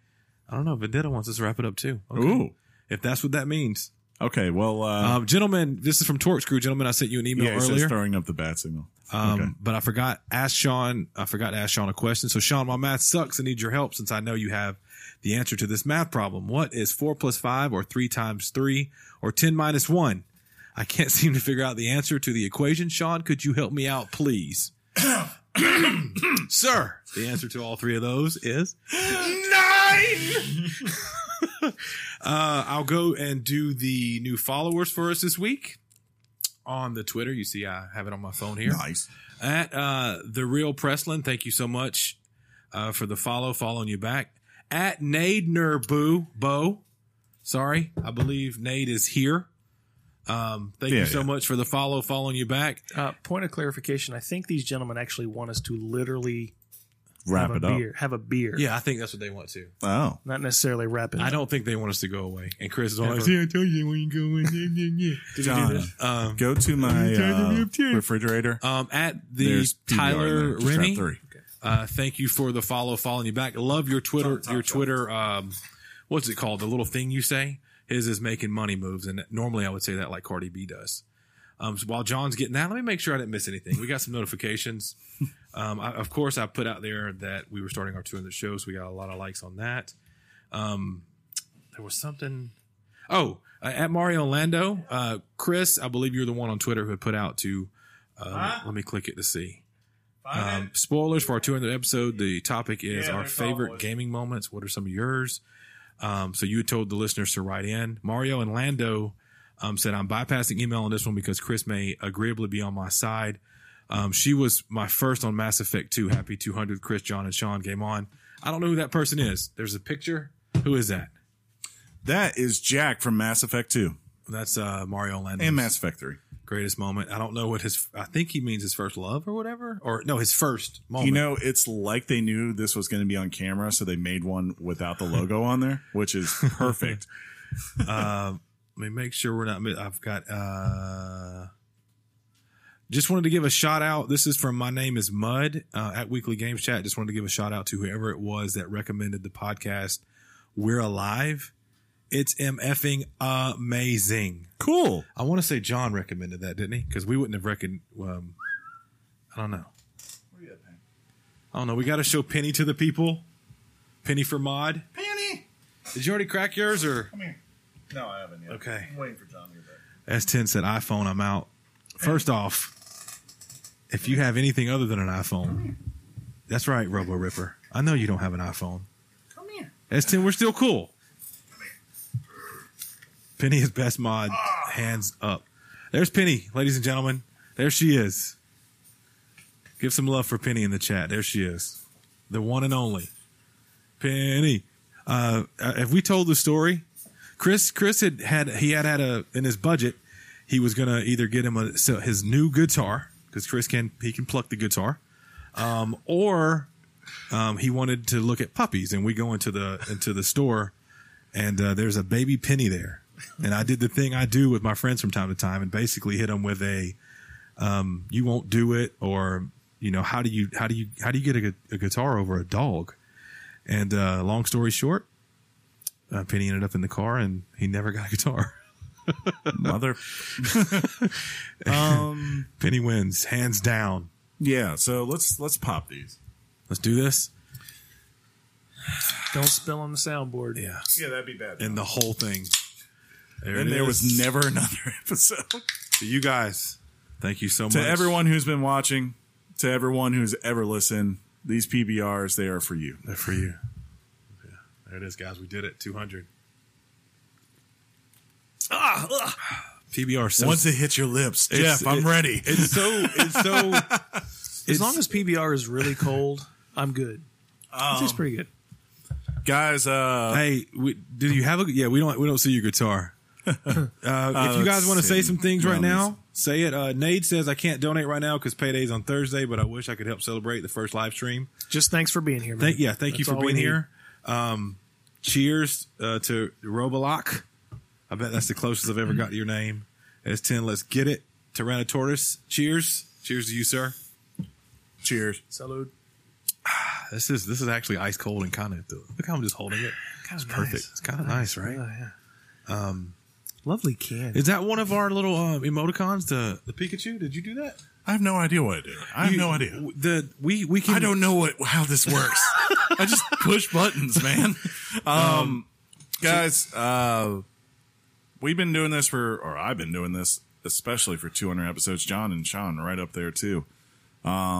[SPEAKER 3] I don't know, Vendetta wants us to wrap it up too. Okay.
[SPEAKER 2] Ooh.
[SPEAKER 3] if that's what that means,
[SPEAKER 2] Okay. Well, uh,
[SPEAKER 3] um, gentlemen, this is from Torque Screw, gentlemen. I sent you an email
[SPEAKER 2] yeah, he says
[SPEAKER 3] earlier.
[SPEAKER 2] throwing up the bat signal. Uh,
[SPEAKER 3] Um,
[SPEAKER 2] Okay.
[SPEAKER 3] But I forgot ask Sean. I forgot to ask Sean a question. So Sean, my math sucks. I need your help since I know you have the answer to this math problem. What is four plus five, or three times three, or ten minus one? I can't seem to figure out the answer to the equation. Sean, could you help me out, please? Sir, the answer to all three of those is nine. uh, I'll go and do the new followers for us this week on the Twitter. You see, I have it on my phone here
[SPEAKER 2] Nice.
[SPEAKER 3] at uh, the real Preslin. Thank you so much uh, for the follow, following you back at Nadener Boo Bo. Sorry, I believe Nade is here. Um, thank
[SPEAKER 2] Yeah,
[SPEAKER 3] you so
[SPEAKER 2] yeah.
[SPEAKER 3] much for the follow, following you back.
[SPEAKER 4] Uh, point of clarification: I think these gentlemen actually want us to literally
[SPEAKER 2] Wrap
[SPEAKER 4] have
[SPEAKER 2] it
[SPEAKER 4] a
[SPEAKER 2] up.
[SPEAKER 4] beer. Have a beer.
[SPEAKER 3] Yeah, I think that's what they want to.
[SPEAKER 2] Oh.
[SPEAKER 4] Not necessily wrap it.
[SPEAKER 3] I
[SPEAKER 4] up.
[SPEAKER 3] don't think they want us to go away. And Chris is all like,
[SPEAKER 4] Never.
[SPEAKER 3] "See, I told you when you go in." yeah, yeah, yeah." Did
[SPEAKER 2] John,
[SPEAKER 3] you do this? Um,
[SPEAKER 2] Go to my uh, refrigerator.
[SPEAKER 3] um, at the
[SPEAKER 2] There's PBR in
[SPEAKER 3] Tyler
[SPEAKER 2] there. Just wrap
[SPEAKER 3] Rennie.
[SPEAKER 2] three.
[SPEAKER 3] Uh, thank you for the follow, following you back. Love your Twitter, your Twitter. Um, what's it called? The little thing you say. His is making money moves, and normally I would say that like Cardi B does. Um, so while John's getting that, let me make sure I didn't miss anything. We got some notifications. Um, I, of course, I put out there that we were starting our 200 show, so we got a lot of likes on that. Um, there was something. Oh, uh, at Mario Lando, uh, Chris, I believe you're the one on Twitter who had put out to. Uh, Let me click it to see. Um, spoilers for our 200 episode. The topic is our favorite gaming moments. What are some of yours? Um, so you told the listeners to write in. Mario and Lando um, said, I'm bypassing email on this one because Chris may agreeably be on my side. Um, she was my first on Mass Effect 2. Happy 200. Chris, John, and Sean came on. I don't know who that person is. There's a picture. Who is that?
[SPEAKER 2] That is Jack from Mass Effect 2
[SPEAKER 3] That's uh, Mario Lando's
[SPEAKER 2] and Mass Effect 3.
[SPEAKER 3] greatest moment. I don't know what his. I think he means his first love or whatever, or no, his first moment.
[SPEAKER 2] You know, it's like they knew this was going to be on camera, so they made one without the logo on there, which is perfect.
[SPEAKER 3] uh, let me make sure we're not. mi- I've got. uh Just wanted to give a shout out. This is from my name is Mud uh, at Weekly Games Chat. Just wanted to give a shout out to whoever it was that recommended the podcast. We're alive. It's mfing amazing.
[SPEAKER 2] cool.
[SPEAKER 3] I want to say John recommended that, didn't he? Because we wouldn't have reckoned. Um, I don't know. I don't know. We got to show Penny to the people. Penny for mod.
[SPEAKER 2] Penny.
[SPEAKER 3] Did you already crack yours or?
[SPEAKER 2] No, I haven't yet.
[SPEAKER 3] Okay.
[SPEAKER 2] I'm waiting for John to get back.
[SPEAKER 3] S10 said iPhone, I'm out. First off, if you have anything other than an iPhone, that's right, Robo Ripper. I know you don't have an iPhone.
[SPEAKER 2] Come here.
[SPEAKER 3] S10, we're still cool. Penny is best mod, hands up. There's Penny, ladies and gentlemen. There she is. Give some love for Penny in the chat. There she is, the one and only Penny. Uh, have we told the story? Chris, Chris had had he had had a in his budget. He was gonna either get him a so his new guitar because Chris can he can pluck the guitar, um, or um, he wanted to look at puppies, and we go into the into the store, and uh, there's a baby penny there, and I did the thing I do with my friends from time to time, and basically hit them with a, um, you won't do it, or you know how do you how do you how do you get a, gu- a guitar over a dog, and uh, long story short, uh, Penny ended up in the car, and he never got a guitar.
[SPEAKER 2] Mother. um.
[SPEAKER 3] Penny wins hands down.
[SPEAKER 2] Yeah. So let's let's pop these.
[SPEAKER 3] Let's do this.
[SPEAKER 4] Don't spill on the soundboard.
[SPEAKER 3] Yeah,
[SPEAKER 2] Yeah, that'd be bad.
[SPEAKER 3] and the whole thing. There
[SPEAKER 2] and
[SPEAKER 3] it
[SPEAKER 2] there
[SPEAKER 3] is.
[SPEAKER 2] was never another episode.
[SPEAKER 3] to you guys. Thank you so
[SPEAKER 2] to
[SPEAKER 3] much
[SPEAKER 2] everyone who's been watching, to everyone who's ever listened, these PBRs they are for you.
[SPEAKER 3] They're for you. There it is, guys. We did it. 200. PBR. So,
[SPEAKER 2] Ah, Once it hits your lips,
[SPEAKER 3] It's-
[SPEAKER 2] Jeff, I'm
[SPEAKER 3] it-
[SPEAKER 2] ready.
[SPEAKER 3] it's so, it's so,
[SPEAKER 4] As long as PBR is really cold, I'm good. Which is
[SPEAKER 3] Um,
[SPEAKER 4] pretty good.
[SPEAKER 2] Guys, uh,
[SPEAKER 3] hey, we, do you have a, yeah, we don't, we don't see your guitar. Uh, if you guys want to
[SPEAKER 2] let's
[SPEAKER 3] say
[SPEAKER 2] see.
[SPEAKER 3] some things right
[SPEAKER 2] Drums.
[SPEAKER 3] now, say it. Uh, Nade says, I can't donate right now because payday's on Thursday, but I wish I could help celebrate the first live stream.
[SPEAKER 4] Just thanks for being here. Man.
[SPEAKER 3] Thank, yeah, thank you for
[SPEAKER 4] That's all we
[SPEAKER 3] being
[SPEAKER 4] need.
[SPEAKER 3] here. Um, cheers uh, to Robolock. I bet that's the closest I've ever got to your name. S10, let's get it. Tyrannotaurus, cheers. Cheers to you, sir. Cheers.
[SPEAKER 4] Salud.
[SPEAKER 3] This is this is actually ice cold and kind of look how I'm just holding it. it's perfect. It's kind of nice, right? Um,
[SPEAKER 4] yeah. Um, Lovely can.
[SPEAKER 3] Is that one of our little um, emoticons? The the Pikachu? Did you do that?
[SPEAKER 2] I have no idea what I did. I have
[SPEAKER 3] You-
[SPEAKER 2] no idea.
[SPEAKER 3] w- The we we can.
[SPEAKER 2] I don't know what how this works. I just push buttons, man. Um, guys, uh, we've been doing this for, or I've been doing this especially for 200 episodes. John and Sean right up there too. Um,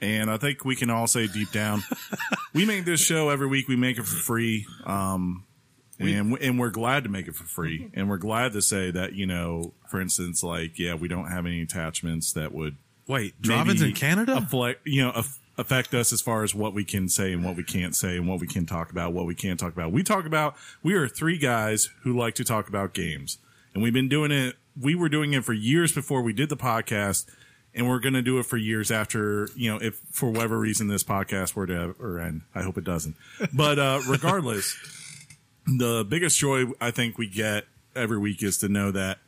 [SPEAKER 2] and I think we can all say deep down, we make this show every week. We make it for free. Um, and we- and we're glad to make it for free, and we're glad to say that you know, for instance, like yeah, we don't have any attachments that would
[SPEAKER 3] Wait, Dravin's in
[SPEAKER 2] maybe
[SPEAKER 3] Canada.
[SPEAKER 2] affle- you know, aff- affect us as far as what we can say and what we can't say and what we can talk about, what we can't talk about. We talk about, we are three guys who like to talk about games and we've been doing it. We were doing it for years before we did the podcast and we're going to do it for years after, you know, if for whatever reason this podcast were to ever end, I hope it doesn't. But, uh, regardless, the biggest joy I think we get every week is to know that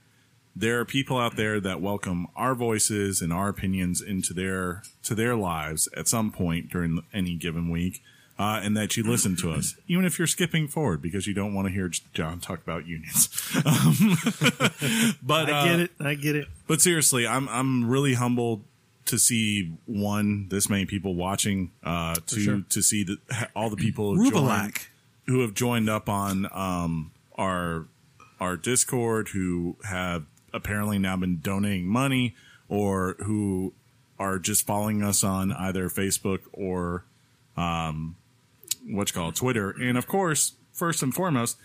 [SPEAKER 2] there are people out there that welcome our voices and our opinions into their to their lives at some point during any given week, uh, and that you listen to us, even if you're skipping forward because you don't want to hear John talk about unions. Um, but
[SPEAKER 4] I get
[SPEAKER 2] uh,
[SPEAKER 4] it. I get it.
[SPEAKER 2] but seriously, I'm I'm really humbled to see one this many people watching, uh, to
[SPEAKER 4] sure.
[SPEAKER 2] to see the, all the people who joined-
[SPEAKER 3] Rubelak.
[SPEAKER 2] who have joined up on um, our our Discord, who have apparently now been donating money, or who are just following us on either Facebook or um, what's called Twitter, and of course, first and foremost.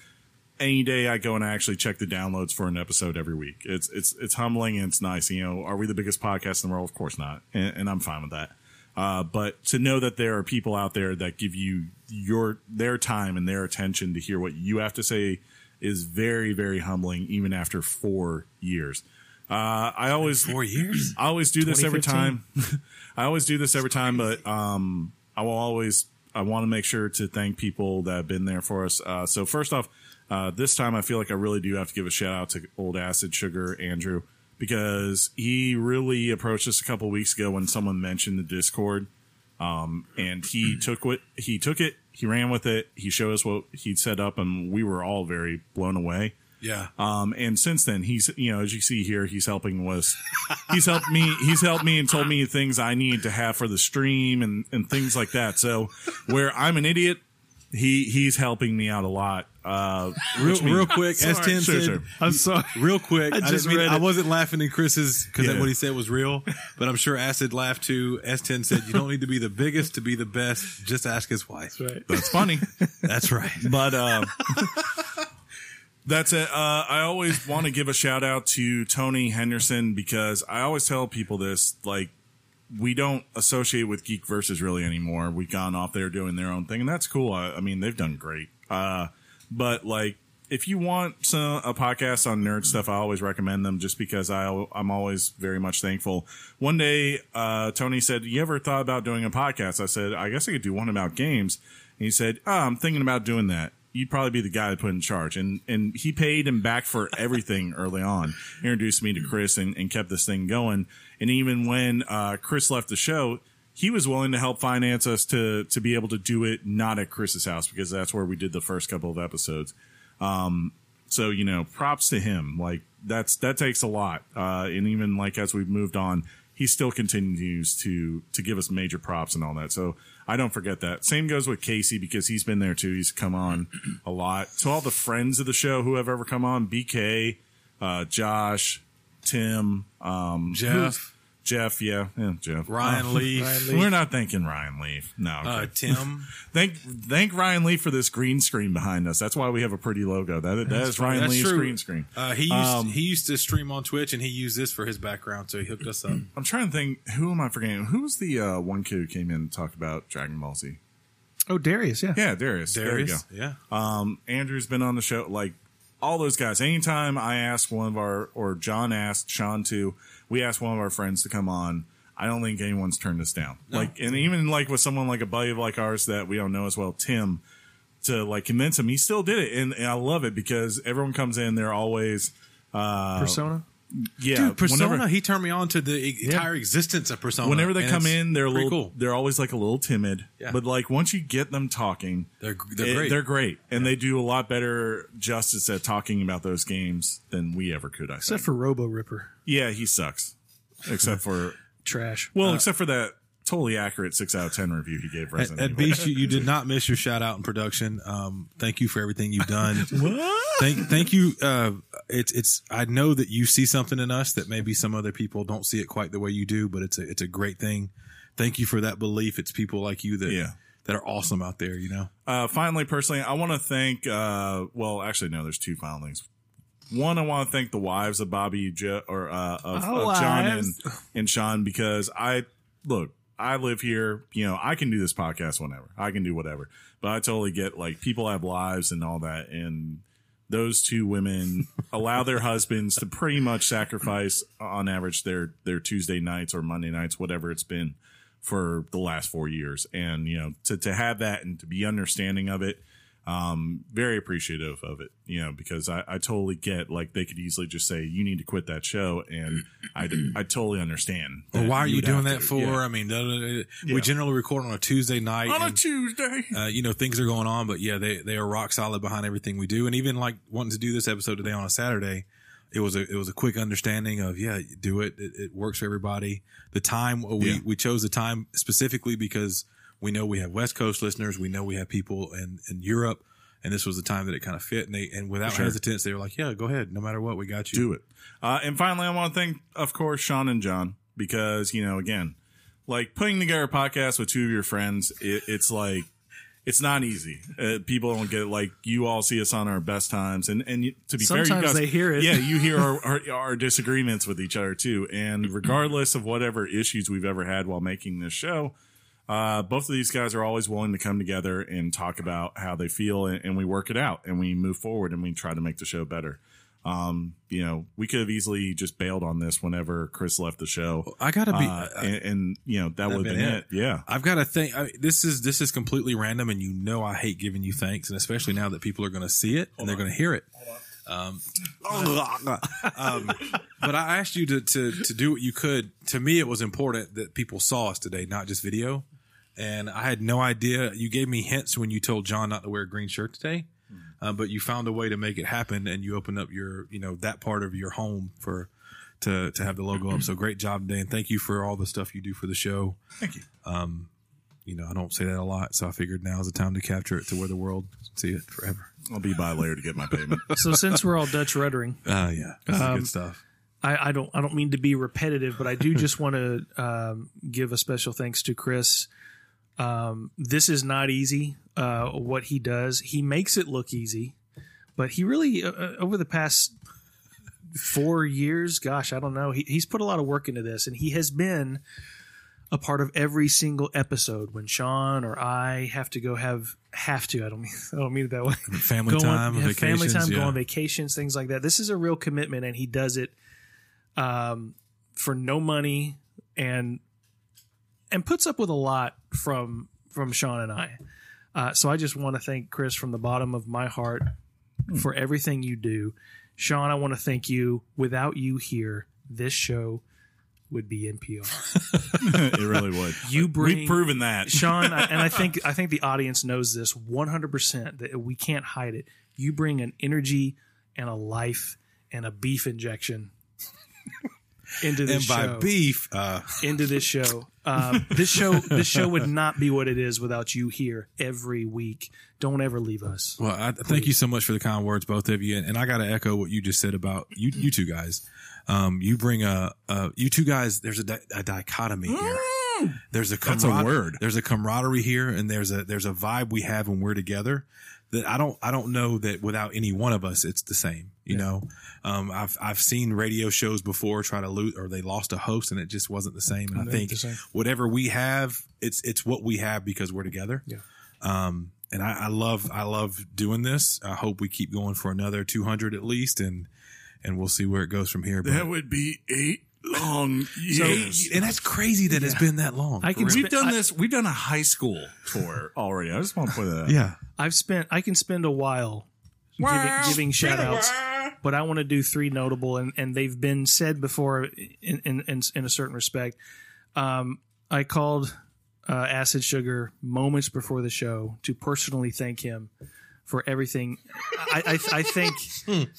[SPEAKER 2] Any day I go and I actually check the downloads for an episode every week. It's it's it's humbling and it's nice. You know, are we the biggest podcast in the world? Of course not, and, and I'm fine with that. Uh, but to know that there are people out there that give you your their time and their attention to hear what you have to say is very very humbling, even after four years. Uh, I always
[SPEAKER 3] Four years.
[SPEAKER 2] I always do this every
[SPEAKER 4] 2015?
[SPEAKER 2] time. I always do this every time, but um, I will always. I want to make sure to thank people that have been there for us. Uh, so first off, uh, this time I feel like I really do have to give a shout out to Old Acid Sugar Andrew because he really approached us a couple weeks ago when someone mentioned the Discord, um, and he took what he took it. He ran with it. He showed us what he'd set up, and we were all very blown away.
[SPEAKER 3] Yeah.
[SPEAKER 2] Um, and since then, he's you know as you see here, he's helping with he's helped me he's helped me and told me things I need to have for the stream and and things like that. So where I'm an idiot, he he's helping me out a lot. Uh,
[SPEAKER 3] Real,
[SPEAKER 2] which means-
[SPEAKER 3] real quick,
[SPEAKER 2] Sorry.
[SPEAKER 3] S10
[SPEAKER 2] Sure,
[SPEAKER 3] said,
[SPEAKER 2] sure.
[SPEAKER 4] I'm sorry.
[SPEAKER 3] real quick, I,
[SPEAKER 4] I
[SPEAKER 3] didn't
[SPEAKER 4] just
[SPEAKER 3] mean-
[SPEAKER 4] read
[SPEAKER 3] I
[SPEAKER 4] it.
[SPEAKER 3] wasn't laughing in Chris's because
[SPEAKER 2] Yeah.
[SPEAKER 3] what he said was real, but I'm sure Acid laughed too. S10 said, you don't need to be the biggest to be the best. Just ask his wife.
[SPEAKER 4] Right.
[SPEAKER 2] That's funny.
[SPEAKER 3] That's right.
[SPEAKER 2] but uh, that's it. Uh, I always want to give a shout out to Tony Henderson because I always tell people this. Like, we don't associate with Geek Versus really anymore. We've gone off there doing their own thing, and that's cool. I, I mean, they've done great. Uh, but like, if you want some, a podcast on nerd stuff, I always recommend them just because I, al- I'm always very much thankful. One day, uh, Tony said, "You ever thought about doing a podcast?" I said, "I guess I could do one about games." And he said, oh, "I'm thinking about doing that." You'd probably be the guy to put in charge, and and he paid him back for everything early on. He introduced me to Chris and, and kept this thing going. And even when uh, Chris left the show, he was willing to help finance us to to be able to do it not at Chris's house because that's where we did the first couple of episodes. So you know, props to him. Like that's that takes a lot. Uh, and even like as we've moved on, he still continues to to give us major props and all that. So I don't forget that. Same goes with Casey because he's been there too. He's come on a lot. To all the friends of the show who have ever come on, BK, uh, Josh, Tim, um,
[SPEAKER 3] Jeff,
[SPEAKER 2] Jeff, yeah, yeah Jeff, Uh,
[SPEAKER 3] Ryan Leaf,
[SPEAKER 2] We're not thanking Ryan Leaf. No, okay.
[SPEAKER 3] uh, Tim.
[SPEAKER 2] Thank thank Ryan Lee for this green screen behind us. That's why we have a pretty logo. That that is Ryan
[SPEAKER 3] That's
[SPEAKER 2] Lee's
[SPEAKER 3] true.
[SPEAKER 2] green screen.
[SPEAKER 3] Uh, he used
[SPEAKER 2] Um,
[SPEAKER 3] he used to stream on Twitch and he used this for his background, so he hooked us up.
[SPEAKER 2] I'm trying to think. Who am I forgetting? Who's the uh, one kid who came in and talked about Dragon Ball Z?
[SPEAKER 4] Oh, Darius. Yeah.
[SPEAKER 2] Yeah, Darius. There you go.
[SPEAKER 3] Darius, yeah.
[SPEAKER 2] Um, Andrew's been on the show. Like all those guys. Anytime I ask one of our, or John asked Sean too, we asked one of our friends to come on. I don't think anyone's turned us down. Like, and even like with someone like a buddy of like ours that we don't know as well, Tim, to like convince him, he still did it, and, and I love it because everyone comes in. They're always
[SPEAKER 4] Persona.
[SPEAKER 2] yeah,
[SPEAKER 3] Dude, Persona,
[SPEAKER 2] whenever-
[SPEAKER 3] he turned me on to the e- entire existence of Persona.
[SPEAKER 2] whenever they
[SPEAKER 3] Uh-huh. and
[SPEAKER 2] come
[SPEAKER 3] it's
[SPEAKER 2] in, they're a
[SPEAKER 3] pretty
[SPEAKER 2] little,
[SPEAKER 3] cool.
[SPEAKER 2] they're always like a little timid.
[SPEAKER 3] Yeah.
[SPEAKER 2] But like once you get them talking,
[SPEAKER 3] They're- they're
[SPEAKER 2] it-
[SPEAKER 3] great.
[SPEAKER 2] They're great, and they do a lot better justice at talking about those games than we ever could. I think.
[SPEAKER 4] Except for Robo Ripper.
[SPEAKER 2] yeah, he sucks. Except for
[SPEAKER 4] Trash.
[SPEAKER 2] well, except for that totally accurate six out of ten review he gave
[SPEAKER 3] At,
[SPEAKER 2] Resident
[SPEAKER 3] at
[SPEAKER 2] Evil.
[SPEAKER 3] Beast, you, you did not miss your shout out in production. Um, thank you for everything you've done. thank, thank you. Uh, it's, it's. I know that you see something in us that maybe some other people don't see it quite the way you do, but it's a, it's a great thing. Thank you for that belief. It's people like you that,
[SPEAKER 2] Yeah.
[SPEAKER 3] that are awesome out there. You know,
[SPEAKER 2] uh, finally, personally, I want to thank. Uh, well, actually, no. There's two final things. One, I want to thank the wives of Bobby jo- or uh, of,
[SPEAKER 4] Our
[SPEAKER 2] of John and,
[SPEAKER 4] wives.
[SPEAKER 2] and Sean because I look. I live here. You know, I can do this podcast whenever. I can do whatever. But I totally get like people have lives and all that, and those two women allow their husbands to pretty much sacrifice on average their their Tuesday nights or Monday nights, whatever it's been for the last four years. And you know, to to have that and to be understanding of it, um, very appreciative of it. You know, because I, I totally get like they could easily just say you need to quit that show, and I I totally understand.
[SPEAKER 3] or
[SPEAKER 2] that
[SPEAKER 3] why are you
[SPEAKER 2] would
[SPEAKER 3] doing
[SPEAKER 2] have
[SPEAKER 3] that
[SPEAKER 2] to.
[SPEAKER 3] for?
[SPEAKER 2] Yeah.
[SPEAKER 3] I mean, da- da- da- da.
[SPEAKER 2] Yeah.
[SPEAKER 3] we generally record on a Tuesday night
[SPEAKER 2] on a
[SPEAKER 3] and-
[SPEAKER 2] Tuesday?
[SPEAKER 3] uh, you know things are going on but yeah they they are rock solid behind everything we do and even like wanting to do this episode today on a saturday it was a it was a quick understanding of yeah do it it, it works for everybody the time we
[SPEAKER 2] Yeah.
[SPEAKER 3] we chose the time specifically because we know we have west coast listeners we know we have people in in europe and this was the time that it kind of fit and they and without
[SPEAKER 2] Sure.
[SPEAKER 3] hesitance they were like yeah go ahead no matter what we got you
[SPEAKER 2] do it. Uh, and finally, I want to thank, of course, Sean and John because you know, again, like putting together a podcast with two of your friends, it, it's like it's not easy. Uh, people don't get it. like you all see us on our best times, and and you- to be fair, you
[SPEAKER 4] Sometimes
[SPEAKER 2] guys
[SPEAKER 4] they hear it.
[SPEAKER 2] Yeah, you hear our, our our disagreements with each other too, and regardless of whatever issues we've ever had while making this show. Uh, both of these guys are always willing to come together and talk about how they feel, and, and we work it out, and we move forward, and we try to make the show better. Um, you know, we could have easily just bailed on this whenever Chris left the show.
[SPEAKER 3] i gotta be
[SPEAKER 2] Uh, and, and, you know, that would have
[SPEAKER 3] been
[SPEAKER 2] been it.
[SPEAKER 3] it.
[SPEAKER 2] Yeah.
[SPEAKER 3] I've got to think. I, this is this is completely random, and you know I hate giving you thanks, and especially now that people are going to see it and they're going to hear it. Um, um, but I asked you to, to to do what you could. To me, it was important that people saw us today, not just video. And I had no idea. You gave me hints when you told John not to wear a green shirt today, uh, but you found a way to make it happen, and you opened up your you know that part of your home for. To, to have the logo up. So great job, Dan. Thank you for all the stuff you do for the show you know, I don't say that a lot, so I figured now is the time to capture it to where the world can see it forever.
[SPEAKER 2] I'll be by later to get my payment.
[SPEAKER 4] So since we're all Dutch ruddering,
[SPEAKER 3] Oh yeah, this is
[SPEAKER 4] Um,
[SPEAKER 3] good stuff.
[SPEAKER 4] I, I don't I don't mean to be repetitive, but I do just want to um, give a special thanks to Chris. Um, this is not easy. Uh, what he does, he makes it look easy, but he really uh, uh, over the past four years, gosh, I don't know, he, he's put a lot of work into this, and he has been a part of every single episode. When Sean or I have to go have have to, I don't mean I don't mean it that way
[SPEAKER 3] Family
[SPEAKER 4] go
[SPEAKER 3] time,
[SPEAKER 4] on- have family
[SPEAKER 3] vacations,
[SPEAKER 4] time, go
[SPEAKER 3] yeah.
[SPEAKER 4] on vacations, things like that. This is a real commitment, and he does it um, for no money and and puts up with a lot from from Sean and I. Uh, so I just want to thank Chris from the bottom of my heart for everything you do. Sean, I want to thank you. Without you here, this show would be NPR.
[SPEAKER 2] it really would.
[SPEAKER 4] You bring
[SPEAKER 2] We've proven that.
[SPEAKER 4] Sean, I- and I think I think the audience knows this 100% that we can't hide it. You bring an energy and a life and a beef injection into
[SPEAKER 3] and
[SPEAKER 4] this
[SPEAKER 3] by
[SPEAKER 4] show.
[SPEAKER 3] beef, uh,
[SPEAKER 4] into this show. Um, this show this show would not be what it is without you here every week. Don't ever leave us.
[SPEAKER 3] well, I, thank you so much for the kind words, both of you. And, and I got to echo what you just said about you, you two guys. Um, you bring a, a you two guys. There's a, di- a dichotomy here. There's a
[SPEAKER 2] That's a
[SPEAKER 3] camarader-
[SPEAKER 2] word.
[SPEAKER 3] There's a camaraderie here, and there's a there's a vibe we have when we're together that I don't I don't know that without any one of us it's the same. You know, um, I've I've seen radio shows before try to lose or they lost a host and it just wasn't the same. And I think whatever we have, it's it's what we have because we're together.
[SPEAKER 4] Yeah.
[SPEAKER 3] Um, and I, I love I love doing this. I hope we keep going for another 200 at least, and and we'll see where it goes from here. But,
[SPEAKER 2] That would be eight long years.
[SPEAKER 3] and that's crazy that it's been that long.
[SPEAKER 4] I
[SPEAKER 3] for
[SPEAKER 4] can
[SPEAKER 3] real.
[SPEAKER 2] we've
[SPEAKER 4] spend-
[SPEAKER 2] done
[SPEAKER 4] I-
[SPEAKER 2] this. We've done a high school tour already. I just want to put that out.
[SPEAKER 3] yeah.
[SPEAKER 4] I've spent I can spend a while giving, giving shout outs but I want to do three notable, and, and they've been said before in in, in, in a certain respect. Um, I called uh, Acid Sugar moments before the show to personally thank him for everything. I, I, I think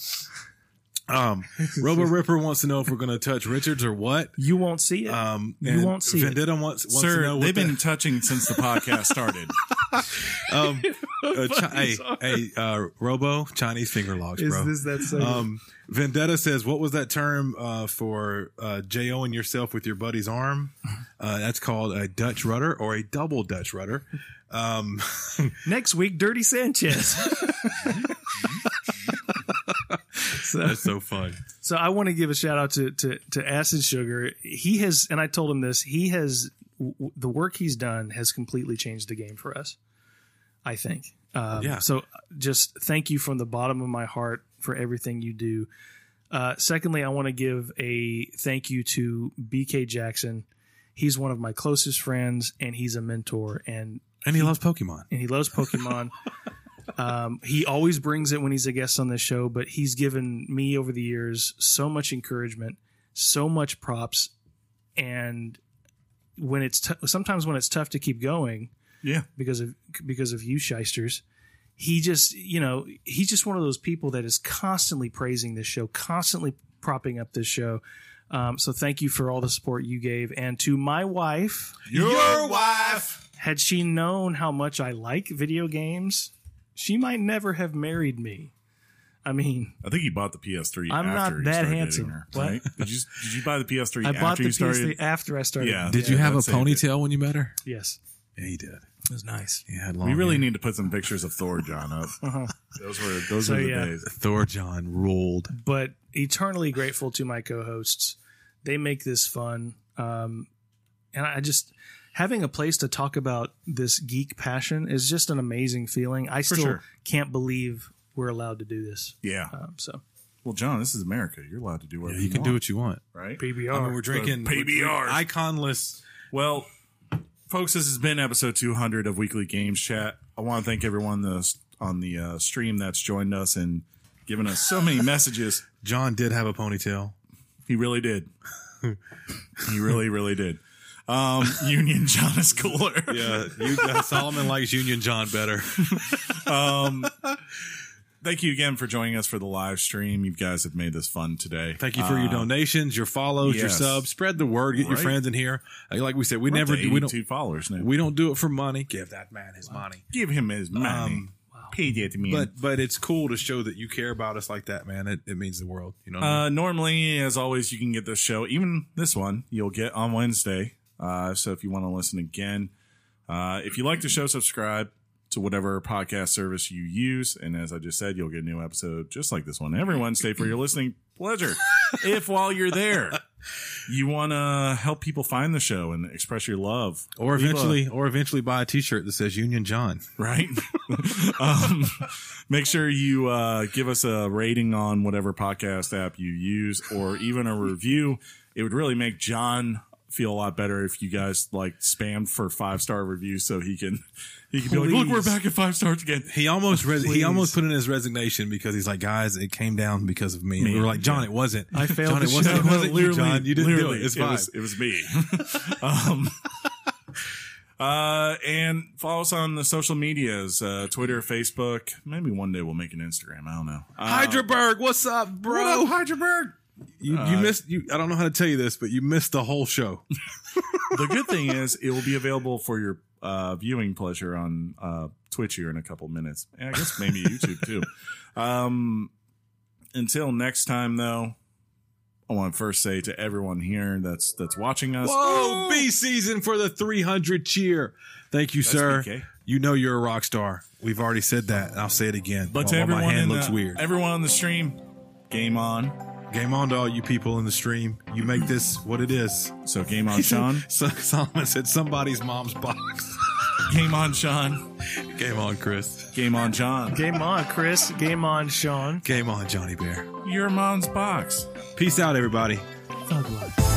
[SPEAKER 3] Um, Robo Ripper wants to know if we're going to touch Richards or what.
[SPEAKER 4] you won't see it.
[SPEAKER 3] Um,
[SPEAKER 4] You
[SPEAKER 3] and
[SPEAKER 4] won't see it.
[SPEAKER 3] Vendetta wants, wants to know.
[SPEAKER 2] Sir,
[SPEAKER 3] what
[SPEAKER 2] they've
[SPEAKER 3] the-
[SPEAKER 2] been touching since the podcast started.
[SPEAKER 3] um, uh, chi- hey, hey, uh, Robo Chinese finger logs,
[SPEAKER 4] is,
[SPEAKER 3] bro.
[SPEAKER 4] is that so?
[SPEAKER 3] um, Vendetta says, "What was that term uh, for uh, jo and yourself with your buddy's arm? Uh, that's called a Dutch rudder or a double Dutch rudder." Um,
[SPEAKER 4] Next week, Dirty Sanchez. so,
[SPEAKER 3] so fun.
[SPEAKER 4] so I want to give a shout out to, to to Acid Sugar. He has, and I told him this. He has w- w- the work he's done has completely changed the game for us. I think. Um,
[SPEAKER 3] Yeah.
[SPEAKER 4] So just thank you from the bottom of my heart for everything you do. Uh, secondly, I want to give a thank you to BK Jackson. He's one of my closest friends, and he's a mentor. And
[SPEAKER 3] And he loves Pokemon.
[SPEAKER 4] and he loves Pokemon. um, he always brings it when he's a guest on this show, but he's given me over the years so much encouragement, so much props, and when it's t- sometimes when it's tough to keep going,
[SPEAKER 2] Yeah.
[SPEAKER 4] because of because of you shysters. He just, you know, he's just one of those people that is constantly praising this show, constantly propping up this show. Um, so thank you for all the support you gave, and to my wife,
[SPEAKER 7] Your wife.
[SPEAKER 4] had she known how much I like video games, she might never have married me. I mean,
[SPEAKER 2] I think he bought the PS3
[SPEAKER 4] I'm
[SPEAKER 2] after
[SPEAKER 4] not
[SPEAKER 2] you
[SPEAKER 4] that
[SPEAKER 2] started dating
[SPEAKER 4] handsome.
[SPEAKER 2] her,
[SPEAKER 4] What?
[SPEAKER 2] right? Did you, did you buy the PS3
[SPEAKER 4] I
[SPEAKER 2] after
[SPEAKER 4] bought the
[SPEAKER 2] you
[SPEAKER 4] PS3
[SPEAKER 2] started?
[SPEAKER 4] after I started.
[SPEAKER 2] Yeah.
[SPEAKER 3] Did you have a
[SPEAKER 2] that saved it.
[SPEAKER 3] ponytail when you met her?
[SPEAKER 4] Yes,
[SPEAKER 3] Yeah, he did.
[SPEAKER 4] it was nice.
[SPEAKER 3] He had long.
[SPEAKER 2] We really
[SPEAKER 3] hair.
[SPEAKER 2] need to put some pictures of Thor John up.
[SPEAKER 4] Uh-huh.
[SPEAKER 2] Those were those
[SPEAKER 4] So,
[SPEAKER 2] were the
[SPEAKER 4] yeah.
[SPEAKER 2] days.
[SPEAKER 3] Thor John ruled.
[SPEAKER 4] But eternally grateful to my co-hosts. They make this fun, um, and I just having a place to talk about this geek passion is just an amazing feeling. I still
[SPEAKER 2] sure.
[SPEAKER 4] can't believe we're allowed to do this.
[SPEAKER 2] Yeah.
[SPEAKER 4] Um, so
[SPEAKER 2] Well, John, this is America. You're allowed to do
[SPEAKER 3] Yeah,
[SPEAKER 2] whatever
[SPEAKER 3] you can do what you want.
[SPEAKER 2] right?
[SPEAKER 4] PBR.
[SPEAKER 3] I mean, we're drinking we're drinking
[SPEAKER 2] PBRs.
[SPEAKER 3] iconless.
[SPEAKER 2] Well, folks, this has been episode 200 of Weekly Games Chat. I want to thank everyone that's on the uh, stream that's joined us and given us so many messages.
[SPEAKER 3] John did have a ponytail.
[SPEAKER 2] He really did. he really, really did. Um, Union John is cooler.
[SPEAKER 3] Yeah, you, Solomon likes Union John better.
[SPEAKER 2] Um, thank you again for joining us for the live stream. You guys have made this fun today.
[SPEAKER 3] Thank you for your
[SPEAKER 2] Uh,
[SPEAKER 3] donations, your follows, your
[SPEAKER 2] yes.
[SPEAKER 3] subs. Spread the word. Get your
[SPEAKER 2] Right.
[SPEAKER 3] friends in here. Like- Like we said, we
[SPEAKER 2] We're
[SPEAKER 3] never
[SPEAKER 2] never
[SPEAKER 3] do. We don't.
[SPEAKER 2] two followers now.
[SPEAKER 3] We don't do it for money. Give that man his money.
[SPEAKER 2] give him his money.
[SPEAKER 3] Um,
[SPEAKER 2] Pay that man.
[SPEAKER 3] But but it's cool to show that you care about us like that, man. It, it means the world. You know. what I mean?
[SPEAKER 2] Uh, normally, as always, you can get this show, even this one, you'll get on Wednesday. Uh, so if you want to listen again, uh, if you like the show, subscribe to whatever podcast service you use. And as I just said, you'll get a new episode just like this one every Wednesday for your listening pleasure. if while you're there, you want to help people find the show and express your love,
[SPEAKER 3] Uh, or
[SPEAKER 2] leave a-
[SPEAKER 3] eventually, or eventually buy a T-shirt that says Union John.
[SPEAKER 2] right? um, make sure you uh, give us a rating on whatever podcast app you use or even a review. It would really make John feel a lot better if you guys like spammed for five star reviews so he can he can be like, look, we're
[SPEAKER 4] Please.
[SPEAKER 2] back at five stars again.
[SPEAKER 3] He almost res- he
[SPEAKER 4] Please.
[SPEAKER 3] almost put in his resignation because he's like, guys, it came down because of me. And
[SPEAKER 2] Me,
[SPEAKER 3] we were like, John,
[SPEAKER 2] yeah.
[SPEAKER 3] it wasn't.
[SPEAKER 4] I failed
[SPEAKER 3] John,
[SPEAKER 4] the
[SPEAKER 3] it wasn't.
[SPEAKER 4] show.
[SPEAKER 3] It wasn't you, John. You didn't do
[SPEAKER 2] literally,
[SPEAKER 3] it. It's
[SPEAKER 2] it
[SPEAKER 3] fine.
[SPEAKER 2] was, it was me. um, uh, and follow us on the social medias, uh, Twitter, Facebook. Maybe one day we'll make an Instagram. I don't know. Uh,
[SPEAKER 3] Hydraberg, what's up, bro?
[SPEAKER 2] Hydraberg?
[SPEAKER 3] You, you missed. You, I don't know how to tell you this, but you missed the whole show.
[SPEAKER 2] the good thing is it will be available for your uh, viewing pleasure on uh, Twitch here in a couple minutes. And I guess maybe YouTube too. Um, until next time, though, I want to first say to everyone here that's that's watching us.
[SPEAKER 1] Oh,
[SPEAKER 3] Whoa, B season for the 300 cheer. Thank you,
[SPEAKER 2] That's
[SPEAKER 3] sir.
[SPEAKER 2] BK.
[SPEAKER 3] You know you're a rock star. We've already said that, and I'll say it again.
[SPEAKER 2] But to
[SPEAKER 3] while- while
[SPEAKER 2] everyone,
[SPEAKER 3] Oh, my hand
[SPEAKER 2] in
[SPEAKER 3] looks
[SPEAKER 2] the-
[SPEAKER 3] weird.
[SPEAKER 2] Everyone on the stream, game on.
[SPEAKER 3] Game on to all you people in the stream. You make this what it is.
[SPEAKER 2] So game on, Sean.
[SPEAKER 3] So Solomon said somebody's mom's box.
[SPEAKER 2] game on, Sean.
[SPEAKER 3] Game on, Chris.
[SPEAKER 2] Game on, John.
[SPEAKER 4] Game on, Chris. Game on, Sean.
[SPEAKER 3] Game on, Johnny Bear.
[SPEAKER 2] Your mom's box.
[SPEAKER 3] Peace out, everybody.
[SPEAKER 4] Thug life.